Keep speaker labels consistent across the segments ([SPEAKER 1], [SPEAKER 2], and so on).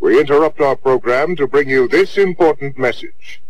[SPEAKER 1] we interrupt our program to bring you this important message.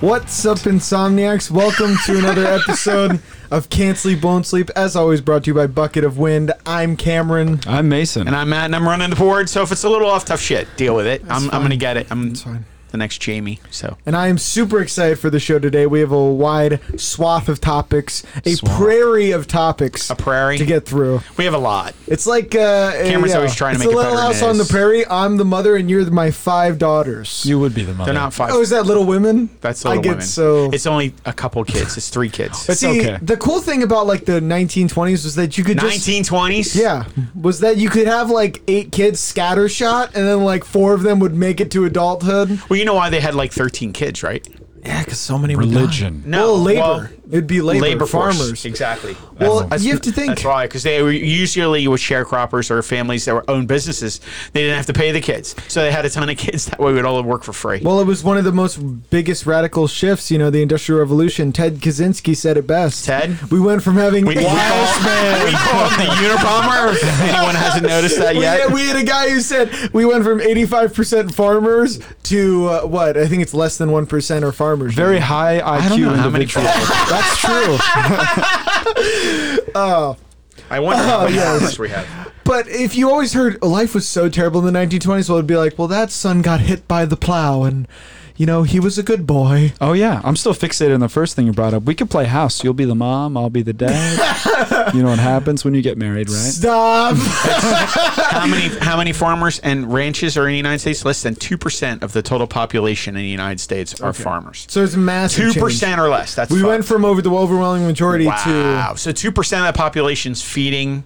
[SPEAKER 2] What's up, insomniacs? Welcome to another episode of Can't Sleep, Won't Sleep. As always, brought to you by Bucket of Wind. I'm Cameron.
[SPEAKER 3] I'm Mason.
[SPEAKER 4] And I'm Matt, and I'm running the board. So if it's a little off, tough shit. Deal with it. I'm, I'm gonna get it. I'm
[SPEAKER 2] fine.
[SPEAKER 4] the next Jamie. So
[SPEAKER 2] And I am super excited for the show today. We have a wide swath of topics, a
[SPEAKER 3] Swath.
[SPEAKER 2] prairie of topics,
[SPEAKER 4] A prairie?
[SPEAKER 2] to get through.
[SPEAKER 4] we have a lot.
[SPEAKER 2] It's like uh,
[SPEAKER 4] Cameron's always trying to
[SPEAKER 2] it's
[SPEAKER 4] make
[SPEAKER 2] a
[SPEAKER 4] it
[SPEAKER 2] little
[SPEAKER 4] better than
[SPEAKER 2] house
[SPEAKER 4] it
[SPEAKER 2] on the
[SPEAKER 4] is.
[SPEAKER 2] prairie. I'm the mother, and you're my five daughters.
[SPEAKER 3] you would be the mother.
[SPEAKER 4] They're not five.
[SPEAKER 2] oh, is that Little Women?
[SPEAKER 4] That's Little
[SPEAKER 2] I get
[SPEAKER 4] Women.
[SPEAKER 2] so
[SPEAKER 4] it's only a couple kids. It's three kids.
[SPEAKER 3] It's
[SPEAKER 2] See,
[SPEAKER 3] okay.
[SPEAKER 2] The cool thing about like the 1920s was that you could just
[SPEAKER 4] 1920s.
[SPEAKER 2] Yeah, was that you could have like eight kids scattershot, and then like four of them would make it to adulthood.
[SPEAKER 4] Well, you know why they had like 13 kids, right?
[SPEAKER 2] Yeah, because so many
[SPEAKER 3] Religion.
[SPEAKER 4] No,
[SPEAKER 2] well, labor.
[SPEAKER 4] well,
[SPEAKER 2] It'd be labor,
[SPEAKER 4] Labor, force.
[SPEAKER 2] farmers.
[SPEAKER 4] Exactly.
[SPEAKER 2] Well,
[SPEAKER 4] That's-
[SPEAKER 2] you have to think.
[SPEAKER 4] That's why, because they were usually with sharecroppers or families that were owned businesses. They didn't have to pay the kids, so they had a ton of kids. That way, we'd all work for free.
[SPEAKER 2] Well, it was one of the most biggest radical shifts, you know, the Industrial Revolution. Ted Kaczynski said it best.
[SPEAKER 4] Ted?
[SPEAKER 2] we went from having
[SPEAKER 4] we, we, call, we call him the Unabomber. if Anyone hasn't noticed that
[SPEAKER 2] We
[SPEAKER 4] yet?
[SPEAKER 2] had, we had a guy who said we went from 85% farmers to uh, what? I think it's less than 1% are farmers.
[SPEAKER 3] Very high IQ.
[SPEAKER 4] I don't know how many
[SPEAKER 3] individual.
[SPEAKER 4] people-
[SPEAKER 3] That's true.
[SPEAKER 4] I wonder
[SPEAKER 2] Oh,
[SPEAKER 4] how many hours we have.
[SPEAKER 2] But if you always heard "Oh, life was so terrible in the 1920s, well, it'd be like, well, that son got hit by the plow, and you know he was a good boy.
[SPEAKER 3] Oh yeah, I'm still fixated on the first thing you brought up. We could play house. You'll be the mom. I'll be the dad. you know what happens when you get married, right?
[SPEAKER 2] Stop.
[SPEAKER 4] How many how many farmers and ranches are in the United States? Less than two percent of the total population in the United States are farmers.
[SPEAKER 2] so it's massive.
[SPEAKER 4] Two
[SPEAKER 2] change.
[SPEAKER 4] percent or less. That's
[SPEAKER 2] We
[SPEAKER 4] fucked.
[SPEAKER 2] went from over the overwhelming majority
[SPEAKER 4] wow.
[SPEAKER 2] to
[SPEAKER 4] So two percent of the population's feeding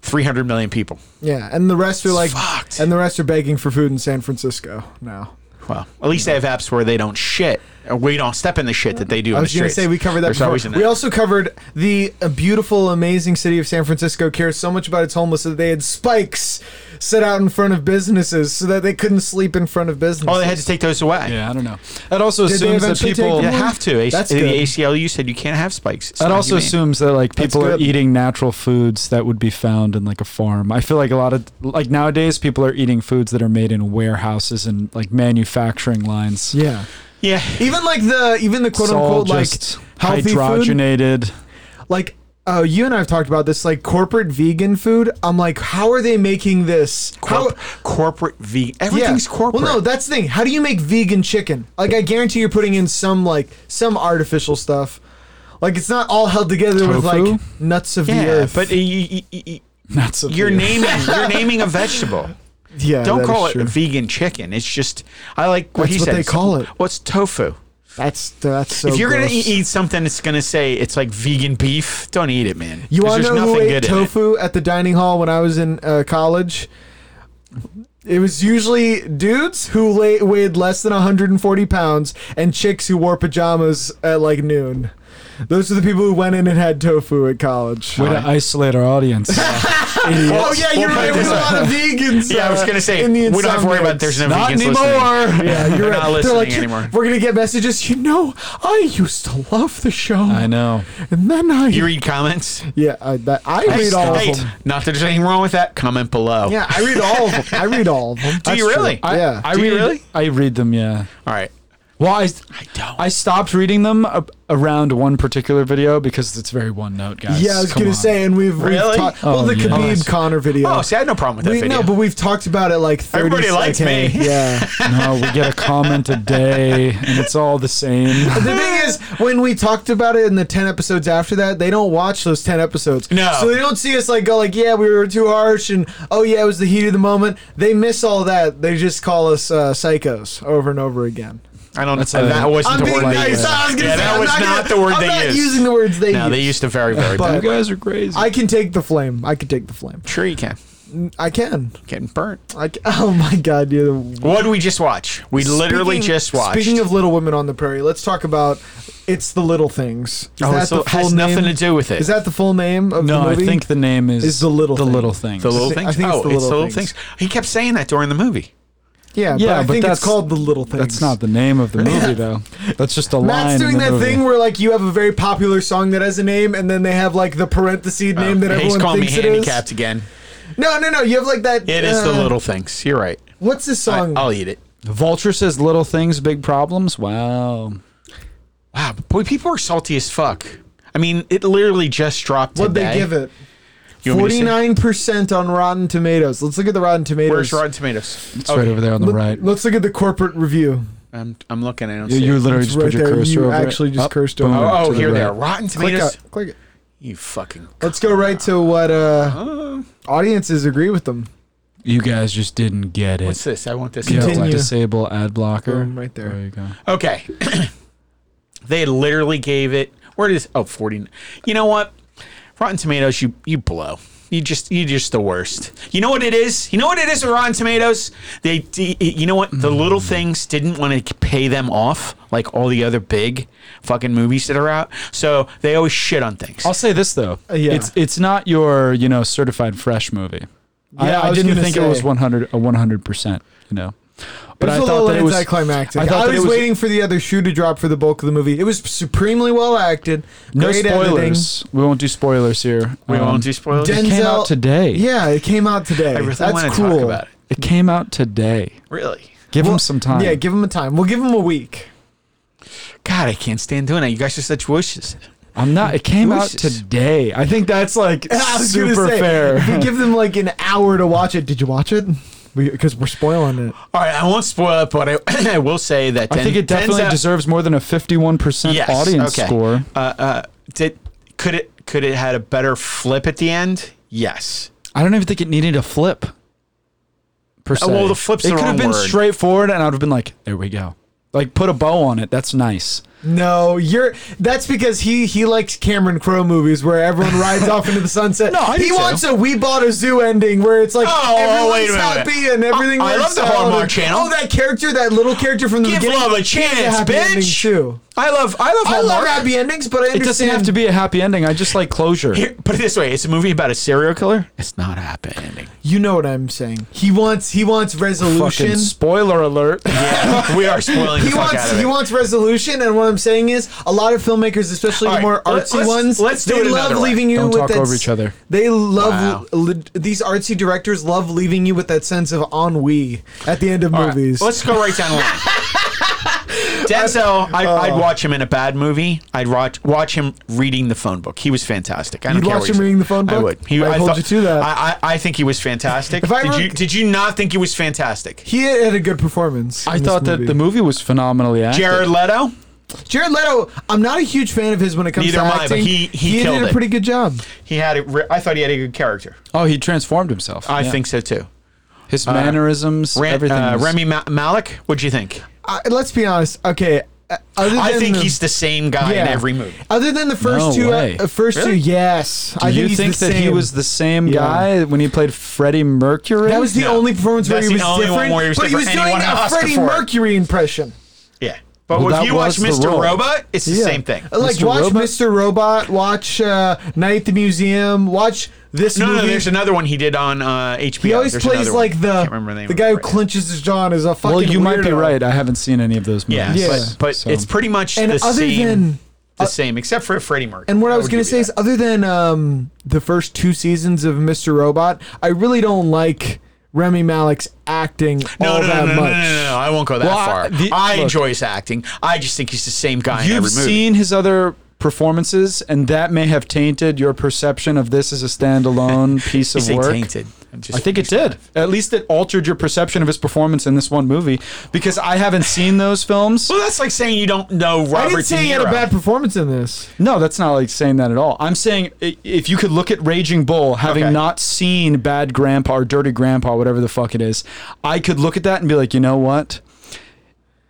[SPEAKER 4] three hundred million people.
[SPEAKER 2] yeah, and the rest are like,
[SPEAKER 4] Fucked.
[SPEAKER 2] and the rest are begging for food in San Francisco now.
[SPEAKER 4] Well, at least they have apps where they don't shit. Or we don't step in the shit that they do.
[SPEAKER 2] I
[SPEAKER 4] in
[SPEAKER 2] was
[SPEAKER 4] the
[SPEAKER 2] going to
[SPEAKER 4] streets.
[SPEAKER 2] say we covered that
[SPEAKER 4] There's
[SPEAKER 2] before.
[SPEAKER 4] always an
[SPEAKER 2] We
[SPEAKER 4] app.
[SPEAKER 2] also covered the uh, beautiful, amazing city of San Francisco cares so much about its homeless that they had spikes set out in front of businesses so that they couldn't sleep in front of businesses.
[SPEAKER 4] oh, they had to take those away.
[SPEAKER 3] Yeah, I don't know. That also
[SPEAKER 2] Did they
[SPEAKER 3] assumes that
[SPEAKER 2] eventually
[SPEAKER 3] people.
[SPEAKER 2] take
[SPEAKER 4] They
[SPEAKER 2] them?
[SPEAKER 4] have to. A-
[SPEAKER 2] That's
[SPEAKER 4] the
[SPEAKER 2] good.
[SPEAKER 4] ACLU said you can't have spikes. It's
[SPEAKER 3] That
[SPEAKER 4] not
[SPEAKER 3] also
[SPEAKER 4] humane.
[SPEAKER 3] assumes that like
[SPEAKER 2] That's
[SPEAKER 3] people are
[SPEAKER 2] good.
[SPEAKER 3] eating natural foods that would be found in like a farm. I feel like a lot of like nowadays people are eating foods that are made in warehouses and like manufacturing lines.
[SPEAKER 2] yeah.
[SPEAKER 4] Yeah.
[SPEAKER 2] Even like the even the quote
[SPEAKER 3] It's all
[SPEAKER 2] unquote like
[SPEAKER 3] just
[SPEAKER 2] healthy food,
[SPEAKER 3] hydrogenated.
[SPEAKER 2] like uh, you and I have talked about this, like corporate vegan food. I'm like, how are they making this?
[SPEAKER 4] Corp-
[SPEAKER 2] how,
[SPEAKER 4] corporate vegan. Everything's corporate.
[SPEAKER 2] Well, no, that's the thing. How do you make vegan chicken? Like, I guarantee you're putting in some like some artificial stuff. Like, it's not all held together with
[SPEAKER 3] Tofu?
[SPEAKER 2] like nuts of
[SPEAKER 4] yeah,
[SPEAKER 2] the earth.
[SPEAKER 4] but you, you,
[SPEAKER 3] Not so
[SPEAKER 4] you're
[SPEAKER 3] weird.
[SPEAKER 4] naming you're naming a vegetable.
[SPEAKER 2] yeah,
[SPEAKER 4] Don't
[SPEAKER 2] that
[SPEAKER 4] call
[SPEAKER 2] is
[SPEAKER 4] it
[SPEAKER 2] true.
[SPEAKER 4] vegan chicken. It's just I like what
[SPEAKER 2] That's
[SPEAKER 4] he
[SPEAKER 2] what
[SPEAKER 4] said.
[SPEAKER 2] they call it.
[SPEAKER 4] What's tofu?
[SPEAKER 2] That's that's so.
[SPEAKER 4] if you're
[SPEAKER 2] gross.
[SPEAKER 4] gonna eat, eat something that's gonna say it's like vegan beef, don't eat it, man.
[SPEAKER 2] you
[SPEAKER 4] 'Cause
[SPEAKER 2] want to
[SPEAKER 4] there's
[SPEAKER 2] know who
[SPEAKER 4] nothing
[SPEAKER 2] ate
[SPEAKER 4] good in it.
[SPEAKER 2] tofu at the dining hall when I was in uh, college? It was usually dudes who lay, weighed less than 140 pounds and chicks who wore pajamas at like noon. Those are the people who went in and had tofu at college.
[SPEAKER 3] Way to isolate our audience.
[SPEAKER 2] Oh yeah, you're
[SPEAKER 4] We'll
[SPEAKER 2] right.
[SPEAKER 4] put
[SPEAKER 2] There's
[SPEAKER 4] this
[SPEAKER 2] a lot of vegans.
[SPEAKER 4] Yeah, I was
[SPEAKER 2] uh,
[SPEAKER 4] gonna say
[SPEAKER 2] in the
[SPEAKER 4] we don't have to
[SPEAKER 2] insomniacs.
[SPEAKER 4] worry about there's no
[SPEAKER 3] Not
[SPEAKER 4] vegans
[SPEAKER 3] anymore.
[SPEAKER 4] listening.
[SPEAKER 2] Yeah, you're
[SPEAKER 4] They're
[SPEAKER 2] right.
[SPEAKER 4] not
[SPEAKER 2] They're like,
[SPEAKER 4] listening anymore.
[SPEAKER 2] We're gonna get messages. You know, I used to love the show.
[SPEAKER 3] I know.
[SPEAKER 2] And then I,
[SPEAKER 4] You read comments.
[SPEAKER 2] yeah, I, that, I read
[SPEAKER 4] Hey,
[SPEAKER 2] all
[SPEAKER 4] hey,
[SPEAKER 2] of them.
[SPEAKER 4] Not that there's anything wrong with that. Comment below.
[SPEAKER 2] Yeah, I read all of them. I read all of them.
[SPEAKER 4] Do
[SPEAKER 2] That's
[SPEAKER 4] you
[SPEAKER 2] true.
[SPEAKER 4] really?
[SPEAKER 2] yeah.
[SPEAKER 3] I
[SPEAKER 4] Do
[SPEAKER 3] read,
[SPEAKER 4] you really?
[SPEAKER 3] I read them, yeah.
[SPEAKER 4] All right.
[SPEAKER 3] Well, I,
[SPEAKER 4] I don't.
[SPEAKER 3] I stopped reading them a, around one particular video because it's very one note, guys.
[SPEAKER 2] yeah, I was
[SPEAKER 3] Come
[SPEAKER 2] gonna
[SPEAKER 3] on.
[SPEAKER 2] say, and we've
[SPEAKER 4] Really?
[SPEAKER 2] we've talked. Well,
[SPEAKER 3] Oh,
[SPEAKER 2] the
[SPEAKER 3] yeah.
[SPEAKER 2] Khabib Connor video.
[SPEAKER 4] oh, see, I had no problem with that
[SPEAKER 2] we,
[SPEAKER 4] video.
[SPEAKER 2] no, but we've talked about it like 30
[SPEAKER 4] Everybody likes
[SPEAKER 2] seconds.
[SPEAKER 4] me.
[SPEAKER 2] Yeah.
[SPEAKER 3] No, we get a comment a day, and it's all the same.
[SPEAKER 2] the thing is, when we talked about it in the ten episodes after that, they don't watch those ten episodes.
[SPEAKER 4] No.
[SPEAKER 2] so they don't see us like go like, yeah, we were too harsh, and oh yeah, it was the heat of the moment. They miss all that. They just call us uh, psychos over and over again.
[SPEAKER 4] I don't.
[SPEAKER 3] That's
[SPEAKER 4] uh,
[SPEAKER 3] a-
[SPEAKER 4] that wasn't
[SPEAKER 2] I'm
[SPEAKER 4] the
[SPEAKER 2] being
[SPEAKER 4] word. they
[SPEAKER 2] nice.
[SPEAKER 4] used.
[SPEAKER 2] I was gonna
[SPEAKER 4] yeah,
[SPEAKER 2] say,
[SPEAKER 4] that
[SPEAKER 2] I'm
[SPEAKER 4] was
[SPEAKER 2] not,
[SPEAKER 4] not,
[SPEAKER 2] gonna-
[SPEAKER 4] the word
[SPEAKER 2] I'm
[SPEAKER 4] they
[SPEAKER 2] not
[SPEAKER 4] used.
[SPEAKER 2] using the words they
[SPEAKER 4] no,
[SPEAKER 2] use.
[SPEAKER 4] they used a very, very
[SPEAKER 2] But-
[SPEAKER 4] bad.
[SPEAKER 3] You guys are crazy.
[SPEAKER 2] I can take the flame. I can take the flame.
[SPEAKER 4] Sure, you can.
[SPEAKER 2] I can.
[SPEAKER 4] Getting burnt.
[SPEAKER 2] I can. Oh my god, you're the
[SPEAKER 4] What did we just watch? We literally
[SPEAKER 2] Speaking-
[SPEAKER 4] just watched.
[SPEAKER 2] Speaking of Little Women on the Prairie, let's talk about it's the little things. Is
[SPEAKER 4] Oh, it's the- has nothing to do with it.
[SPEAKER 2] Is that the full name of
[SPEAKER 3] no,
[SPEAKER 2] the
[SPEAKER 3] I
[SPEAKER 2] movie?
[SPEAKER 3] think the name is,
[SPEAKER 2] Is The Little
[SPEAKER 3] the
[SPEAKER 2] Things.
[SPEAKER 3] little things.
[SPEAKER 4] the little
[SPEAKER 2] I thi-
[SPEAKER 4] things.
[SPEAKER 2] I think it's
[SPEAKER 4] oh,
[SPEAKER 2] The
[SPEAKER 4] it's
[SPEAKER 2] Little
[SPEAKER 4] the little
[SPEAKER 2] Things.
[SPEAKER 4] things. He kept saying that during the movie.
[SPEAKER 2] Yeah,
[SPEAKER 3] Yeah,
[SPEAKER 2] but I
[SPEAKER 3] but
[SPEAKER 2] think it's
[SPEAKER 3] that's-
[SPEAKER 2] called the little things.
[SPEAKER 3] That's not the name of the movie, though. That's just a line.
[SPEAKER 2] Matt's
[SPEAKER 3] in
[SPEAKER 2] doing
[SPEAKER 3] the
[SPEAKER 2] that
[SPEAKER 3] movie.
[SPEAKER 2] thing where like you have a very popular song that has a name, and then they have like the parentheses name that
[SPEAKER 4] Oh, He's
[SPEAKER 2] everyone
[SPEAKER 4] calling me
[SPEAKER 2] thinks it is.
[SPEAKER 4] handicapped again.
[SPEAKER 2] No, no, no. You have like that.
[SPEAKER 4] It is the
[SPEAKER 2] uh,
[SPEAKER 4] little things. You're right.
[SPEAKER 2] What's this
[SPEAKER 4] I, oh,
[SPEAKER 2] song?
[SPEAKER 4] will eat it.
[SPEAKER 3] Vulture says little things, big problems. Wow.
[SPEAKER 4] Wow, boy, people are salty as fuck. I mean, it literally just dropped today.
[SPEAKER 2] What'd they give it?
[SPEAKER 4] You want me to say?
[SPEAKER 2] Forty-nine percent on Rotten Tomatoes. Let's look at the Rotten Tomatoes.
[SPEAKER 4] Where's Rotten Tomatoes?
[SPEAKER 3] It's right over there on the
[SPEAKER 2] Look-
[SPEAKER 3] right.
[SPEAKER 2] Let's look at the corporate review.
[SPEAKER 4] I'm, I'm looking. I don't
[SPEAKER 3] you,
[SPEAKER 4] see
[SPEAKER 3] you
[SPEAKER 4] it.
[SPEAKER 3] literally
[SPEAKER 2] It's
[SPEAKER 3] just
[SPEAKER 2] right
[SPEAKER 3] put your
[SPEAKER 2] there.
[SPEAKER 3] cursor
[SPEAKER 2] You
[SPEAKER 3] over it.
[SPEAKER 2] actually just
[SPEAKER 3] Up,
[SPEAKER 2] cursed
[SPEAKER 3] boom,
[SPEAKER 2] over it.
[SPEAKER 4] Oh,
[SPEAKER 3] to
[SPEAKER 4] oh
[SPEAKER 3] the
[SPEAKER 4] here they
[SPEAKER 3] right.
[SPEAKER 4] are. Rotten
[SPEAKER 2] Click
[SPEAKER 4] Tomatoes.
[SPEAKER 2] it. Click it.
[SPEAKER 4] You fucking.
[SPEAKER 2] Let's go right to what uh, audiences agree with them.
[SPEAKER 3] You guys just didn't get
[SPEAKER 4] What's
[SPEAKER 3] it.
[SPEAKER 4] this? I want this.
[SPEAKER 3] You have to
[SPEAKER 2] Continue.
[SPEAKER 3] disable ad blocker.
[SPEAKER 2] Boom, right there.
[SPEAKER 3] There you go.
[SPEAKER 4] Okay. they literally gave it. Where does oh 40 You know what? Rotten Tomatoes, you you blow. You just you just the worst. You know what it is? You know what it is with Rotten Tomatoes? They d- you know what? The little
[SPEAKER 3] Mm.
[SPEAKER 4] things didn't want to pay them off like all the other big fucking movies that are out. So they always shit on things.
[SPEAKER 3] I'll say this though.
[SPEAKER 2] Uh, yeah.
[SPEAKER 3] It's it's not your you know certified fresh movie. I,
[SPEAKER 2] Yeah, I
[SPEAKER 3] I,
[SPEAKER 2] was
[SPEAKER 3] didn't
[SPEAKER 2] gonna
[SPEAKER 3] think it was
[SPEAKER 2] say.
[SPEAKER 3] 100 a 100 percent. You know, but
[SPEAKER 2] it
[SPEAKER 3] I
[SPEAKER 2] was a
[SPEAKER 3] thought
[SPEAKER 2] little
[SPEAKER 3] that it was
[SPEAKER 2] anticlimactic.
[SPEAKER 3] I
[SPEAKER 2] I,
[SPEAKER 3] thought that
[SPEAKER 2] was,
[SPEAKER 3] it was-
[SPEAKER 2] waiting for the other shoe to drop for the bulk of the movie. It was supremely well acted.
[SPEAKER 3] No
[SPEAKER 2] great editing.
[SPEAKER 3] spoilers. We won't do spoilers here.
[SPEAKER 4] we
[SPEAKER 3] Um,
[SPEAKER 4] won't do spoilers.
[SPEAKER 2] Den-
[SPEAKER 3] It came
[SPEAKER 2] Denzel-
[SPEAKER 3] out today.
[SPEAKER 2] Yeah, it came out today.
[SPEAKER 4] I really
[SPEAKER 2] That's
[SPEAKER 4] want to
[SPEAKER 2] cool.
[SPEAKER 4] talk about it.
[SPEAKER 3] It came out today.
[SPEAKER 4] Really?
[SPEAKER 3] Give
[SPEAKER 2] Well,
[SPEAKER 3] him some time.
[SPEAKER 2] Yeah, give him a time. We'll give him a week.
[SPEAKER 4] God, I can't stand doing that. You guys are such wushes.
[SPEAKER 3] I'm not. It came out
[SPEAKER 4] Wishes.
[SPEAKER 3] today. I think that's like
[SPEAKER 2] I was gonna
[SPEAKER 3] super
[SPEAKER 2] say, if
[SPEAKER 3] fair.
[SPEAKER 2] you give them like an hour to watch it. Did you watch it? Because we, are spoiling it.
[SPEAKER 4] All right, I won't spoil it, but I, I will say that
[SPEAKER 3] I think it definitely
[SPEAKER 4] deserves.
[SPEAKER 3] deserves more than a 51%
[SPEAKER 4] Yes,
[SPEAKER 3] audience
[SPEAKER 4] okay.
[SPEAKER 3] score.
[SPEAKER 4] Uh, uh, did could it could it had a better flip at the end? Yes.
[SPEAKER 3] I don't even think it needed a flip. Per se.
[SPEAKER 4] Uh, well, the flip's
[SPEAKER 3] It
[SPEAKER 4] the
[SPEAKER 3] could have
[SPEAKER 4] wrong
[SPEAKER 3] been
[SPEAKER 4] word.
[SPEAKER 3] straightforward, and I would have been like, "There we go." Like put a bow on it. That's nice.
[SPEAKER 2] No, you're. That's because he he likes Cameron Crowe movies where everyone rides off into the sunset.
[SPEAKER 3] No, I
[SPEAKER 2] he
[SPEAKER 3] do
[SPEAKER 2] wants
[SPEAKER 3] too.
[SPEAKER 2] a "We Bought a Zoo" ending where it's like
[SPEAKER 4] Oh, oh,
[SPEAKER 2] everyone's
[SPEAKER 4] wait a minute.
[SPEAKER 2] happy and everything.
[SPEAKER 4] I- I
[SPEAKER 2] works
[SPEAKER 4] love the
[SPEAKER 2] out.
[SPEAKER 4] Hallmark Channel.
[SPEAKER 2] Oh, that character, that little character from the
[SPEAKER 4] Give
[SPEAKER 2] beginning.
[SPEAKER 4] love a
[SPEAKER 2] he has
[SPEAKER 4] chance,
[SPEAKER 2] happy
[SPEAKER 4] bitch.
[SPEAKER 2] ending, Too.
[SPEAKER 4] I love I love
[SPEAKER 2] I love
[SPEAKER 4] Hallmark.
[SPEAKER 2] happy endings, but I understand.
[SPEAKER 3] It doesn't have to be a happy ending. I just like closure.
[SPEAKER 4] Here, put it this way: it's a movie about a serial killer. It's not a happy ending.
[SPEAKER 2] You know what I'm saying? He wants he wants
[SPEAKER 3] Fucking
[SPEAKER 2] resolution.
[SPEAKER 3] spoiler alert.
[SPEAKER 4] we are spoiling the
[SPEAKER 2] He
[SPEAKER 4] fuck out
[SPEAKER 2] wants
[SPEAKER 4] of
[SPEAKER 2] he
[SPEAKER 4] it.
[SPEAKER 2] wants resolution, and what I'm saying is, a lot of filmmakers, especially
[SPEAKER 4] All
[SPEAKER 2] the
[SPEAKER 4] right,
[SPEAKER 2] more
[SPEAKER 4] let's-
[SPEAKER 2] artsy
[SPEAKER 4] let's-
[SPEAKER 2] ones,
[SPEAKER 4] let's do
[SPEAKER 2] they
[SPEAKER 4] it
[SPEAKER 2] love
[SPEAKER 4] another way.
[SPEAKER 2] leaving you
[SPEAKER 3] Don't
[SPEAKER 2] with
[SPEAKER 3] talk
[SPEAKER 2] that
[SPEAKER 3] over
[SPEAKER 2] s-
[SPEAKER 3] each other.
[SPEAKER 2] They love
[SPEAKER 4] Wow.
[SPEAKER 2] li- these artsy directors love leaving you with that sense of ennui at the end of
[SPEAKER 4] All right,
[SPEAKER 2] movies.
[SPEAKER 4] let's go right down the line. Denzel, I, I'd
[SPEAKER 2] Oh.
[SPEAKER 4] watch him in a bad movie. I'd watch watch him reading the phone book. He was fantastic. I don't
[SPEAKER 2] You'd
[SPEAKER 4] care
[SPEAKER 2] watch
[SPEAKER 4] what
[SPEAKER 2] him
[SPEAKER 4] he's-
[SPEAKER 2] reading the phone
[SPEAKER 4] I
[SPEAKER 2] book?
[SPEAKER 4] would.
[SPEAKER 2] I'd hold you to that.
[SPEAKER 4] I, I, I think he was fantastic.
[SPEAKER 2] If I
[SPEAKER 4] did
[SPEAKER 2] were-
[SPEAKER 4] you did you not think he was fantastic?
[SPEAKER 2] he had a good performance.
[SPEAKER 3] I
[SPEAKER 2] in this
[SPEAKER 3] thought that
[SPEAKER 2] movie.
[SPEAKER 3] the movie was phenomenally acted.
[SPEAKER 4] Jared Leto.
[SPEAKER 2] Jared Leto. I'm not a huge fan of his when it comes
[SPEAKER 4] Neither
[SPEAKER 2] to
[SPEAKER 4] am I, but
[SPEAKER 2] acting.
[SPEAKER 4] he- he killed
[SPEAKER 2] did a
[SPEAKER 4] it.
[SPEAKER 2] pretty good job.
[SPEAKER 4] He had a re- I thought he had a good character.
[SPEAKER 3] oh, he transformed himself.
[SPEAKER 4] I
[SPEAKER 3] Yeah.
[SPEAKER 4] think so too.
[SPEAKER 3] his mannerisms,
[SPEAKER 4] Ran-
[SPEAKER 3] everything.
[SPEAKER 4] uh,
[SPEAKER 3] was-
[SPEAKER 4] Remy Ma- Malik, what'd you think?
[SPEAKER 2] I, Uh, let's be honest. Okay, uh, other than
[SPEAKER 4] I think
[SPEAKER 2] the-
[SPEAKER 4] he's the same guy in every movie.
[SPEAKER 2] Other than the
[SPEAKER 3] No
[SPEAKER 2] first two,
[SPEAKER 3] way.
[SPEAKER 2] uh, first two,
[SPEAKER 4] Really?
[SPEAKER 2] yes.
[SPEAKER 3] Do
[SPEAKER 2] I
[SPEAKER 3] you
[SPEAKER 2] he's
[SPEAKER 3] think
[SPEAKER 2] the
[SPEAKER 3] that he
[SPEAKER 2] same.
[SPEAKER 3] was the same
[SPEAKER 2] Yeah.
[SPEAKER 3] guy when he played Freddie Mercury?
[SPEAKER 2] That was the
[SPEAKER 4] No.
[SPEAKER 2] only performance where
[SPEAKER 4] That's
[SPEAKER 2] he was
[SPEAKER 4] the only one
[SPEAKER 2] different.
[SPEAKER 4] where he was
[SPEAKER 2] but
[SPEAKER 4] different,
[SPEAKER 2] he
[SPEAKER 4] and
[SPEAKER 2] was
[SPEAKER 4] he
[SPEAKER 2] doing
[SPEAKER 4] won an
[SPEAKER 2] a
[SPEAKER 4] Oscar
[SPEAKER 2] Freddie
[SPEAKER 4] for it.
[SPEAKER 2] Mercularity impression.
[SPEAKER 4] Yeah. But
[SPEAKER 3] Well, that
[SPEAKER 4] if you watch
[SPEAKER 3] was the
[SPEAKER 4] Mr.
[SPEAKER 3] role.
[SPEAKER 4] Robot, it's the
[SPEAKER 2] Yeah.
[SPEAKER 4] same thing.
[SPEAKER 2] Like
[SPEAKER 3] Mr.
[SPEAKER 2] watch
[SPEAKER 3] Robot?
[SPEAKER 2] Mr. Robot, watch uh, Night at the Museum, watch this
[SPEAKER 4] No,
[SPEAKER 2] movie.
[SPEAKER 4] no, there's another one he did on uh, HBO.
[SPEAKER 2] he always
[SPEAKER 4] There's
[SPEAKER 2] plays
[SPEAKER 4] another one.
[SPEAKER 2] like
[SPEAKER 4] I
[SPEAKER 2] the
[SPEAKER 4] can't remember the, name
[SPEAKER 2] the
[SPEAKER 4] of
[SPEAKER 2] guy
[SPEAKER 4] it
[SPEAKER 2] who
[SPEAKER 4] right now.
[SPEAKER 2] clenches his jaw and is a fucking.
[SPEAKER 3] Well, you might be
[SPEAKER 2] weirdo.
[SPEAKER 3] right. I haven't seen any of those
[SPEAKER 4] Yeah,
[SPEAKER 3] movies.
[SPEAKER 2] Yeah.
[SPEAKER 4] but, but
[SPEAKER 3] So-
[SPEAKER 4] it's pretty much
[SPEAKER 2] And
[SPEAKER 4] the
[SPEAKER 2] other
[SPEAKER 4] same,
[SPEAKER 2] than- uh,
[SPEAKER 4] the same, except for Freddie Mercury.
[SPEAKER 2] And what I
[SPEAKER 4] I'll
[SPEAKER 2] was gonna
[SPEAKER 4] give you
[SPEAKER 2] say is,
[SPEAKER 4] that.
[SPEAKER 2] other than um, the first two seasons of Mr. Robot, I really don't like Remy Malik's acting all
[SPEAKER 4] no, no, no,
[SPEAKER 2] that
[SPEAKER 4] no, no,
[SPEAKER 2] much.
[SPEAKER 4] no, no, no, I won't go that
[SPEAKER 3] Well, I-
[SPEAKER 4] far. I,
[SPEAKER 3] the- look.
[SPEAKER 4] enjoy his acting. I just think he's the same guy in
[SPEAKER 3] You've
[SPEAKER 4] every movie.
[SPEAKER 3] seen his other performances, and that may have tainted your perception of this as a standalone piece
[SPEAKER 4] You
[SPEAKER 3] of
[SPEAKER 4] say
[SPEAKER 3] work.
[SPEAKER 4] tainted. I'm just
[SPEAKER 3] I think it did. At least it altered your perception of his performance in this one movie because I haven't seen those films.
[SPEAKER 4] Well, that's like saying you don't know Robert
[SPEAKER 2] I didn't say
[SPEAKER 4] De Niro.
[SPEAKER 2] he had a bad performance in this.
[SPEAKER 3] No, that's not like saying that at all. I'm saying i- if you could look at Raging Bull, having
[SPEAKER 4] Okay.
[SPEAKER 3] not seen Bad Grandpa or Dirty Grandpa, whatever the fuck it is, I could look at that and be like, you know what?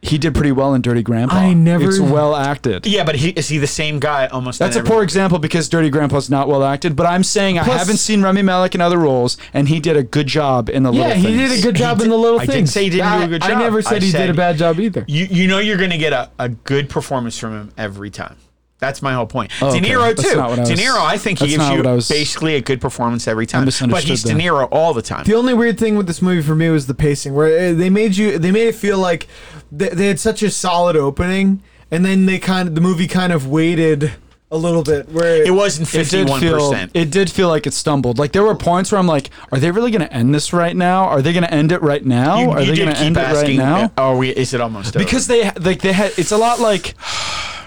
[SPEAKER 3] He did pretty well in Dirty Grandpa.
[SPEAKER 2] I never-
[SPEAKER 3] It's well acted.
[SPEAKER 4] yeah, but he, is he the same guy almost?
[SPEAKER 3] That's
[SPEAKER 4] in
[SPEAKER 3] a
[SPEAKER 4] every
[SPEAKER 3] poor example because Dirty Grandpa's not well acted, but I'm saying I
[SPEAKER 2] Plus-
[SPEAKER 3] haven't seen Remy Malik in other roles, and he did a good job in the
[SPEAKER 2] Yeah,
[SPEAKER 3] little
[SPEAKER 2] he
[SPEAKER 3] things.
[SPEAKER 2] did a good
[SPEAKER 4] He
[SPEAKER 2] job
[SPEAKER 4] did-
[SPEAKER 2] in the little
[SPEAKER 4] I
[SPEAKER 2] things.
[SPEAKER 4] didn't say he didn't do a good
[SPEAKER 2] I-
[SPEAKER 4] job.
[SPEAKER 2] I never said
[SPEAKER 4] I
[SPEAKER 2] he
[SPEAKER 4] said-
[SPEAKER 2] did a bad job either.
[SPEAKER 4] you you know you're going to get a, a good performance from him every time. That's my whole point.
[SPEAKER 3] Oh, okay.
[SPEAKER 4] De Niro
[SPEAKER 3] That's
[SPEAKER 4] too.
[SPEAKER 3] not what I
[SPEAKER 4] De
[SPEAKER 3] was-
[SPEAKER 4] Niro, I think he
[SPEAKER 3] that's
[SPEAKER 4] gives
[SPEAKER 3] not
[SPEAKER 4] you
[SPEAKER 3] what I was-
[SPEAKER 4] basically a good performance every time. But
[SPEAKER 3] misunderstood
[SPEAKER 4] he's
[SPEAKER 3] that.
[SPEAKER 4] De Niro all the time.
[SPEAKER 2] The only weird thing with this movie for eh, me was the pacing, where uh, they made you they made it feel like they, they had such a solid opening. and then they kind of the movie kind of waited a little bit where
[SPEAKER 4] It wasn't
[SPEAKER 3] It did
[SPEAKER 4] fifty-one
[SPEAKER 3] feel.
[SPEAKER 4] percent.
[SPEAKER 3] It did feel like it stumbled. Like there were points where I'm like, "Are they really going to end this right now? Are they going to end it right now?
[SPEAKER 4] You,
[SPEAKER 3] oh, Are
[SPEAKER 4] you
[SPEAKER 3] they
[SPEAKER 4] did
[SPEAKER 3] going to
[SPEAKER 4] keep
[SPEAKER 3] end
[SPEAKER 4] asking. uh,
[SPEAKER 3] it right now?"
[SPEAKER 4] Are we? Is it almost over?
[SPEAKER 3] Because they like they had. It's a lot like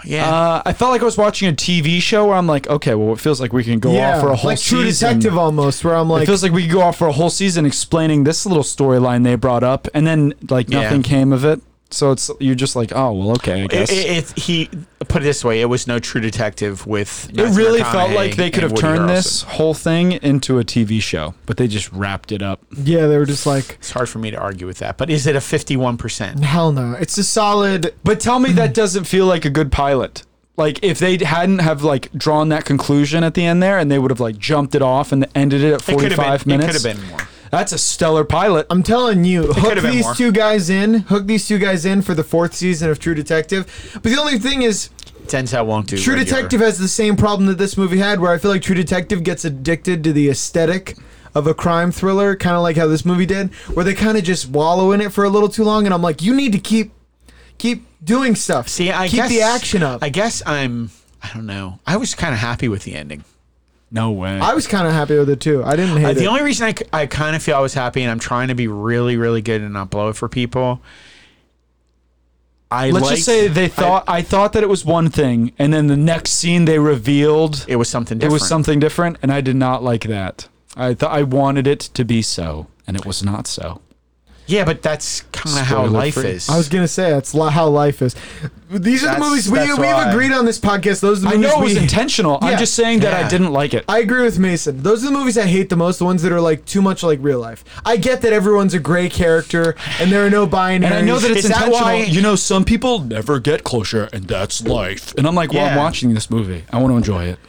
[SPEAKER 4] yeah,
[SPEAKER 3] Uh, I felt like I was watching a TV show where I'm like, okay, well, it feels like we can go
[SPEAKER 2] yeah,
[SPEAKER 3] off for a whole
[SPEAKER 2] like True
[SPEAKER 3] season.
[SPEAKER 2] Detective almost, where I'm
[SPEAKER 3] it
[SPEAKER 2] like,
[SPEAKER 3] feels like we could go off for a whole season explaining this little storyline they brought up, and then like
[SPEAKER 4] Yeah.
[SPEAKER 3] nothing came of it. So it's you're just like, oh well, okay, I
[SPEAKER 4] it,
[SPEAKER 3] guess.
[SPEAKER 4] it, it- he put it this way: it was no True Detective with.
[SPEAKER 3] It
[SPEAKER 4] Matthew
[SPEAKER 3] really felt
[SPEAKER 4] McConaughey
[SPEAKER 3] like they could have
[SPEAKER 4] and Woody
[SPEAKER 3] turned
[SPEAKER 4] Harrelson.
[SPEAKER 3] this whole thing into a TV show, but they just wrapped it up.
[SPEAKER 2] yeah, they were just like,
[SPEAKER 4] It's hard for me to argue with that, but is it a fifty-one percent?
[SPEAKER 2] hell no, it's a solid.
[SPEAKER 3] But tell me that doesn't feel like a good pilot. Like if they hadn't have like drawn that conclusion at the end there, and they would have like jumped it off and ended it at
[SPEAKER 4] It could
[SPEAKER 3] forty
[SPEAKER 4] have
[SPEAKER 3] five
[SPEAKER 4] been. It
[SPEAKER 3] minutes.
[SPEAKER 4] could have been more.
[SPEAKER 3] That's a stellar pilot.
[SPEAKER 2] I'm telling you, hook
[SPEAKER 4] could've been
[SPEAKER 2] these
[SPEAKER 4] more.
[SPEAKER 2] two guys in, hook these two guys in for the fourth season of True Detective. But the only thing is,
[SPEAKER 4] Denzel won't do.
[SPEAKER 2] True
[SPEAKER 4] regular.
[SPEAKER 2] Detective has the same problem that this movie had, where I feel like True Detective gets addicted to the aesthetic of a crime thriller, kind of like how this movie did, where they kind of just wallow in it for a little too long, and I'm like, you need to keep keep doing stuff.
[SPEAKER 4] See, I
[SPEAKER 2] keep
[SPEAKER 4] guess,
[SPEAKER 2] the action up.
[SPEAKER 4] I
[SPEAKER 2] I,
[SPEAKER 4] guess I'm. I don't know. I was kind of happy with the ending.
[SPEAKER 3] No way.
[SPEAKER 2] was kind of happy with it too. I didn't hate
[SPEAKER 4] Uh,
[SPEAKER 2] it.
[SPEAKER 4] the only reason I, kind of feel I was happy, and I'm trying to be really, really good and not blow it for people. I
[SPEAKER 3] Let's
[SPEAKER 4] liked-
[SPEAKER 3] just say they thought I, thought that it was one thing, and then the next scene they revealed
[SPEAKER 4] it was something.
[SPEAKER 3] it
[SPEAKER 4] Different.
[SPEAKER 3] was something different, and I did not like that. I thought I wanted it to be so, and it was not so.
[SPEAKER 4] Yeah, but that's kind of how
[SPEAKER 3] Spoiler
[SPEAKER 4] life
[SPEAKER 3] free.
[SPEAKER 4] is.
[SPEAKER 2] I was gonna say that's li- how life is. These are the
[SPEAKER 4] That's-
[SPEAKER 2] movies we
[SPEAKER 4] that's
[SPEAKER 2] we've
[SPEAKER 4] why.
[SPEAKER 2] agreed on this podcast. Those are the
[SPEAKER 3] I
[SPEAKER 2] movies
[SPEAKER 3] know it was
[SPEAKER 2] we,
[SPEAKER 3] intentional.
[SPEAKER 2] Yeah.
[SPEAKER 3] I'm just saying that
[SPEAKER 4] Yeah.
[SPEAKER 3] I didn't like it.
[SPEAKER 2] I agree with Mason. Those are the movies I hate the most. The ones that are like too much like real life. I get that everyone's a gray character and there are no binaries.
[SPEAKER 3] and I know that it's
[SPEAKER 4] Is that
[SPEAKER 3] intentional.
[SPEAKER 4] why-
[SPEAKER 3] you know, some people never get closure, and that's life. And I'm like, well,
[SPEAKER 4] Yeah.
[SPEAKER 3] I'm watching this movie. I want to enjoy it.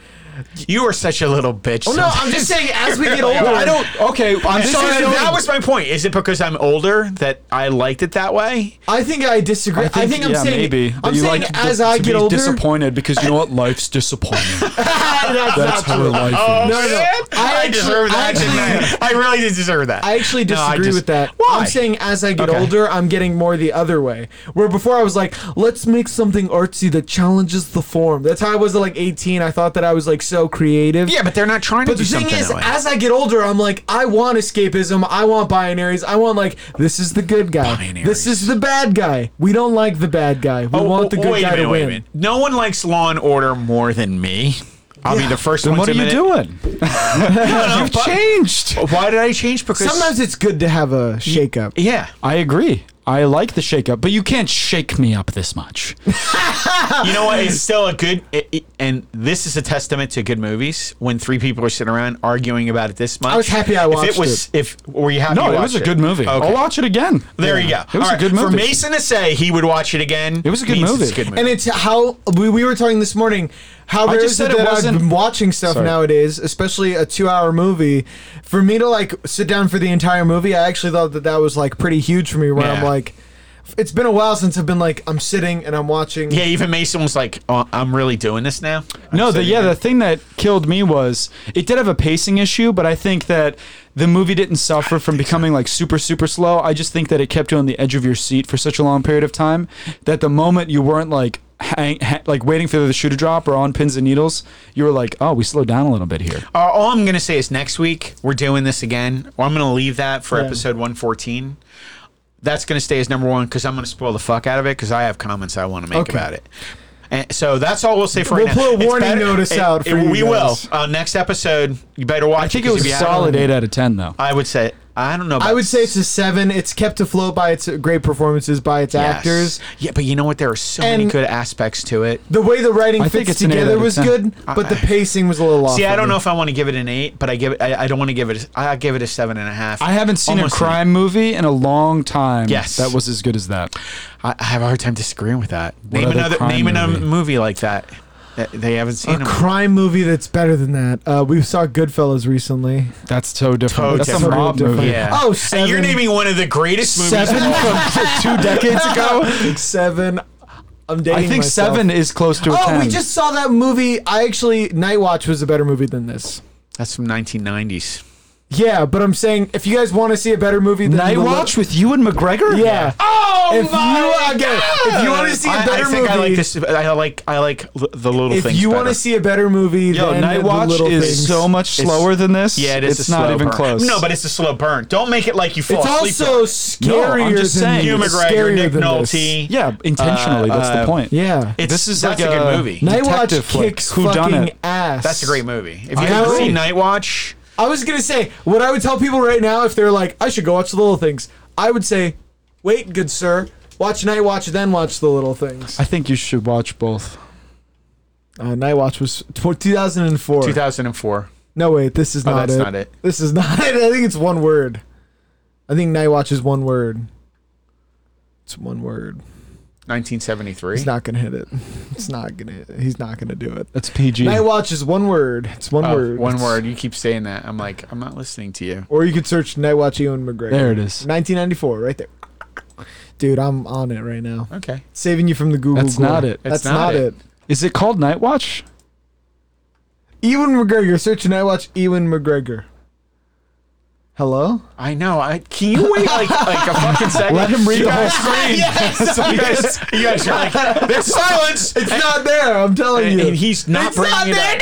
[SPEAKER 4] you are such a little bitch.
[SPEAKER 2] Oh no, I'm just saying as we get older,
[SPEAKER 3] Well, I don't. Okay, I'm
[SPEAKER 4] I'm
[SPEAKER 3] sorry.
[SPEAKER 4] sorry,
[SPEAKER 3] I don't-
[SPEAKER 4] that was my point. Is it because I'm older that I liked it that way?
[SPEAKER 2] I think I disagree. I think, I am
[SPEAKER 3] yeah,
[SPEAKER 2] saying
[SPEAKER 3] maybe. that
[SPEAKER 2] I'm
[SPEAKER 3] you
[SPEAKER 2] saying
[SPEAKER 3] like
[SPEAKER 2] as
[SPEAKER 3] to-
[SPEAKER 2] I
[SPEAKER 3] to
[SPEAKER 2] get
[SPEAKER 3] be
[SPEAKER 2] older.
[SPEAKER 3] disappointed because you know what? Life's disappointing.
[SPEAKER 2] That's
[SPEAKER 3] That's
[SPEAKER 2] not
[SPEAKER 3] how
[SPEAKER 2] true.
[SPEAKER 3] life
[SPEAKER 4] Oh,
[SPEAKER 3] is.
[SPEAKER 2] no, no. I
[SPEAKER 4] I,
[SPEAKER 2] actually-
[SPEAKER 4] deserve
[SPEAKER 2] I
[SPEAKER 4] that. didn't I
[SPEAKER 2] actually-
[SPEAKER 4] I really did deserve that.
[SPEAKER 2] I actually
[SPEAKER 4] No,
[SPEAKER 2] disagree
[SPEAKER 4] just-
[SPEAKER 2] with that.
[SPEAKER 4] Why?
[SPEAKER 2] I'm saying as I get
[SPEAKER 4] Okay.
[SPEAKER 2] older, I'm getting more the other way. Where before I was like, let's make something artsy that challenges the form. That's how I was at like 18. I thought that I was like so creative.
[SPEAKER 4] yeah, but they're not trying
[SPEAKER 2] But
[SPEAKER 4] to do
[SPEAKER 2] the thing
[SPEAKER 4] something
[SPEAKER 2] is,
[SPEAKER 4] that way.
[SPEAKER 2] as I get older, I'm like, I want escapism. I want binaries. I want like this is the good guy.
[SPEAKER 4] Binaries.
[SPEAKER 2] This is the bad guy. We don't like the bad guy. We
[SPEAKER 4] Oh,
[SPEAKER 2] want the
[SPEAKER 4] oh,
[SPEAKER 2] good
[SPEAKER 4] wait a
[SPEAKER 2] guy
[SPEAKER 4] minute,
[SPEAKER 2] to
[SPEAKER 4] wait a
[SPEAKER 2] win.
[SPEAKER 4] minute. No one likes Law and Order more than me. I'll be the first
[SPEAKER 3] Then
[SPEAKER 4] one
[SPEAKER 3] what
[SPEAKER 4] to
[SPEAKER 3] are you
[SPEAKER 4] admit it.
[SPEAKER 3] doing? You've changed.
[SPEAKER 4] Why did I change? Because
[SPEAKER 2] Sometimes it's good to have a shakeup.
[SPEAKER 4] yeah,
[SPEAKER 3] I agree. I like the shakeup, but you can't shake me up this much.
[SPEAKER 2] Ah.
[SPEAKER 4] you know what? It's still a good, it, it- and this is a testament to good movies. When three people are sitting around arguing about it this much,
[SPEAKER 2] was happy I
[SPEAKER 4] If
[SPEAKER 2] watched
[SPEAKER 4] it was, if were you happy?
[SPEAKER 3] No,
[SPEAKER 4] you
[SPEAKER 3] it was a
[SPEAKER 4] watched
[SPEAKER 3] good movie.
[SPEAKER 4] Okay.
[SPEAKER 2] Oh,
[SPEAKER 3] I'll watch it again.
[SPEAKER 4] There
[SPEAKER 3] Yeah.
[SPEAKER 4] you go.
[SPEAKER 3] It was
[SPEAKER 4] All
[SPEAKER 3] a good
[SPEAKER 4] right,
[SPEAKER 3] movie.
[SPEAKER 4] For Mason to say he would watch it again,
[SPEAKER 3] It was a good
[SPEAKER 4] means
[SPEAKER 3] movie.
[SPEAKER 4] It's a good movie.
[SPEAKER 2] And it's how we, we were talking this morning. How
[SPEAKER 3] I
[SPEAKER 2] rare
[SPEAKER 3] just
[SPEAKER 2] is it
[SPEAKER 3] said it
[SPEAKER 2] that I've
[SPEAKER 3] wasn't-
[SPEAKER 2] been watching stuff
[SPEAKER 3] Sorry.
[SPEAKER 2] nowadays, especially a two-hour movie. For me to like sit down for the entire movie, I actually thought that that was like pretty huge for me. Where I'm
[SPEAKER 4] Yeah.
[SPEAKER 2] like, it's been a while since I've been like I'm sitting and I'm watching.
[SPEAKER 4] yeah, even Mason was like, oh, "I'm really doing this now."
[SPEAKER 3] No,
[SPEAKER 4] I'm
[SPEAKER 3] the,
[SPEAKER 4] sitting
[SPEAKER 3] yeah,
[SPEAKER 4] here.
[SPEAKER 3] the thing that killed me was it did have a pacing issue, but I think that the movie didn't suffer from becoming like super, super slow. I just think that it kept you on the edge of your seat for such a long period of time that the moment you weren't like hang, ha- like waiting for the shoe to drop or on pins and needles, you were like, oh, we slowed down a little bit here.
[SPEAKER 4] Uh, all I'm going to say is next week we're doing this again. Well, I'm going to leave that for
[SPEAKER 2] Yeah.
[SPEAKER 4] episode 114. That's going to stay as number one because I'm going to spoil the fuck out of it because I have comments I want to make
[SPEAKER 2] Okay.
[SPEAKER 4] about it. And so that's all we'll say for
[SPEAKER 2] We'll
[SPEAKER 4] right
[SPEAKER 2] put
[SPEAKER 4] now.
[SPEAKER 2] a
[SPEAKER 4] It's
[SPEAKER 2] warning notice out for you
[SPEAKER 4] we
[SPEAKER 2] guys.
[SPEAKER 4] will. Uh, next episode, you better watch.
[SPEAKER 3] I think
[SPEAKER 4] it
[SPEAKER 3] it
[SPEAKER 4] 'cause
[SPEAKER 3] was
[SPEAKER 4] if
[SPEAKER 3] a
[SPEAKER 4] you haven't-
[SPEAKER 3] solid eight out of ten though.
[SPEAKER 4] I would say I don't know. About
[SPEAKER 2] I would say it's a seven. It's kept afloat by its great performances by its
[SPEAKER 4] yes.
[SPEAKER 2] actors.
[SPEAKER 4] Yeah, but you know what? There are so many
[SPEAKER 2] And-
[SPEAKER 4] good aspects to it.
[SPEAKER 2] The way the writing
[SPEAKER 3] I think
[SPEAKER 2] fits
[SPEAKER 3] it's an eight out
[SPEAKER 2] together
[SPEAKER 3] of
[SPEAKER 2] was
[SPEAKER 3] 10.
[SPEAKER 2] good, but the pacing was a little off.
[SPEAKER 4] See, I
[SPEAKER 2] for me.
[SPEAKER 4] don't know if I want to give it an eight, but I give it. I, I don't want to give it. a- I give it a seven and a half.
[SPEAKER 3] I haven't seen
[SPEAKER 4] Almost
[SPEAKER 3] a
[SPEAKER 4] an
[SPEAKER 3] crime movie in a long time.
[SPEAKER 4] Yes.
[SPEAKER 3] that was as good as that.
[SPEAKER 4] I, I have a hard time disagreeing with that. name
[SPEAKER 3] other
[SPEAKER 4] another
[SPEAKER 3] crime
[SPEAKER 4] name another
[SPEAKER 3] movie?
[SPEAKER 4] movie like that. that they haven't seen.
[SPEAKER 2] A
[SPEAKER 4] them.
[SPEAKER 2] crime movie that's better than that. Uh, we saw Goodfellas recently.
[SPEAKER 3] That's so different.
[SPEAKER 4] Totally
[SPEAKER 3] That's
[SPEAKER 4] different.
[SPEAKER 3] a mob
[SPEAKER 2] Totally
[SPEAKER 3] movie.
[SPEAKER 4] yeah.
[SPEAKER 2] Oh,
[SPEAKER 4] And you're
[SPEAKER 2] seven.
[SPEAKER 4] naming one of the greatest movies.
[SPEAKER 3] Seven from two decades ago.
[SPEAKER 2] seven. I'm dating.
[SPEAKER 3] I think
[SPEAKER 2] myself.
[SPEAKER 3] seven is close to a
[SPEAKER 2] Oh,
[SPEAKER 3] ten.
[SPEAKER 2] we just saw that movie. I actually Night Watch was a better movie than this.
[SPEAKER 4] That's from 1990s.
[SPEAKER 2] Yeah, but I'm saying if you guys want to see a better movie than
[SPEAKER 3] Night
[SPEAKER 2] the-
[SPEAKER 3] Watch with you and McGregor.
[SPEAKER 2] yeah.
[SPEAKER 4] Oh
[SPEAKER 2] If
[SPEAKER 4] my
[SPEAKER 2] you- again,
[SPEAKER 4] God!
[SPEAKER 2] if you wanna see a
[SPEAKER 4] I-
[SPEAKER 2] better
[SPEAKER 4] I think I
[SPEAKER 2] movie-
[SPEAKER 4] like this. I like I like l- the little
[SPEAKER 2] If
[SPEAKER 4] things.
[SPEAKER 2] you
[SPEAKER 4] want
[SPEAKER 2] want to see a better movie
[SPEAKER 3] Yo,
[SPEAKER 2] than
[SPEAKER 3] Night
[SPEAKER 2] the
[SPEAKER 3] Watch
[SPEAKER 2] little
[SPEAKER 3] is
[SPEAKER 2] things,
[SPEAKER 3] so much slower than this.
[SPEAKER 4] yeah, it is.
[SPEAKER 3] It's
[SPEAKER 4] a
[SPEAKER 3] not
[SPEAKER 4] slow
[SPEAKER 3] even
[SPEAKER 4] burn.
[SPEAKER 3] close.
[SPEAKER 4] No, but it's a slow burn. Don't make it like you fall
[SPEAKER 2] It's
[SPEAKER 4] asleep.
[SPEAKER 2] also
[SPEAKER 3] No,
[SPEAKER 2] scarier
[SPEAKER 3] I'm just
[SPEAKER 2] than
[SPEAKER 3] saying.
[SPEAKER 4] Hugh
[SPEAKER 2] it's
[SPEAKER 4] McGregor,
[SPEAKER 2] scarier
[SPEAKER 4] Nick
[SPEAKER 2] than
[SPEAKER 4] Nolte.
[SPEAKER 3] yeah, intentionally.
[SPEAKER 4] Uh,
[SPEAKER 3] that's
[SPEAKER 4] uh,
[SPEAKER 3] the point.
[SPEAKER 2] This. Yeah.
[SPEAKER 4] It's-
[SPEAKER 3] This is
[SPEAKER 4] that's
[SPEAKER 3] like
[SPEAKER 4] a good movie.
[SPEAKER 2] Night Watch
[SPEAKER 3] detective flick.
[SPEAKER 2] kicks
[SPEAKER 3] Who done
[SPEAKER 2] fucking
[SPEAKER 3] it?
[SPEAKER 2] ass.
[SPEAKER 4] That's a great movie. If
[SPEAKER 3] I
[SPEAKER 4] you haven't
[SPEAKER 2] agree.
[SPEAKER 4] seen Night Watch,
[SPEAKER 2] I was gonna say what I would tell people right now if they're like, I should go watch the little things. I would say, wait, good sir, watch Night Watch, then watch the little things.
[SPEAKER 3] I think you should watch both.
[SPEAKER 2] Uh, Night Watch was tw 2004.
[SPEAKER 4] 2004.
[SPEAKER 2] no wait, this is
[SPEAKER 4] Oh,
[SPEAKER 2] not
[SPEAKER 4] that's
[SPEAKER 2] it.
[SPEAKER 4] not it.
[SPEAKER 2] This is not it. I think it's one word. I think Night Watch is one word. It's one word.
[SPEAKER 4] 1973.
[SPEAKER 2] He's not gonna hit it. It's not gonna. Hit it. He's not gonna do it.
[SPEAKER 3] That's PG.
[SPEAKER 2] Night Watch is one word. It's Hmm. one
[SPEAKER 4] Oh,
[SPEAKER 2] word.
[SPEAKER 4] one
[SPEAKER 2] It's-
[SPEAKER 4] word. You keep saying that. I'm like, I'm not listening to you.
[SPEAKER 2] Or you could search Night Watch Ewan McGregor.
[SPEAKER 3] There it is.
[SPEAKER 2] 1994, right there. Dude, I'm on it right now.
[SPEAKER 4] Okay.
[SPEAKER 2] Saving you from the Google.
[SPEAKER 3] That's not it.
[SPEAKER 2] That's, not, it.
[SPEAKER 3] Is it called Night Watch?
[SPEAKER 2] Ewan McGregor. Search Night Watch Ewan McGregor. Hello?
[SPEAKER 4] I know. I can you wait like like a fucking second.
[SPEAKER 3] Let him read
[SPEAKER 4] You
[SPEAKER 3] the whole
[SPEAKER 4] guys-
[SPEAKER 3] screen.
[SPEAKER 4] Yes, you guys, you guys are like there's silence.
[SPEAKER 2] It's not there. I'm telling
[SPEAKER 4] And,
[SPEAKER 2] you.
[SPEAKER 4] and he's not
[SPEAKER 2] it's
[SPEAKER 4] bringing
[SPEAKER 2] not
[SPEAKER 4] it
[SPEAKER 2] there.
[SPEAKER 4] up.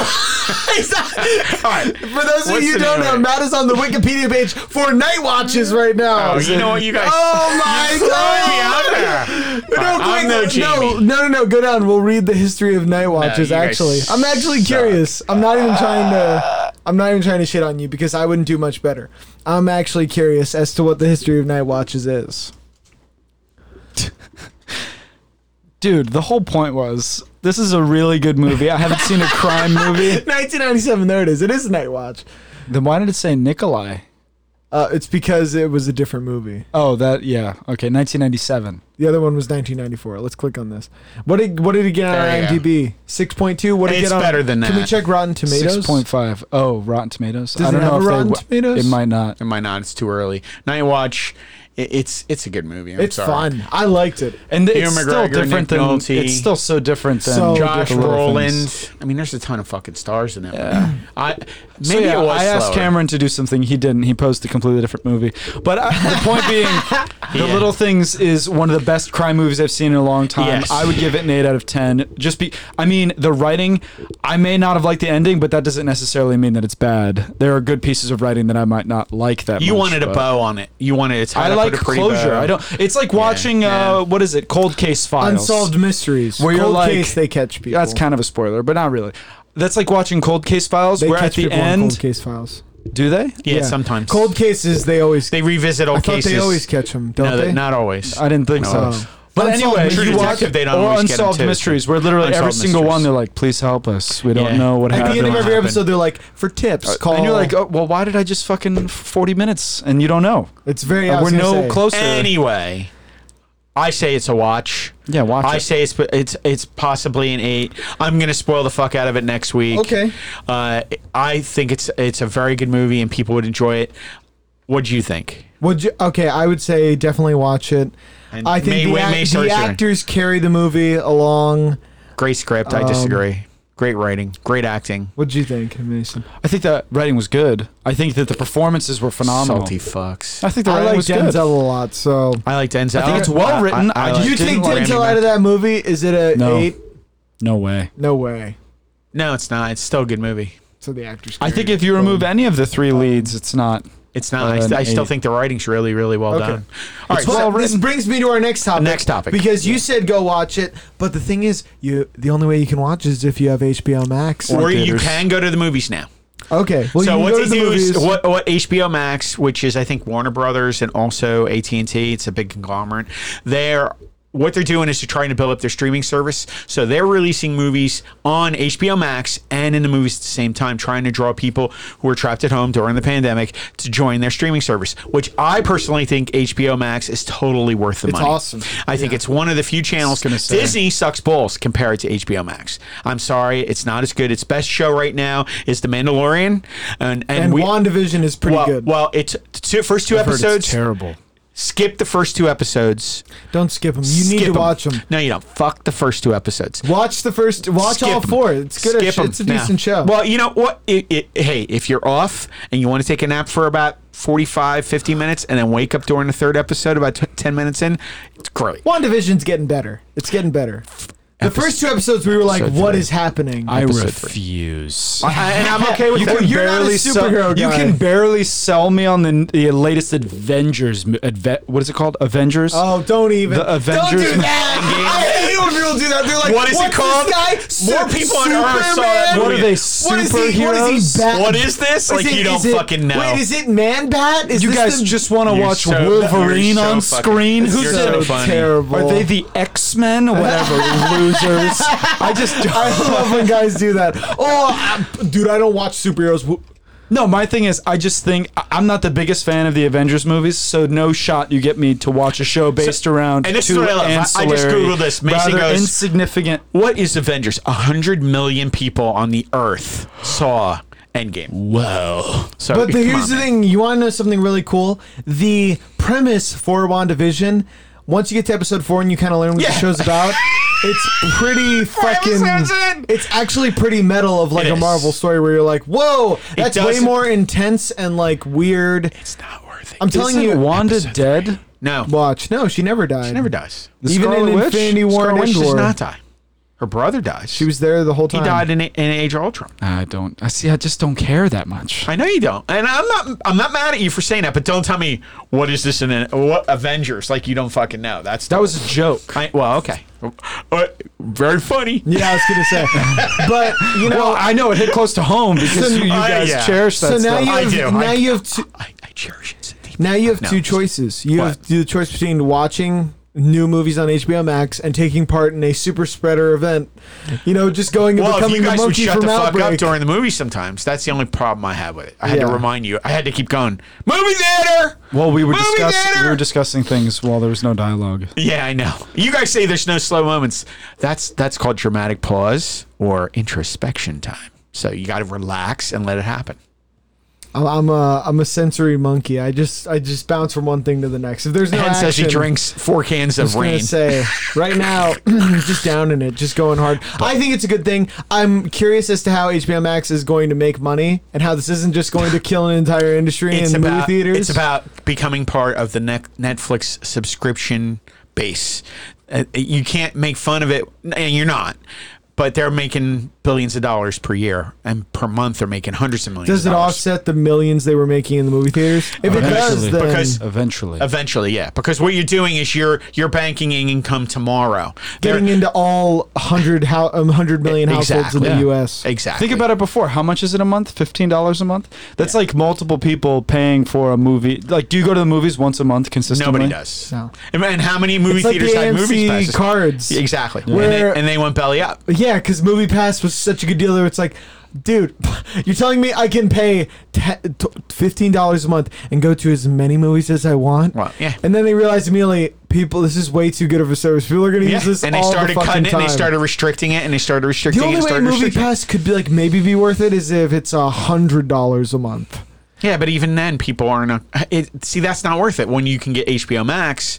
[SPEAKER 2] No! He's not-
[SPEAKER 4] All right.
[SPEAKER 2] For those of
[SPEAKER 4] What's
[SPEAKER 2] you who
[SPEAKER 4] the
[SPEAKER 2] don't
[SPEAKER 4] name
[SPEAKER 2] know,
[SPEAKER 4] of it?
[SPEAKER 2] Matt is on the Wikipedia page for Night Watches right now.
[SPEAKER 4] Oh, you know what, you guys.
[SPEAKER 2] Oh my god!
[SPEAKER 4] Yeah, I'm there.
[SPEAKER 2] No,
[SPEAKER 4] I'm
[SPEAKER 2] quick,
[SPEAKER 4] no
[SPEAKER 2] no,
[SPEAKER 4] Jamie.
[SPEAKER 2] no, no, no, go down. We'll read the history of Night Watches.
[SPEAKER 4] you guys
[SPEAKER 2] actually, I'm actually
[SPEAKER 4] suck.
[SPEAKER 2] curious. I'm not even trying to. I'm not even trying to shit on you because I wouldn't do much better. I'm actually curious as to what the history of Night Watches is.
[SPEAKER 3] Dude, the whole point was this is a really good movie. I haven't seen a crime movie.
[SPEAKER 2] 1997. There it is. It is Night Watch.
[SPEAKER 3] Then why did it say Nikolai?
[SPEAKER 2] Uh, it's because it was a different movie.
[SPEAKER 3] Oh, that yeah. Okay, 1997.
[SPEAKER 2] The other one was 1994. Let's click on this. What did what did it get on
[SPEAKER 4] There you go.
[SPEAKER 2] IMDb? 6.2. What did it
[SPEAKER 4] It's
[SPEAKER 2] get on?
[SPEAKER 4] better than
[SPEAKER 2] Can we
[SPEAKER 4] that.
[SPEAKER 2] check Rotten Tomatoes?
[SPEAKER 3] Six point five. Oh, Rotten Tomatoes.
[SPEAKER 2] Does
[SPEAKER 3] I
[SPEAKER 2] it
[SPEAKER 3] don't
[SPEAKER 2] have
[SPEAKER 3] know
[SPEAKER 2] a
[SPEAKER 3] if they
[SPEAKER 2] Rotten
[SPEAKER 3] w-
[SPEAKER 2] Tomatoes?
[SPEAKER 3] It might not.
[SPEAKER 4] Am I not? It's too early. Night Watch. It, it's it's a good movie. I'm
[SPEAKER 2] It's
[SPEAKER 4] sorry.
[SPEAKER 2] fun. I liked it.
[SPEAKER 3] And
[SPEAKER 4] Hugh
[SPEAKER 3] it's still
[SPEAKER 4] McGregor,
[SPEAKER 3] different than
[SPEAKER 4] Nick Nolte.
[SPEAKER 3] it's still so different than
[SPEAKER 2] So
[SPEAKER 4] Josh
[SPEAKER 3] The Little Things.
[SPEAKER 4] Brolin. I mean, there's a ton of fucking stars in that movie. I maybe
[SPEAKER 3] So, yeah,
[SPEAKER 4] it was.
[SPEAKER 3] I asked
[SPEAKER 4] slower.
[SPEAKER 3] Cameron to do something. He didn't. He posed a completely different movie. But uh, the point being, The
[SPEAKER 4] Yeah.
[SPEAKER 3] Little Things is one of the best crime movies I've seen in a long time.
[SPEAKER 4] Yes.
[SPEAKER 3] I would give it an eight out of ten. Just be. I mean, the writing. I may not have liked the ending, but that doesn't necessarily mean that it's bad. There are good pieces of writing that I might not like that.
[SPEAKER 4] You
[SPEAKER 3] much,
[SPEAKER 4] wanted a
[SPEAKER 3] but-
[SPEAKER 4] bow on it. You wanted to tie
[SPEAKER 3] I
[SPEAKER 4] it up
[SPEAKER 3] like
[SPEAKER 4] with a pretty
[SPEAKER 3] closure.
[SPEAKER 4] bow.
[SPEAKER 3] I don't. It's like watching.
[SPEAKER 4] yeah.
[SPEAKER 3] Uh, what is it? Cold Case Files.
[SPEAKER 2] Unsolved mysteries.
[SPEAKER 3] Where you're
[SPEAKER 2] Cold
[SPEAKER 3] like-
[SPEAKER 2] case, they catch people.
[SPEAKER 3] That's kind of a spoiler, but not really. That's like watching Cold Case Files,
[SPEAKER 2] They
[SPEAKER 3] where
[SPEAKER 2] catch
[SPEAKER 3] at the
[SPEAKER 2] people on
[SPEAKER 3] end,
[SPEAKER 2] cold case files.
[SPEAKER 3] do they?
[SPEAKER 4] Yeah, sometimes
[SPEAKER 2] Cold cases, they always.
[SPEAKER 4] They revisit old
[SPEAKER 2] I thought
[SPEAKER 4] cases.
[SPEAKER 2] they always catch them, don't
[SPEAKER 4] no,
[SPEAKER 2] they?
[SPEAKER 4] that- not always.
[SPEAKER 3] I didn't think
[SPEAKER 4] No.
[SPEAKER 3] so.
[SPEAKER 2] Oh.
[SPEAKER 3] But
[SPEAKER 2] Unsolved
[SPEAKER 3] anyway,
[SPEAKER 2] Mysteries.
[SPEAKER 3] you watch
[SPEAKER 4] Detective, they don't
[SPEAKER 3] or
[SPEAKER 4] always get 'em
[SPEAKER 3] unsolved
[SPEAKER 4] too.
[SPEAKER 3] mysteries, where literally
[SPEAKER 4] Unsolved
[SPEAKER 3] every single
[SPEAKER 4] mysteries.
[SPEAKER 3] one they're like, "Please help us. We don't
[SPEAKER 4] Yeah.
[SPEAKER 3] know what
[SPEAKER 4] At
[SPEAKER 2] At the
[SPEAKER 3] happened."
[SPEAKER 2] end of
[SPEAKER 4] That'll
[SPEAKER 2] every
[SPEAKER 4] happen.
[SPEAKER 2] episode, they're like, for tips, call.
[SPEAKER 3] And you're like, oh, "Well, why did I just fucking forty minutes?" And you don't know.
[SPEAKER 2] it's very. I
[SPEAKER 3] uh, We're
[SPEAKER 2] was gonna
[SPEAKER 3] no
[SPEAKER 2] say.
[SPEAKER 3] closer.
[SPEAKER 4] Anyway, I say it's a watch.
[SPEAKER 3] Yeah, watch
[SPEAKER 4] I
[SPEAKER 3] it.
[SPEAKER 4] say it's it's it's possibly an eight. I'm gonna spoil the fuck out of it next week.
[SPEAKER 2] Okay.
[SPEAKER 4] Uh, I think it's it's a very good movie and people would enjoy it. What do you think?
[SPEAKER 2] Would you? Okay, I would say definitely watch it.
[SPEAKER 4] And
[SPEAKER 2] I think
[SPEAKER 4] May-
[SPEAKER 2] the,
[SPEAKER 4] May-
[SPEAKER 2] act-
[SPEAKER 4] May
[SPEAKER 2] the
[SPEAKER 4] Sorcerer.
[SPEAKER 2] actors carry the movie along.
[SPEAKER 4] Great script. I
[SPEAKER 3] Um,
[SPEAKER 4] disagree. Great writing. Great acting.
[SPEAKER 2] What do you think, Mason?
[SPEAKER 3] I think that writing was good. I think that the performances were phenomenal.
[SPEAKER 4] Salty fucks.
[SPEAKER 3] I think the
[SPEAKER 2] I
[SPEAKER 3] writing
[SPEAKER 2] like
[SPEAKER 3] was
[SPEAKER 2] Denzel
[SPEAKER 3] good.
[SPEAKER 2] a lot, so.
[SPEAKER 4] I like Denzel.
[SPEAKER 3] I think it's well written. I
[SPEAKER 4] uh,
[SPEAKER 2] Do
[SPEAKER 3] just
[SPEAKER 2] you
[SPEAKER 3] didn't
[SPEAKER 2] take
[SPEAKER 3] like
[SPEAKER 4] Randy
[SPEAKER 2] Denzel out of
[SPEAKER 4] Mac-
[SPEAKER 2] that movie? Is it a
[SPEAKER 3] No.
[SPEAKER 2] eight?
[SPEAKER 3] No way.
[SPEAKER 2] No way.
[SPEAKER 4] No, it's not. It's still a good movie.
[SPEAKER 2] So the actors.
[SPEAKER 3] I
[SPEAKER 2] carry
[SPEAKER 3] think
[SPEAKER 2] it.
[SPEAKER 3] if you remove any of the three leads, it's not.
[SPEAKER 4] It's not. I,
[SPEAKER 3] Uh,
[SPEAKER 4] st- I
[SPEAKER 3] an
[SPEAKER 4] still
[SPEAKER 3] eight.
[SPEAKER 4] think the writing's really, really well
[SPEAKER 2] Okay.
[SPEAKER 4] done. All right.
[SPEAKER 2] But
[SPEAKER 4] so-
[SPEAKER 2] this brings me to our next topic.
[SPEAKER 4] Next topic.
[SPEAKER 2] Because you said go watch it, but the thing is, you the only way you can watch is if you have HBO Max.
[SPEAKER 4] or you
[SPEAKER 3] theaters.
[SPEAKER 4] can go to the movies now.
[SPEAKER 2] okay. Well,
[SPEAKER 4] so
[SPEAKER 2] you can
[SPEAKER 4] what
[SPEAKER 2] go
[SPEAKER 4] they
[SPEAKER 2] to the
[SPEAKER 4] do
[SPEAKER 2] movies.
[SPEAKER 4] is what, what HBO Max, which is I think Warner Brothers and also AT and T, it's a big conglomerate. They're what they're doing is they're trying to build up their streaming service. So they're releasing movies on HBO Max and in the movies at the same time, trying to draw people who are trapped at home during the pandemic to join their streaming service. Which I personally think HBO Max is totally worth the money.
[SPEAKER 2] awesome.
[SPEAKER 4] I think it's one of the few channels.
[SPEAKER 3] gonna say.
[SPEAKER 4] Disney sucks balls compared to HBO Max. I'm sorry, it's not as good. Its best show right now is The Mandalorian, and and,
[SPEAKER 2] and
[SPEAKER 4] we,
[SPEAKER 2] WandaVision is pretty
[SPEAKER 4] well,
[SPEAKER 2] good.
[SPEAKER 4] well, it's two, first two
[SPEAKER 3] I've heard it's
[SPEAKER 4] episodes
[SPEAKER 3] terrible.
[SPEAKER 4] Skip the first two episodes.
[SPEAKER 2] Don't skip them. You need
[SPEAKER 4] Skip
[SPEAKER 2] to
[SPEAKER 4] 'em.
[SPEAKER 2] watch them.
[SPEAKER 4] No, you don't. Fuck the first two episodes.
[SPEAKER 2] Watch the first. Watch
[SPEAKER 4] Skip
[SPEAKER 2] all
[SPEAKER 4] 'em.
[SPEAKER 2] four. It's good.
[SPEAKER 4] Skip 'em.
[SPEAKER 2] it's a
[SPEAKER 4] Nah.
[SPEAKER 2] decent show.
[SPEAKER 4] Well, you know what? It, it, hey, if you're off and you want to take a nap for about 45, 50 minutes and then wake up during the third episode about t- 10 minutes in, it's great.
[SPEAKER 2] One division's getting better. It's getting better. The first two episodes, we were like,
[SPEAKER 4] Episode
[SPEAKER 2] "What
[SPEAKER 4] three.
[SPEAKER 2] is happening?"
[SPEAKER 3] I
[SPEAKER 4] Episode three.
[SPEAKER 3] refuse.
[SPEAKER 4] I- and I'm okay with
[SPEAKER 2] You
[SPEAKER 4] that.
[SPEAKER 2] can- you're not a superhero
[SPEAKER 3] sell,
[SPEAKER 2] guy.
[SPEAKER 3] You can barely sell me on the, the latest Avengers. mo- Adve- what is it called? Avengers.
[SPEAKER 2] oh, don't even.
[SPEAKER 3] The Avengers
[SPEAKER 2] Don't do that. I hate when people do that. They're like,
[SPEAKER 4] What is it
[SPEAKER 2] "What's
[SPEAKER 4] called?"
[SPEAKER 2] This guy?
[SPEAKER 4] More
[SPEAKER 2] Su-
[SPEAKER 4] people on Earth saw that
[SPEAKER 2] Superman?
[SPEAKER 3] what are they?
[SPEAKER 2] What is he? What is
[SPEAKER 3] Superheroes.
[SPEAKER 2] he? Bat-
[SPEAKER 4] What is this?
[SPEAKER 2] Is
[SPEAKER 4] Like, you don't
[SPEAKER 2] is it-
[SPEAKER 4] fucking know.
[SPEAKER 2] Wait, is it Man Bat? Is
[SPEAKER 3] you
[SPEAKER 2] this
[SPEAKER 3] guys
[SPEAKER 2] the-
[SPEAKER 3] just want to
[SPEAKER 4] You're
[SPEAKER 3] watch
[SPEAKER 4] so-
[SPEAKER 3] Wolverine
[SPEAKER 4] you're so
[SPEAKER 3] on
[SPEAKER 4] fucking-
[SPEAKER 3] screen?
[SPEAKER 4] you're
[SPEAKER 3] Who's
[SPEAKER 4] so
[SPEAKER 3] it?
[SPEAKER 4] funny.
[SPEAKER 2] terrible?
[SPEAKER 3] Are they the X Men? Whatever, losers. I just
[SPEAKER 2] I love when guys do that. Oh, I- dude, I don't watch superheroes. Wh-
[SPEAKER 3] no. My thing is, I just think I- I'm not the biggest fan of the Avengers movies, so no shot you get me to watch a show based around.
[SPEAKER 4] and this is
[SPEAKER 3] two
[SPEAKER 4] what I love. I- I just
[SPEAKER 3] ancillary,
[SPEAKER 4] Googled this. Mason
[SPEAKER 3] rather
[SPEAKER 4] goes-
[SPEAKER 3] insignificant.
[SPEAKER 4] What is Avengers? A hundred million people on the Earth saw Endgame. Whoa! So,
[SPEAKER 2] But the,
[SPEAKER 4] come
[SPEAKER 2] here's
[SPEAKER 4] on,
[SPEAKER 2] the
[SPEAKER 4] man.
[SPEAKER 2] thing: you want to know something really cool? The premise for WandaVision. Once you get to episode four and you kind of learn what
[SPEAKER 4] Yeah.
[SPEAKER 2] the show's about, it's pretty fucking.
[SPEAKER 4] episodes in.
[SPEAKER 2] It's actually pretty metal of like
[SPEAKER 4] It
[SPEAKER 2] a
[SPEAKER 4] is.
[SPEAKER 2] Marvel story where you're like, "Whoa, that's way
[SPEAKER 4] doesn't-
[SPEAKER 2] more intense and like weird."
[SPEAKER 4] It's not worth it.
[SPEAKER 2] I'm telling you,
[SPEAKER 3] Isn't Wanda dead?
[SPEAKER 4] no,
[SPEAKER 2] watch. No, she never died.
[SPEAKER 4] she never dies.
[SPEAKER 3] The
[SPEAKER 2] Even
[SPEAKER 3] Scarlet
[SPEAKER 2] in
[SPEAKER 3] Witch?
[SPEAKER 2] Infinity War
[SPEAKER 4] Scarlet
[SPEAKER 2] and
[SPEAKER 4] Witch does
[SPEAKER 2] Endgore,
[SPEAKER 4] not die. Her brother dies.
[SPEAKER 2] she was there the whole
[SPEAKER 4] he
[SPEAKER 2] time.
[SPEAKER 4] died in, in Age of Ultron.
[SPEAKER 3] I don't. I see. I just don't care that much.
[SPEAKER 4] I know you don't, and I'm not. I'm not mad at you for saying that, but don't tell me what is this in an, what Avengers? Like you don't fucking know. That's
[SPEAKER 3] That was a joke.
[SPEAKER 4] I, well, okay. Uh, very funny.
[SPEAKER 2] Yeah, I was gonna say, but you know,
[SPEAKER 3] well, I know it hit close to home because
[SPEAKER 2] So-
[SPEAKER 3] you, you
[SPEAKER 4] I-
[SPEAKER 3] guys
[SPEAKER 4] yeah.
[SPEAKER 3] cherish that
[SPEAKER 2] so now
[SPEAKER 3] stuff.
[SPEAKER 2] you
[SPEAKER 4] I
[SPEAKER 2] have,
[SPEAKER 4] do. I-
[SPEAKER 2] now you have two,
[SPEAKER 4] I, I cherish it. Cindy.
[SPEAKER 2] Now you have
[SPEAKER 4] No,
[SPEAKER 2] two
[SPEAKER 4] just-
[SPEAKER 2] choices. You have
[SPEAKER 4] What?
[SPEAKER 2] the choice between watching new movies on HBO Max and taking part in a super spreader event. You know, just going and
[SPEAKER 4] Well, if
[SPEAKER 2] becoming
[SPEAKER 4] you
[SPEAKER 2] the
[SPEAKER 4] guys would
[SPEAKER 2] monkey
[SPEAKER 4] shut
[SPEAKER 2] from
[SPEAKER 4] the fuck up
[SPEAKER 2] Outbreak.
[SPEAKER 4] during the movie sometimes, that's the only problem I have with it. I had
[SPEAKER 2] Yeah.
[SPEAKER 4] to remind you. I had to keep going. Movie theater.
[SPEAKER 3] Well, we were
[SPEAKER 4] Movie
[SPEAKER 3] discussing we
[SPEAKER 4] theater!
[SPEAKER 3] were discussing things while there was no dialogue.
[SPEAKER 4] Yeah, I know. You guys say there's no slow moments. That's that's called dramatic pause or introspection time. So you got to relax and let it happen.
[SPEAKER 2] I'm- I'm a I'm a sensory monkey. I just I just bounce from one thing to the next. If there's no
[SPEAKER 4] Hen
[SPEAKER 2] action,
[SPEAKER 4] says she drinks four cans
[SPEAKER 2] I
[SPEAKER 4] of
[SPEAKER 2] was gonna
[SPEAKER 4] rain.
[SPEAKER 2] say right now, just down in it, just going hard. I think it's a good thing. I'm curious as to how HBO Max is going to make money and how this isn't just going to kill an entire industry
[SPEAKER 4] it's
[SPEAKER 2] in
[SPEAKER 4] about
[SPEAKER 2] movie theaters.
[SPEAKER 4] it's about becoming part of the ne- Netflix subscription base. Uh, you can't make fun of it, and you're not. But they're making billions of dollars per year, and per month they're making hundreds of millions.
[SPEAKER 2] does
[SPEAKER 4] of
[SPEAKER 2] it
[SPEAKER 4] dollars.
[SPEAKER 2] offset the millions they were making in the movie theaters? If it does,
[SPEAKER 3] Eventually.
[SPEAKER 2] then
[SPEAKER 4] Because-
[SPEAKER 3] Eventually,
[SPEAKER 4] Eventually, yeah, because what you're doing is you're you're banking in income tomorrow. They're-
[SPEAKER 2] getting into all 100, hou- um, 100 million households
[SPEAKER 4] Exactly.
[SPEAKER 2] in the
[SPEAKER 3] Yeah.
[SPEAKER 2] U.S.
[SPEAKER 4] exactly.
[SPEAKER 3] think about it before. How much is it a month? Fifteen dollars a month. That's like multiple people paying for a movie. Like, do you go to the movies once a month consistently?
[SPEAKER 4] Nobody does.
[SPEAKER 2] No.
[SPEAKER 4] And, and how many movie
[SPEAKER 2] It's like
[SPEAKER 4] theaters
[SPEAKER 2] the
[SPEAKER 4] have movie
[SPEAKER 2] AMC
[SPEAKER 4] passes?
[SPEAKER 2] cards.
[SPEAKER 4] Exactly. and,
[SPEAKER 2] Where-
[SPEAKER 4] they, and they went belly up.
[SPEAKER 2] But yeah, because Movie Pass was such a good deal. There, it's like, dude, you're telling me I can pay te- t- fifteen dollars a month and go to as many movies as I want.
[SPEAKER 4] Well, yeah.
[SPEAKER 2] And then they realized immediately, people, this is way too good of a service. People are going to
[SPEAKER 4] Yeah.
[SPEAKER 2] use this
[SPEAKER 4] And they
[SPEAKER 2] all
[SPEAKER 4] started
[SPEAKER 2] the fucking
[SPEAKER 4] cutting it.
[SPEAKER 2] time.
[SPEAKER 4] and They started restricting it. And they started restricting
[SPEAKER 2] the
[SPEAKER 4] it.
[SPEAKER 2] only
[SPEAKER 4] and
[SPEAKER 2] way
[SPEAKER 4] started
[SPEAKER 2] Movie
[SPEAKER 4] restricting it.
[SPEAKER 2] Pass could be like maybe be worth it is if it's a hundred dollars a month.
[SPEAKER 4] Yeah, but even then, people aren't. uh, It, see, that's not worth it when you can get HBO Max,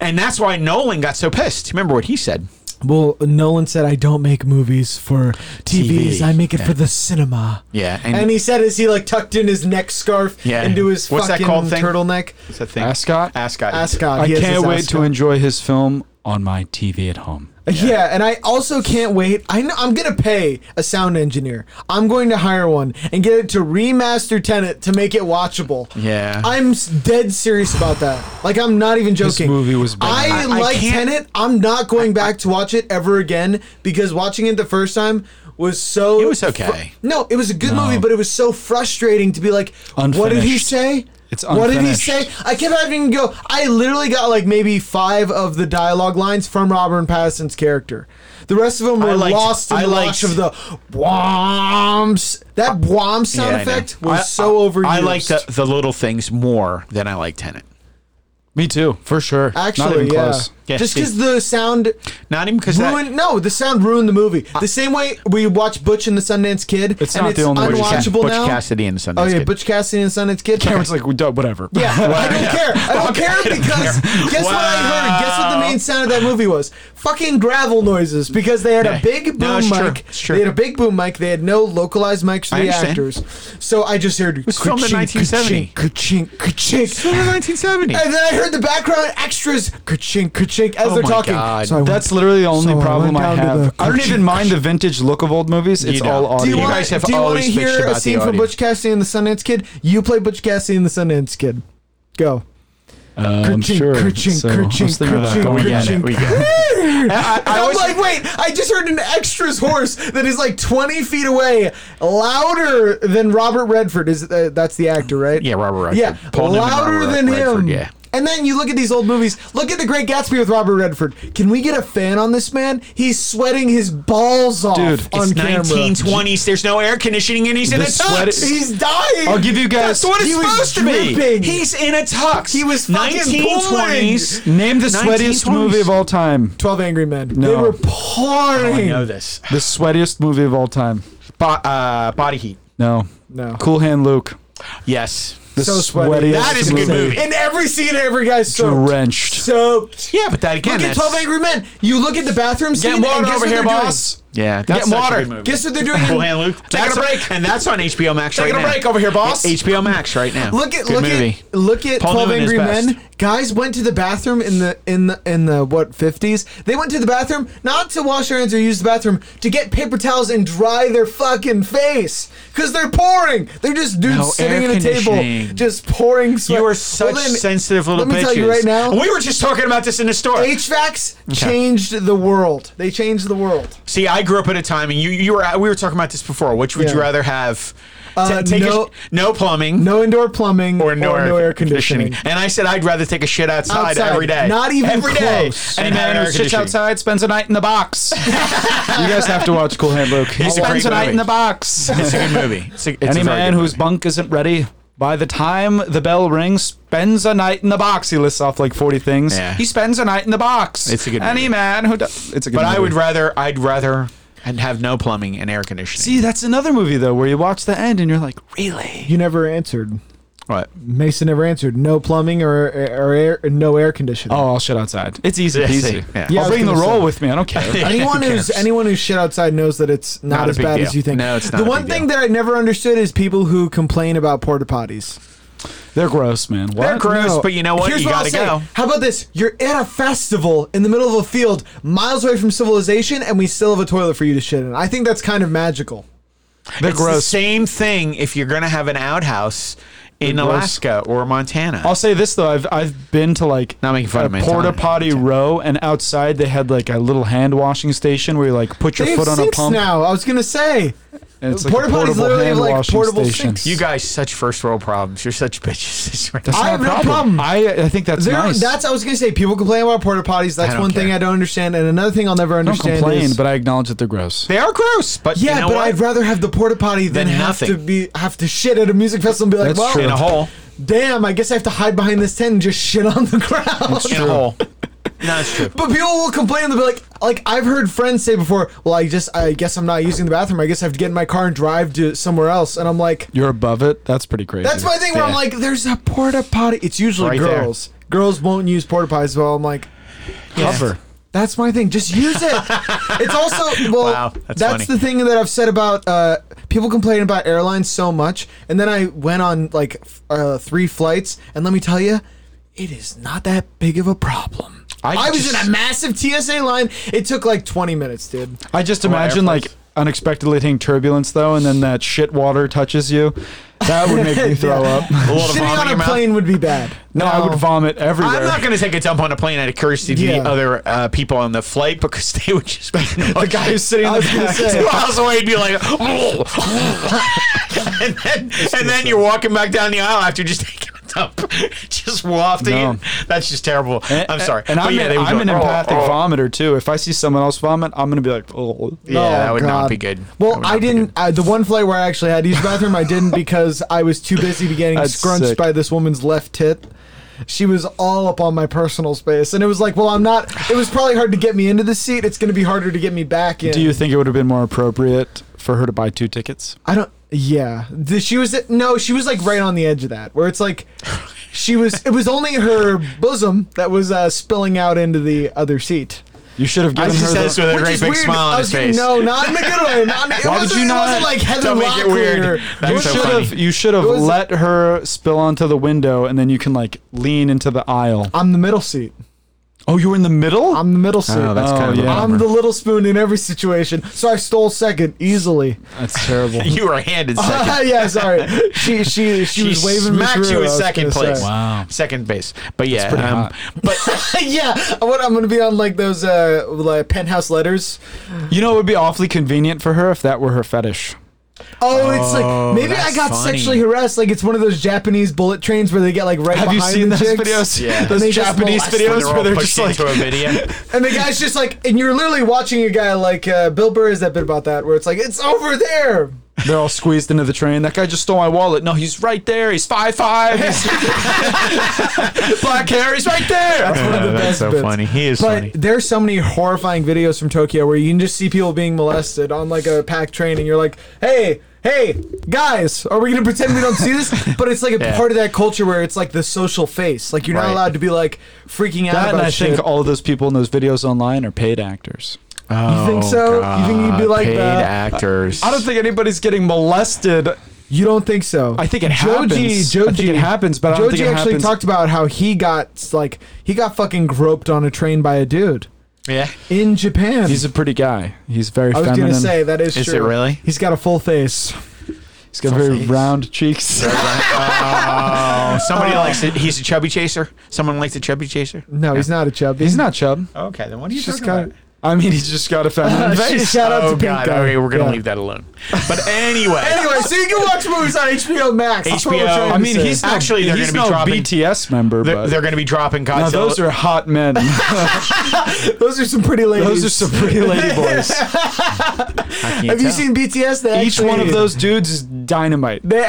[SPEAKER 4] and that's why Nolan got so pissed. Remember what he said?
[SPEAKER 2] Well, Nolan said, I don't make movies for TVs.
[SPEAKER 4] TV,
[SPEAKER 2] I make it for the cinema.
[SPEAKER 4] Yeah,
[SPEAKER 2] And,
[SPEAKER 4] and-
[SPEAKER 2] he said, as he like tucked in his neck scarf
[SPEAKER 4] Yeah.
[SPEAKER 2] into his
[SPEAKER 4] What's that
[SPEAKER 2] fucking
[SPEAKER 4] called thing?
[SPEAKER 2] turtleneck.
[SPEAKER 4] What's that thing?
[SPEAKER 3] Ascot?
[SPEAKER 4] Ascot.
[SPEAKER 2] Ascot.
[SPEAKER 3] I
[SPEAKER 2] He has
[SPEAKER 3] can't
[SPEAKER 2] his
[SPEAKER 3] wait to
[SPEAKER 2] ascot.
[SPEAKER 3] enjoy his film on my TV at home.
[SPEAKER 2] Yeah. and I also can't wait. I know, I'm going to pay a sound engineer. I'm going to hire one and get it to remaster Tenet to make it watchable.
[SPEAKER 4] Yeah.
[SPEAKER 2] I'm s- dead serious about that. Like, I'm not even joking.
[SPEAKER 3] movie was bad.
[SPEAKER 2] I,
[SPEAKER 4] I- I
[SPEAKER 2] like
[SPEAKER 4] can't-
[SPEAKER 2] Tenet. I'm not going back to watch it ever again because watching it the first time was so.
[SPEAKER 4] It was okay.
[SPEAKER 2] fr- no, it was a good
[SPEAKER 3] No.
[SPEAKER 2] movie, but it was so frustrating to be like, what did he
[SPEAKER 3] Unfinished.
[SPEAKER 2] say?
[SPEAKER 3] It's
[SPEAKER 2] What did he
[SPEAKER 3] unfinished.
[SPEAKER 2] say? I kept having to go. I literally got like maybe five of the dialogue lines from Robert Pattinson's character. The rest of them were
[SPEAKER 4] I liked-
[SPEAKER 2] lost in
[SPEAKER 4] I
[SPEAKER 2] the
[SPEAKER 4] liked-
[SPEAKER 2] rush of the whomps. That whomp sound
[SPEAKER 4] Yeah, I know.
[SPEAKER 2] effect
[SPEAKER 4] I-
[SPEAKER 2] was so overused.
[SPEAKER 4] I like the, the little things more than I like Tenant.
[SPEAKER 3] Me too, for sure.
[SPEAKER 2] Actually, yeah.
[SPEAKER 4] Yeah,
[SPEAKER 2] just
[SPEAKER 4] see.
[SPEAKER 2] because the sound
[SPEAKER 4] Not even because that.
[SPEAKER 2] ruined. No, the sound ruined the movie. The same way we watch Butch and the Sundance Kid.
[SPEAKER 3] It's
[SPEAKER 2] and
[SPEAKER 3] not
[SPEAKER 2] it's
[SPEAKER 3] the only way to
[SPEAKER 4] Butch Ca-
[SPEAKER 2] unwatchable
[SPEAKER 4] Butch
[SPEAKER 2] now.
[SPEAKER 4] Cassidy and the Sundance
[SPEAKER 2] oh yeah,
[SPEAKER 4] Kid.
[SPEAKER 2] Butch Cassidy and Sundance Kid.
[SPEAKER 3] Cameron's like, "Duh, whatever.
[SPEAKER 2] Yeah, I don't care. I don't care because guess what I heard? Guess what the main sound of that movie was? Fucking gravel noises because they had
[SPEAKER 4] Yeah.
[SPEAKER 2] a big boom
[SPEAKER 4] No, it's
[SPEAKER 2] mic.
[SPEAKER 4] true. It's true.
[SPEAKER 2] They had a big boom mic. They had no localized mics for
[SPEAKER 4] I
[SPEAKER 2] the
[SPEAKER 4] understand.
[SPEAKER 2] actors. So I just heard it
[SPEAKER 4] was filmed in 1970.
[SPEAKER 2] Ka-chink, ka-chink.
[SPEAKER 4] From 1970.
[SPEAKER 2] And then I heard the background extras ka-chink, ka-chink as
[SPEAKER 4] Oh
[SPEAKER 2] they're
[SPEAKER 4] my
[SPEAKER 2] talking.
[SPEAKER 4] God.
[SPEAKER 2] I went-
[SPEAKER 3] That's literally the only
[SPEAKER 2] So I
[SPEAKER 3] problem
[SPEAKER 2] went
[SPEAKER 3] I
[SPEAKER 2] down to
[SPEAKER 3] have.
[SPEAKER 2] the
[SPEAKER 3] I don't even
[SPEAKER 2] Kuching-
[SPEAKER 3] mind the vintage look of old movies. It's
[SPEAKER 4] You
[SPEAKER 3] all
[SPEAKER 4] don't.
[SPEAKER 3] audio.
[SPEAKER 2] do you,
[SPEAKER 4] You
[SPEAKER 2] wanna,
[SPEAKER 4] guys have
[SPEAKER 2] do you wanna
[SPEAKER 4] always bitched
[SPEAKER 2] hear
[SPEAKER 4] about
[SPEAKER 2] a
[SPEAKER 4] the
[SPEAKER 2] scene from
[SPEAKER 4] audience.
[SPEAKER 2] Butch Cassidy and the Sundance Kid? You play Butch Cassidy and the Sundance Kid. Go.
[SPEAKER 4] Um,
[SPEAKER 3] Uh, I'm
[SPEAKER 2] Kuching,
[SPEAKER 3] sure.
[SPEAKER 2] kuching,
[SPEAKER 3] So,
[SPEAKER 2] kuching,
[SPEAKER 3] let's think about
[SPEAKER 2] kuching,
[SPEAKER 3] going
[SPEAKER 4] we get
[SPEAKER 3] in.
[SPEAKER 4] it. We get it.
[SPEAKER 2] And I was like, wait, I just heard an extra's horse that is like 20 feet away, louder than Robert Redford. Is uh, that's the actor, right?
[SPEAKER 4] Yeah, Robert Redford.
[SPEAKER 2] Yeah,
[SPEAKER 4] Paul Newman,
[SPEAKER 2] louder
[SPEAKER 4] Robert
[SPEAKER 2] than
[SPEAKER 4] Redford,
[SPEAKER 2] him.
[SPEAKER 4] yeah.
[SPEAKER 2] And then you look at these old movies. Look at The Great Gatsby with Robert Redford. Can we get a fan on this man? He's sweating his balls off
[SPEAKER 3] Dude,
[SPEAKER 2] on
[SPEAKER 4] It's
[SPEAKER 2] camera.
[SPEAKER 4] 1920s. There's no air conditioning, and he's in a
[SPEAKER 3] The sweat
[SPEAKER 4] tux.
[SPEAKER 3] is-
[SPEAKER 2] He's dying.
[SPEAKER 3] I'll give you guys.
[SPEAKER 4] That's what it's
[SPEAKER 2] He was
[SPEAKER 4] supposed to
[SPEAKER 2] dripping.
[SPEAKER 4] be. He's in a tux.
[SPEAKER 2] He was fucking
[SPEAKER 4] 1920s.
[SPEAKER 3] Name the sweatiest
[SPEAKER 4] 1920s.
[SPEAKER 3] movie of all time.
[SPEAKER 2] 12 Angry Men. They
[SPEAKER 3] No.
[SPEAKER 2] were pouring.
[SPEAKER 4] Oh, I know this.
[SPEAKER 3] The sweatiest movie of all time.
[SPEAKER 4] Bo- uh, body heat.
[SPEAKER 3] No.
[SPEAKER 2] No.
[SPEAKER 3] Cool Hand Luke.
[SPEAKER 4] Yes.
[SPEAKER 3] The
[SPEAKER 2] So sweaty.
[SPEAKER 3] sweatiest
[SPEAKER 4] That is a good movie.
[SPEAKER 2] In every scene, every guy's soaked.
[SPEAKER 3] Drenched.
[SPEAKER 2] Soaked.
[SPEAKER 4] Yeah, but that again.
[SPEAKER 2] Look at
[SPEAKER 4] that's-
[SPEAKER 2] 12 Angry Men. You look at the bathroom scene.
[SPEAKER 3] Get
[SPEAKER 2] and
[SPEAKER 3] water
[SPEAKER 2] guess
[SPEAKER 3] over
[SPEAKER 2] what
[SPEAKER 3] here,
[SPEAKER 2] they're doing?
[SPEAKER 3] boss.
[SPEAKER 4] Yeah,
[SPEAKER 3] Get
[SPEAKER 4] that's such
[SPEAKER 3] water.
[SPEAKER 4] a good movie.
[SPEAKER 2] Guess what they're doing?
[SPEAKER 4] Cool hand Luke.
[SPEAKER 3] Taking
[SPEAKER 4] That's
[SPEAKER 3] a break.
[SPEAKER 4] and that's on HBO Max
[SPEAKER 3] Taking
[SPEAKER 4] right
[SPEAKER 3] a
[SPEAKER 4] now.
[SPEAKER 3] break over here, boss.
[SPEAKER 4] HBO Max right now.
[SPEAKER 2] Look at
[SPEAKER 4] Good
[SPEAKER 2] look
[SPEAKER 4] movie.
[SPEAKER 2] at look at
[SPEAKER 4] Paul
[SPEAKER 2] Twelve
[SPEAKER 4] Newman is
[SPEAKER 2] Angry
[SPEAKER 4] best.
[SPEAKER 2] Men. Guys went to the bathroom in the in the in the what fifties? They went to the bathroom not to wash their hands or use the bathroom to get paper towels and dry their fucking face because they're pouring. They're just dudes
[SPEAKER 4] No,
[SPEAKER 2] sitting
[SPEAKER 4] air
[SPEAKER 2] at a table
[SPEAKER 4] conditioning.
[SPEAKER 2] just pouring sweat.
[SPEAKER 4] You are
[SPEAKER 2] Well,
[SPEAKER 4] such
[SPEAKER 2] then,
[SPEAKER 4] sensitive little
[SPEAKER 2] Let me
[SPEAKER 4] bitches.
[SPEAKER 2] tell you right now.
[SPEAKER 4] And We were just talking about this in the store.
[SPEAKER 2] HVACs changed the world. They changed the world.
[SPEAKER 4] See, I grew up at a time, and you you were we were talking about this before. Which would
[SPEAKER 2] Yeah.
[SPEAKER 4] you rather have?
[SPEAKER 2] Uh,
[SPEAKER 4] T- take a
[SPEAKER 2] no-
[SPEAKER 4] sh- no plumbing.
[SPEAKER 2] No indoor plumbing
[SPEAKER 4] Or no, air,
[SPEAKER 2] air
[SPEAKER 4] conditioning.
[SPEAKER 2] conditioning.
[SPEAKER 4] And I said I'd rather take a shit outside,
[SPEAKER 2] Outside.
[SPEAKER 4] every day.
[SPEAKER 2] Not even
[SPEAKER 4] every day.
[SPEAKER 2] close.
[SPEAKER 4] And
[SPEAKER 3] Any
[SPEAKER 4] have
[SPEAKER 3] man
[SPEAKER 4] air
[SPEAKER 3] who sits
[SPEAKER 4] conditioning.
[SPEAKER 3] outside spends a night in the box. you guys have to watch Cool Hand Luke. He
[SPEAKER 4] It's a great
[SPEAKER 3] spends a night
[SPEAKER 4] movie.
[SPEAKER 3] in the box.
[SPEAKER 4] It's a good movie. It's a, it's a
[SPEAKER 3] Any
[SPEAKER 4] very
[SPEAKER 3] man
[SPEAKER 4] good
[SPEAKER 3] whose
[SPEAKER 4] movie.
[SPEAKER 3] bunk isn't ready by the time the bell rings spends a night in the box. He lists off like forty things.
[SPEAKER 4] Yeah.
[SPEAKER 3] He spends a night in the box.
[SPEAKER 4] It's a good
[SPEAKER 3] Any
[SPEAKER 4] movie.
[SPEAKER 3] man who does. It's a good.
[SPEAKER 4] But I would
[SPEAKER 3] movie.
[SPEAKER 4] rather I'd rather and have no plumbing and air conditioning.
[SPEAKER 3] see that's another movie though where you watch the end and you're like, really?
[SPEAKER 2] You never answered.
[SPEAKER 4] what?
[SPEAKER 2] Mason never answered. No plumbing or or air, no air conditioning.
[SPEAKER 3] Oh, I'll shit outside. It's easy
[SPEAKER 4] Yeah,
[SPEAKER 3] peasy.
[SPEAKER 4] see, yeah.
[SPEAKER 2] Yeah, I
[SPEAKER 3] I'll
[SPEAKER 2] was
[SPEAKER 3] bring the
[SPEAKER 2] gonna
[SPEAKER 3] roll
[SPEAKER 2] say.
[SPEAKER 3] with me. I don't care.
[SPEAKER 2] anyone
[SPEAKER 4] Who
[SPEAKER 2] who's
[SPEAKER 4] cares?
[SPEAKER 2] anyone who's shit outside knows that it's not,
[SPEAKER 4] Not a
[SPEAKER 2] as
[SPEAKER 4] big
[SPEAKER 2] bad as
[SPEAKER 4] deal.
[SPEAKER 2] you think.
[SPEAKER 4] No, it's not
[SPEAKER 2] The
[SPEAKER 4] a
[SPEAKER 2] one
[SPEAKER 4] big
[SPEAKER 2] thing
[SPEAKER 4] deal.
[SPEAKER 2] that I never understood is people who complain about porta potties.
[SPEAKER 3] They're gross, man. What?
[SPEAKER 4] They're gross,
[SPEAKER 2] No.
[SPEAKER 4] but you know what?
[SPEAKER 2] Here's
[SPEAKER 4] you
[SPEAKER 2] what I'll
[SPEAKER 4] gotta
[SPEAKER 2] say.
[SPEAKER 4] go.
[SPEAKER 2] How about this? You're at a festival in the middle of a field, miles away from civilization, and we still have a toilet for you to shit in. I think that's kind of magical.
[SPEAKER 3] They're
[SPEAKER 4] It's the
[SPEAKER 3] gross.
[SPEAKER 4] same thing if you're gonna have an outhouse in
[SPEAKER 3] gross.
[SPEAKER 4] Alaska or Montana.
[SPEAKER 3] I'll say this though, I've I've been to like
[SPEAKER 4] Not making fun
[SPEAKER 3] a
[SPEAKER 4] of Manti-
[SPEAKER 3] porta potty
[SPEAKER 4] Manti-
[SPEAKER 3] row, and outside they had like a little hand washing station where you like put your
[SPEAKER 2] They
[SPEAKER 3] foot
[SPEAKER 2] have
[SPEAKER 3] on a
[SPEAKER 2] sinks
[SPEAKER 3] pump.
[SPEAKER 2] now. I was gonna say
[SPEAKER 3] And it's
[SPEAKER 2] Porta
[SPEAKER 3] like a
[SPEAKER 2] potties
[SPEAKER 3] portable
[SPEAKER 2] literally have,
[SPEAKER 3] hand
[SPEAKER 2] like,
[SPEAKER 3] washing
[SPEAKER 2] portable
[SPEAKER 3] station.
[SPEAKER 2] sinks.
[SPEAKER 4] you guys, such first world problems. You're such bitches.
[SPEAKER 3] That's
[SPEAKER 2] I
[SPEAKER 3] not
[SPEAKER 2] have
[SPEAKER 3] a
[SPEAKER 2] no problem.
[SPEAKER 3] I I think that's
[SPEAKER 2] there.
[SPEAKER 3] nice.
[SPEAKER 2] That's I was gonna say. People complain about porta potties. That's
[SPEAKER 4] don't
[SPEAKER 2] one thing
[SPEAKER 4] care.
[SPEAKER 2] I don't understand. And another thing I'll never
[SPEAKER 3] I don't
[SPEAKER 2] understand.
[SPEAKER 3] complain,
[SPEAKER 2] is,
[SPEAKER 3] but I acknowledge that they're gross.
[SPEAKER 4] they are gross, but
[SPEAKER 2] Yeah,
[SPEAKER 4] you know
[SPEAKER 2] but
[SPEAKER 4] what?
[SPEAKER 2] I'd rather have the porta potty than,
[SPEAKER 4] Than
[SPEAKER 2] have to
[SPEAKER 4] nothing.
[SPEAKER 2] be have to shit at a music festival and be like,
[SPEAKER 3] That's
[SPEAKER 2] well,
[SPEAKER 3] true.
[SPEAKER 4] in a hole.
[SPEAKER 2] damn, I guess I have to hide behind this tent and just shit on the ground.
[SPEAKER 4] In a hole. No, it's true.
[SPEAKER 2] But people will complain. They'll be like, like I've heard friends say before. Well, I just, I guess I'm not using the bathroom. I guess I have to get in my car and drive to somewhere else. And I'm like,
[SPEAKER 3] You're above it. That's pretty crazy.
[SPEAKER 2] that's my thing. Where I'm
[SPEAKER 4] Yeah.
[SPEAKER 2] like, there's a porta potty. It's usually
[SPEAKER 4] Right there.
[SPEAKER 2] girls. Girls won't use porta potties. Well, I'm like,
[SPEAKER 3] cover.
[SPEAKER 2] That's my thing. Just use it. it's also well.
[SPEAKER 4] Wow,
[SPEAKER 2] that's
[SPEAKER 4] that's funny.
[SPEAKER 2] the thing that I've said about uh, people complain about airlines so much, and then I went on like f- uh, three flights, and let me tell you, it is not that big of a problem. I,
[SPEAKER 3] I
[SPEAKER 2] was
[SPEAKER 3] just-
[SPEAKER 2] in a massive TSA line. It took like 20 minutes, dude.
[SPEAKER 3] I just imagine
[SPEAKER 4] airports.
[SPEAKER 3] like unexpectedly hitting turbulence though, and then that shit water touches you. That would make me throw up.
[SPEAKER 4] A little
[SPEAKER 2] Shitting
[SPEAKER 4] vomit in
[SPEAKER 2] on
[SPEAKER 4] your
[SPEAKER 2] a
[SPEAKER 4] mouth.
[SPEAKER 2] plane would be bad.
[SPEAKER 3] No, I would vomit everywhere.
[SPEAKER 4] I'm not going to take a dump on a plane out of courtesy to
[SPEAKER 2] Yeah.
[SPEAKER 4] the other uh, people on the flight because they would just be the
[SPEAKER 3] guy who's sitting in
[SPEAKER 2] I
[SPEAKER 3] the
[SPEAKER 2] was gonna
[SPEAKER 3] back.
[SPEAKER 2] say-
[SPEAKER 4] two miles away and be like, and then, and then you're walking back down the aisle after just taking a dump, just wafting.
[SPEAKER 3] No.
[SPEAKER 4] it. That's just terrible.
[SPEAKER 3] And-
[SPEAKER 4] I'm sorry.
[SPEAKER 3] And
[SPEAKER 4] But
[SPEAKER 3] I'm,
[SPEAKER 4] yeah,
[SPEAKER 3] an-
[SPEAKER 4] they would
[SPEAKER 3] I'm
[SPEAKER 4] go,
[SPEAKER 3] an
[SPEAKER 4] "Oh,
[SPEAKER 3] empathic
[SPEAKER 4] oh."
[SPEAKER 3] vomiter too. If I see someone else vomit, I'm gonna be like, oh.
[SPEAKER 4] Yeah, that would not be good. That
[SPEAKER 2] Well,
[SPEAKER 4] would not
[SPEAKER 2] I
[SPEAKER 4] be
[SPEAKER 2] didn't. Uh, the one flight where I actually had to use the bathroom, I didn't because I was too busy to be getting
[SPEAKER 3] That's
[SPEAKER 2] scrunched
[SPEAKER 3] sick.
[SPEAKER 2] by this woman's left tit. she was all up on my personal space, and it was like, well, I'm not. It was probably hard to get me into the seat. It's going to be harder to get me back in.
[SPEAKER 3] Do you think it would have been more appropriate for her to buy two tickets?
[SPEAKER 2] I don't. Yeah, the, she was no, she was like right on the edge of that, where it's like, she was. It was only her bosom that was uh, spilling out into the other seat.
[SPEAKER 3] You should have given
[SPEAKER 4] He
[SPEAKER 3] her.
[SPEAKER 4] says
[SPEAKER 3] The,
[SPEAKER 4] with a
[SPEAKER 2] Which
[SPEAKER 4] great
[SPEAKER 2] is
[SPEAKER 4] big
[SPEAKER 2] weird.
[SPEAKER 4] smile
[SPEAKER 2] I
[SPEAKER 4] on
[SPEAKER 2] was
[SPEAKER 4] his
[SPEAKER 2] gonna-
[SPEAKER 4] face.
[SPEAKER 2] No, not in a good way. Not in, it
[SPEAKER 4] Why would
[SPEAKER 2] wasn't,
[SPEAKER 4] you
[SPEAKER 2] It wasn't
[SPEAKER 4] not-
[SPEAKER 2] like Heather
[SPEAKER 4] Don't make it weird.
[SPEAKER 2] Locklear.
[SPEAKER 4] That's
[SPEAKER 3] you
[SPEAKER 4] so
[SPEAKER 3] should
[SPEAKER 4] funny.
[SPEAKER 3] have. You should have
[SPEAKER 2] It was-
[SPEAKER 3] let her spill onto the window, and then you can like lean into the aisle.
[SPEAKER 2] I'm the middle seat.
[SPEAKER 3] Oh, you were in the middle.
[SPEAKER 2] I'm the middle seat.
[SPEAKER 5] Oh, that's
[SPEAKER 3] Oh,
[SPEAKER 5] kind of a
[SPEAKER 3] yeah.
[SPEAKER 2] I'm
[SPEAKER 5] bummer.
[SPEAKER 2] the little spoon in every situation. So I stole second easily.
[SPEAKER 3] That's terrible.
[SPEAKER 4] You were handed second.
[SPEAKER 2] yeah, sorry. She she she,
[SPEAKER 4] She
[SPEAKER 2] was waving me
[SPEAKER 4] smacked
[SPEAKER 2] through,
[SPEAKER 4] you
[SPEAKER 2] I
[SPEAKER 4] in
[SPEAKER 2] was
[SPEAKER 4] second
[SPEAKER 2] gonna
[SPEAKER 4] place.
[SPEAKER 2] say.
[SPEAKER 5] Wow.
[SPEAKER 4] Second base. But yeah,
[SPEAKER 3] pretty
[SPEAKER 4] um,
[SPEAKER 3] hot.
[SPEAKER 4] but
[SPEAKER 2] yeah, what I'm gonna be on like those uh like penthouse letters.
[SPEAKER 3] You know, it would be awfully convenient for her if that were her fetish.
[SPEAKER 2] Oh, it's like maybe I
[SPEAKER 4] that's
[SPEAKER 2] got
[SPEAKER 4] funny.
[SPEAKER 2] sexually harassed. Like it's one of those Japanese bullet trains where they get like right
[SPEAKER 3] Have you
[SPEAKER 2] behind
[SPEAKER 3] seen
[SPEAKER 2] the
[SPEAKER 3] those
[SPEAKER 2] chicks,
[SPEAKER 3] videos?
[SPEAKER 4] Yeah.
[SPEAKER 3] Those
[SPEAKER 2] And they just
[SPEAKER 3] Japanese
[SPEAKER 2] molest them.
[SPEAKER 3] videos where they're just like,
[SPEAKER 4] into a video.
[SPEAKER 2] And the guy's just like, and you're literally watching a guy like uh, Bill Burr is that bit about that where it's like it's over there.
[SPEAKER 3] they're all squeezed into the train. That guy just stole my wallet. No, he's right there. He's five five. black hair. He's right there.
[SPEAKER 2] One of the
[SPEAKER 4] that's
[SPEAKER 2] best
[SPEAKER 4] so
[SPEAKER 2] bits.
[SPEAKER 4] funny. He is
[SPEAKER 2] But
[SPEAKER 4] funny.
[SPEAKER 2] there's so many horrifying videos from Tokyo where you can just see people being molested on like a packed train, and you're like, hey. Hey guys, are we gonna pretend we don't see this? But it's like a
[SPEAKER 4] Yeah.
[SPEAKER 2] part of that culture where it's like the social face. Like you're
[SPEAKER 4] Right.
[SPEAKER 2] not allowed to be like freaking out
[SPEAKER 3] That and
[SPEAKER 2] about
[SPEAKER 3] I
[SPEAKER 2] shit.
[SPEAKER 3] think all of those people in those videos online are paid actors.
[SPEAKER 4] Oh,
[SPEAKER 2] think so? You think you'd be
[SPEAKER 4] God,
[SPEAKER 2] like
[SPEAKER 4] paid
[SPEAKER 2] that?
[SPEAKER 4] actors?
[SPEAKER 3] I don't think anybody's getting molested.
[SPEAKER 2] You don't think so?
[SPEAKER 3] I think it happens.
[SPEAKER 2] Joji,
[SPEAKER 3] I think it happens, but I don't
[SPEAKER 2] Joji
[SPEAKER 3] think it
[SPEAKER 2] actually
[SPEAKER 3] happens-
[SPEAKER 2] talked about how he got like he got fucking groped on a train by a dude
[SPEAKER 4] Yeah.
[SPEAKER 2] in Japan.
[SPEAKER 3] He's a pretty guy. He's very
[SPEAKER 2] I was
[SPEAKER 3] feminine.
[SPEAKER 2] gonna say that is.
[SPEAKER 4] Is
[SPEAKER 2] true.
[SPEAKER 4] it really?
[SPEAKER 2] He's got a full face.
[SPEAKER 3] He's got very
[SPEAKER 4] face.
[SPEAKER 3] round cheeks.
[SPEAKER 4] Oh, somebody likes it. He's a chubby chaser. Someone likes a chubby chaser.
[SPEAKER 2] No, he's not a chub.
[SPEAKER 3] he's not chub.
[SPEAKER 4] Okay, then what are you
[SPEAKER 3] Just got. I mean, he's just got a feminine
[SPEAKER 2] Shit,
[SPEAKER 3] face.
[SPEAKER 2] Shout out
[SPEAKER 4] oh
[SPEAKER 2] to Pink
[SPEAKER 4] God!
[SPEAKER 2] Guy.
[SPEAKER 4] Okay, we're gonna
[SPEAKER 2] Yeah.
[SPEAKER 4] leave that alone. But anyway,
[SPEAKER 2] Anyway, so you can watch movies on HBO Max. That's what we're
[SPEAKER 4] HBO.
[SPEAKER 2] trying to
[SPEAKER 3] I mean,
[SPEAKER 2] say.
[SPEAKER 3] he's not-
[SPEAKER 4] Actually, they're
[SPEAKER 3] he's
[SPEAKER 4] gonna
[SPEAKER 3] no
[SPEAKER 4] be dropping-
[SPEAKER 3] BTS member,
[SPEAKER 4] they're,
[SPEAKER 3] but
[SPEAKER 4] they're gonna be dropping Godzilla.
[SPEAKER 3] now those are hot men.
[SPEAKER 2] those are some pretty ladies.
[SPEAKER 3] those are some pretty lady boys.
[SPEAKER 2] Have you seen BTS? They
[SPEAKER 3] Each one of
[SPEAKER 2] actually-
[SPEAKER 3] those dudes is dynamite,
[SPEAKER 2] They,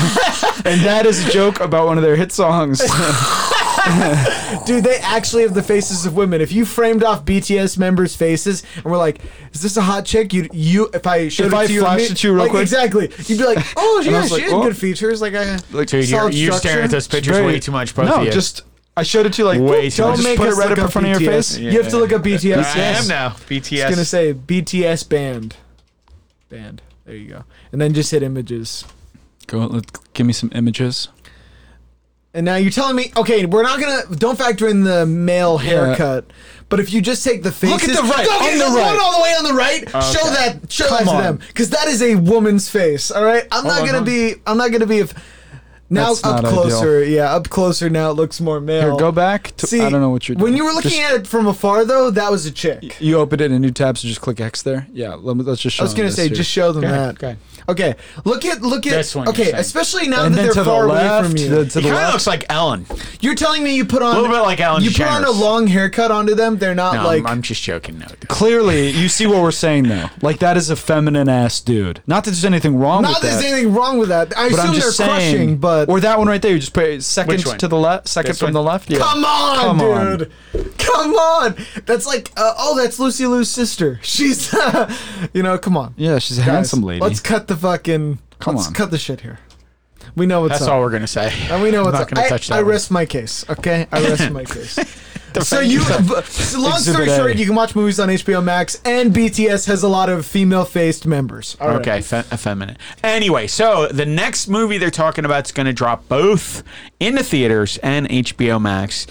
[SPEAKER 3] and that is a joke about one of their hit songs.
[SPEAKER 2] dude, they actually have the faces of women. If you framed off BTS members' faces and were like, "Is this a hot chick?" You, you, if I showed
[SPEAKER 3] If
[SPEAKER 2] it
[SPEAKER 3] I
[SPEAKER 2] to you,
[SPEAKER 3] flashed
[SPEAKER 2] imme-
[SPEAKER 3] it to you real
[SPEAKER 2] like,
[SPEAKER 3] quick?
[SPEAKER 2] exactly, you'd be like, "Oh
[SPEAKER 3] I
[SPEAKER 2] yeah,
[SPEAKER 3] was
[SPEAKER 2] she
[SPEAKER 3] like,
[SPEAKER 2] had
[SPEAKER 3] "Oh."
[SPEAKER 2] good features." Like, I,
[SPEAKER 3] like,
[SPEAKER 4] Dude, you're,
[SPEAKER 2] Solid
[SPEAKER 4] you're staring at
[SPEAKER 2] structure.
[SPEAKER 4] those pictures
[SPEAKER 3] very-
[SPEAKER 4] way too much, both
[SPEAKER 3] no,
[SPEAKER 4] of you.
[SPEAKER 3] just I showed it to you like
[SPEAKER 4] Way
[SPEAKER 3] whoop,
[SPEAKER 4] too much.
[SPEAKER 3] Don't
[SPEAKER 2] us
[SPEAKER 3] make put it right
[SPEAKER 2] look
[SPEAKER 3] up in front of your
[SPEAKER 2] BTS.
[SPEAKER 3] face.
[SPEAKER 2] You have to look up BTS.
[SPEAKER 4] I am now. BTS.
[SPEAKER 2] It's gonna say BTS band, band. There you go, and then just hit images.
[SPEAKER 3] Go, let, give me some images.
[SPEAKER 2] And now you're telling me, okay, we're not gonna don't factor in the male haircut, but if you just take the faces,
[SPEAKER 3] at the right,
[SPEAKER 2] Go get
[SPEAKER 3] on the
[SPEAKER 2] this one
[SPEAKER 3] right.
[SPEAKER 2] all the way on the right. Show that, show that
[SPEAKER 3] Come
[SPEAKER 2] to
[SPEAKER 3] on.
[SPEAKER 2] them, because that is a woman's face. All right, I'm not
[SPEAKER 3] on,
[SPEAKER 2] gonna
[SPEAKER 3] huh?
[SPEAKER 2] be, I'm not gonna be if now
[SPEAKER 3] That's
[SPEAKER 2] up
[SPEAKER 3] not
[SPEAKER 2] closer, yeah, up closer now it looks more male.
[SPEAKER 3] Here, go back. To,
[SPEAKER 2] See,
[SPEAKER 3] I don't know what you're.
[SPEAKER 2] when
[SPEAKER 3] doing.
[SPEAKER 2] you were looking
[SPEAKER 3] Just-
[SPEAKER 2] at it from afar though, that was a chick.
[SPEAKER 3] you open it in a new tab, so just click X there. Yeah, let me, let's just.
[SPEAKER 2] I
[SPEAKER 3] Show
[SPEAKER 2] was
[SPEAKER 3] them
[SPEAKER 2] gonna
[SPEAKER 3] this
[SPEAKER 2] say,
[SPEAKER 3] here.
[SPEAKER 2] just show them
[SPEAKER 4] Go ahead,
[SPEAKER 2] that.
[SPEAKER 4] go ahead.
[SPEAKER 2] Okay, look at look at.
[SPEAKER 4] That's what you're
[SPEAKER 2] okay,
[SPEAKER 4] saying.
[SPEAKER 2] especially now
[SPEAKER 3] and
[SPEAKER 2] that
[SPEAKER 3] then
[SPEAKER 2] they're
[SPEAKER 3] to the
[SPEAKER 2] far away
[SPEAKER 3] left,
[SPEAKER 2] from you.
[SPEAKER 3] the- to the
[SPEAKER 4] He kind of
[SPEAKER 3] left.
[SPEAKER 4] looks like Ellen.
[SPEAKER 2] You're telling me you put on
[SPEAKER 4] A little bit like Ellen
[SPEAKER 2] You put on a
[SPEAKER 4] DeGeneres.
[SPEAKER 2] long haircut onto them. They're not
[SPEAKER 4] No,
[SPEAKER 2] like
[SPEAKER 4] I'm just joking. No, dude.
[SPEAKER 3] Clearly, you see what we're saying though. Like that is a feminine ass dude. Not that there's anything wrong
[SPEAKER 2] not that
[SPEAKER 3] with
[SPEAKER 2] there's
[SPEAKER 3] that.
[SPEAKER 2] anything wrong with that. I
[SPEAKER 3] but
[SPEAKER 2] assume
[SPEAKER 3] I'm
[SPEAKER 2] they're
[SPEAKER 3] just saying,
[SPEAKER 2] crushing, but
[SPEAKER 3] or that one right there. You just put second
[SPEAKER 4] Which one?
[SPEAKER 3] to the left, second
[SPEAKER 4] This
[SPEAKER 3] from
[SPEAKER 4] one?
[SPEAKER 3] the left. Yeah.
[SPEAKER 2] come on,
[SPEAKER 3] Come on.
[SPEAKER 2] dude, come on. That's like uh, oh, that's Lucy Lou's sister. She's you know, come on,
[SPEAKER 3] Yeah, she's a
[SPEAKER 2] Guys,
[SPEAKER 3] handsome lady.
[SPEAKER 2] Let's cut the fucking.
[SPEAKER 3] Come
[SPEAKER 2] let's
[SPEAKER 3] on.
[SPEAKER 2] cut the shit here. We know what's
[SPEAKER 4] That's
[SPEAKER 2] up.
[SPEAKER 4] all we're gonna say.
[SPEAKER 2] And we know
[SPEAKER 4] I'm
[SPEAKER 2] what's
[SPEAKER 4] not
[SPEAKER 2] up.
[SPEAKER 4] gonna
[SPEAKER 2] I,
[SPEAKER 4] touch that
[SPEAKER 2] I
[SPEAKER 4] one.
[SPEAKER 2] rest my case, okay? I rest my case. so you, but- so long story
[SPEAKER 3] Exhibit A.
[SPEAKER 2] short, you can watch movies on HBO Max, and BTS has a lot of female-faced members. All right.
[SPEAKER 4] Okay, fe- effeminate. Anyway, so the next movie they're talking about is going to drop both in the theaters and HBO Max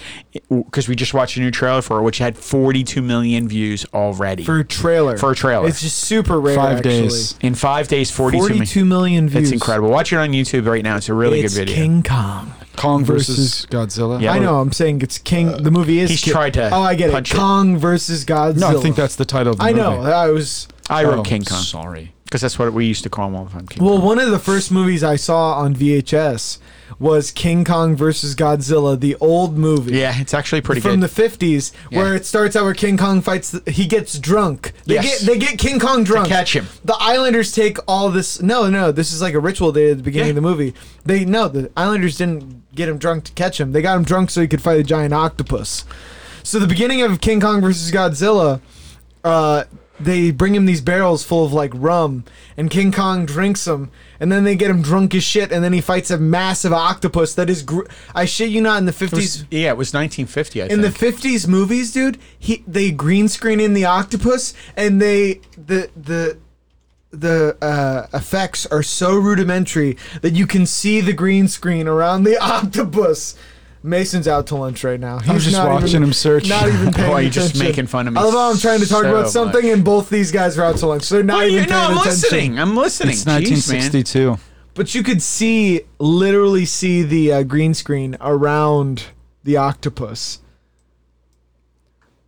[SPEAKER 4] because we just watched a new trailer for it, which had 42 million views already.
[SPEAKER 2] For a trailer.
[SPEAKER 4] For a trailer.
[SPEAKER 2] It's just super rare.
[SPEAKER 3] Five
[SPEAKER 2] actually.
[SPEAKER 3] days.
[SPEAKER 4] in five days, 42, million.
[SPEAKER 2] Forty-two million views.
[SPEAKER 4] It's incredible. Watch it on YouTube right now. It's a really
[SPEAKER 2] it's
[SPEAKER 4] good video.
[SPEAKER 2] King Kong.
[SPEAKER 3] Kong versus, Godzilla.
[SPEAKER 4] Yeah.
[SPEAKER 2] I know. I'm saying it's King. The movie is.
[SPEAKER 4] He's
[SPEAKER 2] King-
[SPEAKER 4] tried to
[SPEAKER 2] Oh, I get it.
[SPEAKER 4] punch it.
[SPEAKER 2] Kong versus Godzilla.
[SPEAKER 3] No, I think that's the title of the
[SPEAKER 2] I
[SPEAKER 3] movie.
[SPEAKER 2] know. I was.
[SPEAKER 4] I wrote
[SPEAKER 3] Oh,
[SPEAKER 4] King Kong.
[SPEAKER 3] Sorry.
[SPEAKER 4] because that's what we used to call them all the time. King
[SPEAKER 2] Well,
[SPEAKER 4] Kong.
[SPEAKER 2] one of the first movies I saw on VHS was King Kong versus Godzilla, the old movie.
[SPEAKER 4] yeah, it's actually pretty
[SPEAKER 2] From
[SPEAKER 4] good.
[SPEAKER 2] the fifties, where
[SPEAKER 4] Yeah.
[SPEAKER 2] it starts out where King Kong fights, the, he gets drunk. They
[SPEAKER 4] Yes.
[SPEAKER 2] get they get King Kong drunk.
[SPEAKER 4] catch him.
[SPEAKER 2] The Islanders take all this. No, no, this is like a ritual they did at the beginning
[SPEAKER 4] Yeah.
[SPEAKER 2] of the movie. They no, the Islanders didn't get him drunk to catch him. They got him drunk so he could fight a giant octopus. So the beginning of King Kong versus Godzilla, uh, they bring him these barrels full of like rum, and King Kong drinks them, and then they get him drunk as shit, and then he fights a massive octopus that is. Gr- I shit you not, in the
[SPEAKER 4] It was-
[SPEAKER 2] fifties,
[SPEAKER 4] yeah, it was 1950. I
[SPEAKER 2] in the
[SPEAKER 4] think.
[SPEAKER 2] fifties movies, dude, he they green screen in the octopus, and they the the the uh, effects are so rudimentary that you can see the green screen around the octopus. Mason's out to lunch right now. He's
[SPEAKER 3] just
[SPEAKER 2] not
[SPEAKER 3] watching
[SPEAKER 2] even-
[SPEAKER 3] him search.
[SPEAKER 2] Not even paying
[SPEAKER 4] Oh, you're
[SPEAKER 2] attention.
[SPEAKER 4] just making fun of me
[SPEAKER 2] I love how I'm trying to talk
[SPEAKER 4] so
[SPEAKER 2] about something,
[SPEAKER 4] much.
[SPEAKER 2] and both these guys are out to lunch. So they're not
[SPEAKER 4] Well,
[SPEAKER 2] even paying
[SPEAKER 4] you- no, I'm
[SPEAKER 2] attention.
[SPEAKER 4] listening. I'm listening.
[SPEAKER 3] It's
[SPEAKER 4] Jeez, man.
[SPEAKER 3] 1962.
[SPEAKER 2] But you could see, literally see the uh, green screen around the octopus.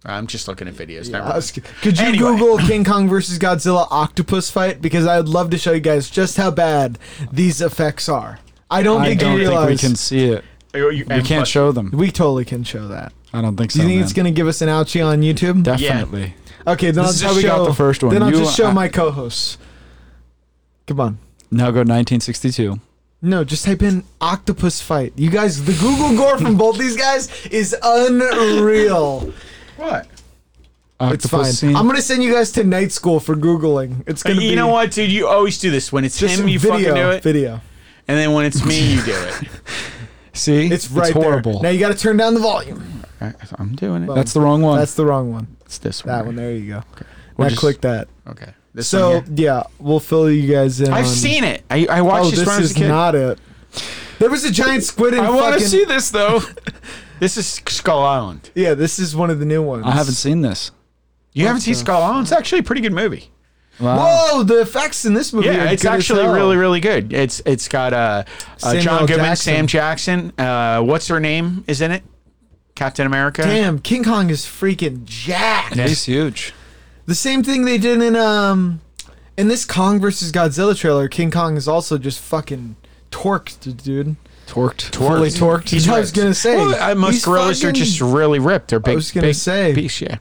[SPEAKER 4] I'm just looking at videos.
[SPEAKER 2] I
[SPEAKER 4] Never
[SPEAKER 2] was-
[SPEAKER 4] mind.
[SPEAKER 2] Could you
[SPEAKER 4] Anyway.
[SPEAKER 2] Google King Kong versus Godzilla octopus fight? Because I'd love to show you guys just how bad these effects are. I don't
[SPEAKER 3] I
[SPEAKER 2] think
[SPEAKER 3] don't
[SPEAKER 2] you
[SPEAKER 3] think we
[SPEAKER 2] realize
[SPEAKER 3] can see it.
[SPEAKER 4] You, you-
[SPEAKER 3] We
[SPEAKER 4] and-
[SPEAKER 3] can't
[SPEAKER 4] but-
[SPEAKER 3] show them.
[SPEAKER 2] we totally can show that.
[SPEAKER 3] I don't think so.
[SPEAKER 2] Do you think
[SPEAKER 3] man.
[SPEAKER 2] it's gonna give us an ouchie on YouTube?
[SPEAKER 3] Definitely.
[SPEAKER 2] okay, then I'll
[SPEAKER 3] This is
[SPEAKER 2] just
[SPEAKER 3] how we
[SPEAKER 2] show,
[SPEAKER 3] got the first one.
[SPEAKER 2] Then I'll
[SPEAKER 3] You-
[SPEAKER 2] just show
[SPEAKER 3] I-
[SPEAKER 2] my co-hosts. Come on.
[SPEAKER 3] Now go 1962.
[SPEAKER 2] No, just type in octopus fight. You guys, the Google gore from both these guys is unreal.
[SPEAKER 4] What?
[SPEAKER 2] It's fine. I'm gonna send you guys to night school for googling. It's gonna be
[SPEAKER 4] You know what, dude? You always do this. When it's
[SPEAKER 2] Just
[SPEAKER 4] him, you
[SPEAKER 2] video,
[SPEAKER 4] fucking do it,
[SPEAKER 2] video.
[SPEAKER 4] and then when it's me, you do it.
[SPEAKER 3] See,
[SPEAKER 2] It's right there.
[SPEAKER 3] horrible.
[SPEAKER 2] Now you got to turn down the volume.
[SPEAKER 4] I, I'm doing it.
[SPEAKER 2] Well,
[SPEAKER 3] That's the wrong one.
[SPEAKER 2] That's the wrong one.
[SPEAKER 4] That's this one.
[SPEAKER 2] That one. There you go.
[SPEAKER 3] We'll
[SPEAKER 2] now
[SPEAKER 3] just-
[SPEAKER 2] click that.
[SPEAKER 4] Okay. This
[SPEAKER 2] so
[SPEAKER 4] one here.
[SPEAKER 2] yeah, we'll fill you guys in.
[SPEAKER 4] I've
[SPEAKER 2] on-
[SPEAKER 4] seen it. I, I watched
[SPEAKER 2] Oh,
[SPEAKER 4] this,
[SPEAKER 2] this
[SPEAKER 4] when I was a
[SPEAKER 2] is
[SPEAKER 4] kid.
[SPEAKER 2] not it. There was a giant squid in.
[SPEAKER 4] I want
[SPEAKER 2] fucking-
[SPEAKER 4] to see this though. this is Skull Island.
[SPEAKER 2] Yeah, this is one of the new ones.
[SPEAKER 3] I haven't seen this.
[SPEAKER 4] You haven't seen Skull Island? It's actually a pretty good movie.
[SPEAKER 3] Wow.
[SPEAKER 2] Whoa, the effects in this movie. are
[SPEAKER 4] Yeah, it's
[SPEAKER 2] good as
[SPEAKER 4] actually
[SPEAKER 2] hell.
[SPEAKER 4] really, really good. It's it's got uh, uh
[SPEAKER 2] Samuel
[SPEAKER 4] John Goodman,
[SPEAKER 2] Jackson.
[SPEAKER 4] Sam Jackson. Uh, what's her name? Is in it? Captain America.
[SPEAKER 2] Damn, King Kong is freaking jacked.
[SPEAKER 3] He's huge.
[SPEAKER 2] The same thing they did in um, in this Kong versus Godzilla trailer. King Kong is also just fucking torqued, dude.
[SPEAKER 3] Torqued. Fully
[SPEAKER 4] Fully
[SPEAKER 3] torqued.
[SPEAKER 2] That's what I was
[SPEAKER 4] ripped.
[SPEAKER 2] gonna say.
[SPEAKER 4] Well, uh, most
[SPEAKER 2] He's
[SPEAKER 4] gorillas are
[SPEAKER 2] fucking-
[SPEAKER 4] just really ripped. They're big.
[SPEAKER 2] was gonna
[SPEAKER 4] big
[SPEAKER 2] say.
[SPEAKER 4] piece, yeah.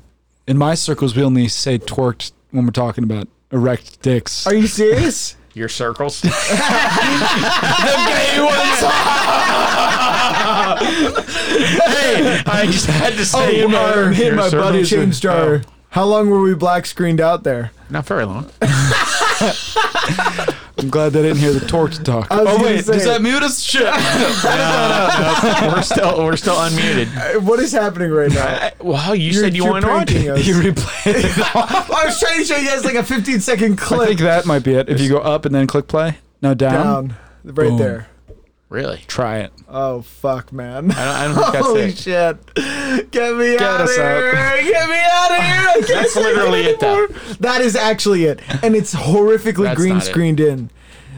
[SPEAKER 3] In my circles, we only say torqued when we're talking about erect dicks.
[SPEAKER 2] Are you serious?
[SPEAKER 4] Your circles. the gay ones. hey, I just had to say.
[SPEAKER 2] Oh,
[SPEAKER 4] it.
[SPEAKER 2] our-
[SPEAKER 4] Your
[SPEAKER 2] me and my buddy
[SPEAKER 4] circles are-
[SPEAKER 2] changed our. How long were we black screened out there?
[SPEAKER 4] Not very long.
[SPEAKER 3] I'm glad they didn't hear the torqued talk.
[SPEAKER 2] I was gonna say-
[SPEAKER 3] mute us? Shit.
[SPEAKER 4] we're still we're still unmuted.
[SPEAKER 2] Uh, What is happening right now?
[SPEAKER 4] Wow, you
[SPEAKER 2] You're-
[SPEAKER 4] said you
[SPEAKER 2] you're
[SPEAKER 4] wanted
[SPEAKER 2] pranking
[SPEAKER 4] audio.
[SPEAKER 2] us.
[SPEAKER 3] you replayed it.
[SPEAKER 2] I was trying to show you guys like a 15 second
[SPEAKER 3] I
[SPEAKER 2] clip
[SPEAKER 3] think that might be it. If you go up and then click play, no down.
[SPEAKER 2] down right
[SPEAKER 3] Boom.
[SPEAKER 2] there.
[SPEAKER 4] Really?
[SPEAKER 3] Try it.
[SPEAKER 2] Oh fuck, man!
[SPEAKER 4] I don't, I don't think that's
[SPEAKER 2] Holy
[SPEAKER 4] it.
[SPEAKER 2] shit! Get me out of
[SPEAKER 3] us out.
[SPEAKER 2] here! Get me out of here! I can't
[SPEAKER 4] That's
[SPEAKER 2] take it
[SPEAKER 4] literally it, though.
[SPEAKER 2] anymore. That is actually it, and it's horrifically
[SPEAKER 4] That's
[SPEAKER 2] green
[SPEAKER 4] not it.
[SPEAKER 2] screened in.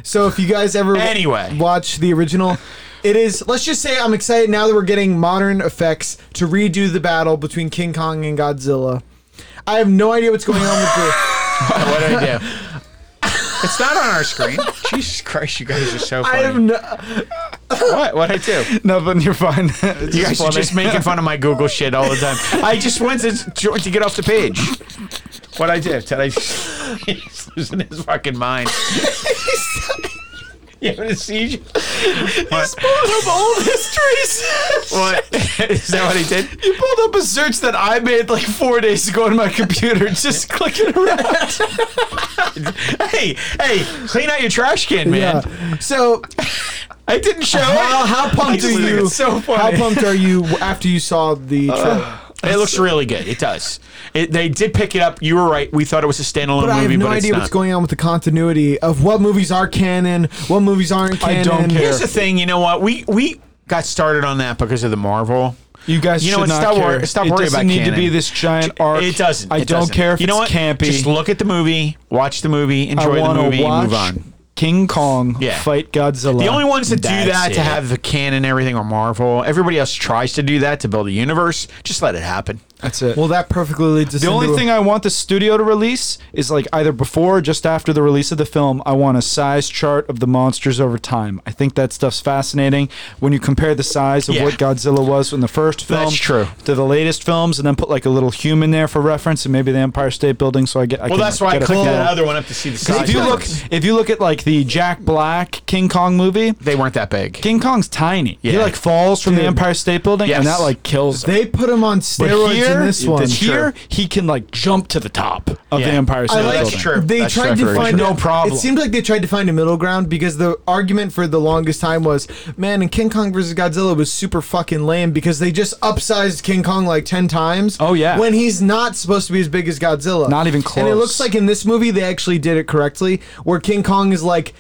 [SPEAKER 2] So if you guys ever w-
[SPEAKER 4] Anyway.
[SPEAKER 2] watch the original, it is. Let's just say I'm excited now that we're getting modern effects to redo the battle between King Kong and Godzilla. I have no idea what's going on with the.
[SPEAKER 4] What did I do? It's not on our screen. Jesus Christ, you guys are so
[SPEAKER 2] I
[SPEAKER 4] funny.
[SPEAKER 2] have no.
[SPEAKER 4] what? What I do?
[SPEAKER 3] Nothing. You're fine. It's
[SPEAKER 4] You
[SPEAKER 3] just
[SPEAKER 4] guys are
[SPEAKER 3] funny.
[SPEAKER 4] just making fun of my Google shit all the time. I just went to to get off the page. What I did? Did I? He's losing his fucking mind. you having a seizure? What?
[SPEAKER 3] pulled up old histories.
[SPEAKER 4] what? Is that what I did?
[SPEAKER 3] You pulled up a search that I made like four days ago on my computer, just clicking around.
[SPEAKER 4] Hey, hey, clean out your trash can, man.
[SPEAKER 2] Yeah. So
[SPEAKER 4] I didn't show
[SPEAKER 2] how,
[SPEAKER 4] it.
[SPEAKER 2] how pumped are
[SPEAKER 4] just think
[SPEAKER 2] you?
[SPEAKER 4] it's so
[SPEAKER 2] How
[SPEAKER 4] funny. Uh,
[SPEAKER 2] pumped are you after you saw the trailer?
[SPEAKER 4] It looks really good. It does. It, they did pick it up. You were right. We thought it was a standalone
[SPEAKER 2] But I
[SPEAKER 4] movie,
[SPEAKER 2] have no
[SPEAKER 4] but it's
[SPEAKER 2] idea
[SPEAKER 4] not.
[SPEAKER 2] what's going on with the continuity of what movies are canon, what movies aren't canon.
[SPEAKER 3] I don't care.
[SPEAKER 4] Here's the thing. You know what? We we got started on that because of the Marvel.
[SPEAKER 3] You guys
[SPEAKER 4] You know
[SPEAKER 3] should
[SPEAKER 4] what?
[SPEAKER 3] not
[SPEAKER 4] Stop
[SPEAKER 3] care.
[SPEAKER 4] wor- stop
[SPEAKER 3] it
[SPEAKER 4] worrying
[SPEAKER 3] doesn't
[SPEAKER 4] about
[SPEAKER 3] need to
[SPEAKER 4] canon.
[SPEAKER 3] be this giant arc.
[SPEAKER 4] It doesn't.
[SPEAKER 3] I
[SPEAKER 4] It
[SPEAKER 3] don't
[SPEAKER 4] doesn't.
[SPEAKER 3] care if
[SPEAKER 4] you know
[SPEAKER 3] it's
[SPEAKER 4] what?
[SPEAKER 3] campy.
[SPEAKER 4] Just look at the movie, watch the movie, enjoy
[SPEAKER 3] I
[SPEAKER 4] the
[SPEAKER 3] wanna
[SPEAKER 4] movie,
[SPEAKER 3] watch
[SPEAKER 4] and move on.
[SPEAKER 3] King Kong
[SPEAKER 4] Yeah.
[SPEAKER 3] fight Godzilla.
[SPEAKER 4] The only ones that do
[SPEAKER 3] That's
[SPEAKER 4] that to
[SPEAKER 3] it.
[SPEAKER 4] have the canon and everything are Marvel. Everybody else tries to do that to build a universe. Just let it happen.
[SPEAKER 3] That's it.
[SPEAKER 2] Well, that perfectly leads us.
[SPEAKER 3] the only
[SPEAKER 2] into
[SPEAKER 3] thing I want the studio to release is like either before or just after the release of the film, I want a size chart of the monsters over time. I think that stuff's fascinating when you compare the size of
[SPEAKER 4] Yeah.
[SPEAKER 3] what Godzilla was in the first film
[SPEAKER 4] That's true.
[SPEAKER 3] to the latest films and then put like a little human there for reference and maybe the Empire State Building so I get I
[SPEAKER 4] Well,
[SPEAKER 3] can
[SPEAKER 4] that's why I
[SPEAKER 3] get a
[SPEAKER 4] clicked
[SPEAKER 3] full-
[SPEAKER 4] that other one up to see the size.
[SPEAKER 3] If you look if you look at like the Jack Black King Kong movie,
[SPEAKER 4] they weren't that big.
[SPEAKER 3] King Kong's tiny. He
[SPEAKER 4] Yeah.
[SPEAKER 3] like falls from the
[SPEAKER 2] Dude.
[SPEAKER 3] Empire State Building and
[SPEAKER 4] Yes.
[SPEAKER 3] that like kills him.
[SPEAKER 2] they put him on
[SPEAKER 3] But
[SPEAKER 2] steroids
[SPEAKER 3] here,
[SPEAKER 2] in this one.
[SPEAKER 3] here he can like jump to the top of
[SPEAKER 4] Yeah.
[SPEAKER 3] the Empire State
[SPEAKER 4] I like-
[SPEAKER 3] Building.
[SPEAKER 4] That's true.
[SPEAKER 2] They
[SPEAKER 4] That's
[SPEAKER 2] tried
[SPEAKER 4] true,
[SPEAKER 2] to
[SPEAKER 4] Corey.
[SPEAKER 2] find
[SPEAKER 3] No
[SPEAKER 2] a-
[SPEAKER 3] problem.
[SPEAKER 2] It seemed like they tried to find a middle ground because the argument for the longest time was, man, and King Kong versus Godzilla was super fucking lame because they just upsized King Kong like ten times.
[SPEAKER 3] Oh, yeah.
[SPEAKER 2] when he's not supposed to be as big as Godzilla.
[SPEAKER 3] Not even
[SPEAKER 2] And it
[SPEAKER 3] close.
[SPEAKER 2] looks like in this movie they actually did it correctly, where King Kong is like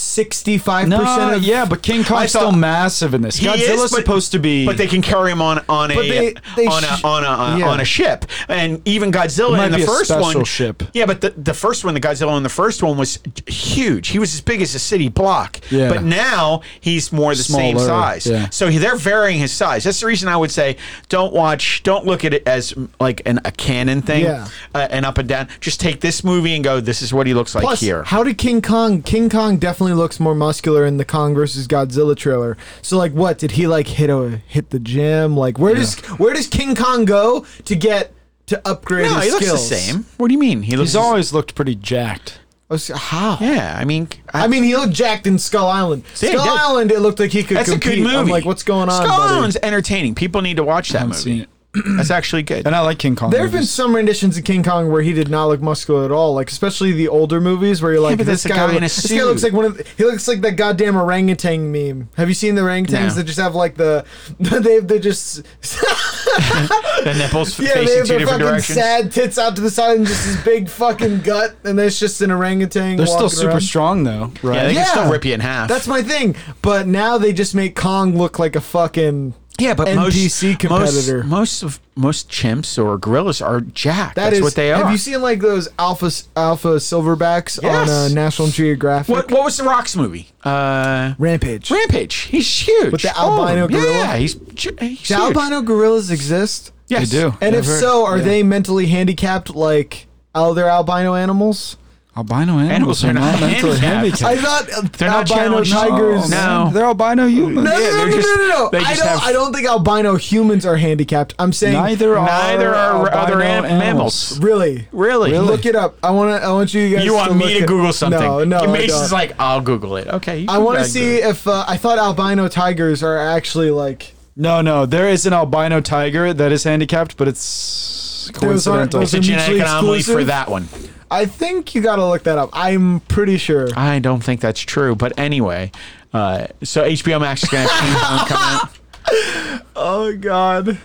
[SPEAKER 2] sixty-five
[SPEAKER 3] No,
[SPEAKER 2] percent of
[SPEAKER 3] yeah, but King
[SPEAKER 4] I
[SPEAKER 3] Kong's
[SPEAKER 4] thought-
[SPEAKER 3] still massive in this.
[SPEAKER 4] He is,
[SPEAKER 3] Godzilla's
[SPEAKER 4] but-
[SPEAKER 3] supposed to be.
[SPEAKER 4] But they can carry him on on a
[SPEAKER 2] they- they
[SPEAKER 4] on
[SPEAKER 2] sh-
[SPEAKER 4] a on a on,
[SPEAKER 2] yeah.
[SPEAKER 4] a ship, and even
[SPEAKER 3] It
[SPEAKER 4] Godzilla
[SPEAKER 3] might
[SPEAKER 4] in
[SPEAKER 3] be
[SPEAKER 4] the
[SPEAKER 3] a
[SPEAKER 4] first
[SPEAKER 3] special
[SPEAKER 4] one.
[SPEAKER 3] ship.
[SPEAKER 4] Yeah, but the, the first one, the Godzilla in the first one was huge. He was as big as a city block.
[SPEAKER 3] Yeah.
[SPEAKER 4] But now he's more the same
[SPEAKER 3] Smaller,
[SPEAKER 4] size.
[SPEAKER 3] yeah.
[SPEAKER 4] So he- they're varying his size. That's the reason I would say don't watch, don't look at it as mm, like an, a canon thing,
[SPEAKER 2] Yeah.
[SPEAKER 4] uh, an up and down. Just take this movie and go. This is what he looks like
[SPEAKER 2] Plus,
[SPEAKER 4] here.
[SPEAKER 2] how did King Kong? King Kong definitely looks more muscular in the Kong versus Godzilla trailer. So, like, what did he like hit a hit the gym? Like, where does where does King Kong go to get to upgrade
[SPEAKER 4] no,
[SPEAKER 2] his
[SPEAKER 4] he looks
[SPEAKER 2] skills?
[SPEAKER 4] the same. What do you mean? He looks
[SPEAKER 3] he's always looked pretty jacked.
[SPEAKER 2] I was- How?
[SPEAKER 4] Yeah, I mean,
[SPEAKER 2] I mean, he looked jacked in Skull Island.
[SPEAKER 4] Yeah, he
[SPEAKER 2] Skull
[SPEAKER 4] did.
[SPEAKER 2] Island, it looked like he could
[SPEAKER 4] That's
[SPEAKER 2] compete.
[SPEAKER 4] a good movie.
[SPEAKER 2] I'm like, what's going on?
[SPEAKER 4] Skull
[SPEAKER 2] buddy?
[SPEAKER 4] Island's entertaining. People need to watch that
[SPEAKER 3] haven't
[SPEAKER 4] movie.
[SPEAKER 3] seen it.
[SPEAKER 4] That's actually good.
[SPEAKER 3] And I like King Kong.
[SPEAKER 2] There have been
[SPEAKER 3] movies.
[SPEAKER 2] some renditions of King Kong where he did not look muscular at all, like especially the older movies where you're like,
[SPEAKER 4] but
[SPEAKER 2] this
[SPEAKER 4] that's
[SPEAKER 2] guy,
[SPEAKER 4] a guy in a
[SPEAKER 2] this guy looks
[SPEAKER 4] suit.
[SPEAKER 2] like one of the, he looks like that goddamn orangutan meme. Have you seen the orangutans
[SPEAKER 4] No.
[SPEAKER 2] that just have like the they they just uh,
[SPEAKER 4] the nipples
[SPEAKER 2] yeah they have their fucking sad tits out to the side and just this big fucking gut and it's just an orangutan.
[SPEAKER 3] They're still
[SPEAKER 2] walking
[SPEAKER 3] super
[SPEAKER 2] around.
[SPEAKER 3] strong though,
[SPEAKER 4] Yeah, they
[SPEAKER 3] right?
[SPEAKER 4] can
[SPEAKER 2] Yeah.
[SPEAKER 4] still rip you in half.
[SPEAKER 2] That's my thing, but now they just make Kong look like a fucking
[SPEAKER 4] yeah, but
[SPEAKER 2] NPC
[SPEAKER 4] most,
[SPEAKER 2] competitor.
[SPEAKER 4] Most, most of most chimps or gorillas are jacked.
[SPEAKER 2] That
[SPEAKER 4] That's
[SPEAKER 2] is-
[SPEAKER 4] what they are.
[SPEAKER 2] Have you seen like those alpha alpha silverbacks
[SPEAKER 4] Yes.
[SPEAKER 2] on uh, National Geographic?
[SPEAKER 4] what what was the Rock's movie? Uh,
[SPEAKER 2] Rampage.
[SPEAKER 4] Rampage. He's huge.
[SPEAKER 2] With the
[SPEAKER 4] All of them.
[SPEAKER 2] albino gorilla?
[SPEAKER 4] Yeah, he's, j- he's
[SPEAKER 2] Do
[SPEAKER 4] huge.
[SPEAKER 2] albino gorillas exist?
[SPEAKER 4] Yes.
[SPEAKER 3] They do.
[SPEAKER 2] And
[SPEAKER 3] I've
[SPEAKER 2] if
[SPEAKER 3] heard-
[SPEAKER 2] so, are they mentally handicapped like other albino animals?
[SPEAKER 3] albino animals,
[SPEAKER 4] Animals are
[SPEAKER 3] are not
[SPEAKER 4] not
[SPEAKER 3] mentally
[SPEAKER 4] handicapped.
[SPEAKER 3] handicapped.
[SPEAKER 2] I thought uh,
[SPEAKER 4] They're not
[SPEAKER 2] albino
[SPEAKER 4] challenged.
[SPEAKER 2] tigers.
[SPEAKER 4] No.
[SPEAKER 3] man. they're albino humans.
[SPEAKER 2] No, no,
[SPEAKER 4] Yeah,
[SPEAKER 2] no,
[SPEAKER 4] they're
[SPEAKER 2] no,
[SPEAKER 4] just-
[SPEAKER 2] no, no, no.
[SPEAKER 4] they
[SPEAKER 2] I
[SPEAKER 4] just
[SPEAKER 2] don't.
[SPEAKER 4] have-
[SPEAKER 2] I don't think albino humans are handicapped. I'm saying
[SPEAKER 3] Neither are
[SPEAKER 4] Neither are
[SPEAKER 3] albino
[SPEAKER 4] other an-
[SPEAKER 3] animals.
[SPEAKER 2] Really,
[SPEAKER 4] Really?
[SPEAKER 2] Look it up. I want to. I want you guys.
[SPEAKER 4] You want
[SPEAKER 2] to
[SPEAKER 4] me
[SPEAKER 2] look
[SPEAKER 4] to
[SPEAKER 2] it-
[SPEAKER 4] Google something?
[SPEAKER 2] No, no. I,
[SPEAKER 4] Mason's
[SPEAKER 2] don't.
[SPEAKER 4] like, I'll Google it. Okay. you
[SPEAKER 2] I
[SPEAKER 4] can
[SPEAKER 2] want
[SPEAKER 4] go
[SPEAKER 2] to see
[SPEAKER 4] Google
[SPEAKER 2] if uh, I thought albino tigers are actually like.
[SPEAKER 3] No, no, there is an albino tiger that is handicapped, but it's
[SPEAKER 2] Those aren't- those
[SPEAKER 3] coincidental.
[SPEAKER 4] it.
[SPEAKER 2] are
[SPEAKER 4] It's a
[SPEAKER 2] mutually
[SPEAKER 4] genetic anomaly for
[SPEAKER 2] exclusive?
[SPEAKER 4] that one.
[SPEAKER 2] I think you gotta look that up. I'm pretty sure.
[SPEAKER 4] I don't think that's true, but anyway. Uh, so HBO Max is going to have King Kong come out.
[SPEAKER 2] Oh God.
[SPEAKER 4] The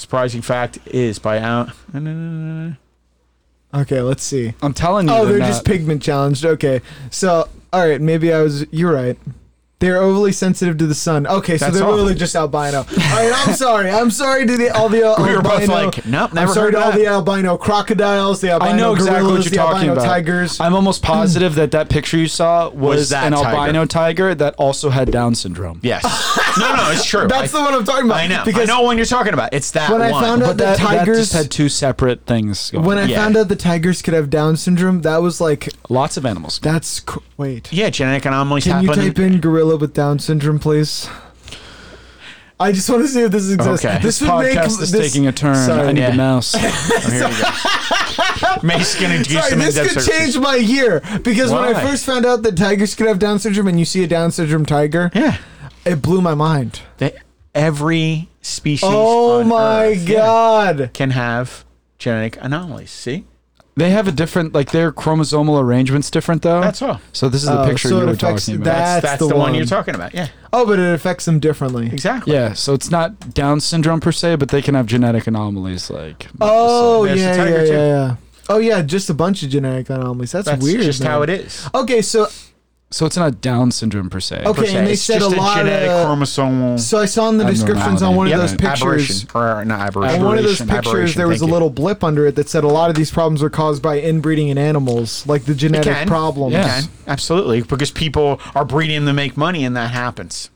[SPEAKER 4] surprising fact is by out.
[SPEAKER 2] Okay, let's see.
[SPEAKER 3] I'm telling you.
[SPEAKER 2] Oh, they're
[SPEAKER 3] not.
[SPEAKER 2] just pigment challenged. Okay. So, all right, maybe I was. You're right. They're overly sensitive to the sun. Okay, so
[SPEAKER 4] That's
[SPEAKER 2] they're
[SPEAKER 4] all.
[SPEAKER 2] really just albino. All right, I'm sorry. I'm sorry to the all the albino.
[SPEAKER 4] We were both like, nope, never
[SPEAKER 2] I'm sorry
[SPEAKER 4] heard
[SPEAKER 2] to
[SPEAKER 4] of
[SPEAKER 2] all
[SPEAKER 4] that.
[SPEAKER 2] the albino crocodiles, the albino
[SPEAKER 3] I know exactly
[SPEAKER 2] gorillas,
[SPEAKER 3] what you're
[SPEAKER 2] the
[SPEAKER 3] talking
[SPEAKER 2] albino
[SPEAKER 3] about.
[SPEAKER 2] tigers.
[SPEAKER 3] I'm almost positive that that picture you saw was,
[SPEAKER 4] that
[SPEAKER 3] an
[SPEAKER 4] tiger.
[SPEAKER 3] albino tiger that also had Down syndrome.
[SPEAKER 4] Yes. no, no, it's true.
[SPEAKER 2] That's
[SPEAKER 4] I,
[SPEAKER 2] the one I'm talking about.
[SPEAKER 4] I know.
[SPEAKER 2] Because
[SPEAKER 4] I know one you're talking about. It's that
[SPEAKER 2] When I
[SPEAKER 4] one.
[SPEAKER 2] found out-
[SPEAKER 3] But
[SPEAKER 2] The
[SPEAKER 3] that, that
[SPEAKER 2] tigers-
[SPEAKER 3] just had two separate things going
[SPEAKER 2] when I
[SPEAKER 3] on.
[SPEAKER 4] Yeah.
[SPEAKER 2] found out the tigers could have Down syndrome, that was like,
[SPEAKER 3] Lots of animals.
[SPEAKER 2] that's cr- wait.
[SPEAKER 4] yeah, genetic anomalies
[SPEAKER 2] Can
[SPEAKER 4] happen.
[SPEAKER 2] you type in gorilla with Down syndrome, please? I just want to see if this exists.
[SPEAKER 4] Okay.
[SPEAKER 2] This, would make
[SPEAKER 3] Podcast is
[SPEAKER 2] this,
[SPEAKER 3] taking a turn.
[SPEAKER 2] Sorry.
[SPEAKER 3] I need
[SPEAKER 4] Yeah.
[SPEAKER 3] a mouse.
[SPEAKER 4] Mace going to do
[SPEAKER 2] Sorry,
[SPEAKER 4] some
[SPEAKER 2] this
[SPEAKER 4] in-depth
[SPEAKER 2] could
[SPEAKER 4] search.
[SPEAKER 2] change my year because when I
[SPEAKER 4] Why?
[SPEAKER 2] first found out that tigers could have Down syndrome, and you see a Down syndrome tiger,
[SPEAKER 4] Yeah.
[SPEAKER 2] it blew my mind.
[SPEAKER 4] They- every species
[SPEAKER 2] oh
[SPEAKER 4] on
[SPEAKER 2] my
[SPEAKER 4] Earth, yeah,
[SPEAKER 2] god!
[SPEAKER 4] can have genetic anomalies. See?
[SPEAKER 3] They have a different, like their chromosomal arrangement's different though.
[SPEAKER 4] That's all.
[SPEAKER 3] So this is the
[SPEAKER 2] Oh,
[SPEAKER 3] picture
[SPEAKER 2] so it
[SPEAKER 3] you were
[SPEAKER 2] affects
[SPEAKER 3] talking about.
[SPEAKER 2] that- That's
[SPEAKER 4] That's,
[SPEAKER 2] the
[SPEAKER 4] the, one.
[SPEAKER 2] one.
[SPEAKER 4] you're talking about. Yeah.
[SPEAKER 2] Oh, but it affects them differently.
[SPEAKER 4] Exactly.
[SPEAKER 3] Yeah, so it's not Down syndrome per se, but they can have genetic anomalies like.
[SPEAKER 2] Oh
[SPEAKER 4] There's the
[SPEAKER 2] yeah,
[SPEAKER 4] tiger
[SPEAKER 2] yeah,
[SPEAKER 4] too.
[SPEAKER 2] yeah, yeah. Oh yeah, just a bunch of genetic anomalies. That's,
[SPEAKER 4] That's
[SPEAKER 2] weird.
[SPEAKER 4] just
[SPEAKER 2] man.
[SPEAKER 4] how it is.
[SPEAKER 2] Okay, so
[SPEAKER 3] So it's not Down syndrome per se.
[SPEAKER 2] Okay, and they
[SPEAKER 4] it's
[SPEAKER 2] said
[SPEAKER 4] just
[SPEAKER 2] a lot
[SPEAKER 4] genetic
[SPEAKER 2] of-
[SPEAKER 4] chromosomal
[SPEAKER 2] so I saw in the descriptions on one of
[SPEAKER 4] Yep.
[SPEAKER 2] those pictures.
[SPEAKER 4] Aberration. Or, not aberration.
[SPEAKER 2] On one of those
[SPEAKER 4] Aberration,
[SPEAKER 2] pictures, there was a
[SPEAKER 4] thank you.
[SPEAKER 2] little blip under it that said a lot of these problems are caused by inbreeding in animals, like the genetic
[SPEAKER 4] can.
[SPEAKER 2] problems.
[SPEAKER 3] Yeah.
[SPEAKER 4] Can, absolutely, because people are breeding to make money, and that happens.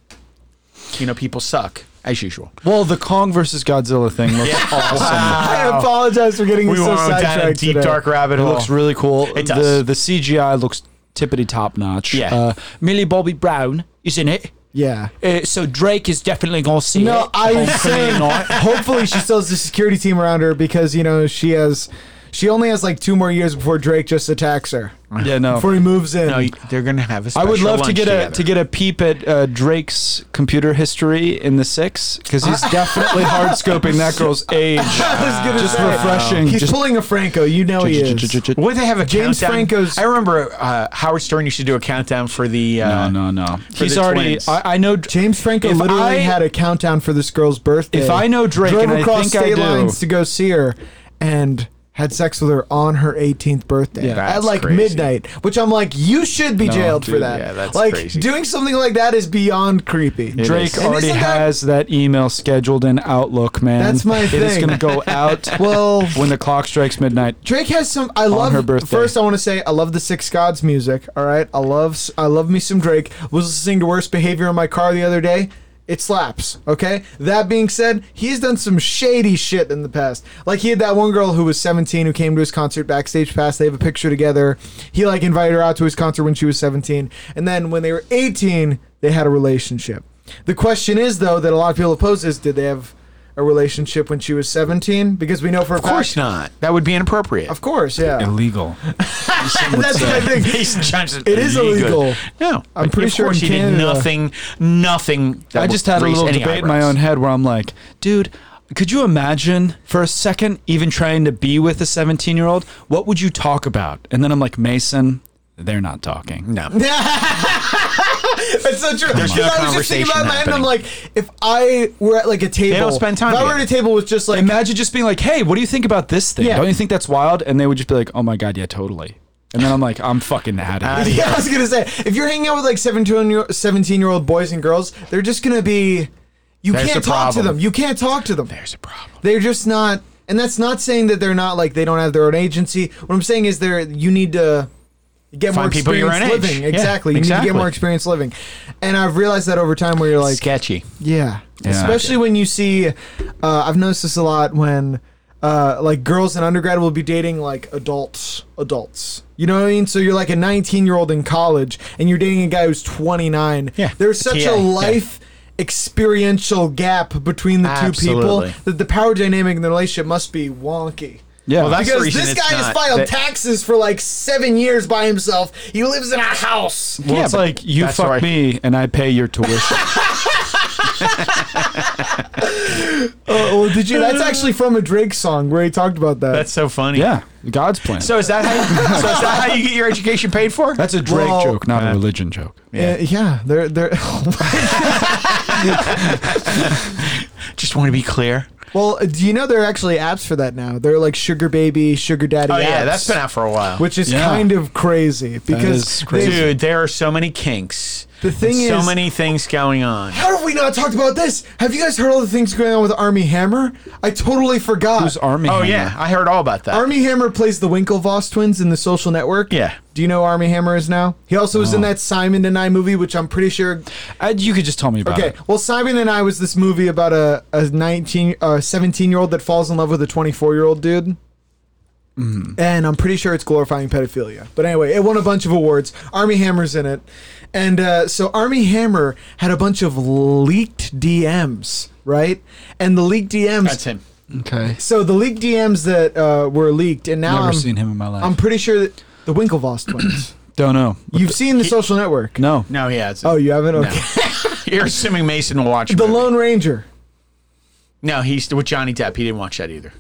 [SPEAKER 4] You know, people suck. as usual.
[SPEAKER 3] Well, the Kong versus Godzilla thing looks awesome.
[SPEAKER 2] I apologize for getting
[SPEAKER 4] We
[SPEAKER 2] so
[SPEAKER 4] went down a
[SPEAKER 2] sidetracked
[SPEAKER 4] deep
[SPEAKER 2] today.
[SPEAKER 4] dark rabbit
[SPEAKER 3] It
[SPEAKER 4] hole.
[SPEAKER 3] looks really cool.
[SPEAKER 4] It does.
[SPEAKER 3] The the CGI looks tippity top notch.
[SPEAKER 4] Yeah.
[SPEAKER 3] Uh, Millie Bobby Brown is in it.
[SPEAKER 2] Yeah.
[SPEAKER 3] Uh, so Drake is definitely gonna see
[SPEAKER 2] No,
[SPEAKER 3] it.
[SPEAKER 2] I
[SPEAKER 3] on
[SPEAKER 2] was
[SPEAKER 3] Friday
[SPEAKER 2] saying.
[SPEAKER 3] night.
[SPEAKER 2] Hopefully, she still has the security team around her because you know she has. She only has like two more years before Drake just attacks her.
[SPEAKER 3] Yeah, no.
[SPEAKER 2] Before he moves in.
[SPEAKER 4] no, you- they're gonna have a
[SPEAKER 3] I
[SPEAKER 4] special
[SPEAKER 3] would love to
[SPEAKER 4] lunch
[SPEAKER 3] get
[SPEAKER 4] together.
[SPEAKER 3] a to get a peep at uh, Drake's computer history in the six because he's definitely hard scoping that girl's age. just
[SPEAKER 2] say,
[SPEAKER 3] refreshing.
[SPEAKER 2] He's
[SPEAKER 3] just
[SPEAKER 2] pulling a Franco. You know he is.
[SPEAKER 4] Would they have a
[SPEAKER 2] James
[SPEAKER 4] countdown?
[SPEAKER 2] Franco's-
[SPEAKER 4] I remember uh, Howard Stern used to do a countdown for the. Uh,
[SPEAKER 3] no, no, no.
[SPEAKER 4] for
[SPEAKER 3] He's
[SPEAKER 4] the
[SPEAKER 3] already.
[SPEAKER 4] twins.
[SPEAKER 3] I, I know.
[SPEAKER 2] James Franco
[SPEAKER 3] If
[SPEAKER 2] literally
[SPEAKER 3] I-
[SPEAKER 2] had a countdown for this girl's birthday.
[SPEAKER 3] If I know Drake,
[SPEAKER 2] drove
[SPEAKER 3] and I
[SPEAKER 2] across
[SPEAKER 3] think I
[SPEAKER 2] state
[SPEAKER 3] do-
[SPEAKER 2] lines to go see her, and had sex with her on her 18th birthday
[SPEAKER 3] Yeah.
[SPEAKER 2] at
[SPEAKER 4] That's
[SPEAKER 2] like
[SPEAKER 4] crazy.
[SPEAKER 2] midnight, which I'm like, you should be jailed for
[SPEAKER 3] dude,
[SPEAKER 2] that.
[SPEAKER 4] yeah, that's
[SPEAKER 2] like
[SPEAKER 4] crazy.
[SPEAKER 2] doing something like that is beyond creepy.
[SPEAKER 3] Drake
[SPEAKER 2] And
[SPEAKER 3] already
[SPEAKER 2] isn't that-
[SPEAKER 3] has that email scheduled in Outlook, man.
[SPEAKER 2] That's my
[SPEAKER 3] It is
[SPEAKER 2] thing.
[SPEAKER 3] going to go out
[SPEAKER 2] well,
[SPEAKER 3] when the clock strikes midnight.
[SPEAKER 2] Drake has some. I love.
[SPEAKER 3] her birthday.
[SPEAKER 2] First, I want to say I love the Six Gods music. All right, I love. I love me some Drake. Was listening to Worst Behavior in my car the other day. It slaps. Okay. That being said, he's done some shady shit in the past. Like he had that one girl who was 17 who came to his concert backstage pass. They have a picture together. He like invited her out to his concert when she was 17, and then when they were 18, they had a relationship. The question is though that a lot of people pose is, did they have a relationship when she was 17? Because we know for a
[SPEAKER 4] Of course not. That would be inappropriate.
[SPEAKER 2] Of course, yeah.
[SPEAKER 3] Illegal.
[SPEAKER 2] That's what I think.
[SPEAKER 4] Mason Johnson.
[SPEAKER 2] It is illegal.
[SPEAKER 4] No,
[SPEAKER 2] I'm pretty
[SPEAKER 4] of
[SPEAKER 2] sure
[SPEAKER 4] course
[SPEAKER 2] in
[SPEAKER 4] he did
[SPEAKER 2] Canada-
[SPEAKER 4] nothing. Nothing. That
[SPEAKER 3] I
[SPEAKER 4] would
[SPEAKER 3] just had a
[SPEAKER 4] raise
[SPEAKER 3] little
[SPEAKER 4] any
[SPEAKER 3] debate in my
[SPEAKER 4] eyebrows.
[SPEAKER 3] own head where I'm like, dude, could you imagine for a second even trying to be with a 17 year old? What would you talk about? And then I'm like, Mason, they're not talking.
[SPEAKER 4] No.
[SPEAKER 2] It's so true.
[SPEAKER 4] There's
[SPEAKER 2] 'Cause
[SPEAKER 4] no
[SPEAKER 2] I was just thinking
[SPEAKER 4] conversation
[SPEAKER 2] about it in my head, and I'm like,
[SPEAKER 4] happening.
[SPEAKER 2] if I were at like a table,
[SPEAKER 4] don't spend time
[SPEAKER 2] If I were at
[SPEAKER 4] together.
[SPEAKER 2] a table with just like,
[SPEAKER 3] Imagine just being like, hey, what do you think about this thing?
[SPEAKER 2] Yeah.
[SPEAKER 3] Don't you think that's wild? And they would just be like, oh my God, yeah, totally. And then I'm like, I'm fucking out of here.
[SPEAKER 2] yeah, I was gonna say, if you're hanging out with like 17 year 17 year old boys and girls, they're just gonna be, you
[SPEAKER 4] There's
[SPEAKER 2] can't
[SPEAKER 4] the
[SPEAKER 2] talk to
[SPEAKER 4] problem.
[SPEAKER 2] them. You can't talk to them.
[SPEAKER 4] There's a problem.
[SPEAKER 2] They're just not, and that's not saying that they're not like they don't have their own agency. What I'm saying is they're you need to get more
[SPEAKER 4] Find people your
[SPEAKER 2] experience
[SPEAKER 4] own age.
[SPEAKER 2] living.
[SPEAKER 4] Yeah,
[SPEAKER 2] exactly, you need to
[SPEAKER 4] exactly.
[SPEAKER 2] get more experience living. And I've realized that over time, where you're like,
[SPEAKER 4] Sketchy.
[SPEAKER 2] Yeah. Especially when you see, uh, I've noticed this a lot when, uh, like, girls in undergrad will be dating, like, adults. Adults. You know what I mean? So you're like a 19 year old in college and you're dating a guy who's 29.
[SPEAKER 4] Yeah.
[SPEAKER 2] There's such
[SPEAKER 4] Yeah,
[SPEAKER 2] a
[SPEAKER 4] yeah.
[SPEAKER 2] life experiential gap between the two
[SPEAKER 4] Absolutely.
[SPEAKER 2] people that the power dynamic in the relationship must be wonky.
[SPEAKER 3] Yeah.
[SPEAKER 4] Well, that's the
[SPEAKER 2] Because
[SPEAKER 4] reason
[SPEAKER 2] this
[SPEAKER 4] it's
[SPEAKER 2] guy has
[SPEAKER 4] not-
[SPEAKER 2] filed
[SPEAKER 4] that-
[SPEAKER 2] taxes for like seven years by himself. He lives in a house.
[SPEAKER 3] Well,
[SPEAKER 4] Yeah,
[SPEAKER 3] it's
[SPEAKER 4] but
[SPEAKER 3] like you
[SPEAKER 4] that's
[SPEAKER 3] fuck
[SPEAKER 4] where I-
[SPEAKER 3] me and I pay your tuition.
[SPEAKER 2] Oh, did you? That's actually from a Drake song where he talked about that.
[SPEAKER 4] That's so funny.
[SPEAKER 3] yeah, God's plan.
[SPEAKER 4] So is that how? so is that how you get your education paid for?
[SPEAKER 3] that's a Drake
[SPEAKER 2] Well-
[SPEAKER 3] joke, not a religion joke.
[SPEAKER 2] yeah. Uh, yeah, they're they're
[SPEAKER 4] Just want to be clear.
[SPEAKER 2] Well, uh, do you know there are actually apps for that now? They're like Sugar Baby, Sugar Daddy
[SPEAKER 4] Oh
[SPEAKER 2] apps.
[SPEAKER 4] yeah, that's been out for a while.
[SPEAKER 2] Which is
[SPEAKER 3] Yeah.
[SPEAKER 2] kind of crazy because
[SPEAKER 3] is crazy.
[SPEAKER 2] they-
[SPEAKER 4] Dude, there are so many kinks.
[SPEAKER 2] The thing
[SPEAKER 4] And so
[SPEAKER 2] is-
[SPEAKER 4] many things going on.
[SPEAKER 2] how have we not talked about this? Have you guys heard all the things going on with Army Hammer? I totally forgot.
[SPEAKER 3] Who's Army?
[SPEAKER 4] Oh
[SPEAKER 3] Hammer?
[SPEAKER 4] yeah, I heard all about that.
[SPEAKER 2] Army Hammer plays the Winklevoss twins in The Social Network.
[SPEAKER 4] Yeah.
[SPEAKER 2] Do you know who Army Hammer is now? He also was in that Simon and I movie, which I'm pretty sure
[SPEAKER 3] I, you could just tell me about
[SPEAKER 2] Okay,
[SPEAKER 3] it.
[SPEAKER 2] well, Simon and I was this movie about a, a 19, uh, 17 year old that falls in love with a 24 year old dude.
[SPEAKER 3] Mm-hmm.
[SPEAKER 2] And I'm pretty sure it's glorifying pedophilia. But anyway, it won a bunch of awards. Army Hammer's in it. And uh, so Army Hammer had a bunch of leaked DMs, right? And the leaked DMs.
[SPEAKER 4] That's him.
[SPEAKER 3] Okay.
[SPEAKER 2] So the leaked DMs that uh, were leaked, and now
[SPEAKER 3] Never
[SPEAKER 2] I'm,
[SPEAKER 3] seen him in my life.
[SPEAKER 2] I'm pretty sure that the Winklevoss twins.
[SPEAKER 3] Don't know.
[SPEAKER 2] You've seen the social network.
[SPEAKER 3] No.
[SPEAKER 4] No, he has.
[SPEAKER 2] Oh,
[SPEAKER 4] Oh,
[SPEAKER 2] you haven't? Okay.
[SPEAKER 4] you're assuming Mason will watch. a
[SPEAKER 2] The
[SPEAKER 4] movie.
[SPEAKER 2] Lone Ranger.
[SPEAKER 4] No, he's with Johnny Depp. He didn't watch that either.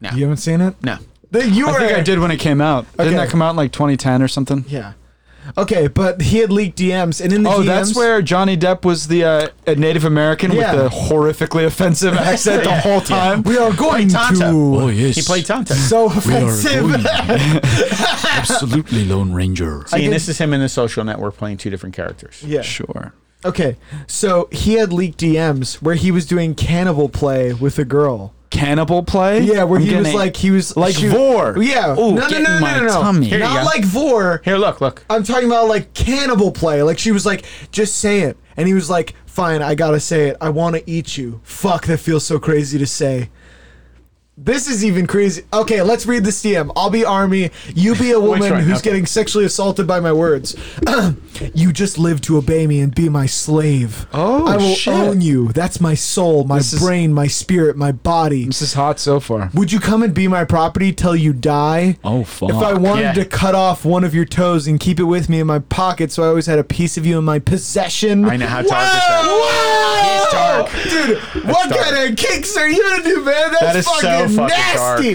[SPEAKER 2] You haven't seen it?
[SPEAKER 4] No.
[SPEAKER 2] The, you
[SPEAKER 3] I
[SPEAKER 2] were
[SPEAKER 3] think I did when it came out.
[SPEAKER 2] Okay.
[SPEAKER 3] Didn't that come out in like 2010 or something?
[SPEAKER 2] Yeah. Okay, but he had leaked DMs, and in the
[SPEAKER 3] Oh,
[SPEAKER 2] DMs,
[SPEAKER 3] that's where Johnny Depp was the uh, a Native American
[SPEAKER 2] Yeah.
[SPEAKER 3] with the horrifically offensive accent the whole time. Oh,
[SPEAKER 2] we are going
[SPEAKER 4] Tonto.
[SPEAKER 2] to.
[SPEAKER 3] yes.
[SPEAKER 4] He played Tonto.
[SPEAKER 2] So offensive.
[SPEAKER 3] Absolutely Lone Ranger.
[SPEAKER 4] See,
[SPEAKER 2] did-
[SPEAKER 4] and this is him in the social network playing two different characters.
[SPEAKER 2] yeah.
[SPEAKER 3] Sure.
[SPEAKER 2] Okay. So he had leaked DMs where he was doing cannibal play with a girl.
[SPEAKER 3] Cannibal play?
[SPEAKER 2] Yeah, where
[SPEAKER 3] I'm
[SPEAKER 2] he was
[SPEAKER 3] gonna-
[SPEAKER 2] like he was
[SPEAKER 3] Like
[SPEAKER 2] she-
[SPEAKER 3] Vor.
[SPEAKER 2] Yeah.
[SPEAKER 3] Ooh,
[SPEAKER 2] no, no,
[SPEAKER 3] get
[SPEAKER 2] no,
[SPEAKER 3] in my
[SPEAKER 2] no, no, no.
[SPEAKER 3] tummy. Here you
[SPEAKER 2] Not
[SPEAKER 4] go.
[SPEAKER 2] like vor.
[SPEAKER 4] Here, look, look.
[SPEAKER 2] I'm talking about like cannibal play. Like she was like, just say it, and he was like, "Fine, I gotta say it. I want to eat you." Fuck, that feels so crazy to say. This is even crazy. Okay, let's read this DM. I'll be army. You be a woman
[SPEAKER 4] sorry,
[SPEAKER 2] who's
[SPEAKER 4] okay.
[SPEAKER 2] getting sexually assaulted by my words. you just live to obey me and be my slave.
[SPEAKER 3] Oh,
[SPEAKER 2] I will
[SPEAKER 3] shit.
[SPEAKER 2] own you. That's my soul, my
[SPEAKER 3] This is-
[SPEAKER 2] brain, my spirit, my body.
[SPEAKER 3] This is hot so far.
[SPEAKER 2] Would you come and be my property till you die?
[SPEAKER 3] Oh, fuck.
[SPEAKER 2] If I wanted
[SPEAKER 4] Yeah.
[SPEAKER 2] to cut off one of your toes and keep it with me in my pocket, so I always had a piece of you in my possession.
[SPEAKER 4] I know how dark this is.
[SPEAKER 2] Whoa!
[SPEAKER 4] It's dark.
[SPEAKER 2] Dude, what
[SPEAKER 4] dark.
[SPEAKER 2] kind of kicks are you gonna do, man? That's
[SPEAKER 4] That is so
[SPEAKER 2] fucking,
[SPEAKER 4] fucking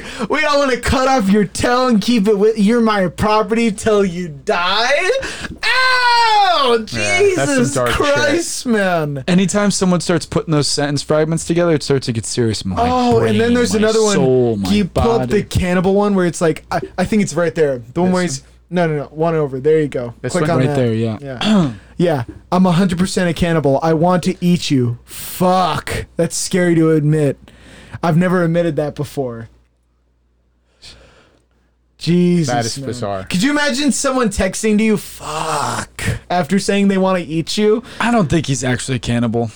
[SPEAKER 2] nasty. We all want to cut off your toe and keep it with. You're my property till you die. Ow!
[SPEAKER 4] Yeah, that's some
[SPEAKER 2] Jesus
[SPEAKER 4] dark
[SPEAKER 2] Christ, man.
[SPEAKER 3] Anytime someone starts putting those sentence fragments together, it starts to get serious. My
[SPEAKER 2] Oh, and then
[SPEAKER 3] brain,
[SPEAKER 2] there's
[SPEAKER 3] my
[SPEAKER 2] another one.
[SPEAKER 3] soul, my
[SPEAKER 2] Can you pull up
[SPEAKER 3] body.
[SPEAKER 2] the cannibal one where it's like, I, I think it's right there. The one where he's, no, no, no, one over. There you go.
[SPEAKER 4] This
[SPEAKER 2] Click
[SPEAKER 4] one?
[SPEAKER 2] on
[SPEAKER 3] right
[SPEAKER 2] that.
[SPEAKER 3] there. Yeah.
[SPEAKER 2] Yeah. yeah. I'm 100% a cannibal. I want to eat you. Fuck. That's scary to admit. I've never admitted that before. Jesus.
[SPEAKER 4] That is
[SPEAKER 2] man.
[SPEAKER 4] bizarre.
[SPEAKER 2] Could you imagine someone texting to you, fuck, after saying they want to eat you?
[SPEAKER 3] I don't think he's actually a cannibal.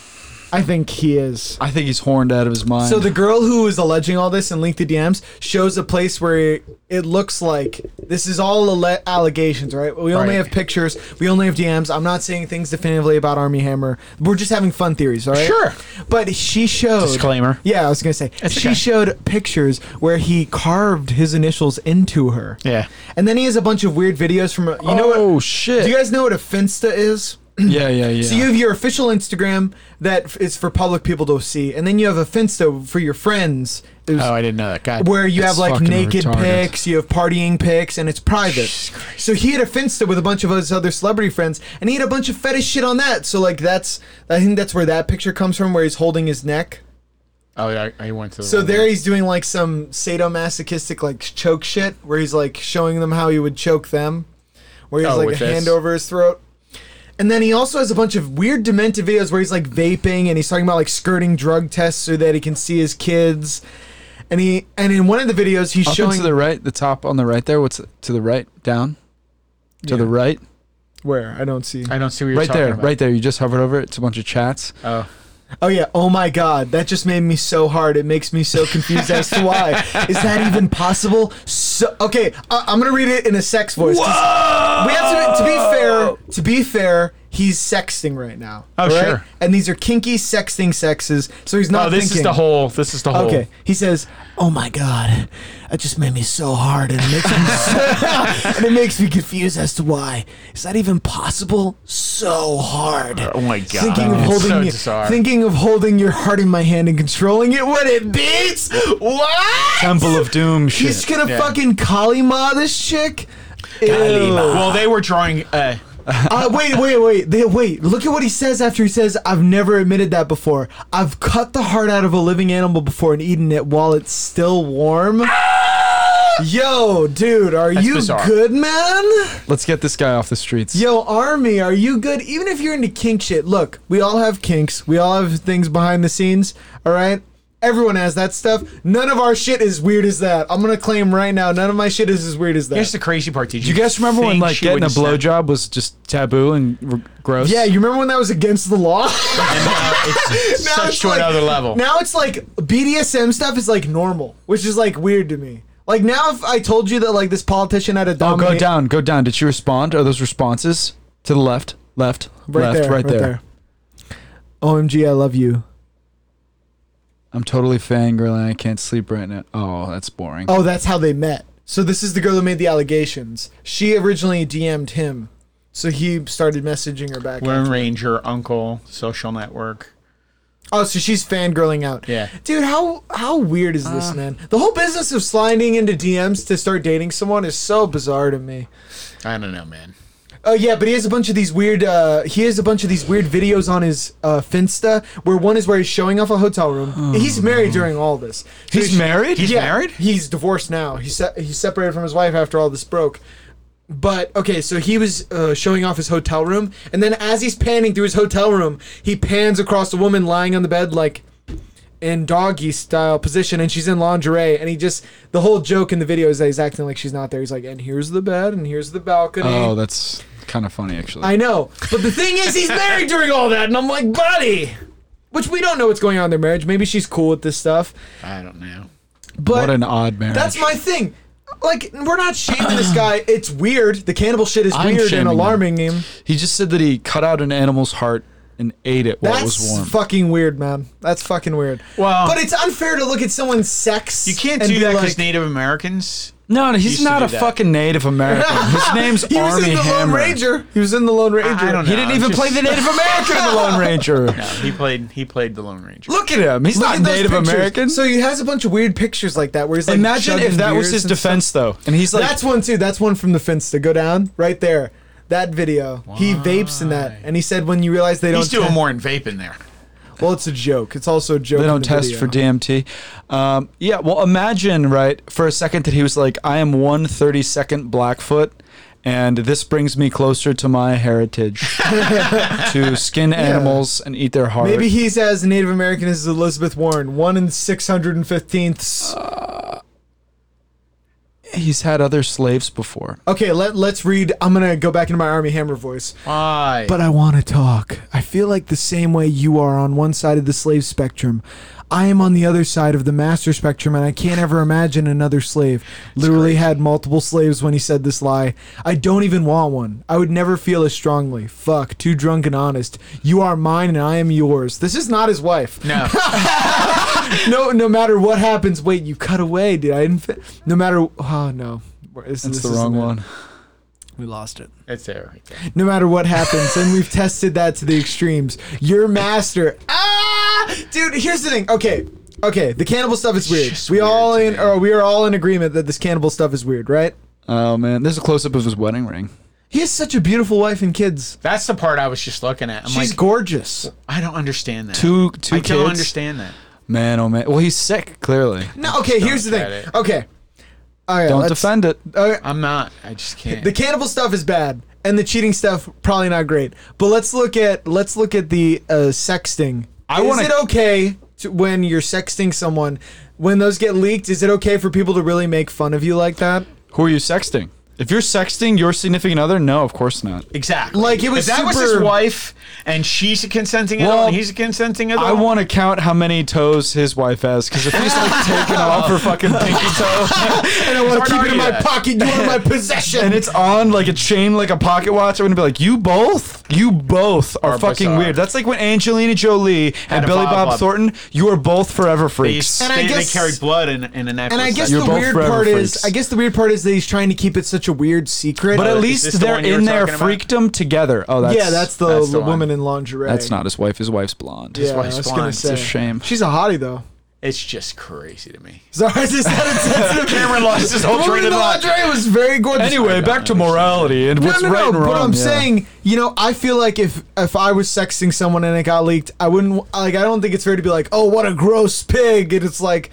[SPEAKER 2] I think he is.
[SPEAKER 3] I think he's horned out of his mind.
[SPEAKER 2] So the girl who is alleging all this and linked the DMs shows a place where it looks like this is all alle- allegations, right? We only
[SPEAKER 4] Right.
[SPEAKER 2] have pictures, we only have DMs. I'm not saying things definitively about Army Hammer. We're just having fun theories, all right?
[SPEAKER 4] Sure.
[SPEAKER 2] But she showed
[SPEAKER 4] Disclaimer.
[SPEAKER 2] Yeah, I was gonna say
[SPEAKER 4] It's
[SPEAKER 2] she
[SPEAKER 4] okay.
[SPEAKER 2] showed pictures where he carved his initials into her.
[SPEAKER 4] Yeah.
[SPEAKER 2] and then he has a bunch of weird videos from you know what?
[SPEAKER 3] oh shit.
[SPEAKER 2] Do you guys know what a finsta is?
[SPEAKER 3] yeah, yeah, yeah.
[SPEAKER 2] So you have your official Instagram that f- is for public people to see, and then you have a Finsta for your friends, is-
[SPEAKER 4] Oh, I didn't know that. God.
[SPEAKER 2] where you
[SPEAKER 3] It's
[SPEAKER 2] have like
[SPEAKER 3] fucking
[SPEAKER 2] naked
[SPEAKER 3] retarded.
[SPEAKER 2] pics, you have partying pics, and it's private. So he had a Finsta with a bunch of his other celebrity friends, and he had a bunch of fetish shit on that. So like that's I think that's where that picture comes from, where he's holding his neck.
[SPEAKER 4] Oh, I, I went to. The
[SPEAKER 2] So there he's doing like some sadomasochistic like choke shit, where he's like showing them how he would choke them, where he's
[SPEAKER 4] Oh,
[SPEAKER 2] like a
[SPEAKER 4] with this.
[SPEAKER 2] hand over his throat. And then he also has a bunch of weird demented videos where he's like vaping and he's talking about like skirting drug tests so that he can see his kids. And he and in one of the videos he's
[SPEAKER 3] Up and
[SPEAKER 2] showing
[SPEAKER 3] to the right, the top on the right there. What's to the right? Down. To the right,
[SPEAKER 2] where I don't see.
[SPEAKER 4] I don't see what you're
[SPEAKER 3] right
[SPEAKER 4] talking
[SPEAKER 3] there,
[SPEAKER 4] about.
[SPEAKER 3] right there. You just hovered over it. It's a bunch of chats.
[SPEAKER 4] Oh.
[SPEAKER 2] Oh yeah. Oh my god, that just made me so hard. It makes me so confused as to why. Is that even possible? So okay, I- I'm gonna read it in a sex voice. 'cause We have to, to be fair. To be fair, he's sexting right now.
[SPEAKER 4] Oh,
[SPEAKER 2] alright?
[SPEAKER 4] sure.
[SPEAKER 2] And these are kinky sexting sexes, so he's not.
[SPEAKER 4] Oh, this
[SPEAKER 2] thinking.
[SPEAKER 4] is the whole. This is the whole.
[SPEAKER 2] Okay, he says, "Oh my god, that just made me so hard, and it makes me, so, and it makes me confused as to why is that even possible? So hard.
[SPEAKER 4] Oh my god.
[SPEAKER 2] Thinking of
[SPEAKER 4] It's
[SPEAKER 2] holding,
[SPEAKER 4] so
[SPEAKER 2] your-
[SPEAKER 4] bizarre.
[SPEAKER 2] thinking of holding your heart in my hand and controlling it when it beats. What?
[SPEAKER 3] Temple of Doom shit.
[SPEAKER 2] He's gonna
[SPEAKER 4] Yeah.
[SPEAKER 2] fucking Kalima this chick. Ew.
[SPEAKER 4] well, they were drawing. Uh,
[SPEAKER 2] Uh, wait, wait, wait, they, wait! Look at what he says after he says, "I've never admitted that before. I've cut the heart out of a living animal before and eaten it while it's still warm." Yo, dude, are you
[SPEAKER 4] Ah! bizarre.
[SPEAKER 2] good, man?
[SPEAKER 3] Let's get this guy off the streets.
[SPEAKER 2] Yo, army, are you good? Even if you're into kink shit, look, we all have kinks. We all have things behind the scenes. All right. Everyone has that stuff. None of our shit is weird as that. I'm gonna claim right now, none of my shit is as weird as that.
[SPEAKER 4] here's the crazy part. Did
[SPEAKER 3] Do
[SPEAKER 4] you,
[SPEAKER 3] you guys remember when
[SPEAKER 4] think
[SPEAKER 3] like
[SPEAKER 4] she
[SPEAKER 3] getting a
[SPEAKER 4] wouldn't
[SPEAKER 3] blowjob
[SPEAKER 4] snap?
[SPEAKER 3] was just taboo and r- gross?
[SPEAKER 2] yeah, you remember when that was against the law?
[SPEAKER 4] And now it's
[SPEAKER 2] Now
[SPEAKER 4] such
[SPEAKER 2] it's
[SPEAKER 4] to
[SPEAKER 2] like-
[SPEAKER 4] another level.
[SPEAKER 2] Now it's like BDSM stuff is like normal, which is like weird to me. Like now, if I told you that like this politician had a
[SPEAKER 3] Oh,
[SPEAKER 2] dominant,
[SPEAKER 3] go down, go down. Did she respond? Are those responses to the left, left,
[SPEAKER 2] right
[SPEAKER 3] left,
[SPEAKER 2] there,
[SPEAKER 3] right, there.
[SPEAKER 2] OMG, I love you.
[SPEAKER 3] I'm totally fangirling. I can't sleep right now. Oh, that's boring.
[SPEAKER 2] Oh, that's how they met. So this is the girl who made the allegations. She originally DM'd him, so he started messaging her back.
[SPEAKER 4] Lone Ranger, Uncle, Social Network.
[SPEAKER 2] Oh, so she's fangirling out.
[SPEAKER 4] Yeah.
[SPEAKER 2] Dude, how how weird is
[SPEAKER 3] Uh.
[SPEAKER 2] this, man? The whole business of sliding into DMs to start dating someone is so bizarre to me.
[SPEAKER 4] I don't know, man.
[SPEAKER 2] Oh yeah, but he has a bunch of these weird. Uh, he has a bunch of these weird videos on his uh, Finsta, where one is where he's showing off a hotel room. he's married during all this. So
[SPEAKER 3] Oh. He's married? He's married?
[SPEAKER 2] He's divorced now. He's se- he's separated from his wife after all this broke. But okay, so he was uh, showing off his hotel room, and then as he's panning through his hotel room, he pans across a woman lying on the bed like in doggy style position and she's in lingerie and he just the whole joke in the video is that he's acting like she's not there he's like and here's the bed and here's the balcony
[SPEAKER 3] Oh, that's kind of funny, actually.
[SPEAKER 2] I know. But the thing is, he's married during all that, and I'm like, buddy. Which we don't know what's going on in their marriage. Maybe she's cool with this stuff.
[SPEAKER 4] I don't know.
[SPEAKER 2] But
[SPEAKER 3] what an odd marriage.
[SPEAKER 2] that's my thing. Like, we're not shaming this guy. It's weird. The cannibal shit is
[SPEAKER 3] I'm
[SPEAKER 2] weird
[SPEAKER 3] shaming
[SPEAKER 2] and
[SPEAKER 3] him.
[SPEAKER 2] alarming him.
[SPEAKER 3] He just said that he cut out an animal's heart and ate it while it was warm.
[SPEAKER 2] That's fucking weird, man. That's fucking weird.
[SPEAKER 4] Well-
[SPEAKER 2] but it's unfair to look at someone's sex.
[SPEAKER 4] You can't
[SPEAKER 2] and
[SPEAKER 4] do
[SPEAKER 2] be
[SPEAKER 4] that because
[SPEAKER 2] like,
[SPEAKER 4] Native Americans.
[SPEAKER 3] no, no,
[SPEAKER 4] used
[SPEAKER 3] he's
[SPEAKER 4] to
[SPEAKER 3] not
[SPEAKER 4] do
[SPEAKER 3] a
[SPEAKER 4] that.
[SPEAKER 3] fucking Native American. His name's
[SPEAKER 2] he was
[SPEAKER 3] Army
[SPEAKER 2] in the
[SPEAKER 3] Hammer.
[SPEAKER 2] Lone Ranger. He was in the Lone Ranger.
[SPEAKER 4] I don't know.
[SPEAKER 3] He didn't
[SPEAKER 4] I'm
[SPEAKER 3] even
[SPEAKER 4] just-
[SPEAKER 3] play the Native American in the Lone Ranger.
[SPEAKER 4] He played. He played the Lone Ranger.
[SPEAKER 3] Look at him. He's
[SPEAKER 2] Look
[SPEAKER 3] not
[SPEAKER 2] at those
[SPEAKER 3] Native
[SPEAKER 2] pictures.
[SPEAKER 3] American.
[SPEAKER 2] So he has a bunch of weird pictures like that where he's like.
[SPEAKER 3] Imagine if
[SPEAKER 2] chugging
[SPEAKER 3] that was
[SPEAKER 2] beers
[SPEAKER 3] his
[SPEAKER 2] and stuff.
[SPEAKER 3] defense, though, and he's like,
[SPEAKER 2] That's one too. That's one from the fence to go down right there. That video. He vapes in that, and he said when you realize they don't.
[SPEAKER 4] He's doing
[SPEAKER 2] test-
[SPEAKER 4] more in vape in there.
[SPEAKER 2] Well, it's a joke. It's also a joke.
[SPEAKER 3] they
[SPEAKER 2] in
[SPEAKER 3] don't
[SPEAKER 2] the
[SPEAKER 3] test
[SPEAKER 2] video.
[SPEAKER 3] for DMT. Um, yeah, well, imagine right for a second that he was like, I am one thirty second Blackfoot, and this brings me closer to my heritage to skin animals and eat their heart.
[SPEAKER 2] Maybe he's as Native American as Elizabeth Warren. One in six hundred and fifteenths.
[SPEAKER 3] Uh. he's had other slaves before.
[SPEAKER 2] Okay, let let's read. I'm gonna go back into my Army Hammer voice.
[SPEAKER 4] Why?
[SPEAKER 2] But I want to talk. I feel like the same way you are on one side of the slave spectrum. I am on the other side of the master spectrum, and I can't ever imagine another slave. Literally had multiple slaves when he said this lie. I don't even want one. I would never feel as strongly. Fuck, too drunk and honest. You are mine, and I am yours. This is not his wife.
[SPEAKER 4] no.
[SPEAKER 2] No, no matter what happens. Wait, you cut away, dude. I didn't. Fi- no matter. Oh no, This-
[SPEAKER 3] That's
[SPEAKER 2] this
[SPEAKER 3] the
[SPEAKER 2] isn't
[SPEAKER 3] wrong
[SPEAKER 2] it.
[SPEAKER 3] one.
[SPEAKER 2] We lost it
[SPEAKER 4] That's there. Right there.
[SPEAKER 2] no matter what happens. And we've tested that to the extremes. Your master. Ah! Dude, here's the thing. Okay. Okay, the cannibal stuff is weird.
[SPEAKER 4] just
[SPEAKER 2] We
[SPEAKER 4] weird
[SPEAKER 2] all
[SPEAKER 4] to
[SPEAKER 2] in
[SPEAKER 4] me.
[SPEAKER 2] or we are all in agreement that this cannibal stuff is weird, right?
[SPEAKER 3] Oh man, there's a close up of his wedding ring.
[SPEAKER 2] He has such a beautiful wife and kids.
[SPEAKER 4] That's the part I was just looking at. I'm
[SPEAKER 2] She's
[SPEAKER 4] like,
[SPEAKER 2] gorgeous.
[SPEAKER 4] I don't understand that.
[SPEAKER 3] Two two
[SPEAKER 4] I
[SPEAKER 3] kids.
[SPEAKER 4] don't understand that.
[SPEAKER 3] Man, oh man. Well, he's sick clearly.
[SPEAKER 2] No, okay, here's the
[SPEAKER 4] at
[SPEAKER 2] thing.
[SPEAKER 4] it.
[SPEAKER 2] Okay. All right,
[SPEAKER 3] Don't
[SPEAKER 2] let's-
[SPEAKER 3] defend it.
[SPEAKER 2] okay,
[SPEAKER 4] I'm not. I just can't.
[SPEAKER 2] the cannibal stuff is bad and the cheating stuff probably not great. But let's look at let's look at the uh, sexting.
[SPEAKER 3] I
[SPEAKER 2] is
[SPEAKER 3] wanna-
[SPEAKER 2] it okay to, when you're sexting someone when those get leaked? Is it okay for people to really make fun of you like that?
[SPEAKER 3] Who are you sexting? If you're sexting your significant other, no, of course not.
[SPEAKER 4] exactly.
[SPEAKER 2] like, it was
[SPEAKER 4] If that was his
[SPEAKER 2] super-
[SPEAKER 4] wife, and she's a consenting adult,
[SPEAKER 3] Well,
[SPEAKER 4] and he's a consenting adult.
[SPEAKER 3] I want to count how many toes his wife has because if he's like taking off her fucking pinky toe
[SPEAKER 2] And I want
[SPEAKER 4] Hard
[SPEAKER 2] to keep
[SPEAKER 4] to
[SPEAKER 2] it in my
[SPEAKER 4] argue that.
[SPEAKER 2] pocket. You are my possession.
[SPEAKER 3] and it's on like a chain like a pocket watch, I'm gonna be like, you both, you both are,
[SPEAKER 4] Are
[SPEAKER 3] fucking
[SPEAKER 4] bizarre.
[SPEAKER 3] weird. That's like when Angelina Jolie and
[SPEAKER 4] a
[SPEAKER 3] Billy
[SPEAKER 4] Bob
[SPEAKER 3] Bob,
[SPEAKER 4] Bob.
[SPEAKER 3] Thornton, you are both forever
[SPEAKER 4] They,
[SPEAKER 3] freaks.
[SPEAKER 2] And I
[SPEAKER 4] they- they
[SPEAKER 2] guess-
[SPEAKER 4] carry blood in, in an
[SPEAKER 2] and I guess
[SPEAKER 3] You're
[SPEAKER 2] the
[SPEAKER 3] both
[SPEAKER 2] weird
[SPEAKER 3] forever
[SPEAKER 2] part is,
[SPEAKER 3] freaks.
[SPEAKER 2] I guess the weird part is that he's trying to keep it such a weird secret.
[SPEAKER 3] but
[SPEAKER 4] Oh,
[SPEAKER 3] at
[SPEAKER 4] is
[SPEAKER 3] least
[SPEAKER 4] this the
[SPEAKER 3] they're
[SPEAKER 4] one you were
[SPEAKER 3] in their
[SPEAKER 4] talking about?
[SPEAKER 3] freakdom together. Oh, that's
[SPEAKER 2] yeah, that's the,
[SPEAKER 4] that's the one.
[SPEAKER 2] woman in lingerie.
[SPEAKER 3] that's not his wife. His wife's blonde.
[SPEAKER 2] Yeah,
[SPEAKER 4] wife's
[SPEAKER 2] I was
[SPEAKER 4] blonde.
[SPEAKER 2] gonna
[SPEAKER 4] It's
[SPEAKER 2] say.
[SPEAKER 3] It's a shame.
[SPEAKER 2] She's a hottie though.
[SPEAKER 4] it's just crazy to me.
[SPEAKER 2] Sorry, is that a
[SPEAKER 4] Cameron lost his whole
[SPEAKER 2] The woman
[SPEAKER 4] train
[SPEAKER 2] in
[SPEAKER 4] of
[SPEAKER 2] the
[SPEAKER 4] thought.
[SPEAKER 2] lingerie was very gorgeous.
[SPEAKER 3] Anyway, back to
[SPEAKER 4] understand.
[SPEAKER 3] morality and what's
[SPEAKER 2] no, no,
[SPEAKER 3] right
[SPEAKER 2] no,
[SPEAKER 3] and wrong.
[SPEAKER 2] But I'm
[SPEAKER 3] yeah.
[SPEAKER 2] saying, you know, I feel like if if I was sexting someone and it got leaked, I wouldn't like. I don't think it's fair to be like, oh, what a gross pig, and it's like,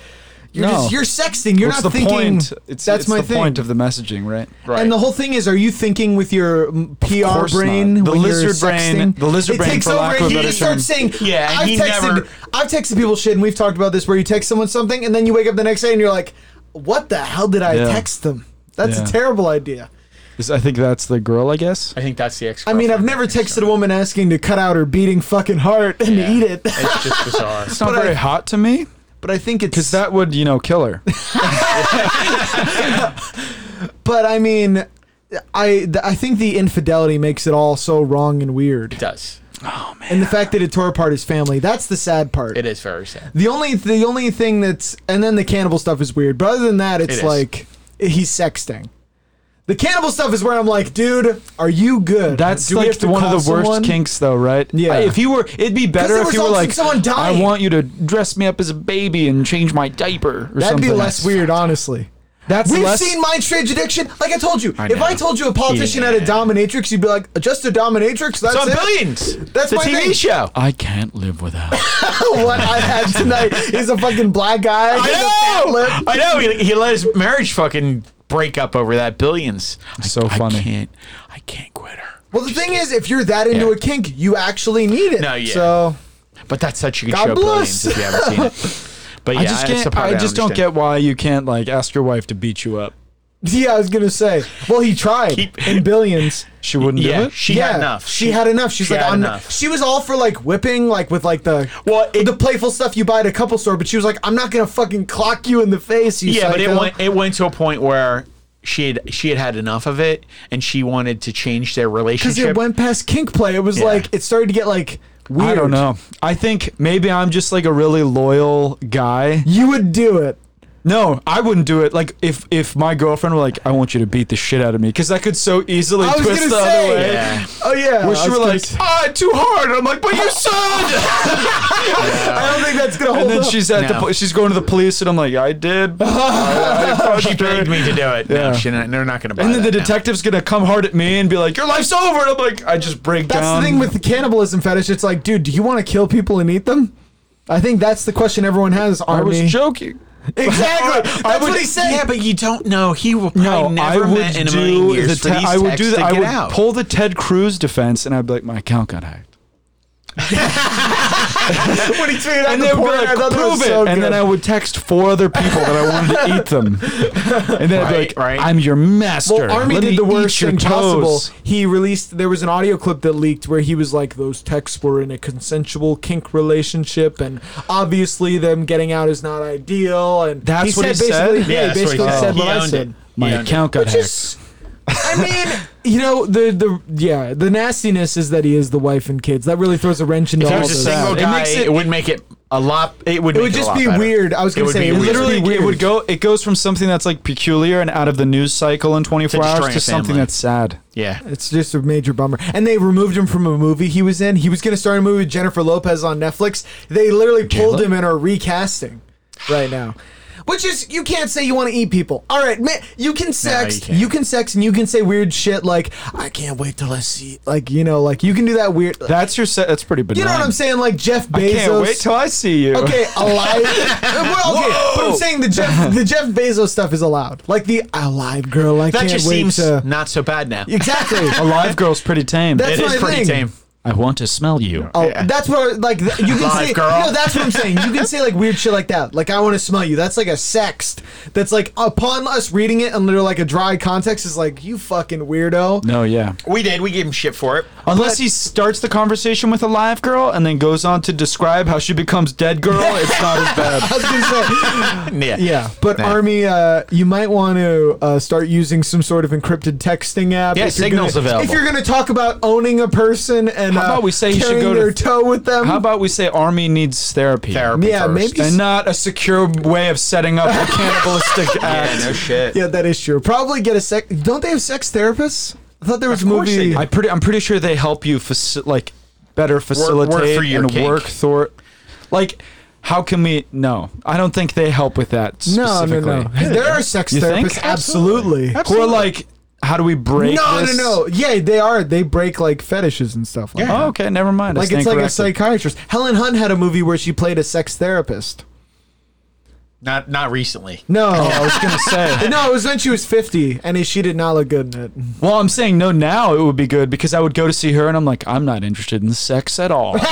[SPEAKER 2] you're
[SPEAKER 3] No.
[SPEAKER 2] just you're sexting. You're
[SPEAKER 3] What's
[SPEAKER 2] not
[SPEAKER 3] the
[SPEAKER 2] thinking.
[SPEAKER 3] point? It's,
[SPEAKER 2] that's
[SPEAKER 3] it's
[SPEAKER 2] my
[SPEAKER 3] the
[SPEAKER 2] thing.
[SPEAKER 3] point of the messaging, right?
[SPEAKER 4] Right.
[SPEAKER 2] And the whole thing is, are you thinking with your mm, PR
[SPEAKER 3] course
[SPEAKER 2] brain?
[SPEAKER 3] not. The
[SPEAKER 2] when you're
[SPEAKER 3] lizard brain-
[SPEAKER 2] sexting?
[SPEAKER 3] the lizard
[SPEAKER 2] it
[SPEAKER 3] brain,
[SPEAKER 2] takes
[SPEAKER 3] for
[SPEAKER 2] over
[SPEAKER 3] lack
[SPEAKER 2] and
[SPEAKER 3] of a
[SPEAKER 2] you
[SPEAKER 3] better
[SPEAKER 2] just start
[SPEAKER 3] term.
[SPEAKER 2] saying,
[SPEAKER 4] Yeah, and
[SPEAKER 2] I've
[SPEAKER 4] he
[SPEAKER 2] texted,
[SPEAKER 4] never-
[SPEAKER 2] I've texted people shit, and we've talked about this, where you text someone something, and then you wake up the next day and you're like, what the hell did I
[SPEAKER 3] Yeah.
[SPEAKER 2] text them? That's
[SPEAKER 3] Yeah.
[SPEAKER 2] a terrible idea.
[SPEAKER 3] Is- I think that's the girl, I guess.
[SPEAKER 4] I think that's the ex.
[SPEAKER 2] I mean, I've never texted a woman asking to cut out her beating fucking heart and to eat it,
[SPEAKER 4] It's just bizarre.
[SPEAKER 3] It's not
[SPEAKER 2] But I-
[SPEAKER 3] very hot to me
[SPEAKER 2] but I think it's.
[SPEAKER 3] because that would, you know, kill her.
[SPEAKER 2] but I mean, I th- I think the infidelity makes it all so wrong and weird,
[SPEAKER 4] It does.
[SPEAKER 3] Oh,
[SPEAKER 2] and the fact that it tore apart his family. That's the sad part.
[SPEAKER 4] It is very sad.
[SPEAKER 2] The only the only thing that's and then the cannibal stuff is weird. But other than that, it's
[SPEAKER 4] is.
[SPEAKER 2] like he's sexting. The cannibal stuff is where I'm like, dude, are you good?
[SPEAKER 3] That's
[SPEAKER 2] Do we
[SPEAKER 3] like
[SPEAKER 2] have to
[SPEAKER 3] one of
[SPEAKER 2] call
[SPEAKER 3] the worst
[SPEAKER 2] someone?
[SPEAKER 3] kinks, though, right?
[SPEAKER 2] Yeah.
[SPEAKER 3] I- If you were, it'd be better
[SPEAKER 2] it
[SPEAKER 3] if you
[SPEAKER 2] results
[SPEAKER 3] were
[SPEAKER 2] in
[SPEAKER 3] like,
[SPEAKER 2] someone dying.
[SPEAKER 3] I want you to dress me up as a baby and change my diaper or
[SPEAKER 2] That'd
[SPEAKER 3] something.
[SPEAKER 2] be less weird, honestly.
[SPEAKER 3] That's
[SPEAKER 2] We've
[SPEAKER 3] less.
[SPEAKER 2] seen mind strange addiction. Like I told you, if
[SPEAKER 4] know.
[SPEAKER 2] I told you a politician had a
[SPEAKER 4] Yeah.
[SPEAKER 2] dominatrix, you'd be like, just a dominatrix. That's
[SPEAKER 4] So
[SPEAKER 2] it.
[SPEAKER 4] billions.
[SPEAKER 2] That's
[SPEAKER 4] the
[SPEAKER 2] my
[SPEAKER 4] TV
[SPEAKER 2] thing.
[SPEAKER 4] show.
[SPEAKER 3] I can't live without.
[SPEAKER 2] what I had tonight is a fucking black guy. with a fat lip.
[SPEAKER 4] I know. He, he let his marriage fucking break up over that billions.
[SPEAKER 3] so
[SPEAKER 4] I,
[SPEAKER 3] funny.
[SPEAKER 4] I can't. I can't quit her.
[SPEAKER 2] Well, the thing is, if you're that into
[SPEAKER 4] Yeah.
[SPEAKER 2] a kink, you actually need it.
[SPEAKER 4] No, yeah.
[SPEAKER 2] So
[SPEAKER 4] But that's such a good
[SPEAKER 2] God
[SPEAKER 4] show,
[SPEAKER 2] bless.
[SPEAKER 4] billions. If you haven't seen it. But yeah,
[SPEAKER 3] I just
[SPEAKER 4] it's the
[SPEAKER 3] can't.
[SPEAKER 4] part
[SPEAKER 3] I just don't
[SPEAKER 4] understand.
[SPEAKER 3] get why you can't like ask your wife to beat you up.
[SPEAKER 2] Yeah, I was gonna say. Well, he tried
[SPEAKER 4] Keep-
[SPEAKER 2] in billions.
[SPEAKER 3] She wouldn't
[SPEAKER 4] Yeah,
[SPEAKER 3] do it.
[SPEAKER 4] she had enough.
[SPEAKER 2] She, had enough. She's
[SPEAKER 4] she
[SPEAKER 2] like,
[SPEAKER 4] had
[SPEAKER 2] I'm
[SPEAKER 4] enough.
[SPEAKER 2] she was all for like whipping, like with like the
[SPEAKER 4] Well, it-
[SPEAKER 2] the playful stuff you buy at a couple store. But she was like, I'm not gonna fucking clock you in the face. You
[SPEAKER 4] yeah, but it
[SPEAKER 2] psycho."
[SPEAKER 4] went it went to a point where she had she had had enough of it, and she wanted to change their
[SPEAKER 2] because
[SPEAKER 4] relationship.
[SPEAKER 2] it went past kink play. It was
[SPEAKER 4] Yeah.
[SPEAKER 2] like it started to get like weird.
[SPEAKER 3] I don't know. I think maybe I'm just like a really loyal guy.
[SPEAKER 2] You would do it.
[SPEAKER 3] No, I wouldn't do it. Like if if my girlfriend were like, I want you to beat the shit out of me, because that could so easily
[SPEAKER 2] I was
[SPEAKER 3] twist
[SPEAKER 2] gonna
[SPEAKER 3] the
[SPEAKER 2] say.
[SPEAKER 3] other way.
[SPEAKER 4] Yeah.
[SPEAKER 2] Oh yeah.
[SPEAKER 3] Where
[SPEAKER 2] I was
[SPEAKER 3] she were
[SPEAKER 2] gonna
[SPEAKER 3] like,
[SPEAKER 2] say-
[SPEAKER 3] ah, too hard. And I'm like, but you said.
[SPEAKER 2] I don't think that's gonna hold
[SPEAKER 3] and then
[SPEAKER 2] up.
[SPEAKER 3] she's at the
[SPEAKER 4] No.
[SPEAKER 3] po- she's going to the police, and I'm like, I did. I- I approached
[SPEAKER 4] Oh,
[SPEAKER 3] her.
[SPEAKER 4] she begged me to do it.
[SPEAKER 3] Yeah.
[SPEAKER 4] No, she, not- they're not going to buy
[SPEAKER 3] And then the
[SPEAKER 4] that now.
[SPEAKER 3] detective's gonna come hard at me and be like, "Your life's over," and I'm like, I just break
[SPEAKER 2] That's
[SPEAKER 3] down.
[SPEAKER 2] the thing with the cannibalism fetish. It's like, dude, do you want to kill people and eat them? I think that's the question everyone has.
[SPEAKER 3] I was
[SPEAKER 2] Army.
[SPEAKER 3] joking.
[SPEAKER 2] exactly. That's
[SPEAKER 3] I would-
[SPEAKER 2] what he said.
[SPEAKER 4] Yeah, but you don't know. He will probably
[SPEAKER 3] No,
[SPEAKER 4] never
[SPEAKER 3] I would
[SPEAKER 4] met in a million
[SPEAKER 3] do the.
[SPEAKER 4] years for
[SPEAKER 3] Te-
[SPEAKER 4] these
[SPEAKER 3] I would do
[SPEAKER 4] texts
[SPEAKER 3] that.
[SPEAKER 4] to
[SPEAKER 3] I
[SPEAKER 4] get
[SPEAKER 3] would
[SPEAKER 4] out.
[SPEAKER 3] pull the Ted Cruz defense, and I'd be like, "My account got hacked."
[SPEAKER 2] when he tweeted out
[SPEAKER 3] And
[SPEAKER 2] the
[SPEAKER 3] they would be
[SPEAKER 2] porn, I
[SPEAKER 3] like,
[SPEAKER 2] thought that was
[SPEAKER 3] "Prove it!"
[SPEAKER 2] so
[SPEAKER 3] and then
[SPEAKER 2] good.
[SPEAKER 3] I would text four other people that I wanted to eat them, and then I'd be
[SPEAKER 4] Right,
[SPEAKER 3] like,
[SPEAKER 4] right.
[SPEAKER 3] "I'm your master."
[SPEAKER 2] Well, Army
[SPEAKER 3] Let me
[SPEAKER 2] did the
[SPEAKER 3] eat
[SPEAKER 2] worst
[SPEAKER 3] your
[SPEAKER 2] thing possible.
[SPEAKER 3] toes."
[SPEAKER 2] He released there was an audio clip that leaked where he was like, "Those texts were in a consensual kink relationship, and obviously them getting out is not ideal." And
[SPEAKER 3] That's
[SPEAKER 2] he
[SPEAKER 3] what he
[SPEAKER 2] said
[SPEAKER 3] said?
[SPEAKER 2] basically,
[SPEAKER 4] Yeah,
[SPEAKER 2] Yeah,
[SPEAKER 4] that's
[SPEAKER 2] he
[SPEAKER 4] what he
[SPEAKER 2] basically
[SPEAKER 4] said.
[SPEAKER 2] said
[SPEAKER 4] He
[SPEAKER 2] what I
[SPEAKER 4] owned it.
[SPEAKER 2] said.
[SPEAKER 3] My
[SPEAKER 4] Yeah.
[SPEAKER 3] account got
[SPEAKER 2] Which
[SPEAKER 3] hacked.
[SPEAKER 2] is, I mean, you know the the yeah the nastiness is that he is the wife and kids. That really throws a wrench into
[SPEAKER 4] If it
[SPEAKER 2] all
[SPEAKER 4] was a
[SPEAKER 2] this.
[SPEAKER 4] single
[SPEAKER 3] It
[SPEAKER 4] guy,
[SPEAKER 3] makes
[SPEAKER 4] it,
[SPEAKER 3] it-
[SPEAKER 4] would make it a lot. It would.
[SPEAKER 2] it
[SPEAKER 4] make
[SPEAKER 2] would
[SPEAKER 4] a
[SPEAKER 2] just
[SPEAKER 4] lot
[SPEAKER 2] be
[SPEAKER 4] better.
[SPEAKER 2] weird. I was
[SPEAKER 4] It
[SPEAKER 2] gonna
[SPEAKER 4] would
[SPEAKER 2] say
[SPEAKER 4] be
[SPEAKER 2] it
[SPEAKER 4] weird.
[SPEAKER 2] literally
[SPEAKER 3] Literally, it would go. It goes from something that's like peculiar and out of the news cycle in 24
[SPEAKER 4] To
[SPEAKER 3] hours
[SPEAKER 4] destroying
[SPEAKER 3] to
[SPEAKER 4] a
[SPEAKER 3] something
[SPEAKER 4] family.
[SPEAKER 3] that's sad.
[SPEAKER 4] Yeah.
[SPEAKER 2] It's just a major bummer. And they removed him from a movie he was in. He was going to start a movie with Jennifer Lopez on Netflix. They literally pulled him and are recasting right now. Which is you can't say you want to eat people. All right, man, you can sex,
[SPEAKER 4] can't.
[SPEAKER 2] you, can sex, and you can say weird shit like I can't wait till I see, like you know, like you can do that weird.
[SPEAKER 3] That's your set. That's pretty benign.
[SPEAKER 2] you know what I'm saying? Like Jeff Bezos.
[SPEAKER 3] I can't wait till I see you.
[SPEAKER 2] Okay, alive. well, okay, but I'm saying the Jeff the Jeff Bezos stuff is allowed. Like the alive girl. I
[SPEAKER 4] That
[SPEAKER 2] can't
[SPEAKER 4] just
[SPEAKER 2] wait
[SPEAKER 4] seems
[SPEAKER 2] to.
[SPEAKER 4] not so bad now.
[SPEAKER 2] Exactly.
[SPEAKER 3] A live girl's pretty tame.
[SPEAKER 2] That's
[SPEAKER 4] it
[SPEAKER 2] my
[SPEAKER 4] is pretty
[SPEAKER 2] thing.
[SPEAKER 4] tame.
[SPEAKER 3] I want to smell you.
[SPEAKER 2] Oh,
[SPEAKER 4] Yeah.
[SPEAKER 2] that's what I- like th- you can
[SPEAKER 4] Live
[SPEAKER 2] say.
[SPEAKER 4] girl.
[SPEAKER 2] No, that's what I'm saying. You can say like weird shit like that. Like I want to smell you. That's like a sext. That's like upon us reading it under like a dry context is like you fucking weirdo.
[SPEAKER 3] No, yeah.
[SPEAKER 4] We did. We gave him shit for it.
[SPEAKER 3] Unless he starts the conversation with a live girl and then goes on to describe how she becomes dead girl, it's not as
[SPEAKER 2] I
[SPEAKER 3] bad.
[SPEAKER 2] was gonna say.
[SPEAKER 4] Yeah.
[SPEAKER 2] Yeah, but
[SPEAKER 4] Nah.
[SPEAKER 2] Army, uh, you might want to uh, start using some sort of encrypted texting app.
[SPEAKER 4] Yeah,
[SPEAKER 2] if you're
[SPEAKER 4] Signal's
[SPEAKER 2] gonna-
[SPEAKER 4] available.
[SPEAKER 2] If you're going to talk about owning a person and
[SPEAKER 3] How
[SPEAKER 2] uh,
[SPEAKER 3] about we say you should
[SPEAKER 2] carrying
[SPEAKER 3] go to-
[SPEAKER 2] their toe with them,
[SPEAKER 3] How about we say Army needs therapy?
[SPEAKER 4] Therapy
[SPEAKER 2] Yeah,
[SPEAKER 4] first.
[SPEAKER 2] maybe-
[SPEAKER 3] And not a secure way of setting up a cannibalistic
[SPEAKER 4] Yeah.
[SPEAKER 3] act.
[SPEAKER 4] No shit.
[SPEAKER 2] yeah, that is true. Probably get a sex. Don't they have sex therapists? I thought there was a
[SPEAKER 4] course they
[SPEAKER 2] movie.
[SPEAKER 4] do.
[SPEAKER 3] I pretty, I'm pretty sure they help you faci- like better facilitate
[SPEAKER 4] through your
[SPEAKER 3] and
[SPEAKER 4] kink.
[SPEAKER 3] work through. Like, how can we? No, I don't think they help with that.
[SPEAKER 2] No, no,
[SPEAKER 3] Specifically.
[SPEAKER 2] no. There are sex
[SPEAKER 3] You
[SPEAKER 2] therapists,
[SPEAKER 3] think?
[SPEAKER 2] absolutely.
[SPEAKER 3] Who are like, how do we break?
[SPEAKER 2] No, no,
[SPEAKER 3] this?
[SPEAKER 2] no. Yeah, they are. They break like fetishes and stuff like that.
[SPEAKER 3] Oh, okay, never mind. I
[SPEAKER 2] Like
[SPEAKER 3] stand
[SPEAKER 2] it's like a
[SPEAKER 3] corrected.
[SPEAKER 2] psychiatrist. Helen Hunt had a movie where she played a sex therapist.
[SPEAKER 4] Not not recently.
[SPEAKER 2] No.
[SPEAKER 3] I was gonna say.
[SPEAKER 2] No, it was when she was 50 and she did not look good in it.
[SPEAKER 3] Well, I'm saying no now. It would be good because I would go to see her, and I'm like, I'm not interested in sex at all.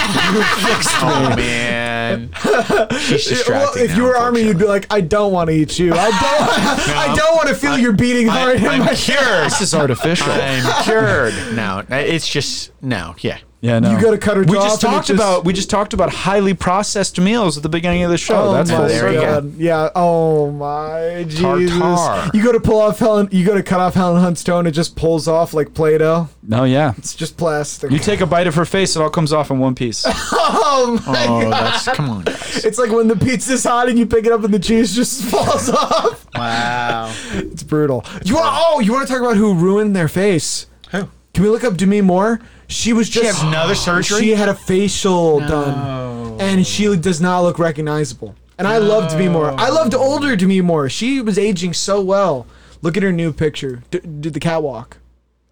[SPEAKER 4] Oh man. She's
[SPEAKER 2] Well,
[SPEAKER 4] distracting.
[SPEAKER 2] if you were Army, you'd be like, I don't want to eat you. I don't, I don't want to feel your beating heart in
[SPEAKER 4] I'm
[SPEAKER 2] my
[SPEAKER 4] cured.
[SPEAKER 3] this is artificial.
[SPEAKER 4] I'm cured. No, it's just no. Yeah.
[SPEAKER 3] Yeah, no.
[SPEAKER 2] You gotta cut her
[SPEAKER 3] We
[SPEAKER 2] jaw
[SPEAKER 3] just
[SPEAKER 2] off and it
[SPEAKER 3] talked
[SPEAKER 2] just-
[SPEAKER 3] about we just talked about highly processed meals at the beginning of the show.
[SPEAKER 2] Oh
[SPEAKER 3] That's
[SPEAKER 2] my
[SPEAKER 3] full
[SPEAKER 4] There you go.
[SPEAKER 2] God. Yeah. Oh my Jesus.
[SPEAKER 4] Tartar.
[SPEAKER 2] You go to pull off Helen. You go to cut off Helen Hunt's toe, and it just pulls off like Play-Doh.
[SPEAKER 3] No, yeah.
[SPEAKER 2] It's just plastic.
[SPEAKER 3] You take a bite of her face, it all comes off in one piece.
[SPEAKER 2] oh my God.
[SPEAKER 4] Oh, that's come on. guys.
[SPEAKER 2] It's like when the pizza's hot and you pick it up and the cheese just falls off.
[SPEAKER 4] Wow.
[SPEAKER 2] It's brutal. You want? Oh, you want to talk about who ruined their face?
[SPEAKER 4] Who?
[SPEAKER 2] Can we look up Demi Moore? She was
[SPEAKER 4] She
[SPEAKER 2] just
[SPEAKER 4] has another surgery.
[SPEAKER 2] She had a facial done, and she does not look recognizable. And I loved Demi Moore. I loved older Demi Moore. She was aging so well. Look at her new picture. D- did the catwalk?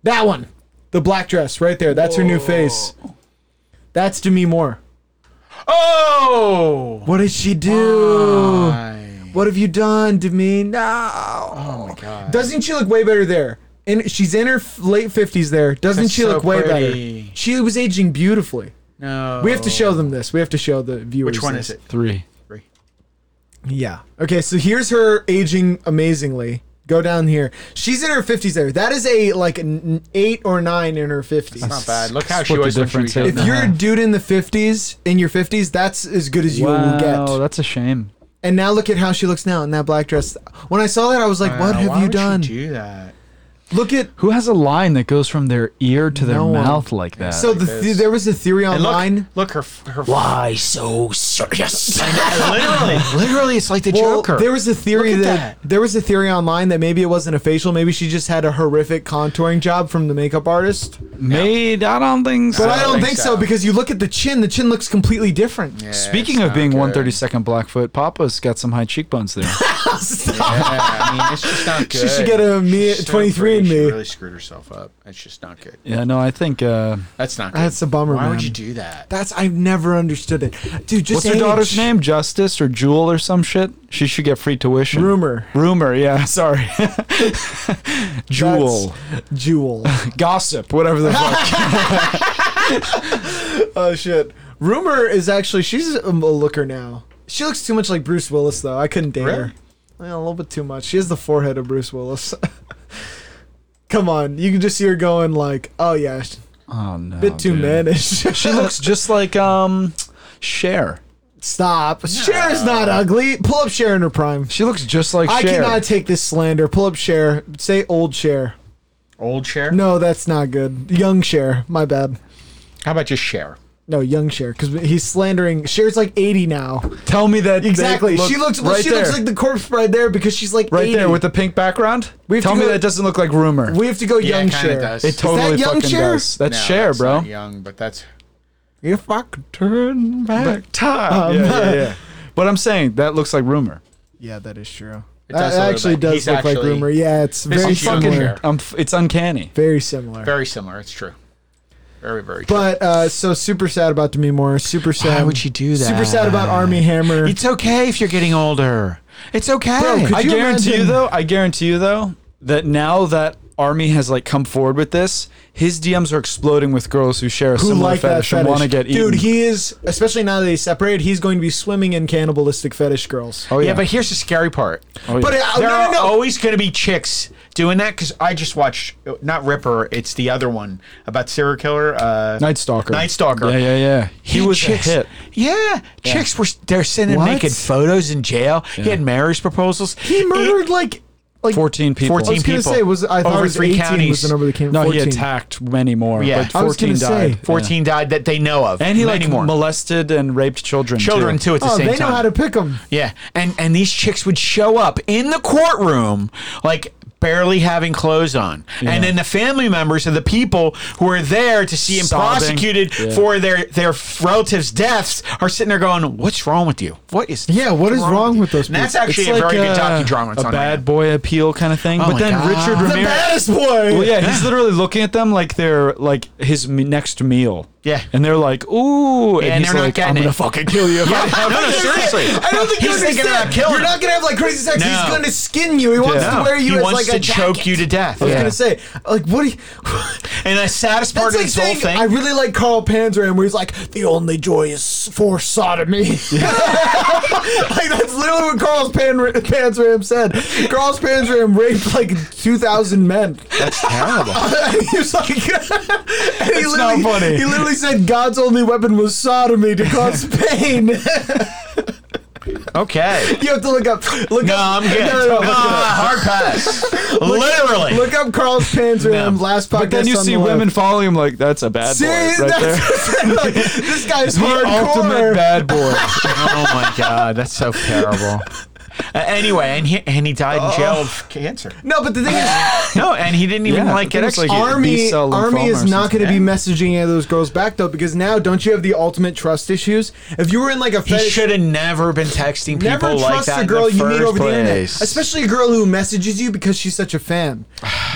[SPEAKER 2] That one, the black dress right there. That's her new face. That's Demi Moore.
[SPEAKER 4] oh.
[SPEAKER 2] What did she do?
[SPEAKER 4] Why?
[SPEAKER 2] What have you done to me? No. Oh my
[SPEAKER 4] God.
[SPEAKER 2] Doesn't she look way better there? And she's in her f- late fifties there. Doesn't
[SPEAKER 4] That's
[SPEAKER 2] she
[SPEAKER 4] so
[SPEAKER 2] look way
[SPEAKER 4] pretty.
[SPEAKER 2] better? She was aging beautifully.
[SPEAKER 4] No.
[SPEAKER 2] We have to show them this. We have to show the viewers.
[SPEAKER 4] Which one
[SPEAKER 2] this.
[SPEAKER 4] is it?
[SPEAKER 3] Three.
[SPEAKER 2] Yeah. Okay, so here's her aging amazingly. Go down here. She's in her 50s there. That is a like an 8 or 9 in her 50s.
[SPEAKER 4] Not bad. Look how
[SPEAKER 3] Split
[SPEAKER 4] she
[SPEAKER 3] the
[SPEAKER 4] was. when she
[SPEAKER 3] difference,
[SPEAKER 4] was
[SPEAKER 3] yeah.
[SPEAKER 2] If
[SPEAKER 4] young.
[SPEAKER 2] you're a dude in the 50s, in your 50s, that's as good as you will
[SPEAKER 3] Wow,
[SPEAKER 2] get.
[SPEAKER 3] that's a shame.
[SPEAKER 2] And now look at how she looks now in that black dress. When I saw that, I was like, what
[SPEAKER 4] Wow,
[SPEAKER 2] have
[SPEAKER 4] Uh, why
[SPEAKER 2] you
[SPEAKER 4] would
[SPEAKER 2] done?
[SPEAKER 4] do that.
[SPEAKER 2] look at.
[SPEAKER 3] Who has a line that goes from their ear to their
[SPEAKER 2] No one.
[SPEAKER 3] mouth like that?
[SPEAKER 2] So the th-
[SPEAKER 4] this.
[SPEAKER 2] there was a theory
[SPEAKER 4] And
[SPEAKER 2] online.
[SPEAKER 4] look, look her her. Why so serious? literally, literally, it's like the
[SPEAKER 2] Well,
[SPEAKER 4] Joker.
[SPEAKER 2] there was a theory
[SPEAKER 4] Look
[SPEAKER 2] that,
[SPEAKER 4] at
[SPEAKER 2] there was a theory online that maybe it wasn't a facial, maybe she just had a horrific contouring job from the makeup artist.
[SPEAKER 3] made I don't think so.
[SPEAKER 2] But I don't think, so. because you look at the chin, the chin looks completely different.
[SPEAKER 4] Yeah,
[SPEAKER 3] Speaking
[SPEAKER 4] it's
[SPEAKER 3] of
[SPEAKER 4] not
[SPEAKER 3] being
[SPEAKER 4] good.
[SPEAKER 3] 132nd Blackfoot, Papa's got some high cheekbones there.
[SPEAKER 4] Yeah, I mean, it's just not good.
[SPEAKER 2] She should get a me
[SPEAKER 4] She's so
[SPEAKER 2] 23
[SPEAKER 4] pretty,
[SPEAKER 2] and
[SPEAKER 4] She
[SPEAKER 2] me.
[SPEAKER 4] really screwed herself up. That's just not good.
[SPEAKER 3] yeah, no, I think uh,
[SPEAKER 4] That's not good.
[SPEAKER 2] That's a bummer,
[SPEAKER 4] Why
[SPEAKER 2] man.
[SPEAKER 4] would you do that?
[SPEAKER 2] That's I've never understood it, dude. Just
[SPEAKER 3] what's her daughter's
[SPEAKER 2] age.
[SPEAKER 3] name? Justice or Jewel or some shit? She should get free tuition.
[SPEAKER 2] Rumor.
[SPEAKER 3] Rumor, yeah, sorry. Jewel.
[SPEAKER 2] Jewel.
[SPEAKER 3] Gossip, whatever the fuck.
[SPEAKER 2] oh shit. Rumor is actually she's a looker now. She looks too much like Bruce Willis though. I couldn't date her.
[SPEAKER 4] Really?
[SPEAKER 2] Well, a little bit too much. She has the forehead of Bruce Willis. Come on, you can just see her going like, "Oh yeah, sh-
[SPEAKER 3] Oh, no.
[SPEAKER 2] bit too
[SPEAKER 3] dude.
[SPEAKER 2] mannish."
[SPEAKER 3] She looks just like um, Cher.
[SPEAKER 2] Stop. Cher is not ugly. Pull up Cher in her prime.
[SPEAKER 3] She looks just like
[SPEAKER 2] I
[SPEAKER 3] Cher.
[SPEAKER 2] cannot take this slander. Pull up Cher. Say old Cher.
[SPEAKER 4] Old share?
[SPEAKER 2] No, that's not good. Young Cher. My bad.
[SPEAKER 4] How about just share?
[SPEAKER 2] No, young Cher, because he's slandering. Cher's like 80 now.
[SPEAKER 3] Tell me that. they
[SPEAKER 2] Exactly.
[SPEAKER 3] look
[SPEAKER 2] she looks. Well,
[SPEAKER 3] right
[SPEAKER 2] she
[SPEAKER 3] there.
[SPEAKER 2] looks like the corpse right there because she's like
[SPEAKER 3] right
[SPEAKER 2] 80.
[SPEAKER 3] there with the pink background.
[SPEAKER 2] We have
[SPEAKER 3] Tell
[SPEAKER 2] to
[SPEAKER 3] me
[SPEAKER 2] go-
[SPEAKER 3] that doesn't look like rumor.
[SPEAKER 2] we have to go
[SPEAKER 4] Yeah,
[SPEAKER 2] young
[SPEAKER 4] it kinda
[SPEAKER 2] Cher.
[SPEAKER 4] does.
[SPEAKER 3] it totally
[SPEAKER 2] Is that young
[SPEAKER 3] fucking
[SPEAKER 2] Cher?
[SPEAKER 3] does. That's
[SPEAKER 4] No,
[SPEAKER 3] Cher,
[SPEAKER 4] that's
[SPEAKER 3] bro.
[SPEAKER 4] not young, but that's
[SPEAKER 2] If I could turn-
[SPEAKER 3] Turn back time. yeah, yeah, yeah. But I'm saying that looks like rumor.
[SPEAKER 2] Yeah, that is true.
[SPEAKER 4] It
[SPEAKER 2] that
[SPEAKER 4] does a little
[SPEAKER 2] actually
[SPEAKER 4] bit.
[SPEAKER 2] does
[SPEAKER 4] He's
[SPEAKER 2] look like
[SPEAKER 4] actually-
[SPEAKER 2] rumor. Yeah, it's
[SPEAKER 4] This
[SPEAKER 2] very
[SPEAKER 4] is young
[SPEAKER 2] similar.
[SPEAKER 4] Cher.
[SPEAKER 3] I'm f- it's uncanny.
[SPEAKER 2] Very similar.
[SPEAKER 4] very similar. It's true. Very, very true.
[SPEAKER 2] but uh, so super sad about Demi Moore. Super sad.
[SPEAKER 4] would you do
[SPEAKER 2] Super
[SPEAKER 4] that?
[SPEAKER 2] sad about Army Hammer.
[SPEAKER 4] it's okay if you're getting older. It's okay.
[SPEAKER 2] Bro, could
[SPEAKER 3] I
[SPEAKER 2] you
[SPEAKER 3] guarantee
[SPEAKER 2] imagine-
[SPEAKER 3] you though. I guarantee you though that now that Army has like come forward with this, his DMs are exploding with girls who share a
[SPEAKER 2] who
[SPEAKER 3] similar
[SPEAKER 2] like that
[SPEAKER 3] fetish,
[SPEAKER 2] fetish?
[SPEAKER 3] and want to get eaten.
[SPEAKER 2] Dude, he is especially now that he's separated. He's going to be swimming in cannibalistic fetish girls.
[SPEAKER 3] oh
[SPEAKER 4] yeah.
[SPEAKER 3] yeah,
[SPEAKER 4] but here's the scary part.
[SPEAKER 3] Oh, yeah.
[SPEAKER 2] But uh,
[SPEAKER 4] there
[SPEAKER 2] no, no,
[SPEAKER 4] are
[SPEAKER 2] no.
[SPEAKER 4] always going to be chicks doing that because I just watched not Ripper, it's the other one about serial killer. Uh,
[SPEAKER 3] Night Stalker.
[SPEAKER 4] Night Stalker.
[SPEAKER 3] Yeah, yeah, yeah. He, was a hit.
[SPEAKER 4] Yeah, chicks were they're sending
[SPEAKER 3] What?
[SPEAKER 4] naked photos in jail. He had marriage proposals.
[SPEAKER 2] he murdered like like
[SPEAKER 3] 14 people.
[SPEAKER 4] 14
[SPEAKER 2] I was gonna
[SPEAKER 4] people.
[SPEAKER 2] say was I thought
[SPEAKER 4] Over
[SPEAKER 2] it was
[SPEAKER 4] three
[SPEAKER 2] 18 was
[SPEAKER 4] counties.
[SPEAKER 2] the number that came.
[SPEAKER 3] No,
[SPEAKER 2] 14.
[SPEAKER 3] he attacked many more.
[SPEAKER 4] Yeah.
[SPEAKER 3] but
[SPEAKER 4] I
[SPEAKER 2] was gonna
[SPEAKER 3] 14 died.
[SPEAKER 2] say.
[SPEAKER 3] Yeah.
[SPEAKER 4] 14 died that they know of.
[SPEAKER 3] And he
[SPEAKER 4] Many
[SPEAKER 3] like
[SPEAKER 4] more.
[SPEAKER 3] molested and raped children.
[SPEAKER 4] children too at the
[SPEAKER 2] Oh,
[SPEAKER 4] same
[SPEAKER 2] they
[SPEAKER 4] time.
[SPEAKER 2] know how to pick them.
[SPEAKER 4] yeah, and and these chicks would show up in the courtroom like barely having clothes on, and then the family members of the people who are there to see him
[SPEAKER 3] Sobbing.
[SPEAKER 4] prosecuted
[SPEAKER 3] Yeah.
[SPEAKER 4] for their their f- relatives' deaths are sitting there going, "What's wrong with you? What is
[SPEAKER 2] Yeah, what is wrong with those
[SPEAKER 4] And that's
[SPEAKER 2] people? uh,
[SPEAKER 4] actually a very good docudrama. It's
[SPEAKER 3] a
[SPEAKER 4] on
[SPEAKER 3] bad
[SPEAKER 4] right now.
[SPEAKER 3] boy appeal kind of thing.
[SPEAKER 4] Oh
[SPEAKER 3] but
[SPEAKER 4] my
[SPEAKER 3] then
[SPEAKER 4] God.
[SPEAKER 3] Richard
[SPEAKER 4] The
[SPEAKER 3] Ramirez.
[SPEAKER 2] boy.
[SPEAKER 3] Well, yeah, he's literally looking at them like they're like his m- next meal.
[SPEAKER 4] Yeah.
[SPEAKER 3] and they're like, ooh,
[SPEAKER 4] Yeah, and
[SPEAKER 3] he's
[SPEAKER 4] they're not
[SPEAKER 3] like,
[SPEAKER 4] getting
[SPEAKER 3] I'm gonna
[SPEAKER 4] it."
[SPEAKER 3] fucking kill you.
[SPEAKER 4] Yeah, no, no, seriously.
[SPEAKER 2] I don't think you
[SPEAKER 4] He's thinking about
[SPEAKER 2] understand.
[SPEAKER 4] killing
[SPEAKER 2] You're
[SPEAKER 4] him.
[SPEAKER 2] not gonna have like crazy sex. He's
[SPEAKER 4] No.
[SPEAKER 2] gonna skin you. He wants
[SPEAKER 3] Yeah.
[SPEAKER 2] to wear you
[SPEAKER 4] he
[SPEAKER 2] as
[SPEAKER 4] wants
[SPEAKER 2] like
[SPEAKER 4] to
[SPEAKER 2] a
[SPEAKER 4] choke
[SPEAKER 2] jacket.
[SPEAKER 4] you to death.
[SPEAKER 2] I was
[SPEAKER 4] Yeah.
[SPEAKER 2] gonna say, like, what? Do you,
[SPEAKER 4] And the saddest part
[SPEAKER 2] that's
[SPEAKER 4] of
[SPEAKER 2] like
[SPEAKER 4] this whole
[SPEAKER 2] saying
[SPEAKER 4] thing.
[SPEAKER 2] I really like Carl Panzeram, where he's like, the only joy is for sodomy. like that's literally what Carl Pan- Panzeram said. Carl Panzeram raped like two thousand men.
[SPEAKER 4] that's terrible.
[SPEAKER 2] and he was like, and he
[SPEAKER 3] not
[SPEAKER 2] literally-
[SPEAKER 3] funny.
[SPEAKER 2] He literally said God's only weapon was sodomy to cause pain. you
[SPEAKER 4] Okay.
[SPEAKER 2] have to look up. Look
[SPEAKER 4] No,
[SPEAKER 2] up,
[SPEAKER 4] I'm good.
[SPEAKER 2] No, no, no, look,
[SPEAKER 4] Nah, hard pass. Literally.
[SPEAKER 2] look up Carl's Panzeram
[SPEAKER 4] No.
[SPEAKER 2] last podcast.
[SPEAKER 3] But then you
[SPEAKER 2] on
[SPEAKER 3] see
[SPEAKER 2] the
[SPEAKER 3] women
[SPEAKER 2] left.
[SPEAKER 3] following him like, that's a bad boy
[SPEAKER 2] See,
[SPEAKER 3] right there.
[SPEAKER 2] that's like, this guy's
[SPEAKER 3] Ultimate
[SPEAKER 2] hardcore.
[SPEAKER 3] bad boy.
[SPEAKER 4] oh my god, that's so terrible. Uh, anyway, and he and he died in jail of cancer.
[SPEAKER 2] No, but the thing is,
[SPEAKER 4] No, and he didn't even
[SPEAKER 3] Yeah,
[SPEAKER 4] like
[SPEAKER 3] I
[SPEAKER 4] get
[SPEAKER 3] think it's like-
[SPEAKER 4] executed.
[SPEAKER 2] Army
[SPEAKER 3] B-cell
[SPEAKER 2] Army
[SPEAKER 3] lymphoma
[SPEAKER 2] is
[SPEAKER 3] or
[SPEAKER 2] not going to be
[SPEAKER 4] something.
[SPEAKER 2] messaging any of those girls back though, because now don't you have the ultimate trust issues? If you were in like a
[SPEAKER 4] He
[SPEAKER 2] fetish-
[SPEAKER 4] should have never been texting people
[SPEAKER 2] Never
[SPEAKER 4] like
[SPEAKER 2] trust
[SPEAKER 4] that.
[SPEAKER 2] a girl
[SPEAKER 4] in the
[SPEAKER 2] you meet
[SPEAKER 4] first
[SPEAKER 2] over the internet,
[SPEAKER 4] place.
[SPEAKER 2] especially a girl who messages you because she's such a fan.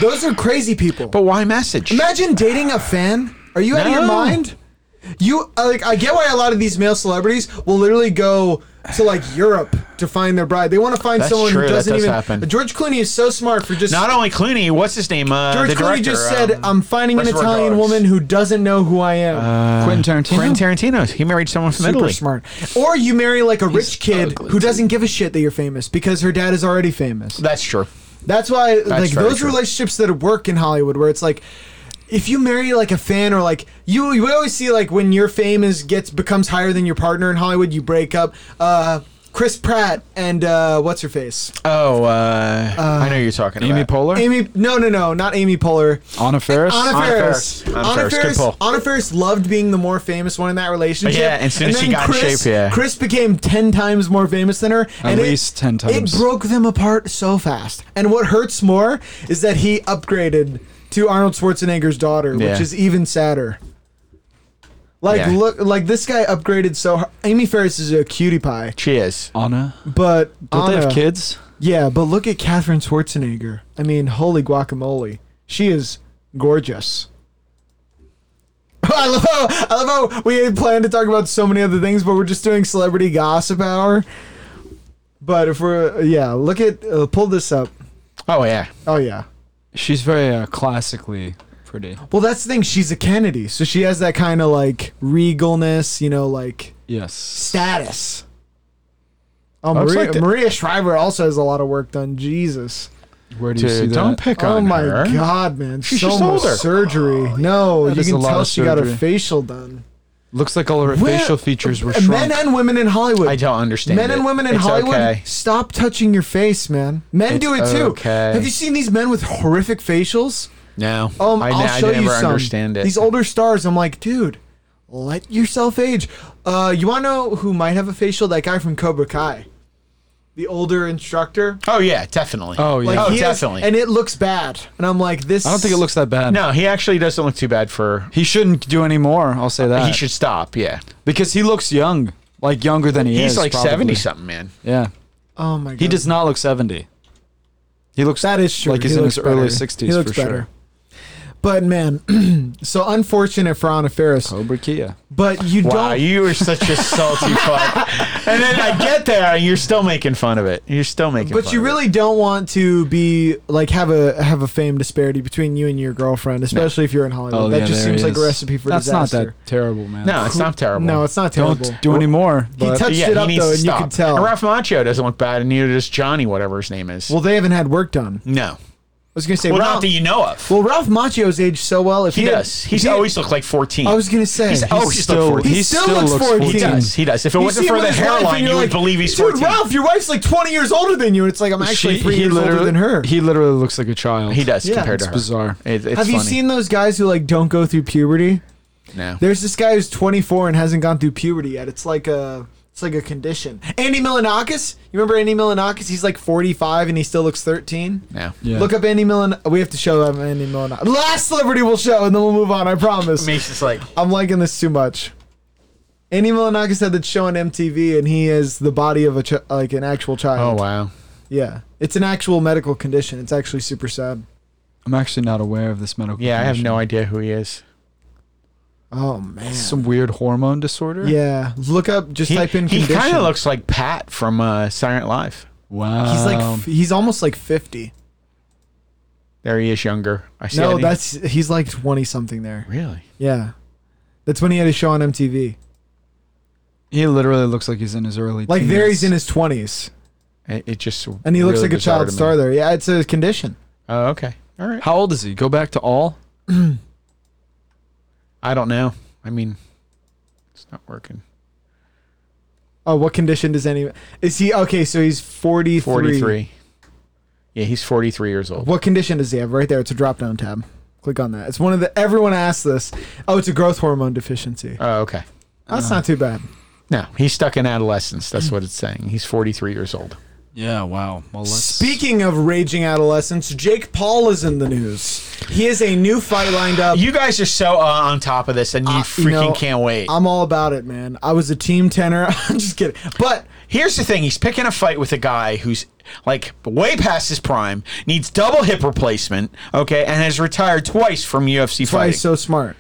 [SPEAKER 2] Those are crazy people.
[SPEAKER 4] But why message?
[SPEAKER 2] imagine dating a fan. Are you out of your
[SPEAKER 4] No.
[SPEAKER 2] mind? You uh, like I get why a lot of these male celebrities will literally go to like Europe to find their bride. They want to find
[SPEAKER 4] That's
[SPEAKER 2] someone
[SPEAKER 4] true,
[SPEAKER 2] who
[SPEAKER 4] that
[SPEAKER 2] doesn't
[SPEAKER 4] does
[SPEAKER 2] even.
[SPEAKER 4] happen.
[SPEAKER 2] George Clooney is so smart for just.
[SPEAKER 4] Not only Clooney, what's his name? Uh,
[SPEAKER 2] George
[SPEAKER 4] the
[SPEAKER 2] Clooney just said,
[SPEAKER 4] director, um,
[SPEAKER 2] "I'm finding an
[SPEAKER 4] Reservoir
[SPEAKER 2] Italian
[SPEAKER 4] Dogs.
[SPEAKER 2] woman who doesn't know who I am."
[SPEAKER 3] Quentin Tarantino.
[SPEAKER 4] Quentin Tarantino. He married someone from
[SPEAKER 2] super
[SPEAKER 4] Uh, Italy.
[SPEAKER 2] smart. Or you marry like a rich kid who doesn't give a shit that you're famous because her dad is already famous.
[SPEAKER 4] That's true.
[SPEAKER 2] That's why like
[SPEAKER 4] very
[SPEAKER 2] those
[SPEAKER 4] true.
[SPEAKER 2] relationships that work in Hollywood where it's like if you marry like a fan or like you you always see like when your fame is gets becomes higher than your partner in Hollywood, you break up. Uh Chris Pratt and uh what's her face?
[SPEAKER 4] Oh, uh, I know you're talking
[SPEAKER 3] Amy
[SPEAKER 4] about.
[SPEAKER 3] Poehler,
[SPEAKER 2] Amy no no no, not Amy Poehler.
[SPEAKER 3] Anna Ferris.
[SPEAKER 2] Anna
[SPEAKER 4] Anna
[SPEAKER 2] Ferris.
[SPEAKER 4] Faris. Anna Faris, good pull.
[SPEAKER 2] Anna Faris loved being the more famous one in that relationship.
[SPEAKER 4] Yeah, and soon as she
[SPEAKER 2] then
[SPEAKER 4] got in
[SPEAKER 2] Chris,
[SPEAKER 4] shape, yeah.
[SPEAKER 2] Chris became ten times more famous than her. At
[SPEAKER 3] least 10 times.
[SPEAKER 2] It broke them apart so fast. And what hurts more is that he upgraded to Arnold Schwarzenegger's daughter,
[SPEAKER 4] Yeah.
[SPEAKER 2] which is even sadder. Like
[SPEAKER 4] Yeah.
[SPEAKER 2] look, like this guy upgraded so. Hard. Amy Ferris is a cutie pie,
[SPEAKER 4] She is.
[SPEAKER 3] Anna.
[SPEAKER 2] but
[SPEAKER 3] Don't they have
[SPEAKER 2] Anna-
[SPEAKER 3] kids?
[SPEAKER 2] Yeah, but look at Katherine Schwarzenegger. I mean, holy guacamole, she is gorgeous. I love how I love how we had planned to talk about so many other things, but we're just doing celebrity gossip hour. But if we're yeah, look at uh, pull this up.
[SPEAKER 4] Oh yeah.
[SPEAKER 2] Oh yeah.
[SPEAKER 3] She's very uh, classically pretty.
[SPEAKER 2] Well, that's the thing. She's a Kennedy, so she has that kind of like regalness, you know, like
[SPEAKER 3] Yes.
[SPEAKER 2] status. Oh,
[SPEAKER 3] Looks
[SPEAKER 2] Maria,
[SPEAKER 3] like the-
[SPEAKER 2] Maria Shriver also has a lot of work done. Jesus.
[SPEAKER 3] Where do you see
[SPEAKER 4] Dude,
[SPEAKER 3] that?
[SPEAKER 4] don't pick
[SPEAKER 2] Oh
[SPEAKER 4] on
[SPEAKER 2] my
[SPEAKER 4] her.
[SPEAKER 2] god, man! so
[SPEAKER 4] just
[SPEAKER 2] much
[SPEAKER 4] older.
[SPEAKER 2] surgery. no, you
[SPEAKER 3] Oh, is a
[SPEAKER 2] can
[SPEAKER 3] lot
[SPEAKER 2] tell
[SPEAKER 3] of
[SPEAKER 2] she got her
[SPEAKER 3] surgery.
[SPEAKER 2] facial done.
[SPEAKER 3] Looks like all her facial features were
[SPEAKER 2] Men
[SPEAKER 3] shrunk.
[SPEAKER 2] and women in Hollywood.
[SPEAKER 4] I don't understand.
[SPEAKER 2] Men and
[SPEAKER 4] it.
[SPEAKER 2] women in
[SPEAKER 4] It's
[SPEAKER 2] Hollywood,
[SPEAKER 4] okay.
[SPEAKER 2] stop touching your face, man. Men do it too.
[SPEAKER 4] okay.
[SPEAKER 2] Have you seen these men with horrific facials?
[SPEAKER 4] No.
[SPEAKER 2] Um, I,
[SPEAKER 4] I,
[SPEAKER 2] will
[SPEAKER 4] I
[SPEAKER 2] show
[SPEAKER 4] never
[SPEAKER 2] you some.
[SPEAKER 4] understand it.
[SPEAKER 2] These older stars, I'm like, dude, let yourself age. Uh, you want to know who might have a facial? That guy from Cobra Kai, the older instructor.
[SPEAKER 4] oh yeah, definitely.
[SPEAKER 3] Oh, yeah.
[SPEAKER 2] Like,
[SPEAKER 4] oh
[SPEAKER 2] he has-
[SPEAKER 4] definitely.
[SPEAKER 2] and it looks bad. And I'm like, this.
[SPEAKER 3] I don't think it looks that bad.
[SPEAKER 4] no, he actually doesn't look too bad for.
[SPEAKER 3] He shouldn't do any more. I'll say that.
[SPEAKER 4] He should stop. Yeah.
[SPEAKER 3] because he looks young, like younger than he is.
[SPEAKER 4] He's like
[SPEAKER 3] probably.
[SPEAKER 4] seventy something, man.
[SPEAKER 3] Yeah,
[SPEAKER 2] Oh my god.
[SPEAKER 3] he does not look seventy. He looks
[SPEAKER 2] That is true.
[SPEAKER 3] Like he's
[SPEAKER 2] He
[SPEAKER 3] in
[SPEAKER 2] looks
[SPEAKER 3] his early
[SPEAKER 2] better.
[SPEAKER 3] 60s
[SPEAKER 2] He looks
[SPEAKER 3] for
[SPEAKER 2] better.
[SPEAKER 3] sure.
[SPEAKER 2] But man, so unfortunate for Anna Ferris.
[SPEAKER 3] Cobra Kia.
[SPEAKER 2] But you
[SPEAKER 4] Oh. Wow,
[SPEAKER 2] don't.
[SPEAKER 4] you are such a salty fuck. And then I get there, and you're still making fun of it. You're still making.
[SPEAKER 2] But
[SPEAKER 4] fun
[SPEAKER 2] you
[SPEAKER 4] of it.
[SPEAKER 2] really don't want to be like have a have a fame disparity between you and your girlfriend, especially if you're in Hollywood.
[SPEAKER 3] Oh,
[SPEAKER 4] Oh,
[SPEAKER 2] that just seems like a recipe for
[SPEAKER 3] That's
[SPEAKER 2] disaster.
[SPEAKER 3] not that terrible, man.
[SPEAKER 4] No, it's not terrible.
[SPEAKER 2] No, it's not terrible.
[SPEAKER 3] don't do any more.
[SPEAKER 2] he
[SPEAKER 3] but-
[SPEAKER 2] touched
[SPEAKER 4] Yeah,
[SPEAKER 2] it
[SPEAKER 4] he
[SPEAKER 2] up
[SPEAKER 4] needs
[SPEAKER 2] though,
[SPEAKER 4] to
[SPEAKER 2] and you
[SPEAKER 4] stop.
[SPEAKER 2] can tell.
[SPEAKER 4] And Ralph Macchio doesn't look bad, and neither does Johnny, whatever his name is.
[SPEAKER 2] well, they haven't had work done. I
[SPEAKER 4] no.
[SPEAKER 2] was gonna say
[SPEAKER 4] Well,
[SPEAKER 2] Ralph.
[SPEAKER 4] not that you know of.
[SPEAKER 2] well, Ralph Macchio's aged so well. If
[SPEAKER 4] he
[SPEAKER 2] he had-
[SPEAKER 4] does. He's
[SPEAKER 2] if he-
[SPEAKER 4] always looked like 14.
[SPEAKER 2] I was gonna say.
[SPEAKER 4] He's
[SPEAKER 2] He's
[SPEAKER 4] always
[SPEAKER 3] still-
[SPEAKER 4] looked 14.
[SPEAKER 3] he
[SPEAKER 2] He still
[SPEAKER 3] still
[SPEAKER 2] looks
[SPEAKER 3] looks
[SPEAKER 2] 14.
[SPEAKER 4] He does. He does. If it
[SPEAKER 2] You
[SPEAKER 4] wasn't
[SPEAKER 2] see him
[SPEAKER 4] for
[SPEAKER 2] with
[SPEAKER 4] the
[SPEAKER 2] his wife and
[SPEAKER 4] hairline,
[SPEAKER 2] you're
[SPEAKER 4] you
[SPEAKER 2] like,
[SPEAKER 4] would believe he's
[SPEAKER 2] Dude,
[SPEAKER 4] 14.
[SPEAKER 2] Ralph, your wife's like 20 years older than you. And it's like, I'm actually
[SPEAKER 3] She-
[SPEAKER 2] three years older
[SPEAKER 3] literally-
[SPEAKER 2] than her.
[SPEAKER 3] He literally looks like a child.
[SPEAKER 4] he does
[SPEAKER 2] Yeah.
[SPEAKER 4] compared
[SPEAKER 2] It's
[SPEAKER 4] to her.
[SPEAKER 3] bizarre.
[SPEAKER 4] It- it's
[SPEAKER 2] Have you
[SPEAKER 4] funny.
[SPEAKER 2] seen those guys who like don't go through puberty?
[SPEAKER 4] No.
[SPEAKER 2] There's this guy who's 24 and hasn't gone through puberty yet. It's like a it's like a condition. Andy Milanakis? You remember Andy Milanakis? He's like 45 and he still looks 13.
[SPEAKER 4] No.
[SPEAKER 3] Yeah.
[SPEAKER 2] Look up Andy Milan. We have to show him Andy Milanakis. Last celebrity we'll show and then we'll move on. I promise.
[SPEAKER 4] Makes us like.
[SPEAKER 2] I'm liking this too much. Andy Milanakis had that show on MTV, and he is the body of a ch- like an actual
[SPEAKER 4] Oh
[SPEAKER 2] child.
[SPEAKER 4] wow.
[SPEAKER 2] Yeah, it's an actual medical condition. It's actually super sad.
[SPEAKER 3] I'm actually not aware of this medical.
[SPEAKER 4] Yeah, I have
[SPEAKER 3] condition.
[SPEAKER 4] no idea who he is.
[SPEAKER 2] Oh man.
[SPEAKER 3] Some weird hormone disorder.
[SPEAKER 2] Yeah, look up. Just
[SPEAKER 4] He,
[SPEAKER 2] type in
[SPEAKER 4] he
[SPEAKER 2] condition.
[SPEAKER 4] kind of looks like Pat from uh, Silent Life.
[SPEAKER 3] Wow.
[SPEAKER 2] He's like
[SPEAKER 4] um,
[SPEAKER 2] f- he's almost like 50.
[SPEAKER 4] There he is, younger. I see.
[SPEAKER 2] No,
[SPEAKER 4] it.
[SPEAKER 2] that's he's like 20 something there.
[SPEAKER 4] really.
[SPEAKER 2] Yeah, that's when he had a show on MTV.
[SPEAKER 3] he literally looks like he's in his early.
[SPEAKER 2] Like there, he's in
[SPEAKER 3] teens.
[SPEAKER 2] his 20s,
[SPEAKER 4] It, it just.
[SPEAKER 2] and he looks
[SPEAKER 4] really
[SPEAKER 2] like a
[SPEAKER 4] bizarre
[SPEAKER 2] child
[SPEAKER 4] to me.
[SPEAKER 2] star there. Yeah, it's a condition.
[SPEAKER 4] Oh, okay. All right.
[SPEAKER 3] How old is he? Go back to all.
[SPEAKER 4] I don't know. I mean, it's not working.
[SPEAKER 2] Oh, what condition does any? Is he okay? So he's 43.
[SPEAKER 4] 43. Yeah, he's 43 years old.
[SPEAKER 2] What condition does he have? Right there, it's a drop down tab. Click on that. It's one of the. Everyone asks this. Oh, it's a growth hormone deficiency.
[SPEAKER 4] Oh, okay.
[SPEAKER 2] That's not too bad.
[SPEAKER 4] No, he's stuck in adolescence. That's what it's saying. He's 43 years old.
[SPEAKER 3] Yeah. Wow. Well, let's
[SPEAKER 2] Speaking of raging adolescents, Jake Paul is in the news. He has a new fight lined up.
[SPEAKER 4] You guys are so uh, on top of this, and you
[SPEAKER 2] Uh,
[SPEAKER 4] freaking
[SPEAKER 2] know, uh,
[SPEAKER 4] can't wait.
[SPEAKER 2] I'm all about it, man. I was a team tenor. I'm just kidding. But
[SPEAKER 4] Here's the thing: he's picking a fight with a guy who's like way past his prime, needs double hip replacement, okay, and has retired twice from UFC
[SPEAKER 2] why
[SPEAKER 4] fighting.
[SPEAKER 2] he's so smart.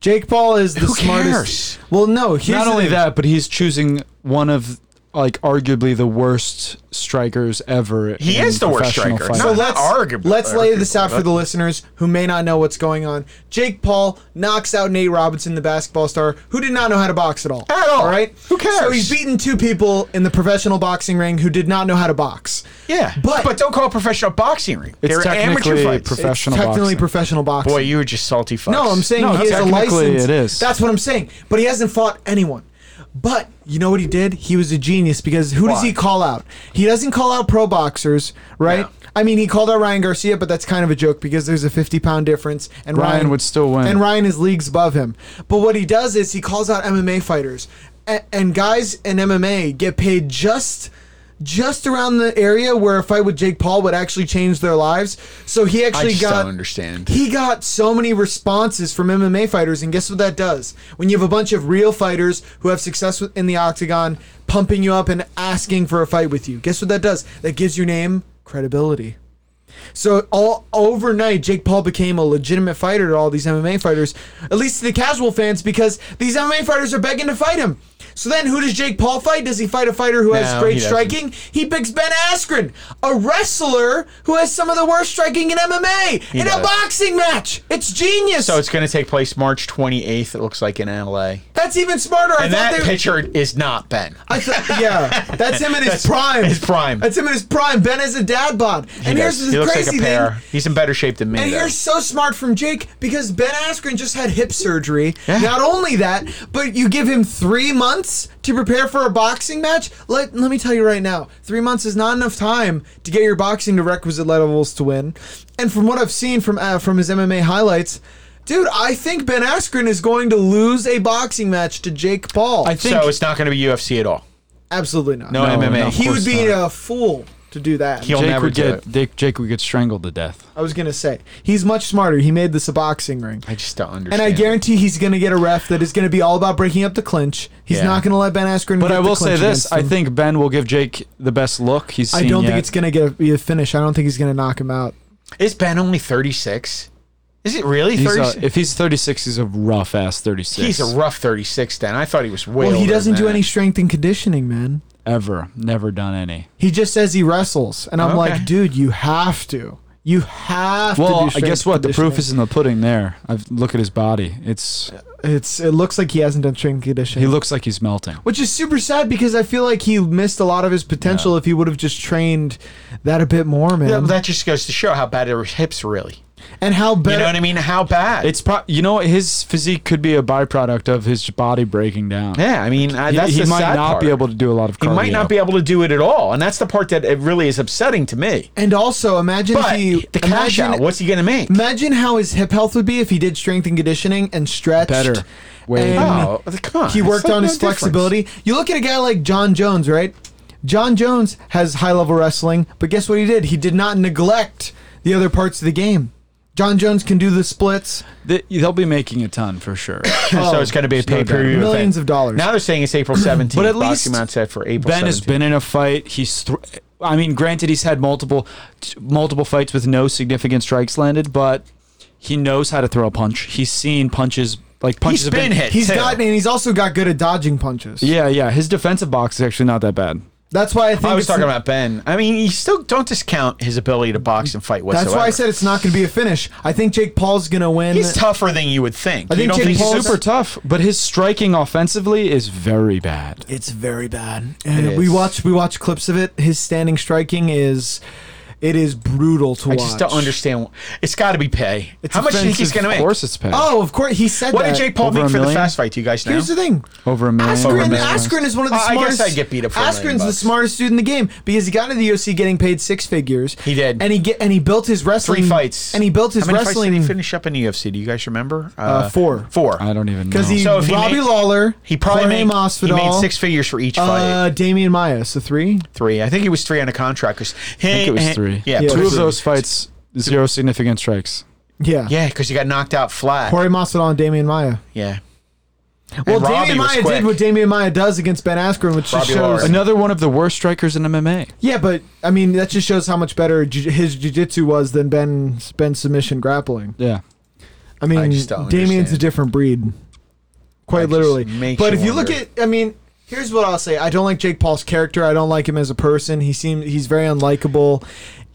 [SPEAKER 2] Jake Paul is the
[SPEAKER 4] Who
[SPEAKER 2] smartest.
[SPEAKER 4] cares?
[SPEAKER 2] Well, no. Here's
[SPEAKER 3] Not
[SPEAKER 2] the
[SPEAKER 3] only
[SPEAKER 2] thing.
[SPEAKER 3] that, but he's choosing one of like arguably the worst strikers ever.
[SPEAKER 4] He
[SPEAKER 3] in
[SPEAKER 4] is the worst
[SPEAKER 3] professional
[SPEAKER 4] striker.
[SPEAKER 3] fighting.
[SPEAKER 4] No,
[SPEAKER 2] So
[SPEAKER 4] Not
[SPEAKER 2] let's
[SPEAKER 4] arguably,
[SPEAKER 2] let's lay this
[SPEAKER 4] arguably,
[SPEAKER 2] out for
[SPEAKER 4] but-
[SPEAKER 2] the listeners who may not know what's going on. Jake Paul knocks out Nate Robinson, the basketball star, who did not know how to box at all.
[SPEAKER 4] At all.
[SPEAKER 2] All right.
[SPEAKER 4] Who cares?
[SPEAKER 2] So he's beaten two people in the professional boxing ring who did not know how to box.
[SPEAKER 4] Yeah,
[SPEAKER 2] But-
[SPEAKER 4] but don't call it professional boxing ring.
[SPEAKER 3] it's
[SPEAKER 4] They're amateur
[SPEAKER 3] technically
[SPEAKER 4] fights.
[SPEAKER 3] professional.
[SPEAKER 2] Technically
[SPEAKER 3] boxing.
[SPEAKER 2] professional boxing.
[SPEAKER 4] Boy, you were just salty fucks.
[SPEAKER 2] No, I'm saying
[SPEAKER 3] No,
[SPEAKER 2] he has a
[SPEAKER 3] technically
[SPEAKER 2] license.
[SPEAKER 3] it is.
[SPEAKER 2] That's what I'm saying. But he hasn't fought anyone. But you know what he did? He was a genius because who does
[SPEAKER 4] Why?
[SPEAKER 2] he call out? He doesn't call out pro boxers, right?
[SPEAKER 4] No.
[SPEAKER 2] I mean, he called out Ryan Garcia, but that's kind of a joke because there's a 50 pound difference, and
[SPEAKER 3] Ryan
[SPEAKER 2] Ryan,
[SPEAKER 3] would still win.
[SPEAKER 2] And Ryan is leagues above him. But what he does is he calls out MMA fighters, A- and guys in MMA get paid just. Just around the area where a fight with Jake Paul would actually change their lives, so he actually
[SPEAKER 4] just
[SPEAKER 2] got
[SPEAKER 4] don't understand.
[SPEAKER 2] he got so many responses from MMA fighters, and guess what that does? When you have a bunch of real fighters who have success with- in the octagon pumping you up and asking for a fight with you, guess what that does? That gives your name credibility. So all overnight, Jake Paul became a legitimate fighter to all these MMA fighters, at least to the casual fans, because these MMA fighters are begging to fight him. So then, who does Jake Paul fight? Does he fight a fighter who has
[SPEAKER 4] No,
[SPEAKER 2] great
[SPEAKER 4] he doesn't.
[SPEAKER 2] striking? He picks Ben Askren, a wrestler who has some of the worst striking in MMA, in a
[SPEAKER 4] does.
[SPEAKER 2] boxing match. It's genius.
[SPEAKER 4] So Oh, it's going to take place March 28th. It looks like in LA,
[SPEAKER 2] That's even smarter. I
[SPEAKER 4] and
[SPEAKER 2] thought
[SPEAKER 4] that
[SPEAKER 2] they.
[SPEAKER 4] picture is not Ben.
[SPEAKER 2] I thought, yeah, that's him in his prime.
[SPEAKER 4] his prime.
[SPEAKER 2] That's him in his prime. Ben is a dad bod. and here's
[SPEAKER 4] does. he
[SPEAKER 2] the
[SPEAKER 4] looks
[SPEAKER 2] crazy
[SPEAKER 4] like a
[SPEAKER 2] thing.
[SPEAKER 4] pear. He's in better shape than me.
[SPEAKER 2] And
[SPEAKER 4] though.
[SPEAKER 2] here's so smart from Jake because Ben Askren just had hip surgery.
[SPEAKER 4] Yeah.
[SPEAKER 2] Not only that, but you give him three months to prepare for a boxing match. Let let me tell you right now, three months is not enough time to get your boxing to requisite levels to win. And from what I've seen from uh, from his MMA highlights. Dude, I think Ben Askren is going to lose a boxing match to Jake Paul.
[SPEAKER 3] I think
[SPEAKER 4] so it's not going to be UFC at all.
[SPEAKER 2] Absolutely not.
[SPEAKER 4] No,
[SPEAKER 3] No,
[SPEAKER 4] MMA.
[SPEAKER 3] no.
[SPEAKER 2] he would
[SPEAKER 3] course
[SPEAKER 2] be a fool to do that.
[SPEAKER 4] He'll
[SPEAKER 3] Jake
[SPEAKER 4] never
[SPEAKER 3] would
[SPEAKER 4] do
[SPEAKER 3] get
[SPEAKER 4] it.
[SPEAKER 3] Jake, Jake would get strangled to death.
[SPEAKER 2] I was gonna say he's much smarter. He made this a boxing ring.
[SPEAKER 4] I just don't understand.
[SPEAKER 2] And I guarantee he's going to get a ref that is going to be all about breaking up the clinch. He's
[SPEAKER 4] Yeah.
[SPEAKER 2] not going to let Ben Askren.
[SPEAKER 3] But
[SPEAKER 2] get
[SPEAKER 3] I
[SPEAKER 2] the
[SPEAKER 3] will say
[SPEAKER 2] clinch
[SPEAKER 3] this:
[SPEAKER 2] against
[SPEAKER 3] I
[SPEAKER 2] him.
[SPEAKER 3] think Ben will give Jake the best look he's
[SPEAKER 2] I
[SPEAKER 3] seen
[SPEAKER 2] don't
[SPEAKER 3] yet.
[SPEAKER 2] think it's going to get a, be a finish. I don't think he's going to knock him out.
[SPEAKER 4] Is Ben only 36? Is it really
[SPEAKER 3] He's uh, a-
[SPEAKER 4] 36?
[SPEAKER 3] if he's 36, he's a rough ass 36.
[SPEAKER 4] He's a rough 36 then. I thought he was way
[SPEAKER 2] Well, he
[SPEAKER 4] older
[SPEAKER 2] doesn't
[SPEAKER 4] than
[SPEAKER 2] do
[SPEAKER 4] that.
[SPEAKER 2] any strength and conditioning, man.
[SPEAKER 3] ever never done any.
[SPEAKER 2] He just says he wrestles, and I'm
[SPEAKER 4] Okay.
[SPEAKER 2] like, dude, you have to. You have to.
[SPEAKER 3] Well,
[SPEAKER 2] do
[SPEAKER 3] I guess
[SPEAKER 2] strength
[SPEAKER 3] what the proof
[SPEAKER 2] conditioning.
[SPEAKER 3] is in the pudding. There, I've look at his body. It's
[SPEAKER 2] It's. It looks like he hasn't done strength and conditioning.
[SPEAKER 3] he looks like he's melting.
[SPEAKER 2] which is super sad because I feel like he missed a lot of his potential if he would have just trained that a bit more, man.
[SPEAKER 4] Yeah, but that just goes to show how bad are his hips really.
[SPEAKER 2] and how
[SPEAKER 4] You
[SPEAKER 2] better
[SPEAKER 4] know what I mean? How bad.
[SPEAKER 3] It's pro- you know his physique could be a byproduct of his body breaking down.
[SPEAKER 4] yeah, I mean, I,
[SPEAKER 3] He-
[SPEAKER 4] that's
[SPEAKER 3] he
[SPEAKER 4] the
[SPEAKER 3] might
[SPEAKER 4] sad
[SPEAKER 3] not
[SPEAKER 4] part.
[SPEAKER 3] be able to do a lot of.
[SPEAKER 4] He
[SPEAKER 3] Cardio.
[SPEAKER 4] might not be able to do it at all, and that's the part that it really is upsetting to me.
[SPEAKER 2] And also, imagine
[SPEAKER 4] But
[SPEAKER 2] if he
[SPEAKER 4] the cash
[SPEAKER 2] imagine,
[SPEAKER 4] out, what's he going to make?
[SPEAKER 2] Imagine how his hip health would be if he did strength and conditioning and stretched.
[SPEAKER 3] Better. Way
[SPEAKER 2] And
[SPEAKER 3] better.
[SPEAKER 4] Oh, come on.
[SPEAKER 2] He
[SPEAKER 4] It's
[SPEAKER 2] worked
[SPEAKER 4] like
[SPEAKER 2] on
[SPEAKER 4] no
[SPEAKER 2] his
[SPEAKER 4] difference.
[SPEAKER 2] flexibility. You look at a guy like John Jones, right? John Jones has high level wrestling, but guess what he did? He did not neglect the other parts of the game. John Jones can do the splits.
[SPEAKER 3] They, they'll be making a ton for sure.
[SPEAKER 4] so it's going to be a
[SPEAKER 3] no
[SPEAKER 4] pay per view.
[SPEAKER 2] Millions of dollars.
[SPEAKER 4] Now they're saying it's April 17th.
[SPEAKER 3] But at
[SPEAKER 4] Boxing
[SPEAKER 3] least
[SPEAKER 4] Match set for April
[SPEAKER 3] Ben has
[SPEAKER 4] 17th.
[SPEAKER 3] been in a fight. He's, thr I mean, granted, he's had multiple, t- multiple fights with no significant strikes landed, but he knows how to throw a punch. He's seen punches like punches.
[SPEAKER 4] He's
[SPEAKER 3] have
[SPEAKER 4] been hit.
[SPEAKER 2] He's
[SPEAKER 4] too.
[SPEAKER 2] gotten and he's also got good at dodging punches.
[SPEAKER 3] Yeah, yeah. His defensive box is actually not that bad.
[SPEAKER 2] That's why I think
[SPEAKER 4] I
[SPEAKER 2] it's-
[SPEAKER 4] was talking about Ben. I mean, you still don't discount his ability to box and fight whatsoever.
[SPEAKER 2] That's why I said it's not going to be a finish. I think Jake Paul's going to win.
[SPEAKER 4] he's tougher than you would think.
[SPEAKER 2] I
[SPEAKER 4] You
[SPEAKER 2] think
[SPEAKER 4] don't
[SPEAKER 2] Jake
[SPEAKER 4] think he's
[SPEAKER 2] Paul's-
[SPEAKER 4] super
[SPEAKER 3] Super tough, but his striking offensively is very bad.
[SPEAKER 2] It's very bad. And
[SPEAKER 4] It
[SPEAKER 2] we
[SPEAKER 4] is.
[SPEAKER 2] watch we watch clips of it. His standing striking is it is brutal to
[SPEAKER 4] I
[SPEAKER 2] watch.
[SPEAKER 4] just don't understand. It's got to be pay.
[SPEAKER 2] It's
[SPEAKER 4] How much do you think he's going to
[SPEAKER 3] Of
[SPEAKER 4] make?
[SPEAKER 3] course, it's bad.
[SPEAKER 2] Oh, of course he said
[SPEAKER 4] What
[SPEAKER 2] that.
[SPEAKER 4] did Jake Paul
[SPEAKER 3] Over a
[SPEAKER 4] make for the
[SPEAKER 3] million?
[SPEAKER 4] fast fight? Do Oh, you guys know?
[SPEAKER 2] Here's the thing.
[SPEAKER 3] over a million.
[SPEAKER 4] Over a
[SPEAKER 2] Askren,
[SPEAKER 4] million.
[SPEAKER 2] Askren is one of the
[SPEAKER 4] Uh, I guess
[SPEAKER 2] smartest.
[SPEAKER 4] I'd get beat up for a million
[SPEAKER 2] Askren's the
[SPEAKER 4] bucks.
[SPEAKER 2] smartest dude in the game because he got into the UFC getting paid six figures.
[SPEAKER 4] He did.
[SPEAKER 2] and he get and he built his wrestling
[SPEAKER 4] Three fights.
[SPEAKER 2] and he built his
[SPEAKER 4] How many
[SPEAKER 2] wrestling
[SPEAKER 4] Fights did he finish up in the UFC? Do you guys remember? Uh,
[SPEAKER 2] four.
[SPEAKER 4] Four.
[SPEAKER 3] I don't even know.
[SPEAKER 2] because he
[SPEAKER 4] So if he
[SPEAKER 2] Robbie
[SPEAKER 4] made-
[SPEAKER 2] Lawler,
[SPEAKER 4] He probably
[SPEAKER 2] Jorge
[SPEAKER 4] made, he
[SPEAKER 2] Masvidal,
[SPEAKER 4] made six figures for each fight.
[SPEAKER 2] uh, Damian Maya, so three.
[SPEAKER 4] Three. I think he was three on a contract. 'cause-
[SPEAKER 3] I think it was three.
[SPEAKER 4] Yeah.
[SPEAKER 3] two of
[SPEAKER 2] three.
[SPEAKER 3] those fights, zero significant strikes.
[SPEAKER 2] Yeah,
[SPEAKER 4] Yeah, because he got knocked out flat.
[SPEAKER 2] Jorge Masvidal and Damian Maya.
[SPEAKER 4] Yeah.
[SPEAKER 2] Well,
[SPEAKER 4] And Robbie
[SPEAKER 2] Damian
[SPEAKER 4] was
[SPEAKER 2] Maya
[SPEAKER 4] quick.
[SPEAKER 2] did what Damian Maya does against Ben Askren, which just
[SPEAKER 4] Robbie
[SPEAKER 2] shows.
[SPEAKER 4] Lawler.
[SPEAKER 3] Another one of the worst strikers in MMA.
[SPEAKER 2] Yeah, but I mean that just shows how much better ju- his jiu-jitsu was than Ben's Ben's submission grappling.
[SPEAKER 3] Yeah.
[SPEAKER 2] I mean,
[SPEAKER 4] just don't
[SPEAKER 2] Damian's a
[SPEAKER 4] understand.
[SPEAKER 2] different breed,
[SPEAKER 4] It
[SPEAKER 2] quite
[SPEAKER 4] just
[SPEAKER 2] literally.
[SPEAKER 4] makes
[SPEAKER 2] But
[SPEAKER 4] you
[SPEAKER 2] if you look
[SPEAKER 4] wonder.
[SPEAKER 2] at, I mean, Here's what I'll say. I don't like Jake Paul's character. I don't like him as a person. He seems he's very unlikable.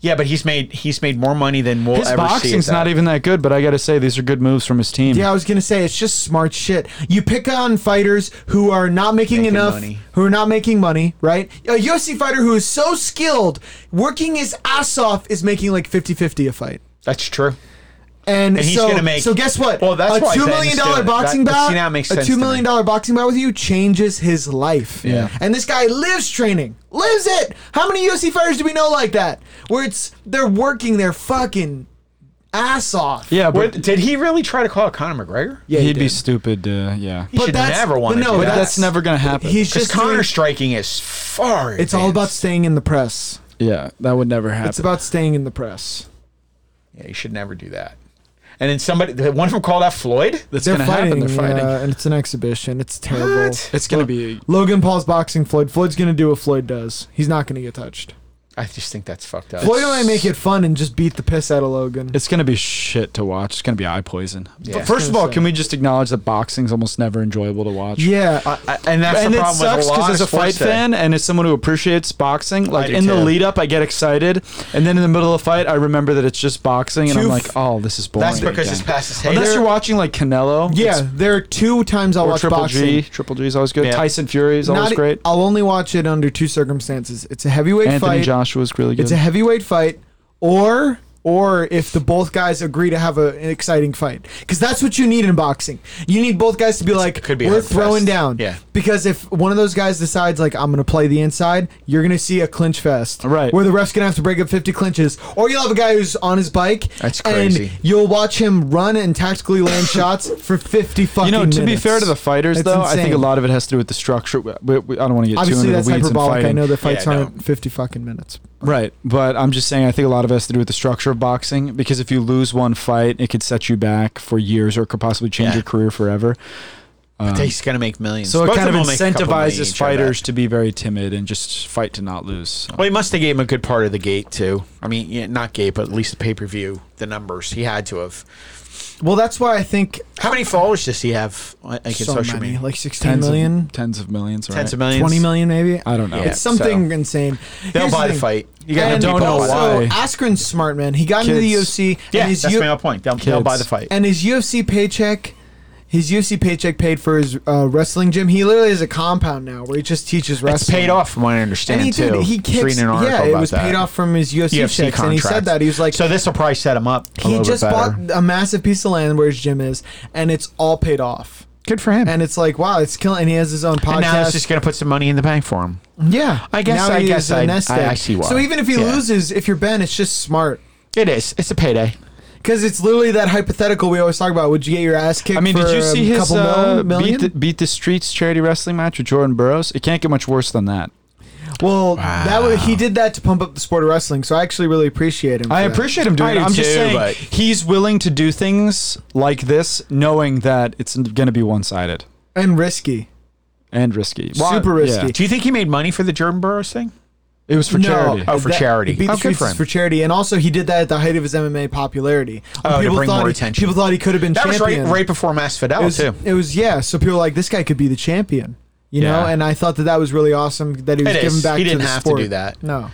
[SPEAKER 4] Yeah, but he's made he's made more money than we'll
[SPEAKER 3] His
[SPEAKER 4] ever see.
[SPEAKER 3] boxing's not even that good, but I got to say these are good moves from his team.
[SPEAKER 2] Yeah, I was gonna say it's just smart shit. You pick on fighters who are not making,
[SPEAKER 4] Making
[SPEAKER 2] enough,
[SPEAKER 4] money.
[SPEAKER 2] who are not making money, right? A UFC fighter who is so skilled, working his ass off, is making like 50-50 a fight.
[SPEAKER 4] That's true.
[SPEAKER 2] And,
[SPEAKER 4] And he's
[SPEAKER 2] so,
[SPEAKER 4] gonna make-
[SPEAKER 2] so guess what?
[SPEAKER 4] Well, that's
[SPEAKER 2] a
[SPEAKER 4] why
[SPEAKER 2] two
[SPEAKER 4] Zen's
[SPEAKER 2] million
[SPEAKER 4] doing
[SPEAKER 2] dollar
[SPEAKER 4] it.
[SPEAKER 2] boxing
[SPEAKER 4] That-
[SPEAKER 2] bout.
[SPEAKER 4] see, now it makes
[SPEAKER 2] a
[SPEAKER 4] sense
[SPEAKER 2] two
[SPEAKER 4] to
[SPEAKER 2] million dollar boxing bout with you changes his life.
[SPEAKER 3] Yeah.
[SPEAKER 2] And this guy lives training, lives it. How many UFC fighters do we know like that? Where it's they're working their fucking ass off.
[SPEAKER 3] yeah,
[SPEAKER 4] What,
[SPEAKER 3] but
[SPEAKER 4] did he really try to call out Conor McGregor?
[SPEAKER 2] Yeah, he
[SPEAKER 3] he'd be
[SPEAKER 2] did.
[SPEAKER 3] stupid. To, yeah,
[SPEAKER 4] He should never want to.
[SPEAKER 2] but
[SPEAKER 4] do
[SPEAKER 2] no,
[SPEAKER 4] that.
[SPEAKER 3] But that's never gonna happen.
[SPEAKER 2] He's
[SPEAKER 4] Because
[SPEAKER 2] just
[SPEAKER 4] Connor
[SPEAKER 2] doing-
[SPEAKER 4] striking is far.
[SPEAKER 2] It's all about
[SPEAKER 4] advanced.
[SPEAKER 2] staying in the press.
[SPEAKER 3] yeah, that would never happen.
[SPEAKER 2] It's about staying in the press.
[SPEAKER 4] Yeah, you should never do that. And then somebody, the one of them called out Floyd.
[SPEAKER 3] That's
[SPEAKER 2] They're
[SPEAKER 3] gonna
[SPEAKER 2] fighting,
[SPEAKER 3] happen. They're fighting.
[SPEAKER 2] uh, and it's an exhibition. It's terrible.
[SPEAKER 3] it's gonna be.
[SPEAKER 2] Logan Paul's boxing Floyd. Floyd's gonna do what Floyd does. He's not gonna get touched.
[SPEAKER 4] I just think that's fucked up.
[SPEAKER 2] Floyd might make it fun and just beat the piss out of Logan.
[SPEAKER 3] It's gonna be shit to watch. It's gonna be eye poison.
[SPEAKER 4] Yeah.
[SPEAKER 3] But first of
[SPEAKER 2] Gonna
[SPEAKER 3] all,
[SPEAKER 2] say.
[SPEAKER 3] can we just acknowledge that boxing's almost never enjoyable to watch?
[SPEAKER 2] yeah,
[SPEAKER 4] I- and that's
[SPEAKER 3] and
[SPEAKER 4] the
[SPEAKER 3] it sucks
[SPEAKER 4] problem with a lot
[SPEAKER 3] because as
[SPEAKER 4] of
[SPEAKER 3] a fight
[SPEAKER 4] sports today.
[SPEAKER 3] fan and as someone who appreciates boxing, like
[SPEAKER 4] do
[SPEAKER 3] in the
[SPEAKER 4] too.
[SPEAKER 3] lead up, I get excited, and then in the middle of the fight, I remember that it's just boxing, and
[SPEAKER 2] Two
[SPEAKER 3] I'm
[SPEAKER 2] f-
[SPEAKER 3] like, oh, this is boring.
[SPEAKER 4] that's because
[SPEAKER 3] again.
[SPEAKER 4] it's past his
[SPEAKER 3] Unless
[SPEAKER 4] hater.
[SPEAKER 3] you're watching like Canelo,
[SPEAKER 2] yeah.
[SPEAKER 3] it's-
[SPEAKER 2] there are two times I'll
[SPEAKER 3] or
[SPEAKER 2] watch
[SPEAKER 3] Triple
[SPEAKER 2] boxing.
[SPEAKER 3] G, Triple G is always good.
[SPEAKER 4] Yeah.
[SPEAKER 3] Tyson Fury is always
[SPEAKER 2] Not- e-
[SPEAKER 3] great.
[SPEAKER 2] I'll only watch it under two circumstances. It's a heavyweight
[SPEAKER 3] Anthony
[SPEAKER 2] fight.
[SPEAKER 3] Joshua is really good.
[SPEAKER 2] It's a heavyweight fight, or or if the both guys agree to have a, an exciting fight, because that's what you need in boxing. You need both guys to be like,
[SPEAKER 4] could be
[SPEAKER 2] we're
[SPEAKER 4] hard-pressed."
[SPEAKER 2] throwing down.
[SPEAKER 4] Yeah.
[SPEAKER 2] Because if one of those guys decides like I'm gonna play the inside, you're gonna see a clinch fest.
[SPEAKER 3] Right.
[SPEAKER 2] Where the ref's gonna have to break up 50 clinches, or you'll have a guy who's on his bike.
[SPEAKER 4] That's crazy.
[SPEAKER 2] And you'll watch him run and tactically land shots for 50 fucking.
[SPEAKER 3] you know, to be
[SPEAKER 2] minutes.
[SPEAKER 3] fair to the fighters,
[SPEAKER 2] It's
[SPEAKER 3] though, I think a
[SPEAKER 2] insane.
[SPEAKER 3] lot of it has to do with the structure. We- we- we- I don't want to get
[SPEAKER 2] Obviously,
[SPEAKER 3] too into
[SPEAKER 2] that's
[SPEAKER 3] the weeds in
[SPEAKER 2] hyperbolic.
[SPEAKER 3] fighting.
[SPEAKER 2] I know the fights
[SPEAKER 4] Yeah, I
[SPEAKER 2] aren't 50 fucking minutes.
[SPEAKER 3] Right, but I'm just saying I think a lot of it has to do with the structure of boxing because if you lose one fight, it could set you back for years or could possibly change
[SPEAKER 4] Yeah.
[SPEAKER 3] your career forever.
[SPEAKER 4] But
[SPEAKER 2] Um,
[SPEAKER 4] he's gonna make millions.
[SPEAKER 3] So it
[SPEAKER 4] Both
[SPEAKER 3] kind of
[SPEAKER 4] them will make a couple million
[SPEAKER 3] incentivizes
[SPEAKER 4] each, I bet.
[SPEAKER 3] fighters to be very timid and just fight to not lose. So.
[SPEAKER 4] Well, he must have gave him a good part of the gate too. I mean, yeah, not gate, but at least the pay per view, the numbers he had to have.
[SPEAKER 2] Well, that's why I think
[SPEAKER 4] How many followers does he have on like, in
[SPEAKER 2] so
[SPEAKER 4] social
[SPEAKER 2] many,
[SPEAKER 4] media?
[SPEAKER 2] like 16
[SPEAKER 3] Tens
[SPEAKER 2] million,
[SPEAKER 3] of, tens of millions, right?
[SPEAKER 4] Tens of millions,
[SPEAKER 2] 20 million maybe.
[SPEAKER 3] I don't know.
[SPEAKER 4] Uh, Yeah.
[SPEAKER 2] It's something insane.
[SPEAKER 4] They'll
[SPEAKER 2] Here's
[SPEAKER 4] buy the
[SPEAKER 2] thing.
[SPEAKER 4] fight. You gotta
[SPEAKER 2] And
[SPEAKER 4] have people
[SPEAKER 3] don't know
[SPEAKER 4] buy the
[SPEAKER 3] why.
[SPEAKER 4] fight.
[SPEAKER 2] also, Askren's smart man. He got into the
[SPEAKER 3] Kids.
[SPEAKER 2] UFC
[SPEAKER 4] Yeah,
[SPEAKER 2] and his
[SPEAKER 4] that's
[SPEAKER 2] U-
[SPEAKER 4] my whole point. They'll, they'll buy the
[SPEAKER 3] Kids.
[SPEAKER 4] fight.
[SPEAKER 2] and his UFC paycheck his UFC paycheck paid for his uh, wrestling gym. He literally has a compound now where he just teaches wrestling.
[SPEAKER 4] It's paid off, from what I understand
[SPEAKER 2] And he
[SPEAKER 4] too.
[SPEAKER 2] did. He
[SPEAKER 4] Just
[SPEAKER 2] kicks.
[SPEAKER 4] reading an article
[SPEAKER 2] Yeah, it
[SPEAKER 4] about
[SPEAKER 2] was
[SPEAKER 4] that.
[SPEAKER 2] paid off from his UFC,
[SPEAKER 4] UFC
[SPEAKER 2] checks, and he said
[SPEAKER 4] contract.
[SPEAKER 2] that he was like,
[SPEAKER 4] so this will probably set him up. A
[SPEAKER 2] he
[SPEAKER 4] little
[SPEAKER 2] just
[SPEAKER 4] bit
[SPEAKER 2] bought
[SPEAKER 4] better.
[SPEAKER 2] a massive piece of land where his gym is, and it's all paid off.
[SPEAKER 3] Good for him.
[SPEAKER 2] And it's like, wow, it's killing. And he has his own podcast.
[SPEAKER 4] And now it's just going to put some money in the bank for him.
[SPEAKER 2] Yeah,
[SPEAKER 4] I guess-
[SPEAKER 2] Now
[SPEAKER 4] I
[SPEAKER 2] he
[SPEAKER 4] guess
[SPEAKER 2] is a
[SPEAKER 4] I-
[SPEAKER 2] nest
[SPEAKER 4] I- I
[SPEAKER 2] egg.
[SPEAKER 4] see why.
[SPEAKER 2] So even if he
[SPEAKER 4] Yeah.
[SPEAKER 2] loses, if you're Ben, it's just smart
[SPEAKER 4] It is. It's a payday.
[SPEAKER 2] because it's literally that hypothetical we always talk about. Would you get your ass kicked?
[SPEAKER 3] I mean, did
[SPEAKER 2] for
[SPEAKER 3] you
[SPEAKER 2] a
[SPEAKER 3] see his
[SPEAKER 2] couple mil-
[SPEAKER 3] uh,
[SPEAKER 2] million?
[SPEAKER 3] beat, the, beat the Streets charity wrestling match with Jordan Burroughs? It can't get much worse than that.
[SPEAKER 2] well, that was, he did that to pump up the sport of wrestling. So I actually really appreciate him.
[SPEAKER 3] I
[SPEAKER 2] for that.
[SPEAKER 3] appreciate him
[SPEAKER 4] I
[SPEAKER 3] doing it.
[SPEAKER 4] do
[SPEAKER 3] I'm just
[SPEAKER 4] too,
[SPEAKER 3] saying
[SPEAKER 4] but-
[SPEAKER 3] he's willing to do things like this, knowing that it's going to be one sided
[SPEAKER 2] and risky,
[SPEAKER 3] and risky.
[SPEAKER 2] super
[SPEAKER 3] yeah.
[SPEAKER 2] risky.
[SPEAKER 4] Do you think he made money for the Jordan Burroughs thing?
[SPEAKER 3] It was for charity.
[SPEAKER 4] Oh, for
[SPEAKER 2] that-
[SPEAKER 4] charity.
[SPEAKER 2] Beat the
[SPEAKER 4] Oh, good
[SPEAKER 2] Streets
[SPEAKER 4] for
[SPEAKER 2] is
[SPEAKER 4] him.
[SPEAKER 2] for charity, and also he did that at the height of his MMA popularity. When
[SPEAKER 4] Oh, to bring
[SPEAKER 2] thought
[SPEAKER 4] more
[SPEAKER 2] he,
[SPEAKER 4] attention.
[SPEAKER 2] People thought he could have been
[SPEAKER 4] That was
[SPEAKER 2] champion.
[SPEAKER 4] right, right before Mass Fidel,
[SPEAKER 2] it was,
[SPEAKER 4] Oh, too.
[SPEAKER 2] it was yeah. So people were like, this guy could be the champion, you know.
[SPEAKER 4] Yeah.
[SPEAKER 2] And I thought that that was really awesome that he was
[SPEAKER 4] It
[SPEAKER 2] given
[SPEAKER 4] is.
[SPEAKER 2] back.
[SPEAKER 4] He
[SPEAKER 2] to
[SPEAKER 4] didn't
[SPEAKER 2] the
[SPEAKER 4] have to
[SPEAKER 2] sport.
[SPEAKER 4] do that.
[SPEAKER 2] No,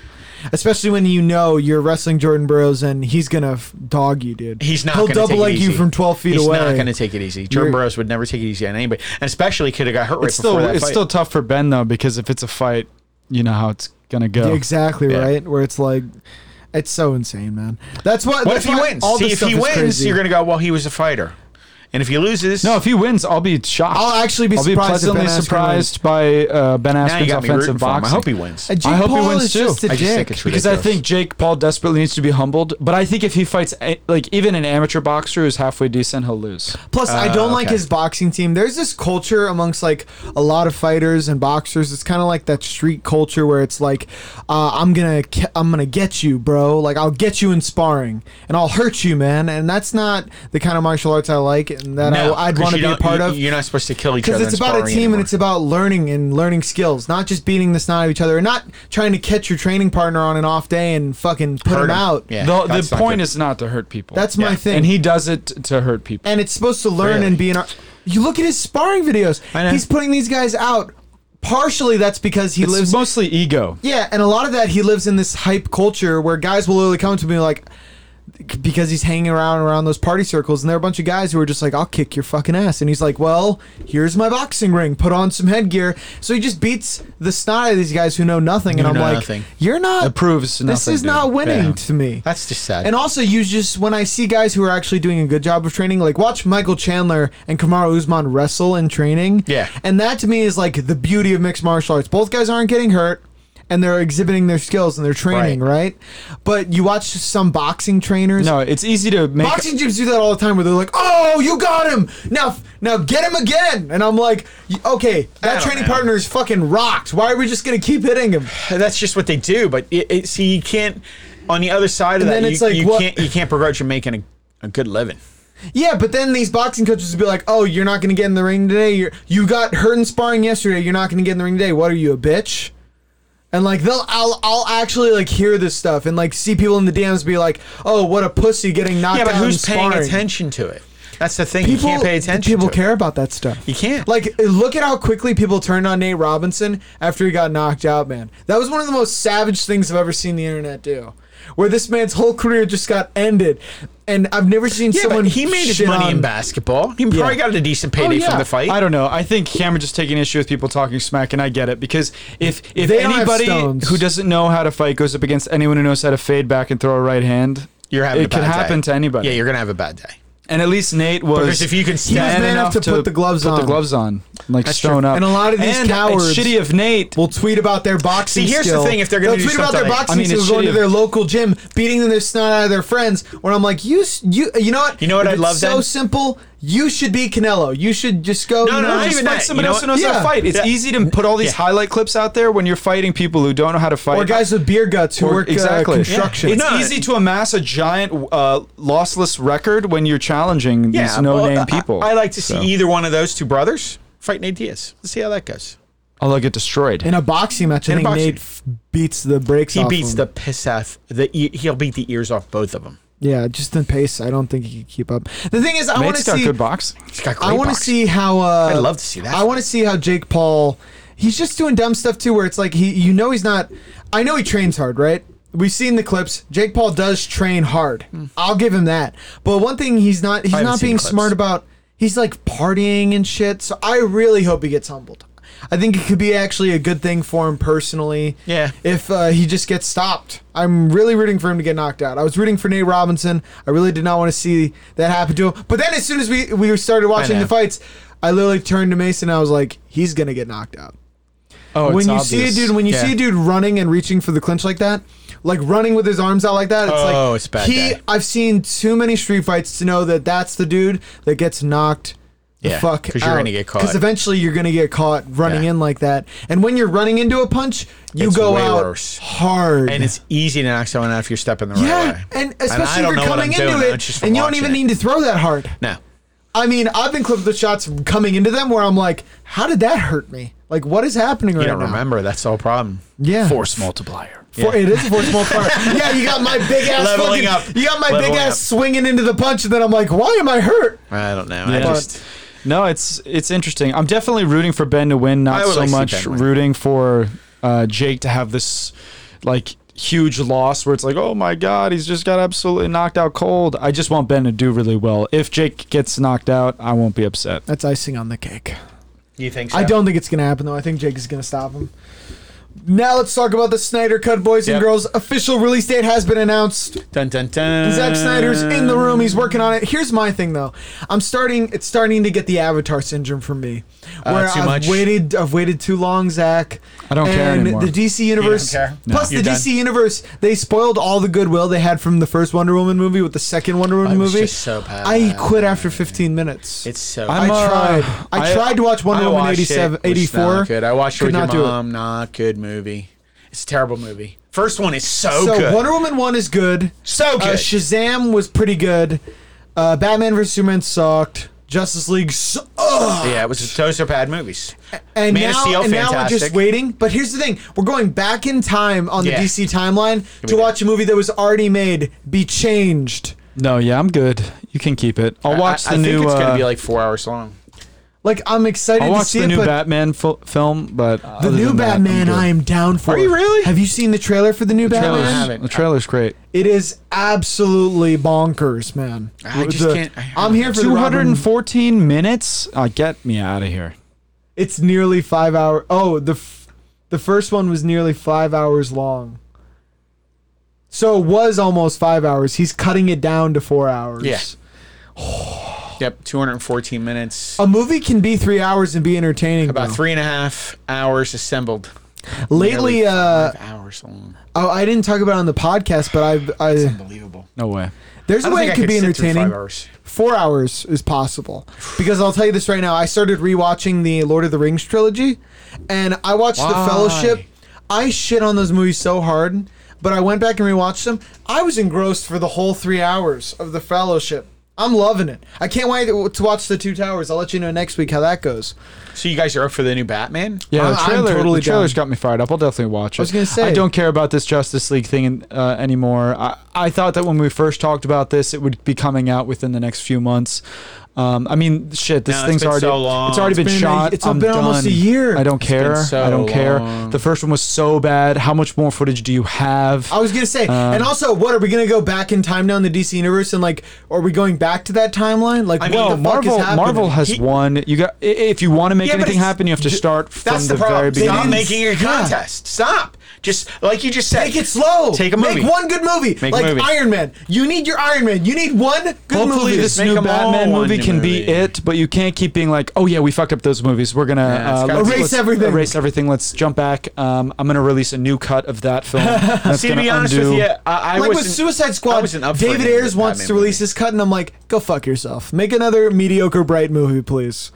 [SPEAKER 2] especially when you know you're wrestling Jordan Burroughs and he's gonna f- dog you, dude.
[SPEAKER 4] He's not.
[SPEAKER 2] He'll
[SPEAKER 4] gonna
[SPEAKER 2] double
[SPEAKER 4] take it
[SPEAKER 2] leg you
[SPEAKER 4] easy.
[SPEAKER 2] from twelve feet
[SPEAKER 4] He's
[SPEAKER 2] away.
[SPEAKER 4] not going to take it easy. Jordan
[SPEAKER 2] You're-
[SPEAKER 4] Burroughs would never take it easy on anybody, and especially could have got hurt right
[SPEAKER 3] it's still
[SPEAKER 4] before that
[SPEAKER 3] it's
[SPEAKER 4] fight.
[SPEAKER 3] still tough for Ben though because if it's a fight, you know how it's gonna go.
[SPEAKER 2] Yeah, exactly
[SPEAKER 4] Yeah.
[SPEAKER 2] right. Where it's like, it's so insane, man. That's what.
[SPEAKER 4] what
[SPEAKER 2] that's
[SPEAKER 4] if he
[SPEAKER 2] why
[SPEAKER 4] wins?
[SPEAKER 2] All
[SPEAKER 4] See,
[SPEAKER 2] this
[SPEAKER 4] if
[SPEAKER 2] stuff
[SPEAKER 4] he
[SPEAKER 2] is
[SPEAKER 4] wins,
[SPEAKER 2] crazy.
[SPEAKER 4] you're going to go, well, he was a fighter. And if he loses,
[SPEAKER 3] No, if he wins, I'll be shocked.
[SPEAKER 2] I'll actually be
[SPEAKER 3] I'll be
[SPEAKER 2] surprised if Ben
[SPEAKER 3] pleasantly
[SPEAKER 2] Askren
[SPEAKER 3] surprised by uh, Ben
[SPEAKER 4] now you
[SPEAKER 3] Askren's
[SPEAKER 4] got me rooting
[SPEAKER 3] offensive
[SPEAKER 4] for him. I
[SPEAKER 3] boxing.
[SPEAKER 4] hope he wins.
[SPEAKER 2] Uh, Jake
[SPEAKER 3] I hope he
[SPEAKER 2] Paul
[SPEAKER 3] wins,
[SPEAKER 2] is
[SPEAKER 3] too.
[SPEAKER 2] Just a
[SPEAKER 4] I just think
[SPEAKER 2] dick.
[SPEAKER 4] it's
[SPEAKER 3] because I
[SPEAKER 4] ridiculous.
[SPEAKER 3] think Jake Paul desperately needs to be humbled, but I think if he fights a- like even an amateur boxer who's halfway decent, he'll lose.
[SPEAKER 2] Plus, I
[SPEAKER 4] Uh,
[SPEAKER 2] don't like
[SPEAKER 4] okay.
[SPEAKER 2] his boxing team. There's this culture amongst like a lot of fighters and boxers. It's kind of like that street culture where it's like, uh, I'm gonna, ke- I'm gonna get you, bro. Like I'll get you in sparring and I'll hurt you, man. And that's not the kind of martial arts I like and that
[SPEAKER 4] No,
[SPEAKER 2] I, I'd
[SPEAKER 4] 'cause
[SPEAKER 2] want to
[SPEAKER 4] you
[SPEAKER 2] be a
[SPEAKER 4] don't-
[SPEAKER 2] part
[SPEAKER 4] you-
[SPEAKER 2] of.
[SPEAKER 4] You're not supposed to kill each other.
[SPEAKER 2] Because it's
[SPEAKER 4] in
[SPEAKER 2] about a
[SPEAKER 4] sparring
[SPEAKER 2] team and
[SPEAKER 4] anymore.
[SPEAKER 2] it's about learning and learning skills, not just beating the snot out of each other, and not trying to catch your training partner on an off day and fucking put
[SPEAKER 4] Hurt
[SPEAKER 2] him
[SPEAKER 4] him.
[SPEAKER 2] out.
[SPEAKER 4] Yeah,
[SPEAKER 3] the the
[SPEAKER 4] that's not
[SPEAKER 3] point
[SPEAKER 4] good.
[SPEAKER 3] is not to hurt people.
[SPEAKER 2] That's my
[SPEAKER 4] Yeah.
[SPEAKER 2] thing.
[SPEAKER 3] and he does it t- to hurt people.
[SPEAKER 2] and it's supposed to learn
[SPEAKER 4] Really?
[SPEAKER 2] and be an. You look at his sparring videos.
[SPEAKER 4] I know.
[SPEAKER 2] He's putting these guys out partially that's because he
[SPEAKER 3] It's
[SPEAKER 2] lives
[SPEAKER 3] mostly ego.
[SPEAKER 2] Yeah, and a lot of that he lives in this hype culture where guys will literally come to me like because he's hanging around around those party circles and there are a bunch of guys who are just like I'll kick your fucking ass and he's like, "Well, here's my boxing ring. Put on some headgear." So he just beats the snot out of these guys who know nothing and
[SPEAKER 4] Who
[SPEAKER 2] I'm
[SPEAKER 4] know
[SPEAKER 2] like,
[SPEAKER 4] nothing.
[SPEAKER 2] "You're not
[SPEAKER 3] It proves
[SPEAKER 2] This
[SPEAKER 3] nothing,
[SPEAKER 2] is
[SPEAKER 3] dude.
[SPEAKER 2] not winning
[SPEAKER 3] Yeah.
[SPEAKER 2] to me."
[SPEAKER 4] That's just sad.
[SPEAKER 2] And also, you just when I see guys who are actually doing a good job of training, like watch Michael Chandler and Kamaru Usman wrestle in training.
[SPEAKER 4] Yeah.
[SPEAKER 2] and that to me is like the beauty of mixed martial arts. Both guys aren't getting hurt, and they're exhibiting their skills and they're training, right? But you watch some boxing trainers.
[SPEAKER 3] No, it's easy to make.
[SPEAKER 2] Boxing gyms do that all the time, where they're like, "Oh, you got him now! Now get him again!" And I'm like, y- "Okay, that
[SPEAKER 4] don't
[SPEAKER 2] training
[SPEAKER 4] know.
[SPEAKER 2] partner is fucking rocked. Why are we just gonna keep hitting him?"
[SPEAKER 4] that's just what they do. But it, it, see, you can't. On the other side of
[SPEAKER 2] And
[SPEAKER 4] that,
[SPEAKER 2] then
[SPEAKER 4] you,
[SPEAKER 2] it's like,
[SPEAKER 4] you
[SPEAKER 2] what-
[SPEAKER 4] can't you can't begrudge him making a, a good living.
[SPEAKER 2] Yeah, but then these boxing coaches would be like, "Oh, you're not going to get in the ring today. You're, you got hurt in sparring yesterday. You're not going to get in the ring today. What are you, a bitch?" And like they'll, I'll, I'll actually like hear this stuff and like see people in the DMs be like, "Oh, what a pussy getting knocked
[SPEAKER 4] Yeah,
[SPEAKER 2] out."
[SPEAKER 4] but who's
[SPEAKER 2] in
[SPEAKER 4] paying
[SPEAKER 2] sparring."
[SPEAKER 4] attention to it? That's the thing.
[SPEAKER 2] People
[SPEAKER 4] you can't pay attention.
[SPEAKER 2] People
[SPEAKER 4] to
[SPEAKER 2] care about that stuff.
[SPEAKER 4] You can't.
[SPEAKER 2] Like, look at how quickly people turned on Nate Robinson after he got knocked out, man. That was one of the most savage things I've ever seen the internet do. Where this man's whole career just got ended, and I've never seen
[SPEAKER 4] It. Yeah,
[SPEAKER 2] someone.
[SPEAKER 4] but he made his
[SPEAKER 2] shit
[SPEAKER 4] money
[SPEAKER 2] on- Oh,
[SPEAKER 4] in basketball. He probably got a decent payday
[SPEAKER 2] yeah.
[SPEAKER 4] from the fight.
[SPEAKER 3] I don't know. I think Cameron just taking issue with people talking smack, and I get it because if if
[SPEAKER 2] They don't have
[SPEAKER 3] anybody
[SPEAKER 2] stones.
[SPEAKER 3] who doesn't know how to fight goes up against anyone who knows how to fade back and throw a right hand,
[SPEAKER 4] You're having
[SPEAKER 3] it
[SPEAKER 4] a bad
[SPEAKER 3] could happen
[SPEAKER 4] day.
[SPEAKER 3] to anybody.
[SPEAKER 4] Yeah, you're gonna have a bad day.
[SPEAKER 3] and at least Nate was
[SPEAKER 4] Because if you can
[SPEAKER 3] stand
[SPEAKER 4] stand
[SPEAKER 2] man enough to put the gloves
[SPEAKER 3] put
[SPEAKER 2] on.
[SPEAKER 3] the gloves on, like
[SPEAKER 4] That's
[SPEAKER 3] stone
[SPEAKER 4] true.
[SPEAKER 3] up.
[SPEAKER 2] And a lot of these
[SPEAKER 3] And
[SPEAKER 2] cowards
[SPEAKER 3] It's shitty of Nate.
[SPEAKER 2] will tweet about their boxing.
[SPEAKER 4] See, here's the
[SPEAKER 2] skill.
[SPEAKER 4] thing, if they're gonna
[SPEAKER 2] They'll tweet
[SPEAKER 4] do
[SPEAKER 2] about
[SPEAKER 4] something
[SPEAKER 2] their
[SPEAKER 4] like-
[SPEAKER 2] boxing
[SPEAKER 3] I mean,
[SPEAKER 2] skill,
[SPEAKER 3] it's
[SPEAKER 2] going to
[SPEAKER 3] shitty
[SPEAKER 2] their
[SPEAKER 3] of-
[SPEAKER 2] local gym, beating the snot out of their friends. Where I'm like, you, s- you, you know what?
[SPEAKER 4] You know what
[SPEAKER 2] If
[SPEAKER 4] I'd
[SPEAKER 2] it's
[SPEAKER 4] love,
[SPEAKER 2] So
[SPEAKER 4] then?
[SPEAKER 2] simple. You should be Canelo. You should just go.
[SPEAKER 4] No,
[SPEAKER 2] you
[SPEAKER 4] no,
[SPEAKER 2] know,
[SPEAKER 4] not
[SPEAKER 2] just
[SPEAKER 4] even
[SPEAKER 2] fight
[SPEAKER 4] that.
[SPEAKER 2] some-
[SPEAKER 3] Someone
[SPEAKER 4] You know
[SPEAKER 3] else who knows how
[SPEAKER 2] Yeah.
[SPEAKER 3] to fight. It's
[SPEAKER 4] Yeah.
[SPEAKER 3] easy to put all these
[SPEAKER 4] Yeah.
[SPEAKER 3] highlight clips out there when you're fighting people who don't know how to fight.
[SPEAKER 2] Or guys with beer guts who
[SPEAKER 3] Or-
[SPEAKER 2] work uh, construction.
[SPEAKER 3] It's
[SPEAKER 4] No.
[SPEAKER 3] easy to amass a giant uh, lossless record when you're challenging these no-name
[SPEAKER 4] well, I-
[SPEAKER 3] people.
[SPEAKER 4] I, I like to see e-
[SPEAKER 3] So.
[SPEAKER 4] either one of those two brothers fight Nate Diaz. Let's see how that goes.
[SPEAKER 3] Oh, they'll get destroyed.
[SPEAKER 2] In a boxing match, I
[SPEAKER 4] In a
[SPEAKER 2] think
[SPEAKER 4] boxing-
[SPEAKER 2] Nate f- beats the brakes.
[SPEAKER 4] He
[SPEAKER 2] off
[SPEAKER 4] beats
[SPEAKER 2] him.
[SPEAKER 4] the piss off. The e- he'll beat the ears off both of them.
[SPEAKER 2] yeah, just in pace. I don't think he can keep up. The thing is, I want
[SPEAKER 3] Nate's
[SPEAKER 2] to
[SPEAKER 3] got
[SPEAKER 2] see.
[SPEAKER 3] good boxing.
[SPEAKER 4] He's got great
[SPEAKER 2] I want to
[SPEAKER 4] boxing.
[SPEAKER 2] see how. Uh,
[SPEAKER 4] I'd love to see that.
[SPEAKER 2] I want to see how Jake Paul. He's just doing dumb stuff too, where it's like he, you know, he's not. I know he trains hard, right? We've seen the clips. Jake Paul does train hard. I'll give him that. But one thing he's not, he's
[SPEAKER 4] Hmm. haven't
[SPEAKER 2] not
[SPEAKER 4] seen
[SPEAKER 2] being
[SPEAKER 4] the clips.
[SPEAKER 2] smart about. He's like partying and shit. So I really hope he gets humbled. I think it could be actually a good thing for him personally.
[SPEAKER 4] Yeah.
[SPEAKER 2] If uh, he just gets stopped, I'm really rooting for him to get knocked out. I was rooting for Nate Robinson. I really did not want to see that happen to him. But then as soon as we we started watching
[SPEAKER 4] know.
[SPEAKER 2] the fights, I literally turned to Mason and I was like, he's gonna get knocked out.
[SPEAKER 3] Oh,
[SPEAKER 2] when you see a dude, when you
[SPEAKER 4] Yeah.
[SPEAKER 2] see a dude running and reaching for the clinch like that, like running with his arms out like that, it's
[SPEAKER 4] Oh,
[SPEAKER 2] like
[SPEAKER 4] it's a bad
[SPEAKER 2] he.
[SPEAKER 4] day.
[SPEAKER 2] I've seen too many street fights to know that that's the dude that gets knocked. The
[SPEAKER 4] Yeah,
[SPEAKER 2] fuck
[SPEAKER 4] 'cause you're gonna get caught.
[SPEAKER 2] Because eventually you're gonna get caught running
[SPEAKER 4] Yeah.
[SPEAKER 2] in like that, and when you're running into a punch, you
[SPEAKER 4] It's
[SPEAKER 2] go
[SPEAKER 4] way
[SPEAKER 2] out
[SPEAKER 4] worse.
[SPEAKER 2] hard.
[SPEAKER 4] and it's easy to knock someone out if you're stepping the right
[SPEAKER 2] yeah,
[SPEAKER 4] way.
[SPEAKER 2] and
[SPEAKER 4] I
[SPEAKER 2] especially
[SPEAKER 4] don't
[SPEAKER 2] if
[SPEAKER 4] know
[SPEAKER 2] you're
[SPEAKER 4] what
[SPEAKER 2] coming
[SPEAKER 4] I'm doing,
[SPEAKER 2] into
[SPEAKER 4] I'm just
[SPEAKER 2] it,
[SPEAKER 4] from
[SPEAKER 2] and you don't
[SPEAKER 4] watching
[SPEAKER 2] even
[SPEAKER 4] it.
[SPEAKER 2] need to throw that hard.
[SPEAKER 4] No,
[SPEAKER 2] I mean, I've been clipped with shots coming into them where I'm like, how did that hurt me? Like, what is happening
[SPEAKER 4] you
[SPEAKER 2] right
[SPEAKER 4] don't
[SPEAKER 2] now?
[SPEAKER 4] remember. That's the whole problem.
[SPEAKER 2] Yeah.
[SPEAKER 3] force multiplier.
[SPEAKER 2] For, It is a four small part. yeah, you got my big ass
[SPEAKER 4] Leveling
[SPEAKER 2] fucking-
[SPEAKER 4] up.
[SPEAKER 2] You got my
[SPEAKER 4] Leveling
[SPEAKER 2] big ass
[SPEAKER 4] up.
[SPEAKER 2] swinging into the punch, and then I'm like, why am I hurt?
[SPEAKER 4] I don't know. I
[SPEAKER 3] Yeah.
[SPEAKER 4] just
[SPEAKER 3] No, it's it's interesting. I'm definitely rooting for Ben to win,
[SPEAKER 4] I
[SPEAKER 3] not
[SPEAKER 4] would
[SPEAKER 3] so
[SPEAKER 4] like to see
[SPEAKER 3] much
[SPEAKER 4] Ben win.
[SPEAKER 3] rooting for uh, Jake to have this like huge loss where it's like, oh my god, he's just got absolutely knocked out cold. I just want Ben to do really well. If Jake gets knocked out, I won't be upset.
[SPEAKER 2] That's icing on the cake.
[SPEAKER 4] you think
[SPEAKER 2] I don't think it's gonna happen though. I think Jake is gonna stop him. Now let's talk about the Snyder Cut, boys and
[SPEAKER 4] Yep.
[SPEAKER 2] girls. Official release date has been announced.
[SPEAKER 4] Dun dun dun.
[SPEAKER 2] Zack Snyder's in the room. He's working on it. Here's my thing though. I'm starting. It's starting to get the Avatar syndrome for me,
[SPEAKER 4] Uh,
[SPEAKER 2] where
[SPEAKER 4] too
[SPEAKER 2] I've
[SPEAKER 4] much?
[SPEAKER 2] waited. I've waited too long, Zach.
[SPEAKER 3] I don't care
[SPEAKER 2] And
[SPEAKER 3] anymore.
[SPEAKER 2] The DC universe.
[SPEAKER 4] care? No.
[SPEAKER 2] Plus,
[SPEAKER 4] You're
[SPEAKER 2] the
[SPEAKER 4] done.
[SPEAKER 2] DC universe. They spoiled all the goodwill they had from the first Wonder Woman movie with the second Wonder Woman
[SPEAKER 4] It was
[SPEAKER 2] movie.
[SPEAKER 4] just so bad.
[SPEAKER 2] I quit after 15 minutes.
[SPEAKER 4] It's so.
[SPEAKER 2] I
[SPEAKER 3] I'm, uh,
[SPEAKER 2] tried. I,
[SPEAKER 3] I-
[SPEAKER 2] tried to watch Wonder
[SPEAKER 4] I
[SPEAKER 2] Woman
[SPEAKER 4] watched
[SPEAKER 2] 87,
[SPEAKER 4] it, was
[SPEAKER 2] 84.
[SPEAKER 4] Not good. I watched it
[SPEAKER 2] Could
[SPEAKER 4] with your
[SPEAKER 2] not do it.
[SPEAKER 4] mom. Not good movie. It's a terrible movie. First one is so,
[SPEAKER 2] So
[SPEAKER 4] good.
[SPEAKER 2] Wonder Woman one is good.
[SPEAKER 4] so
[SPEAKER 2] Uh,
[SPEAKER 4] good.
[SPEAKER 2] Shazam was pretty good. Uh, Batman vs Superman sucked. Justice League. Su- Ugh.
[SPEAKER 4] yeah, it was. Those are bad movies.
[SPEAKER 2] And
[SPEAKER 4] Man of
[SPEAKER 2] now,
[SPEAKER 4] Steel,
[SPEAKER 2] and now we're just
[SPEAKER 4] fantastic.
[SPEAKER 2] waiting. But here's the thing: we're going back in time on
[SPEAKER 4] Yeah.
[SPEAKER 2] the DC timeline to
[SPEAKER 4] go.
[SPEAKER 2] watch a movie that was already made be changed.
[SPEAKER 3] No, yeah, I'm good. You can keep it. I'll watch
[SPEAKER 4] I, I
[SPEAKER 3] the new.
[SPEAKER 4] Think it's
[SPEAKER 3] uh,
[SPEAKER 4] gonna be like four hours long.
[SPEAKER 2] Like I'm excited
[SPEAKER 3] I
[SPEAKER 2] to
[SPEAKER 3] watched
[SPEAKER 2] see
[SPEAKER 3] the
[SPEAKER 2] it,
[SPEAKER 3] new
[SPEAKER 2] but
[SPEAKER 3] Batman f- film, but uh,
[SPEAKER 2] the
[SPEAKER 3] other
[SPEAKER 2] new
[SPEAKER 3] than that, I'm
[SPEAKER 2] Batman
[SPEAKER 3] good.
[SPEAKER 2] I am down for.
[SPEAKER 4] Are you really?
[SPEAKER 2] Have you seen the trailer for the new
[SPEAKER 3] The
[SPEAKER 2] Batman?
[SPEAKER 3] trailer's-
[SPEAKER 4] haven't.
[SPEAKER 3] the trailer's great.
[SPEAKER 2] It is absolutely bonkers, man.
[SPEAKER 4] I just
[SPEAKER 2] The-
[SPEAKER 4] can't- I-
[SPEAKER 2] I'm here for the Robin
[SPEAKER 3] 214 minutes. Uh, get me out of here.
[SPEAKER 2] It's nearly five hour. Oh, the f- the first one was nearly five hours long. So it was almost five hours. He's cutting it down to four hours.
[SPEAKER 4] Yeah. Yep, 214 minutes.
[SPEAKER 2] A movie can be three hours and be entertaining.
[SPEAKER 4] About
[SPEAKER 2] though.
[SPEAKER 4] three and a half hours assembled.
[SPEAKER 2] Lately,
[SPEAKER 4] Nearly
[SPEAKER 2] uh,
[SPEAKER 4] five hours long.
[SPEAKER 2] oh, I didn't talk about it on the podcast, but I've, I
[SPEAKER 4] Unbelievable.
[SPEAKER 3] No way.
[SPEAKER 2] there's
[SPEAKER 4] I
[SPEAKER 2] a
[SPEAKER 4] don't
[SPEAKER 2] way
[SPEAKER 4] think
[SPEAKER 2] it
[SPEAKER 4] I
[SPEAKER 2] could be
[SPEAKER 4] sit through
[SPEAKER 2] entertaining.
[SPEAKER 4] Five hours.
[SPEAKER 2] Four hours is possible because I'll tell you this right now. I started rewatching the Lord of the Rings trilogy, and I watched
[SPEAKER 4] Why?
[SPEAKER 2] the Fellowship. I shit on those movies so hard, but I went back and rewatched them. I was engrossed for the whole three hours of the Fellowship. I'm loving it. I can't wait to to watch the Two Towers. I'll let you know next week how that goes.
[SPEAKER 4] So you guys are up for the new Batman?
[SPEAKER 3] Yeah,
[SPEAKER 2] I'm-
[SPEAKER 3] the
[SPEAKER 2] I'm
[SPEAKER 3] trailer.
[SPEAKER 2] totally
[SPEAKER 3] the trailer's got me fired up. I'll definitely watch it.
[SPEAKER 2] was gonna say.
[SPEAKER 3] I don't care about this Justice League thing uh, anymore. I, I thought that when we first talked about this, it would be coming out within the next few months. Um, I mean, shit, this
[SPEAKER 4] No, it's
[SPEAKER 3] thing's
[SPEAKER 4] been
[SPEAKER 3] already
[SPEAKER 4] so long.
[SPEAKER 3] it's already
[SPEAKER 4] It's
[SPEAKER 3] been,
[SPEAKER 2] been a-
[SPEAKER 3] shot.
[SPEAKER 2] it's
[SPEAKER 3] I'm
[SPEAKER 2] been almost
[SPEAKER 3] done.
[SPEAKER 2] a year.
[SPEAKER 3] I don't
[SPEAKER 4] been
[SPEAKER 3] care.
[SPEAKER 4] so
[SPEAKER 3] I don't care.
[SPEAKER 4] long.
[SPEAKER 3] The first one was so bad. How much more footage do you have?
[SPEAKER 2] I was gonna say, and also, what are we gonna go back in time now in the DC universe and like, are we going back to that timeline? Like,
[SPEAKER 4] I
[SPEAKER 2] what
[SPEAKER 4] mean,
[SPEAKER 2] the
[SPEAKER 3] no, Marvel.
[SPEAKER 2] fuck is happening?
[SPEAKER 3] Marvel has
[SPEAKER 4] He-
[SPEAKER 3] won. You got i- if you want to make
[SPEAKER 4] Yeah, but
[SPEAKER 3] anything
[SPEAKER 4] it's-
[SPEAKER 3] happen, you have to start from
[SPEAKER 4] That's
[SPEAKER 3] the,
[SPEAKER 4] the, problem.
[SPEAKER 3] very beginning.
[SPEAKER 4] Stop
[SPEAKER 2] They
[SPEAKER 4] making it a
[SPEAKER 2] didn't- yeah.
[SPEAKER 4] contest. Stop. Just like you just said.
[SPEAKER 2] Make it slow.
[SPEAKER 4] Take a movie.
[SPEAKER 2] Make one good movie.
[SPEAKER 4] Make a
[SPEAKER 2] like
[SPEAKER 4] movie.
[SPEAKER 2] Iron Man. You need your Iron Man. You need one good
[SPEAKER 3] Hopefully,
[SPEAKER 2] movie.
[SPEAKER 3] this
[SPEAKER 4] Make
[SPEAKER 3] new
[SPEAKER 4] them all
[SPEAKER 3] Batman
[SPEAKER 4] one
[SPEAKER 3] movie
[SPEAKER 4] new
[SPEAKER 3] can be
[SPEAKER 4] movie.
[SPEAKER 3] it, but you can't keep being like, "Oh yeah, we fucked up those movies. We're gonna
[SPEAKER 4] Yeah, it's
[SPEAKER 3] uh,
[SPEAKER 4] gotta
[SPEAKER 3] let's-
[SPEAKER 2] be- Erase
[SPEAKER 3] let's
[SPEAKER 2] everything."
[SPEAKER 3] Erase everything. Let's jump back. Um, I'm gonna release a new cut of that film. That's
[SPEAKER 4] See, to
[SPEAKER 3] gonna
[SPEAKER 4] be honest
[SPEAKER 3] undo.
[SPEAKER 4] with you, I, I
[SPEAKER 2] like with
[SPEAKER 4] wasn't-
[SPEAKER 2] Suicide
[SPEAKER 4] I
[SPEAKER 2] Squad,
[SPEAKER 4] wasn't up for
[SPEAKER 2] David
[SPEAKER 4] any of
[SPEAKER 2] Ayers
[SPEAKER 4] the
[SPEAKER 2] wants
[SPEAKER 4] Batman
[SPEAKER 2] to release his cut, and I'm like, go fuck yourself. Make another mediocre, bright movie, please.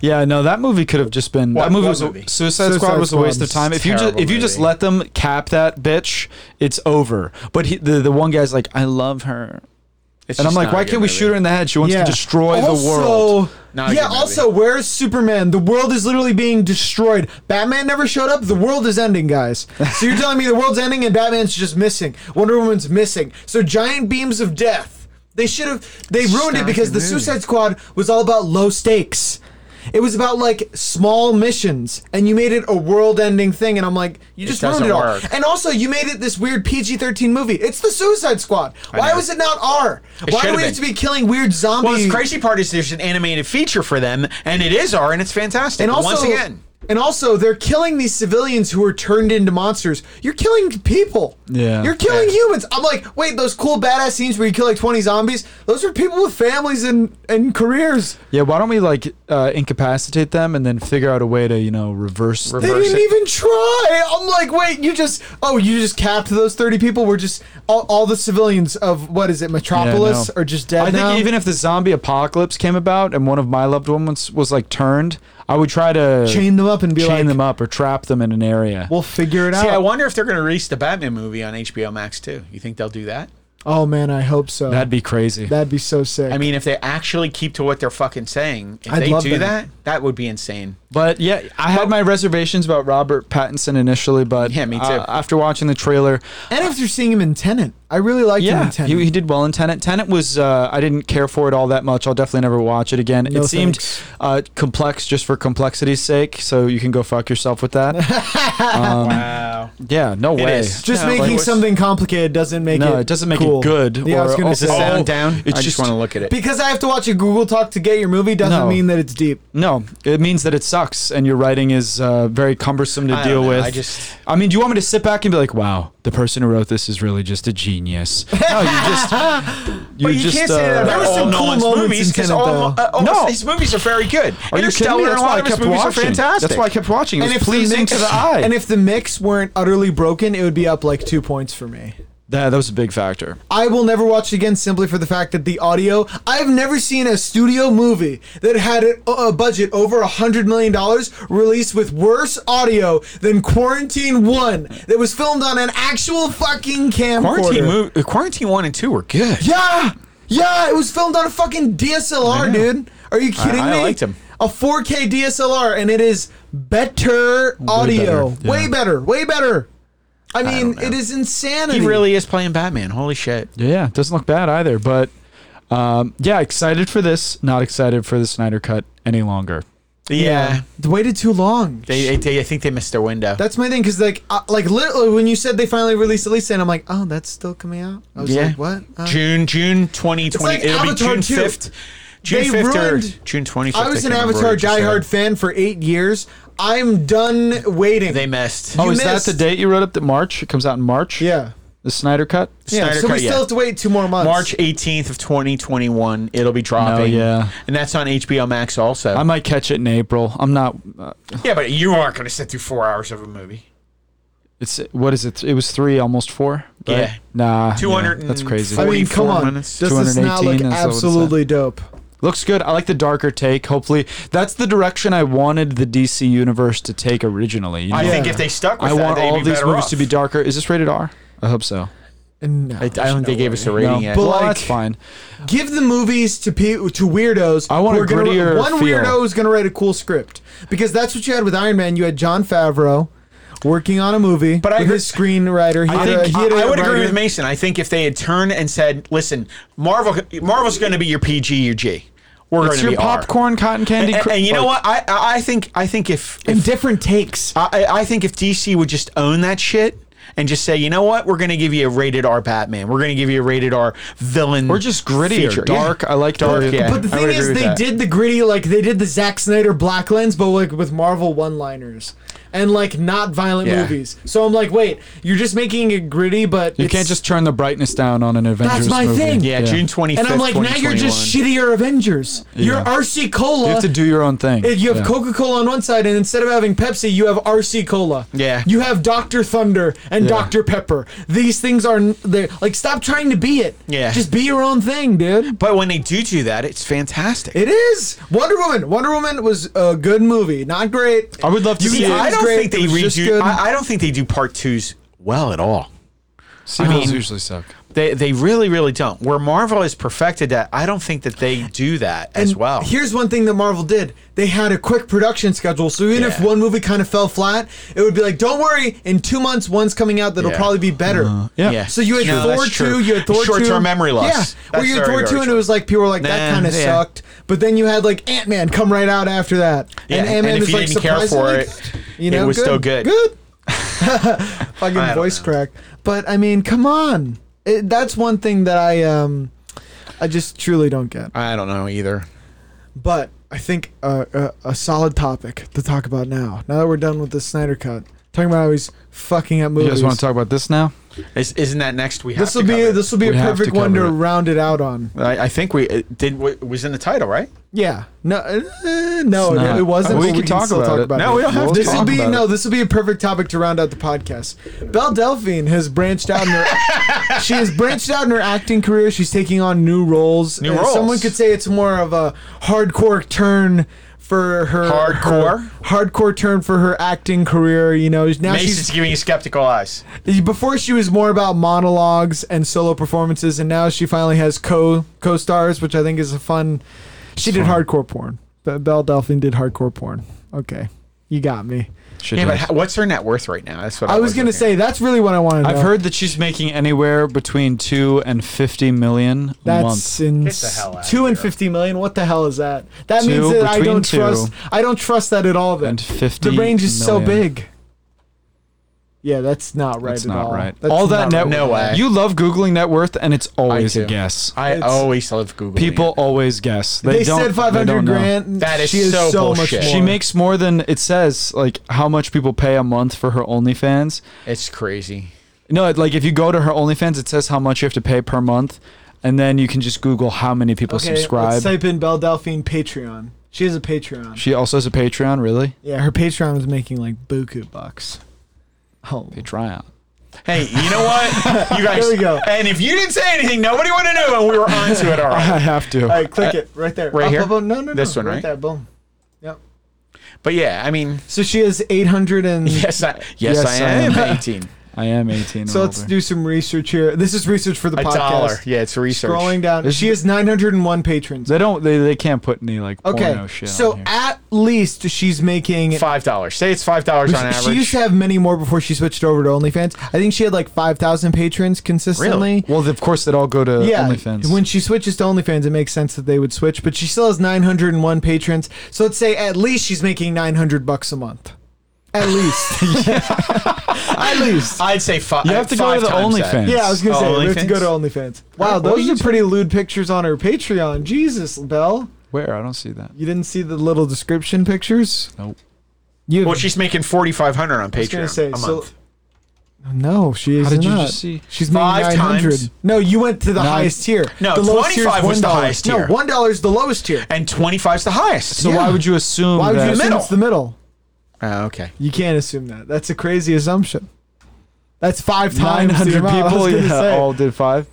[SPEAKER 3] Yeah, no, that movie could have just been
[SPEAKER 4] What-
[SPEAKER 3] that movie
[SPEAKER 4] what
[SPEAKER 3] was a-
[SPEAKER 4] movie?
[SPEAKER 3] Suicide,
[SPEAKER 2] Suicide
[SPEAKER 3] Squad was a
[SPEAKER 2] Squad
[SPEAKER 3] waste of
[SPEAKER 2] was
[SPEAKER 3] time. If you just
[SPEAKER 4] terrible
[SPEAKER 3] if you just
[SPEAKER 4] movie.
[SPEAKER 3] let them cap that bitch, it's over. But he, the the one guy's like, "I love her,"
[SPEAKER 4] It's
[SPEAKER 3] and I'm
[SPEAKER 4] just
[SPEAKER 3] like,
[SPEAKER 4] not a
[SPEAKER 3] "Why
[SPEAKER 4] good
[SPEAKER 3] can't we
[SPEAKER 4] movie.
[SPEAKER 3] shoot her in the head? She wants
[SPEAKER 2] Yeah.
[SPEAKER 3] to destroy
[SPEAKER 2] also,
[SPEAKER 3] the world."
[SPEAKER 4] Not a
[SPEAKER 2] yeah.
[SPEAKER 4] good movie.
[SPEAKER 2] Also, where's Superman? The world is literally being destroyed. Batman never showed up. The world is ending, guys. So you're telling me the world's ending and Batman's just missing. Wonder Woman's missing. So giant beams of death. They should have. They ruined it
[SPEAKER 4] not a
[SPEAKER 2] because
[SPEAKER 4] good
[SPEAKER 2] the
[SPEAKER 4] movie.
[SPEAKER 2] Suicide Squad was all about low stakes. It was about like small missions, and you made it a world-ending thing. And I'm like, you just ruined
[SPEAKER 4] doesn't
[SPEAKER 2] it all.
[SPEAKER 4] work.
[SPEAKER 2] And also, you made it this weird PG-13 movie. It's the Suicide Squad. Why
[SPEAKER 4] know.
[SPEAKER 2] was it not R? Why do
[SPEAKER 4] should've
[SPEAKER 2] we have
[SPEAKER 4] been.
[SPEAKER 2] to be killing weird zombies?
[SPEAKER 4] Well, the crazy part is there's an animated feature for them, and it is R, and it's fantastic.
[SPEAKER 2] And also,
[SPEAKER 4] once again,
[SPEAKER 2] and also, they're killing these civilians who are turned into monsters. You're killing people.
[SPEAKER 3] Yeah.
[SPEAKER 2] You're killing
[SPEAKER 4] Yeah.
[SPEAKER 2] humans. I'm like, wait, those cool badass scenes where you kill like 20 zombies. Those are people with families and and careers.
[SPEAKER 3] Yeah, why don't we like uh, incapacitate them and then figure out a way to you know reverse?
[SPEAKER 2] They
[SPEAKER 4] Reverse
[SPEAKER 2] didn't
[SPEAKER 4] it.
[SPEAKER 2] even try. I'm like, wait, you just oh, you just capped those 30 people. We're just all, all the civilians of what is it, Metropolis,
[SPEAKER 3] no.
[SPEAKER 2] are just dead
[SPEAKER 3] I
[SPEAKER 2] now.
[SPEAKER 3] think even if the zombie apocalypse came about and one of my loved ones was like turned, I would try to
[SPEAKER 2] chain them up and be
[SPEAKER 3] chain
[SPEAKER 2] like,
[SPEAKER 3] them up or trap them in an area.
[SPEAKER 2] we'll figure it
[SPEAKER 4] see,
[SPEAKER 2] out.
[SPEAKER 4] I wonder if they're going to release the Batman movie on HBO Max too. You think they'll do that?
[SPEAKER 2] oh man, I hope so.
[SPEAKER 3] That'd be crazy.
[SPEAKER 2] That'd be so sick.
[SPEAKER 4] I mean, if they actually keep to what they're fucking saying, if
[SPEAKER 2] I'd
[SPEAKER 4] they
[SPEAKER 2] love
[SPEAKER 4] do
[SPEAKER 2] that.
[SPEAKER 4] that. that, would be insane.
[SPEAKER 3] but yeah, I had my reservations about Robert Pattinson initially, but
[SPEAKER 4] Yeah, me too.
[SPEAKER 3] uh, after watching the trailer,
[SPEAKER 2] and after seeing him in Tenant, I really liked him
[SPEAKER 3] yeah,
[SPEAKER 2] in Tenant.
[SPEAKER 3] he, he did well in Tenant. Tenant was uh, I didn't care for it all that much. I'll definitely never watch it again.
[SPEAKER 2] No
[SPEAKER 3] it seemed
[SPEAKER 2] thanks.
[SPEAKER 3] uh, complex just for complexity's sake, so you can go fuck yourself with that.
[SPEAKER 4] Wow.
[SPEAKER 3] yeah, no
[SPEAKER 4] It
[SPEAKER 3] way.
[SPEAKER 4] is.
[SPEAKER 2] Just
[SPEAKER 4] No,
[SPEAKER 2] making
[SPEAKER 4] like what's-
[SPEAKER 2] something complicated doesn't make it.
[SPEAKER 3] No, it doesn't make it
[SPEAKER 2] cool.
[SPEAKER 3] good
[SPEAKER 2] Yeah, I was
[SPEAKER 3] or-
[SPEAKER 2] gonna
[SPEAKER 3] oh,
[SPEAKER 2] say
[SPEAKER 3] oh,
[SPEAKER 4] Sound down.
[SPEAKER 3] it's
[SPEAKER 4] I
[SPEAKER 3] just-
[SPEAKER 4] just want to look at it.
[SPEAKER 2] because I have to watch a Google Talk to get your movie doesn't
[SPEAKER 3] No.
[SPEAKER 2] mean that it's deep.
[SPEAKER 3] No, it means that it sucks, and your writing is uh, very cumbersome to
[SPEAKER 4] I don't
[SPEAKER 3] deal
[SPEAKER 4] know,
[SPEAKER 3] with.
[SPEAKER 4] I just-
[SPEAKER 3] I mean, do you want me to sit back and be like, "Wow, the person who wrote this is really just a genius"? No, you just, you
[SPEAKER 4] But you
[SPEAKER 3] just.
[SPEAKER 4] can't say
[SPEAKER 3] uh,
[SPEAKER 4] that about
[SPEAKER 2] there were
[SPEAKER 4] all
[SPEAKER 2] some cool
[SPEAKER 4] Nolan's
[SPEAKER 2] moments
[SPEAKER 4] movies
[SPEAKER 2] in
[SPEAKER 4] because
[SPEAKER 2] Tenet,
[SPEAKER 4] all,
[SPEAKER 2] though.
[SPEAKER 4] uh, all
[SPEAKER 3] No.
[SPEAKER 4] his movies are very good.
[SPEAKER 3] Are you kidding me?
[SPEAKER 4] Interstellar and
[SPEAKER 3] That's
[SPEAKER 4] a
[SPEAKER 3] why
[SPEAKER 4] lot
[SPEAKER 3] I
[SPEAKER 4] of his
[SPEAKER 3] kept
[SPEAKER 4] movies are
[SPEAKER 3] watching.
[SPEAKER 4] fantastic.
[SPEAKER 3] That's why I kept watching. It was
[SPEAKER 2] if the
[SPEAKER 3] pleasing
[SPEAKER 2] mix-
[SPEAKER 3] to the eye.
[SPEAKER 2] And if the mix weren't utterly broken, it would be up like two points for me.
[SPEAKER 3] that, that was a big factor.
[SPEAKER 2] I will never watch it again simply for the fact that the audio. I've never seen a studio movie that had a, a budget over a hundred million dollars released with worse audio than Quarantine One that was filmed on an actual fucking camcorder.
[SPEAKER 4] Quarantine, mov- uh, Quarantine 1 and 2 were good.
[SPEAKER 2] Yeah, yeah, it was filmed on a fucking DSLR, dude. Are you kidding
[SPEAKER 4] I
[SPEAKER 2] me?
[SPEAKER 4] liked 'em.
[SPEAKER 2] A 4K DSLR, and it is better audio,
[SPEAKER 3] better, yeah.
[SPEAKER 2] way better, way better. I mean,
[SPEAKER 4] don't know.
[SPEAKER 2] it is insanity.
[SPEAKER 4] He really is playing Batman. Holy shit.
[SPEAKER 3] Yeah, it doesn't look bad either. But um, yeah, excited for this. Not excited for the Snyder cut any longer.
[SPEAKER 4] Yeah.
[SPEAKER 2] They waited too long.
[SPEAKER 4] They, they, I think they missed their window.
[SPEAKER 2] That's my thing, because like, uh, like literally, when you said they finally released Elisa, and I'm like, oh, that's still coming out. I was
[SPEAKER 4] Yeah.
[SPEAKER 2] like, what? Uh,
[SPEAKER 4] June June 2020.
[SPEAKER 2] like
[SPEAKER 4] It'll
[SPEAKER 2] Avatar
[SPEAKER 4] be
[SPEAKER 2] 2.
[SPEAKER 4] June 5th. June
[SPEAKER 2] They
[SPEAKER 4] 5th
[SPEAKER 2] ruined-
[SPEAKER 4] or June 25th.
[SPEAKER 2] I was an
[SPEAKER 4] can't remember
[SPEAKER 2] Avatar
[SPEAKER 4] what I just said.
[SPEAKER 2] diehard fan for eight years. I'm done waiting.
[SPEAKER 4] They missed.
[SPEAKER 3] Oh,
[SPEAKER 2] You
[SPEAKER 3] is
[SPEAKER 2] missed.
[SPEAKER 3] that the date you wrote up? That March? It comes out in March.
[SPEAKER 2] yeah,
[SPEAKER 3] The Snyder Cut.
[SPEAKER 2] yeah.
[SPEAKER 4] Snyder
[SPEAKER 2] So we
[SPEAKER 4] Cut,
[SPEAKER 2] still
[SPEAKER 4] yeah.
[SPEAKER 2] have to wait two more months.
[SPEAKER 4] March 18th of 2021. It'll be dropping.
[SPEAKER 3] Oh, yeah.
[SPEAKER 4] And that's on HBO Max also.
[SPEAKER 3] I might catch it in April. I'm not. Uh,
[SPEAKER 4] yeah, but you aren't going to sit through four hours of a movie.
[SPEAKER 3] it's what is it? It was three, almost four. right?
[SPEAKER 4] Yeah.
[SPEAKER 3] Nah. yeah,
[SPEAKER 4] 200
[SPEAKER 3] that's crazy.
[SPEAKER 2] I mean, come
[SPEAKER 4] 44
[SPEAKER 2] on.
[SPEAKER 4] minutes,
[SPEAKER 2] Does this not look
[SPEAKER 3] 218 is what it said.
[SPEAKER 2] absolutely dope?
[SPEAKER 3] Looks good. I like the darker take. Hopefully, that's the direction I wanted the DC universe to take originally. you
[SPEAKER 4] I
[SPEAKER 3] know?
[SPEAKER 4] think if they stuck with
[SPEAKER 3] I
[SPEAKER 4] that,
[SPEAKER 3] want
[SPEAKER 4] they'd
[SPEAKER 3] all
[SPEAKER 4] be
[SPEAKER 3] these
[SPEAKER 4] better
[SPEAKER 3] movies
[SPEAKER 4] off.
[SPEAKER 3] to be darker. Is this rated R? I hope so.
[SPEAKER 2] And no,
[SPEAKER 4] I, I don't think they gave us a rating
[SPEAKER 3] no.
[SPEAKER 4] yet.
[SPEAKER 3] But
[SPEAKER 2] Well,
[SPEAKER 3] that's
[SPEAKER 2] like-
[SPEAKER 3] fine.
[SPEAKER 2] give the movies to pe- to weirdos.
[SPEAKER 3] I want
[SPEAKER 2] who
[SPEAKER 3] a
[SPEAKER 2] are gonna-
[SPEAKER 3] grittier
[SPEAKER 2] One
[SPEAKER 3] feel.
[SPEAKER 2] weirdo is going to write a cool script because that's what you had with Iron Man. You had John Favreau working on a movie, but
[SPEAKER 4] I
[SPEAKER 2] with
[SPEAKER 4] agree-
[SPEAKER 2] his screenwriter. He
[SPEAKER 4] I,
[SPEAKER 2] had a-
[SPEAKER 4] think,
[SPEAKER 2] he had
[SPEAKER 4] I,
[SPEAKER 2] a
[SPEAKER 4] I would agree
[SPEAKER 2] writer.
[SPEAKER 4] with Mason. I think if they had turned and said, "Listen, Marvel, Marvel's going to be your PG, your G. We're going
[SPEAKER 3] It's
[SPEAKER 4] to
[SPEAKER 3] your
[SPEAKER 4] be R."
[SPEAKER 3] popcorn cotton candy.
[SPEAKER 4] And, and-
[SPEAKER 3] cr-
[SPEAKER 4] and you know
[SPEAKER 3] like-
[SPEAKER 4] what? I, I I think I think if,
[SPEAKER 2] And
[SPEAKER 4] if
[SPEAKER 2] different takes.
[SPEAKER 4] I, I think if DC would just own that shit and just say, you know what, we're going to give you a rated R Batman. We're going to give you a rated R villain.
[SPEAKER 3] We're just grittier,
[SPEAKER 4] feature.
[SPEAKER 3] dark.
[SPEAKER 4] Yeah.
[SPEAKER 3] I like
[SPEAKER 4] Dark,
[SPEAKER 3] dark.
[SPEAKER 4] yeah.
[SPEAKER 2] But the
[SPEAKER 4] I
[SPEAKER 2] thing
[SPEAKER 4] would
[SPEAKER 2] is,
[SPEAKER 4] agree with
[SPEAKER 2] they
[SPEAKER 4] that.
[SPEAKER 2] did the gritty, like they did the Zack Snyder black lens, but like with Marvel one-liners and like not violent
[SPEAKER 4] Yeah.
[SPEAKER 2] movies. So I'm like, wait, you're just making it gritty, but
[SPEAKER 3] You
[SPEAKER 2] it's-
[SPEAKER 3] can't just turn the brightness down on an Avengers
[SPEAKER 2] my
[SPEAKER 3] movie.
[SPEAKER 2] thing.
[SPEAKER 4] Yeah, June twenty fifth.
[SPEAKER 2] And I'm like, now you're just shittier Avengers. You're RC Cola.
[SPEAKER 3] You have to do your own thing.
[SPEAKER 2] If You have
[SPEAKER 3] Yeah.
[SPEAKER 2] Coca Cola on one side, and instead of having Pepsi, you have RC Cola.
[SPEAKER 4] Yeah.
[SPEAKER 2] You have Dr. Thunder and Dr. Pepper. These things are n- they're like stop trying to be it.
[SPEAKER 4] Yeah.
[SPEAKER 2] Just be your own thing, dude.
[SPEAKER 4] But when they do do that, it's fantastic.
[SPEAKER 2] It is Wonder Woman. Wonder Woman was a good movie, not great.
[SPEAKER 3] I would love to
[SPEAKER 2] You
[SPEAKER 3] see
[SPEAKER 4] See,
[SPEAKER 2] it.
[SPEAKER 3] it.
[SPEAKER 4] I
[SPEAKER 2] was
[SPEAKER 4] don't
[SPEAKER 2] great.
[SPEAKER 4] think they
[SPEAKER 2] It was just
[SPEAKER 4] redo.
[SPEAKER 2] good.
[SPEAKER 4] I, I don't think they do part twos well at all.
[SPEAKER 3] Sequels usually suck.
[SPEAKER 4] They they really really don't. Where Marvel has perfected that, I don't think that they do that as
[SPEAKER 2] And
[SPEAKER 4] well.
[SPEAKER 2] Here's one thing that Marvel did. They had a quick production schedule, so even if
[SPEAKER 4] Yeah.
[SPEAKER 2] one movie kind of fell flat, it would be like, don't worry, in two months, one's coming out that'll
[SPEAKER 4] Yeah.
[SPEAKER 2] probably be better.
[SPEAKER 3] Yeah.
[SPEAKER 4] Yeah.
[SPEAKER 2] So you had
[SPEAKER 4] No,
[SPEAKER 2] Thor
[SPEAKER 4] that's true.
[SPEAKER 2] two, you had Thor two,
[SPEAKER 4] Short-term memory loss. That's
[SPEAKER 2] Yeah, where you had
[SPEAKER 4] very,
[SPEAKER 2] Thor
[SPEAKER 4] very
[SPEAKER 2] two, and it
[SPEAKER 4] true.
[SPEAKER 2] was like people were like, that
[SPEAKER 4] Nah,
[SPEAKER 2] kind of
[SPEAKER 4] yeah.
[SPEAKER 2] sucked. But then you had like Ant Man come right out after that,
[SPEAKER 4] Yeah,
[SPEAKER 2] and Ant Man
[SPEAKER 4] and if
[SPEAKER 2] was
[SPEAKER 4] you
[SPEAKER 2] like
[SPEAKER 4] didn't care
[SPEAKER 2] surprisingly
[SPEAKER 4] for
[SPEAKER 2] good.
[SPEAKER 4] it,
[SPEAKER 2] you
[SPEAKER 4] it
[SPEAKER 2] know,
[SPEAKER 4] was
[SPEAKER 2] good.
[SPEAKER 4] still good.
[SPEAKER 2] Good.
[SPEAKER 4] I
[SPEAKER 2] Fucking
[SPEAKER 4] don't
[SPEAKER 2] voice
[SPEAKER 4] know.
[SPEAKER 2] crack. But I mean, come on, it, that's one thing that I um, I just truly don't get.
[SPEAKER 4] I don't know either.
[SPEAKER 2] But I think uh, uh, a solid topic to talk about now. Now that we're done with the Snyder cut, talking about how he's fucking up
[SPEAKER 3] You
[SPEAKER 2] movies.
[SPEAKER 3] guys want to talk about this now?
[SPEAKER 4] Is, isn't that next we have?
[SPEAKER 2] this will
[SPEAKER 4] to
[SPEAKER 2] be
[SPEAKER 4] cover?
[SPEAKER 2] this will be a
[SPEAKER 3] We have to
[SPEAKER 2] perfect one to
[SPEAKER 3] cover it.
[SPEAKER 2] round it out on.
[SPEAKER 4] I, I think we it did. It was in the title, right?
[SPEAKER 2] Yeah. No, uh, no,
[SPEAKER 3] not.
[SPEAKER 2] it, it wasn't.
[SPEAKER 3] We
[SPEAKER 2] but
[SPEAKER 3] can talk
[SPEAKER 2] still
[SPEAKER 3] about it.
[SPEAKER 4] No, we don't have
[SPEAKER 2] This
[SPEAKER 4] to.
[SPEAKER 2] will
[SPEAKER 4] Talk
[SPEAKER 2] be
[SPEAKER 3] about
[SPEAKER 2] no. This will be a perfect topic to round out the podcast. Belle Delphine has branched out in her. she has branched out in her acting career. She's taking on new roles.
[SPEAKER 4] New
[SPEAKER 2] And
[SPEAKER 4] roles.
[SPEAKER 2] Someone could say it's more of a hardcore turn for her.
[SPEAKER 4] Hardcore?
[SPEAKER 2] her- hardcore turn for her acting career. You know, now she's
[SPEAKER 4] Mason's giving you skeptical eyes.
[SPEAKER 2] before she was more about monologues and solo performances, and now she finally has co co stars, which I think is a fun. She did hardcore porn. But Belle Delphine did hardcore porn. Okay, you got me.
[SPEAKER 3] Should
[SPEAKER 4] Yeah,
[SPEAKER 3] do.
[SPEAKER 4] but ho- what's her net worth right now? That's what I,
[SPEAKER 2] I was gonna
[SPEAKER 4] looking at.
[SPEAKER 2] say that's really what I wanted. to
[SPEAKER 3] I've
[SPEAKER 2] know.
[SPEAKER 3] heard that she's making anywhere between two and fifty million a
[SPEAKER 2] that's
[SPEAKER 3] month.
[SPEAKER 2] in
[SPEAKER 4] Get the hell out
[SPEAKER 2] two
[SPEAKER 4] of
[SPEAKER 2] and
[SPEAKER 4] here.
[SPEAKER 2] fifty million. What the hell is that? That
[SPEAKER 3] Two
[SPEAKER 2] means that I
[SPEAKER 3] between
[SPEAKER 2] don't
[SPEAKER 3] two
[SPEAKER 2] trust. I don't trust that at all. Then
[SPEAKER 3] and 50
[SPEAKER 2] the range is so
[SPEAKER 3] million.
[SPEAKER 2] big. Yeah, that's not right
[SPEAKER 3] That's
[SPEAKER 2] at
[SPEAKER 3] not
[SPEAKER 2] all.
[SPEAKER 3] right.
[SPEAKER 2] That's
[SPEAKER 3] all
[SPEAKER 2] not
[SPEAKER 3] that net
[SPEAKER 2] right.
[SPEAKER 4] No way.
[SPEAKER 3] You love googling net worth, and it's always
[SPEAKER 4] do.
[SPEAKER 3] a guess.
[SPEAKER 4] I
[SPEAKER 2] It's-
[SPEAKER 4] always love Google.
[SPEAKER 3] People always guess. They,
[SPEAKER 2] They
[SPEAKER 3] don't,
[SPEAKER 2] said
[SPEAKER 3] they
[SPEAKER 2] five
[SPEAKER 3] don't
[SPEAKER 2] hundred
[SPEAKER 3] know.
[SPEAKER 2] grand.
[SPEAKER 4] That is
[SPEAKER 2] she is
[SPEAKER 4] so
[SPEAKER 2] so much
[SPEAKER 4] bullshit.
[SPEAKER 2] more.
[SPEAKER 3] She makes more than it says. Like how much people pay a month for her OnlyFans.
[SPEAKER 4] It's crazy.
[SPEAKER 3] No, like if you go to her OnlyFans, it says how much you have to pay per month, and then you can just Google how many people subscribe.
[SPEAKER 2] Let's type in Belle Delphine Patreon. She has a Patreon.
[SPEAKER 3] she also has a Patreon, really?
[SPEAKER 2] yeah, her Patreon is making like buku bucks. Oh,
[SPEAKER 3] Patreon.
[SPEAKER 4] Hey, you know what? You guys.
[SPEAKER 2] There we go.
[SPEAKER 4] And if you didn't say anything, nobody would have known, and we were onto it. All
[SPEAKER 3] I
[SPEAKER 4] right.
[SPEAKER 3] have to.
[SPEAKER 2] all right, click it right there.
[SPEAKER 4] Uh, right
[SPEAKER 2] Up,
[SPEAKER 4] here?
[SPEAKER 2] up, up. No, no,
[SPEAKER 4] This
[SPEAKER 2] no.
[SPEAKER 4] one, right?
[SPEAKER 2] there. Boom. Yep.
[SPEAKER 4] But yeah, I mean,
[SPEAKER 2] So she has eight hundred and
[SPEAKER 4] yes, I, yes,
[SPEAKER 3] Yes,
[SPEAKER 4] I
[SPEAKER 3] I
[SPEAKER 4] am
[SPEAKER 3] am.
[SPEAKER 4] eighteen.
[SPEAKER 3] I am 18.
[SPEAKER 2] So let's do some research here. This is research for the
[SPEAKER 4] A
[SPEAKER 2] podcast.
[SPEAKER 4] dollar. Yeah, it's research.
[SPEAKER 2] Scrolling down,
[SPEAKER 3] This-
[SPEAKER 2] she has 901 patrons.
[SPEAKER 3] They don't. They, they can't put any like
[SPEAKER 2] Okay,
[SPEAKER 3] porno shit. on
[SPEAKER 2] so
[SPEAKER 3] here.
[SPEAKER 2] at least she's making.
[SPEAKER 4] Five dollars. Say it's five dollars on
[SPEAKER 2] She used
[SPEAKER 4] average.
[SPEAKER 2] to have many more before she switched over to OnlyFans. I think she had like 5,000 patrons consistently.
[SPEAKER 3] well, of course they'd all go to
[SPEAKER 2] Yeah,
[SPEAKER 3] OnlyFans.
[SPEAKER 2] when she switches to OnlyFans, it makes sense that they would switch. But she still has 901 patrons, so let's say at least she's making 900 bucks a month. At least, at least.
[SPEAKER 4] I'd say fi- five.
[SPEAKER 3] you have to go to the
[SPEAKER 4] times that.
[SPEAKER 3] OnlyFans.
[SPEAKER 2] Yeah, I was gonna say we have to
[SPEAKER 4] OnlyFans?
[SPEAKER 2] go to OnlyFans. Wow,
[SPEAKER 3] What were
[SPEAKER 2] those
[SPEAKER 3] you
[SPEAKER 2] are pretty lewd pictures on her Patreon. Jesus, Belle,
[SPEAKER 3] Where? I don't see that.
[SPEAKER 2] you didn't see the little description pictures?
[SPEAKER 3] Nope.
[SPEAKER 2] You
[SPEAKER 4] Well, she's making forty five hundred on
[SPEAKER 2] gonna
[SPEAKER 4] Patreon
[SPEAKER 2] say,
[SPEAKER 4] a month.
[SPEAKER 2] so- no, she is
[SPEAKER 3] How did you
[SPEAKER 2] not.
[SPEAKER 3] just see?
[SPEAKER 2] She's making
[SPEAKER 4] Five
[SPEAKER 2] 900.
[SPEAKER 4] times?
[SPEAKER 2] No, you went to the
[SPEAKER 3] Nine-
[SPEAKER 2] highest tier.
[SPEAKER 4] No,
[SPEAKER 2] the lowest tier is
[SPEAKER 4] 25 was the
[SPEAKER 2] $1.
[SPEAKER 4] highest tier.
[SPEAKER 2] No, one dollar is the lowest tier.
[SPEAKER 4] and 25's the highest.
[SPEAKER 3] So why would you assume?
[SPEAKER 2] Why would you
[SPEAKER 3] that-
[SPEAKER 2] assume
[SPEAKER 4] middle.
[SPEAKER 2] it's the middle?
[SPEAKER 4] Oh, okay.
[SPEAKER 2] You can't assume that. That's a crazy assumption. That's five times
[SPEAKER 3] Nine
[SPEAKER 2] the
[SPEAKER 3] hundred
[SPEAKER 2] amount I was
[SPEAKER 3] people
[SPEAKER 2] gonna
[SPEAKER 3] yeah,
[SPEAKER 2] say.
[SPEAKER 3] all did five.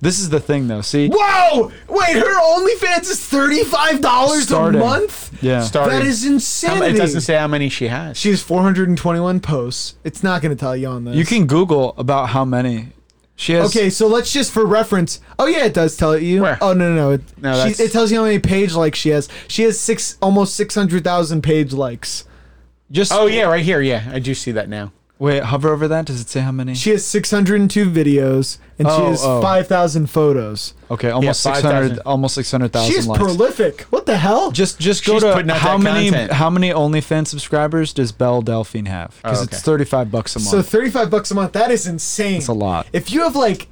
[SPEAKER 3] This is the thing, though. See,
[SPEAKER 2] Whoa! Wait, her OnlyFans is thirty-five dollars a
[SPEAKER 3] Starting.
[SPEAKER 2] month.
[SPEAKER 3] yeah,
[SPEAKER 4] Starting.
[SPEAKER 2] That is
[SPEAKER 4] How ma-
[SPEAKER 2] insanity.
[SPEAKER 4] It doesn't say how many she has.
[SPEAKER 2] She has four hundred and twenty-one posts. It's not going to tell you on this.
[SPEAKER 3] you can Google about how many she has.
[SPEAKER 2] Okay, so let's just for reference. Oh yeah, it does tell you.
[SPEAKER 4] Where?
[SPEAKER 2] Oh no, no, no. It,
[SPEAKER 4] No,
[SPEAKER 2] she-
[SPEAKER 4] that's-
[SPEAKER 2] it tells you how many page likes she has. She has six, almost six hundred thousand page likes.
[SPEAKER 3] just
[SPEAKER 4] oh yeah, right here. Yeah, I do see that now.
[SPEAKER 3] Wait, hover over that. Does it say how many?
[SPEAKER 2] She has six hundred and two videos, and she
[SPEAKER 3] Oh,
[SPEAKER 2] has
[SPEAKER 3] oh.
[SPEAKER 2] five thousand photos.
[SPEAKER 3] Okay, almost
[SPEAKER 4] Yeah,
[SPEAKER 3] six hundred,
[SPEAKER 4] 5,000.
[SPEAKER 3] almost six hundred thousand.
[SPEAKER 2] She's
[SPEAKER 3] likes.
[SPEAKER 2] prolific. What the hell?
[SPEAKER 3] Just just go
[SPEAKER 4] She's putting
[SPEAKER 3] to
[SPEAKER 4] out
[SPEAKER 3] how
[SPEAKER 4] that
[SPEAKER 3] many
[SPEAKER 4] content.
[SPEAKER 3] how many OnlyFans subscribers does Belle Delphine have? Because
[SPEAKER 4] Oh, okay.
[SPEAKER 3] it's thirty five bucks a month.
[SPEAKER 2] So thirty-five bucks a month. That is insane. That's
[SPEAKER 3] a lot.
[SPEAKER 2] If you have like,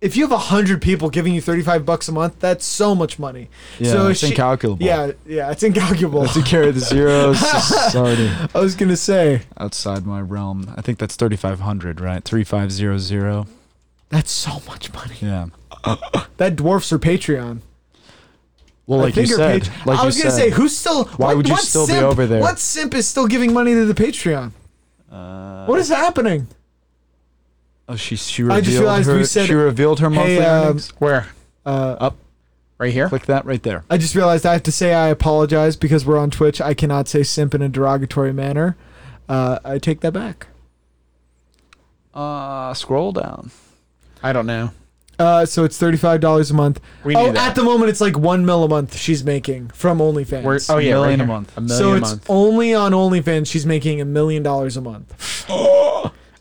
[SPEAKER 2] if you have hundred people giving you thirty-five bucks a month, that's so much money.
[SPEAKER 3] Yeah,
[SPEAKER 2] so
[SPEAKER 3] it's
[SPEAKER 2] she-
[SPEAKER 3] incalculable.
[SPEAKER 2] Yeah, yeah, it's incalculable.
[SPEAKER 3] to carry the zeros, it's already
[SPEAKER 2] I was gonna say
[SPEAKER 3] outside my realm. I think that's thirty five hundred, right? Three five zero zero.
[SPEAKER 2] that's so much money.
[SPEAKER 3] Yeah.
[SPEAKER 2] That dwarfs her Patreon.
[SPEAKER 3] Well,
[SPEAKER 2] I
[SPEAKER 3] like you
[SPEAKER 2] think her
[SPEAKER 3] said,
[SPEAKER 2] Patr-
[SPEAKER 3] like
[SPEAKER 2] I
[SPEAKER 3] you
[SPEAKER 2] was gonna
[SPEAKER 3] said,
[SPEAKER 2] say, who's still?
[SPEAKER 3] Why
[SPEAKER 2] what-
[SPEAKER 3] would you
[SPEAKER 2] what
[SPEAKER 3] still be
[SPEAKER 2] simp-
[SPEAKER 3] over there?
[SPEAKER 2] What simp is still giving money to the Patreon? what is happening?
[SPEAKER 3] Oh, she she revealed
[SPEAKER 2] I just realized
[SPEAKER 3] her,
[SPEAKER 2] we said-
[SPEAKER 3] she revealed her monthly
[SPEAKER 2] um,
[SPEAKER 3] earnings.
[SPEAKER 4] Where?
[SPEAKER 2] Uh,
[SPEAKER 3] Up,
[SPEAKER 4] Right here.
[SPEAKER 3] click that right there.
[SPEAKER 2] I just realized I have to say I apologize because we're on Twitch. I cannot say simp in a derogatory manner. Uh, I take that back.
[SPEAKER 3] Uh, scroll down.
[SPEAKER 4] I don't know.
[SPEAKER 2] Uh, so it's thirty-five dollars a month.
[SPEAKER 4] We
[SPEAKER 2] oh,
[SPEAKER 4] knew that.
[SPEAKER 2] at the moment it's like one mil a month she's making from OnlyFans.
[SPEAKER 4] Where, oh
[SPEAKER 3] a
[SPEAKER 4] yeah,
[SPEAKER 3] million
[SPEAKER 4] right
[SPEAKER 3] a
[SPEAKER 4] here.
[SPEAKER 3] month.
[SPEAKER 4] A million
[SPEAKER 2] so
[SPEAKER 4] a
[SPEAKER 2] it's
[SPEAKER 4] month.
[SPEAKER 2] only on OnlyFans she's making a million dollars a month.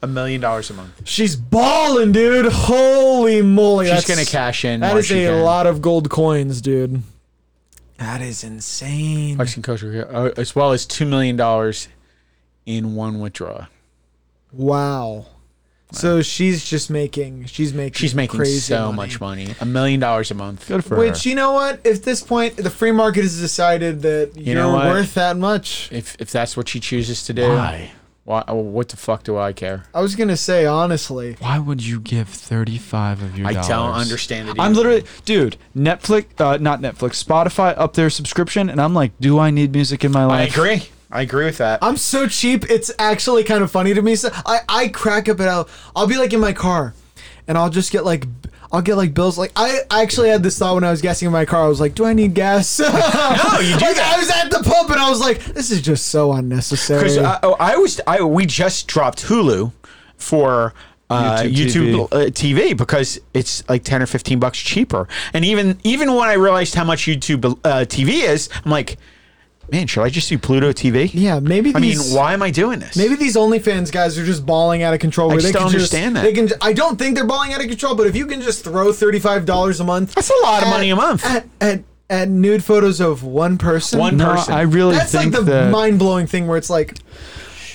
[SPEAKER 4] A million dollars a month.
[SPEAKER 2] She's balling, dude. Holy moly!
[SPEAKER 4] She's
[SPEAKER 2] that's-
[SPEAKER 4] gonna cash in.
[SPEAKER 2] That
[SPEAKER 4] when
[SPEAKER 2] is
[SPEAKER 4] she
[SPEAKER 2] a
[SPEAKER 4] can.
[SPEAKER 2] lot of gold coins, dude. That is insane.
[SPEAKER 4] Mexican kosher, uh, as well as two million dollars in one withdrawal.
[SPEAKER 2] Wow. So she's just making. She's making.
[SPEAKER 4] She's making
[SPEAKER 2] crazy
[SPEAKER 4] so
[SPEAKER 2] money.
[SPEAKER 4] much money. A million dollars a month.
[SPEAKER 3] Good for
[SPEAKER 2] Which
[SPEAKER 3] her.
[SPEAKER 2] you know what? If this point the free market has decided that you
[SPEAKER 4] know
[SPEAKER 2] are
[SPEAKER 4] what?
[SPEAKER 2] worth that much,
[SPEAKER 4] If if that's what she chooses to do.
[SPEAKER 3] Why?
[SPEAKER 4] Why- oh, what the fuck do I care?
[SPEAKER 2] I was gonna say honestly,
[SPEAKER 3] Why would you give thirty five of your?
[SPEAKER 4] I
[SPEAKER 3] dollars?
[SPEAKER 4] don't understand it.
[SPEAKER 3] I'm
[SPEAKER 4] either.
[SPEAKER 3] literally, dude. Netflix, uh, not Netflix, Spotify up their subscription, and I'm like, do I need music in my
[SPEAKER 4] I
[SPEAKER 3] life?
[SPEAKER 4] agree. I agree with that.
[SPEAKER 2] I'm so cheap. It's actually kind of funny to me. So I I crack up at how I'll be like in my car, and I'll just get like. I'll get like bills. Like I, I actually had this thought when I was gassing in my car. I was like, "Do I need gas?" no, you do
[SPEAKER 4] that.
[SPEAKER 2] I was at the pump and I was like, "This is just so unnecessary."
[SPEAKER 4] Because I, oh, I was, I we just dropped Hulu for uh,
[SPEAKER 3] YouTube
[SPEAKER 4] YouTube, uh, TV because it's like ten or fifteen bucks cheaper. And even even when I realized how much YouTube uh, TV is, I'm like, man, should I just do Pluto TV?
[SPEAKER 2] yeah, maybe
[SPEAKER 4] I mean,
[SPEAKER 2] these.
[SPEAKER 4] why am I doing this?
[SPEAKER 2] Maybe these OnlyFans guys are just balling out of control. Where
[SPEAKER 4] just
[SPEAKER 2] they
[SPEAKER 4] don't
[SPEAKER 2] can
[SPEAKER 4] understand that.
[SPEAKER 2] They can. I don't think they're balling out of control, but if you can just throw thirty-five dollars a month,
[SPEAKER 4] that's a lot of
[SPEAKER 2] at-
[SPEAKER 4] money a month.
[SPEAKER 2] At, at at nude photos of one person.
[SPEAKER 4] One
[SPEAKER 3] No,
[SPEAKER 4] person.
[SPEAKER 3] I really
[SPEAKER 2] That's like
[SPEAKER 3] think
[SPEAKER 2] the
[SPEAKER 3] that.
[SPEAKER 2] mind blowing thing where it's like,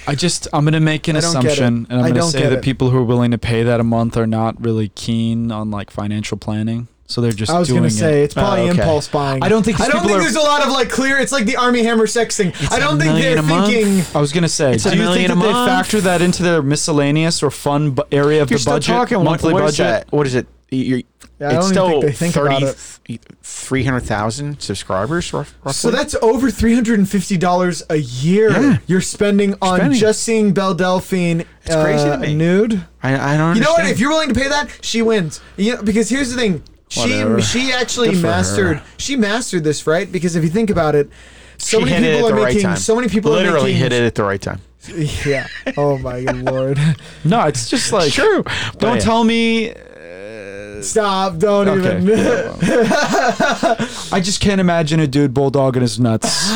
[SPEAKER 3] I just, I'm gonna make an
[SPEAKER 2] I don't get it.
[SPEAKER 3] assumption, and I'm
[SPEAKER 2] I
[SPEAKER 3] gonna
[SPEAKER 2] don't
[SPEAKER 3] say
[SPEAKER 2] get
[SPEAKER 3] that
[SPEAKER 2] it.
[SPEAKER 3] people who are willing to pay that a month are not really keen on like financial planning, so they're just.
[SPEAKER 2] I was
[SPEAKER 3] doing
[SPEAKER 2] gonna say
[SPEAKER 3] it.
[SPEAKER 2] it's probably
[SPEAKER 4] Oh, okay.
[SPEAKER 2] impulse buying.
[SPEAKER 3] I don't think
[SPEAKER 2] I
[SPEAKER 3] these
[SPEAKER 2] don't
[SPEAKER 3] people
[SPEAKER 2] think
[SPEAKER 3] are-
[SPEAKER 2] there's a lot of like clear. It's like the army hammer sex thing. I don't think
[SPEAKER 4] million
[SPEAKER 2] they're
[SPEAKER 4] a month.
[SPEAKER 2] thinking.
[SPEAKER 3] I was gonna say,
[SPEAKER 4] a
[SPEAKER 3] do you think
[SPEAKER 4] million a
[SPEAKER 3] that they
[SPEAKER 4] month.
[SPEAKER 3] factor that into their miscellaneous or fun bu- area of
[SPEAKER 4] You're
[SPEAKER 3] the
[SPEAKER 4] still
[SPEAKER 3] budget,
[SPEAKER 4] talking what-
[SPEAKER 3] monthly
[SPEAKER 4] what is
[SPEAKER 3] budget?
[SPEAKER 4] that? What is it? You're,
[SPEAKER 2] Yeah, I don't
[SPEAKER 4] it's
[SPEAKER 2] even
[SPEAKER 4] still
[SPEAKER 2] think they think about
[SPEAKER 4] 30 300,000 subscribers, rough- roughly.
[SPEAKER 2] So that's over three hundred and fifty dollars a year
[SPEAKER 4] Yeah.
[SPEAKER 2] you're spending on
[SPEAKER 4] Spending.
[SPEAKER 2] just seeing Belle Delphine it's
[SPEAKER 4] crazy to me.
[SPEAKER 2] nude.
[SPEAKER 4] I, I don't.
[SPEAKER 2] You know what?
[SPEAKER 4] understand.
[SPEAKER 2] If you're willing to pay that, she wins. You know, because here's the thing. She
[SPEAKER 3] Whatever.
[SPEAKER 2] she actually
[SPEAKER 3] Good for
[SPEAKER 2] mastered
[SPEAKER 3] her.
[SPEAKER 2] she mastered this, right? Because if you think about it, so
[SPEAKER 4] She
[SPEAKER 2] many
[SPEAKER 4] hit it
[SPEAKER 2] people
[SPEAKER 4] at
[SPEAKER 2] are
[SPEAKER 4] the right
[SPEAKER 2] making
[SPEAKER 4] time.
[SPEAKER 2] so many people
[SPEAKER 4] literally
[SPEAKER 2] are making
[SPEAKER 4] hit it at the right time.
[SPEAKER 2] yeah. Oh my lord.
[SPEAKER 3] No, it's just like
[SPEAKER 4] True.
[SPEAKER 3] Don't
[SPEAKER 4] But-
[SPEAKER 3] tell me.
[SPEAKER 2] Stop. Don't
[SPEAKER 3] Okay.
[SPEAKER 2] even.
[SPEAKER 3] I just can't imagine a dude bulldogging his nuts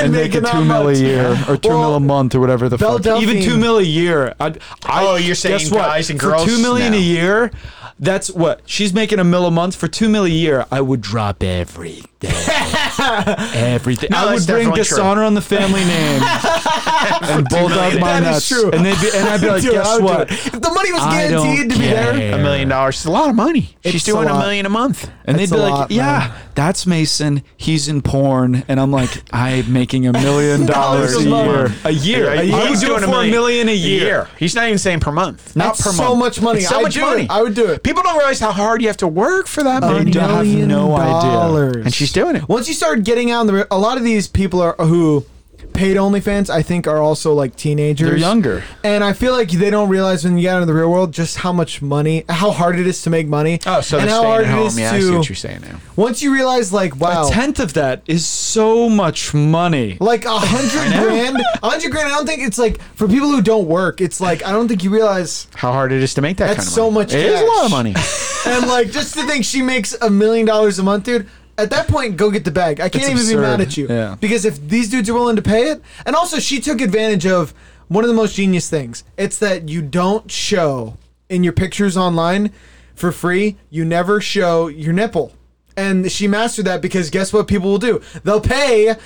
[SPEAKER 3] and
[SPEAKER 2] Making
[SPEAKER 3] making
[SPEAKER 2] that
[SPEAKER 3] two mil a
[SPEAKER 2] much.
[SPEAKER 3] year or two mil a month or whatever the
[SPEAKER 2] Belle
[SPEAKER 3] fuck. Even
[SPEAKER 2] Delphine-
[SPEAKER 3] two mil a year. I, I,
[SPEAKER 4] Oh, you're saying
[SPEAKER 3] guess what?
[SPEAKER 4] guys and
[SPEAKER 3] For
[SPEAKER 4] girls
[SPEAKER 3] two million
[SPEAKER 4] now.
[SPEAKER 3] a year. That's what she's making a mil a month for two mil a year. I would drop everything. everything.
[SPEAKER 4] No,
[SPEAKER 3] I
[SPEAKER 4] that's
[SPEAKER 3] would bring
[SPEAKER 4] definitely true.
[SPEAKER 3] dishonor on the family name and bulldog
[SPEAKER 4] million.
[SPEAKER 3] my
[SPEAKER 2] That is
[SPEAKER 3] nuts.
[SPEAKER 2] true.
[SPEAKER 3] And they'd be, and I'd be like,
[SPEAKER 2] Dude, I
[SPEAKER 3] guess
[SPEAKER 2] would do
[SPEAKER 3] what?
[SPEAKER 2] it. If the money was
[SPEAKER 3] I don't
[SPEAKER 2] guaranteed to be there,
[SPEAKER 3] care.
[SPEAKER 4] A million dollars is a lot of money. She's
[SPEAKER 2] It's a
[SPEAKER 4] doing a,
[SPEAKER 2] lot.
[SPEAKER 4] million a month.
[SPEAKER 3] And
[SPEAKER 2] That's
[SPEAKER 3] they'd be
[SPEAKER 2] a
[SPEAKER 3] like,
[SPEAKER 2] lot,
[SPEAKER 3] "Yeah, that's Mason. He's in porn." And I'm like, "I'm making a million dollars a
[SPEAKER 2] a month.
[SPEAKER 3] year, a year.
[SPEAKER 4] Yeah,
[SPEAKER 3] I would
[SPEAKER 4] he's
[SPEAKER 3] do it
[SPEAKER 4] doing
[SPEAKER 3] for a million a year.
[SPEAKER 4] He's not even saying per month. Not
[SPEAKER 2] That's
[SPEAKER 4] per
[SPEAKER 2] so
[SPEAKER 4] month.
[SPEAKER 2] much money.
[SPEAKER 4] It's so
[SPEAKER 2] I'd
[SPEAKER 4] much
[SPEAKER 2] do
[SPEAKER 4] money.
[SPEAKER 2] It. I would do it.
[SPEAKER 4] People don't realize how hard you have to work for that
[SPEAKER 3] I
[SPEAKER 4] money.
[SPEAKER 3] don't have
[SPEAKER 2] Million
[SPEAKER 3] no idea."
[SPEAKER 2] dollars.
[SPEAKER 4] And she's doing it.
[SPEAKER 2] Once you start getting out in the, a lot of these people are who paid OnlyFans. I think are also like teenagers.
[SPEAKER 3] They're younger.
[SPEAKER 2] and I feel like they don't realize when you get out into the real world just how much money, how hard it is to make money.
[SPEAKER 4] Oh, so
[SPEAKER 2] and
[SPEAKER 4] they're
[SPEAKER 2] how
[SPEAKER 4] staying
[SPEAKER 2] hard
[SPEAKER 4] at
[SPEAKER 2] it
[SPEAKER 4] home.
[SPEAKER 2] is
[SPEAKER 4] Yeah,
[SPEAKER 2] to
[SPEAKER 4] I see what you're saying now.
[SPEAKER 2] once you realize like wow.
[SPEAKER 3] A tenth of that is so much money.
[SPEAKER 2] like a hundred grand, a hundred grand. I don't think it's like for people who don't work. It's like I don't think you realize.
[SPEAKER 4] How hard it is to make that
[SPEAKER 2] That's
[SPEAKER 4] kind of
[SPEAKER 2] so
[SPEAKER 4] money.
[SPEAKER 2] much
[SPEAKER 4] It is a lot
[SPEAKER 2] cash.
[SPEAKER 4] of money.
[SPEAKER 2] and like just to think she makes a million dollars a month, dude. At that point, go get the bag. I can't
[SPEAKER 3] It's
[SPEAKER 2] even be
[SPEAKER 3] absurd.
[SPEAKER 2] mad at you
[SPEAKER 3] Yeah.
[SPEAKER 2] because if these dudes are willing to pay it, and also she took advantage of one of the most genius things. It's that you don't show in your pictures online for free. You never show your nipple, and she mastered that because guess what? People will do. They'll pay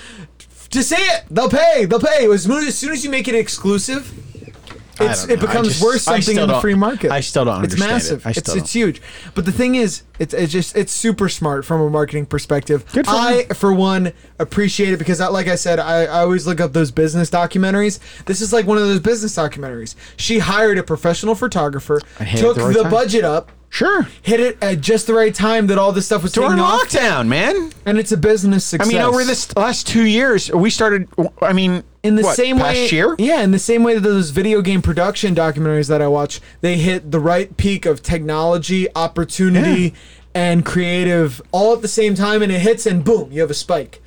[SPEAKER 2] to see it. They'll pay. They'll pay. As soon as, soon as you make it exclusive, it's,
[SPEAKER 4] don't
[SPEAKER 2] it
[SPEAKER 4] know. I
[SPEAKER 2] becomes
[SPEAKER 4] just-
[SPEAKER 2] worth
[SPEAKER 4] I
[SPEAKER 2] something
[SPEAKER 4] still
[SPEAKER 2] in the
[SPEAKER 4] don't-
[SPEAKER 2] free market.
[SPEAKER 4] I still don't
[SPEAKER 2] It's
[SPEAKER 4] understand it.
[SPEAKER 2] massive.
[SPEAKER 4] I
[SPEAKER 2] it's
[SPEAKER 4] still
[SPEAKER 2] it's huge. But the thing is, it's, it's just it's super smart from a marketing perspective. Good for I, for one, appreciate it because, I, like I said, I, I always look up those business documentaries. This is like one of those business documentaries. She hired a professional photographer,
[SPEAKER 4] hit it
[SPEAKER 2] took
[SPEAKER 4] the right
[SPEAKER 2] the
[SPEAKER 4] time.
[SPEAKER 2] budget up,
[SPEAKER 4] Sure.
[SPEAKER 2] hit it at just the right time that all this stuff was
[SPEAKER 4] We're
[SPEAKER 2] taking
[SPEAKER 4] in
[SPEAKER 2] off,
[SPEAKER 4] lockdown, man.
[SPEAKER 2] and it's a business
[SPEAKER 4] I
[SPEAKER 2] success.
[SPEAKER 4] mean, over this last two years, we started. I mean,
[SPEAKER 2] in the
[SPEAKER 4] what,
[SPEAKER 2] same
[SPEAKER 4] past
[SPEAKER 2] way
[SPEAKER 4] year.
[SPEAKER 2] yeah in the same way that those video game production documentaries that i watch they hit the right peak of technology opportunity and creative all at the same time and it hits and boom you have a spike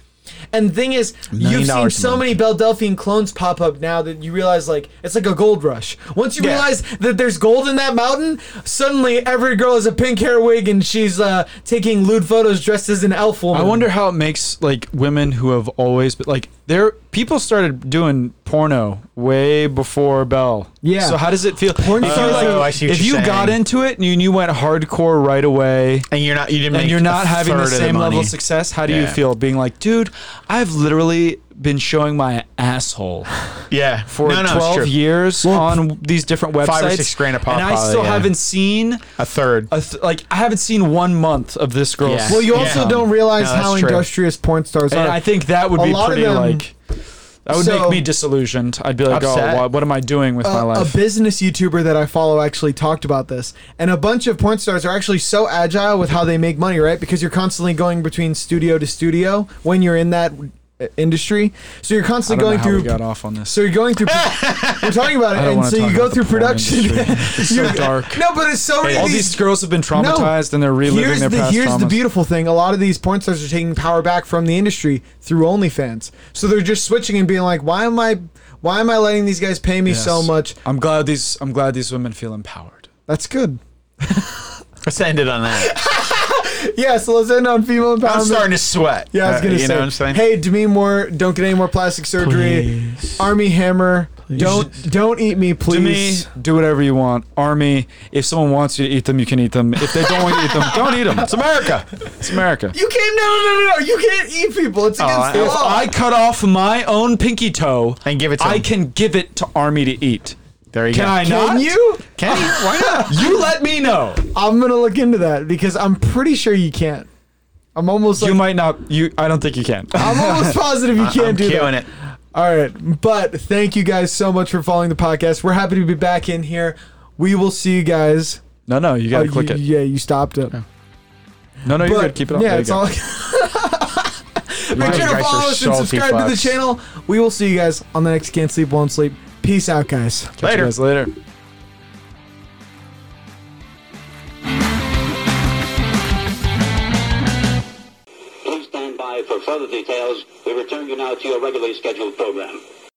[SPEAKER 2] and the thing is you've seen
[SPEAKER 4] dollars a
[SPEAKER 2] so
[SPEAKER 4] month.
[SPEAKER 2] many belle delphine clones pop up now that you realize like it's like a gold rush once you
[SPEAKER 4] Yeah.
[SPEAKER 2] realize that there's gold in that mountain suddenly every girl has a pink hair wig and she's uh, taking lewd photos dressed as an elf woman
[SPEAKER 3] I wonder how it makes like women who have always been like there. People started doing porno way before Bell.
[SPEAKER 2] Yeah.
[SPEAKER 3] So how does it feel?
[SPEAKER 2] Porn
[SPEAKER 3] if you,
[SPEAKER 2] stars
[SPEAKER 3] like,
[SPEAKER 2] are- Oh,
[SPEAKER 4] I see what
[SPEAKER 3] if you
[SPEAKER 4] you're
[SPEAKER 3] got
[SPEAKER 4] saying.
[SPEAKER 3] into it and you, you went hardcore right away,
[SPEAKER 4] and you're not. You didn't.
[SPEAKER 3] and
[SPEAKER 4] make
[SPEAKER 3] you're not
[SPEAKER 4] a
[SPEAKER 3] having the
[SPEAKER 4] third of
[SPEAKER 3] same level
[SPEAKER 4] money.
[SPEAKER 3] of success, how do you
[SPEAKER 4] Yeah.
[SPEAKER 3] feel? Being like, dude, I've literally been showing my asshole
[SPEAKER 4] Yeah,
[SPEAKER 3] for
[SPEAKER 4] no, no, it's
[SPEAKER 3] 12
[SPEAKER 4] true.
[SPEAKER 3] years on these different websites.
[SPEAKER 4] five or six grand a pop,
[SPEAKER 3] And I
[SPEAKER 4] probably,
[SPEAKER 3] still
[SPEAKER 4] yeah.
[SPEAKER 3] haven't seen,
[SPEAKER 4] A third.
[SPEAKER 3] a th- like, I haven't seen one month of this girl's.
[SPEAKER 4] Yeah.
[SPEAKER 2] well you
[SPEAKER 4] Yeah.
[SPEAKER 2] also don't realize
[SPEAKER 4] No, that's
[SPEAKER 2] how
[SPEAKER 4] true.
[SPEAKER 2] industrious porn stars
[SPEAKER 3] And
[SPEAKER 2] are
[SPEAKER 3] I think that would
[SPEAKER 2] A
[SPEAKER 3] be
[SPEAKER 2] lot of
[SPEAKER 3] pretty,
[SPEAKER 2] them-
[SPEAKER 3] like, that would
[SPEAKER 2] So- Uh,
[SPEAKER 3] make me disillusioned. I'd be like,
[SPEAKER 4] Upset.
[SPEAKER 3] oh, what, what am I doing with my
[SPEAKER 2] a- A
[SPEAKER 3] life?
[SPEAKER 2] business YouTuber that I follow actually talked about this, and a bunch of porn stars are actually so agile with how they make money, right? Because you're constantly going between studio to studio when you're in that uh, industry, so you're
[SPEAKER 3] I
[SPEAKER 2] constantly
[SPEAKER 3] don't know
[SPEAKER 2] going
[SPEAKER 3] how we
[SPEAKER 2] through.
[SPEAKER 3] got off on this.
[SPEAKER 2] So you're going through. we're talking about
[SPEAKER 3] I
[SPEAKER 2] it,
[SPEAKER 3] don't
[SPEAKER 2] and
[SPEAKER 3] wanna
[SPEAKER 2] so
[SPEAKER 3] talk
[SPEAKER 2] you go
[SPEAKER 3] about the
[SPEAKER 2] through
[SPEAKER 3] porn
[SPEAKER 2] production.
[SPEAKER 3] industry. It's so
[SPEAKER 2] You're-
[SPEAKER 3] dark.
[SPEAKER 2] No, but it's so many
[SPEAKER 3] All
[SPEAKER 2] of
[SPEAKER 3] these girls have been
[SPEAKER 2] no.
[SPEAKER 3] traumatized and they're reliving
[SPEAKER 2] here's
[SPEAKER 3] their
[SPEAKER 2] the,
[SPEAKER 3] past
[SPEAKER 2] Here's the
[SPEAKER 3] traumas.
[SPEAKER 2] beautiful thing: a lot of these porn stars are taking power back from the industry through OnlyFans. So they're just switching and being like, "Why am I? Why am I letting these guys pay me so
[SPEAKER 3] Yes.
[SPEAKER 2] much?
[SPEAKER 3] I'm glad these. I'm glad these women feel empowered.
[SPEAKER 2] That's good."
[SPEAKER 4] Let's end it on that.
[SPEAKER 2] Yeah, so let's end on female empowerment.
[SPEAKER 4] I'm starting to sweat.
[SPEAKER 2] Yeah, I was
[SPEAKER 4] Uh,
[SPEAKER 2] gonna
[SPEAKER 4] you
[SPEAKER 2] say.
[SPEAKER 4] know what I'm saying?
[SPEAKER 2] Hey, Demi Moore, don't get any more plastic surgery. Army Hammer, don't don't eat me, please.
[SPEAKER 3] To me, do whatever you want. Army, if someone wants you to eat them, you can eat them. If they don't want you to eat them, don't eat them. It's America. It's America.
[SPEAKER 2] You can't. No, no, no, no. You can't eat people. It's against
[SPEAKER 4] Oh, I-
[SPEAKER 2] the
[SPEAKER 3] if
[SPEAKER 2] law.
[SPEAKER 3] I cut off my own pinky toe
[SPEAKER 4] And give it to
[SPEAKER 3] I
[SPEAKER 4] him.
[SPEAKER 3] can give it to Army to eat.
[SPEAKER 4] There you
[SPEAKER 3] Can
[SPEAKER 4] go.
[SPEAKER 3] I
[SPEAKER 2] Can
[SPEAKER 3] not?
[SPEAKER 2] you?
[SPEAKER 4] Can you? Why not?
[SPEAKER 3] You let me know.
[SPEAKER 2] I'm gonna look into that because I'm pretty sure you can't. I'm almost.
[SPEAKER 3] You
[SPEAKER 2] like,
[SPEAKER 3] might not. You. I don't think you can.
[SPEAKER 4] Um,
[SPEAKER 2] I'm almost positive you can't
[SPEAKER 4] I'm
[SPEAKER 2] do that.
[SPEAKER 4] queuing it.
[SPEAKER 2] All right, but thank you guys so much for following the podcast. We're happy to be back in here. We will see you guys.
[SPEAKER 3] No, no. You gotta
[SPEAKER 2] Oh,
[SPEAKER 3] click
[SPEAKER 2] you-
[SPEAKER 3] it.
[SPEAKER 2] Yeah, you stopped it.
[SPEAKER 3] No, no. You're
[SPEAKER 2] But,
[SPEAKER 3] good. Keep it up.
[SPEAKER 2] Yeah,
[SPEAKER 3] there you
[SPEAKER 2] it's
[SPEAKER 3] go.
[SPEAKER 2] all. Make sure
[SPEAKER 4] You
[SPEAKER 2] to
[SPEAKER 4] guys
[SPEAKER 2] follow us
[SPEAKER 4] are
[SPEAKER 2] and
[SPEAKER 4] salty
[SPEAKER 2] subscribe to the
[SPEAKER 4] fucks.
[SPEAKER 2] channel. We will see you guys on the next Can't Sleep, Won't Sleep. Peace out, guys.
[SPEAKER 3] Catch you
[SPEAKER 4] Later.
[SPEAKER 3] guys later.
[SPEAKER 6] Please stand by for further details. We return you now to your regularly scheduled program.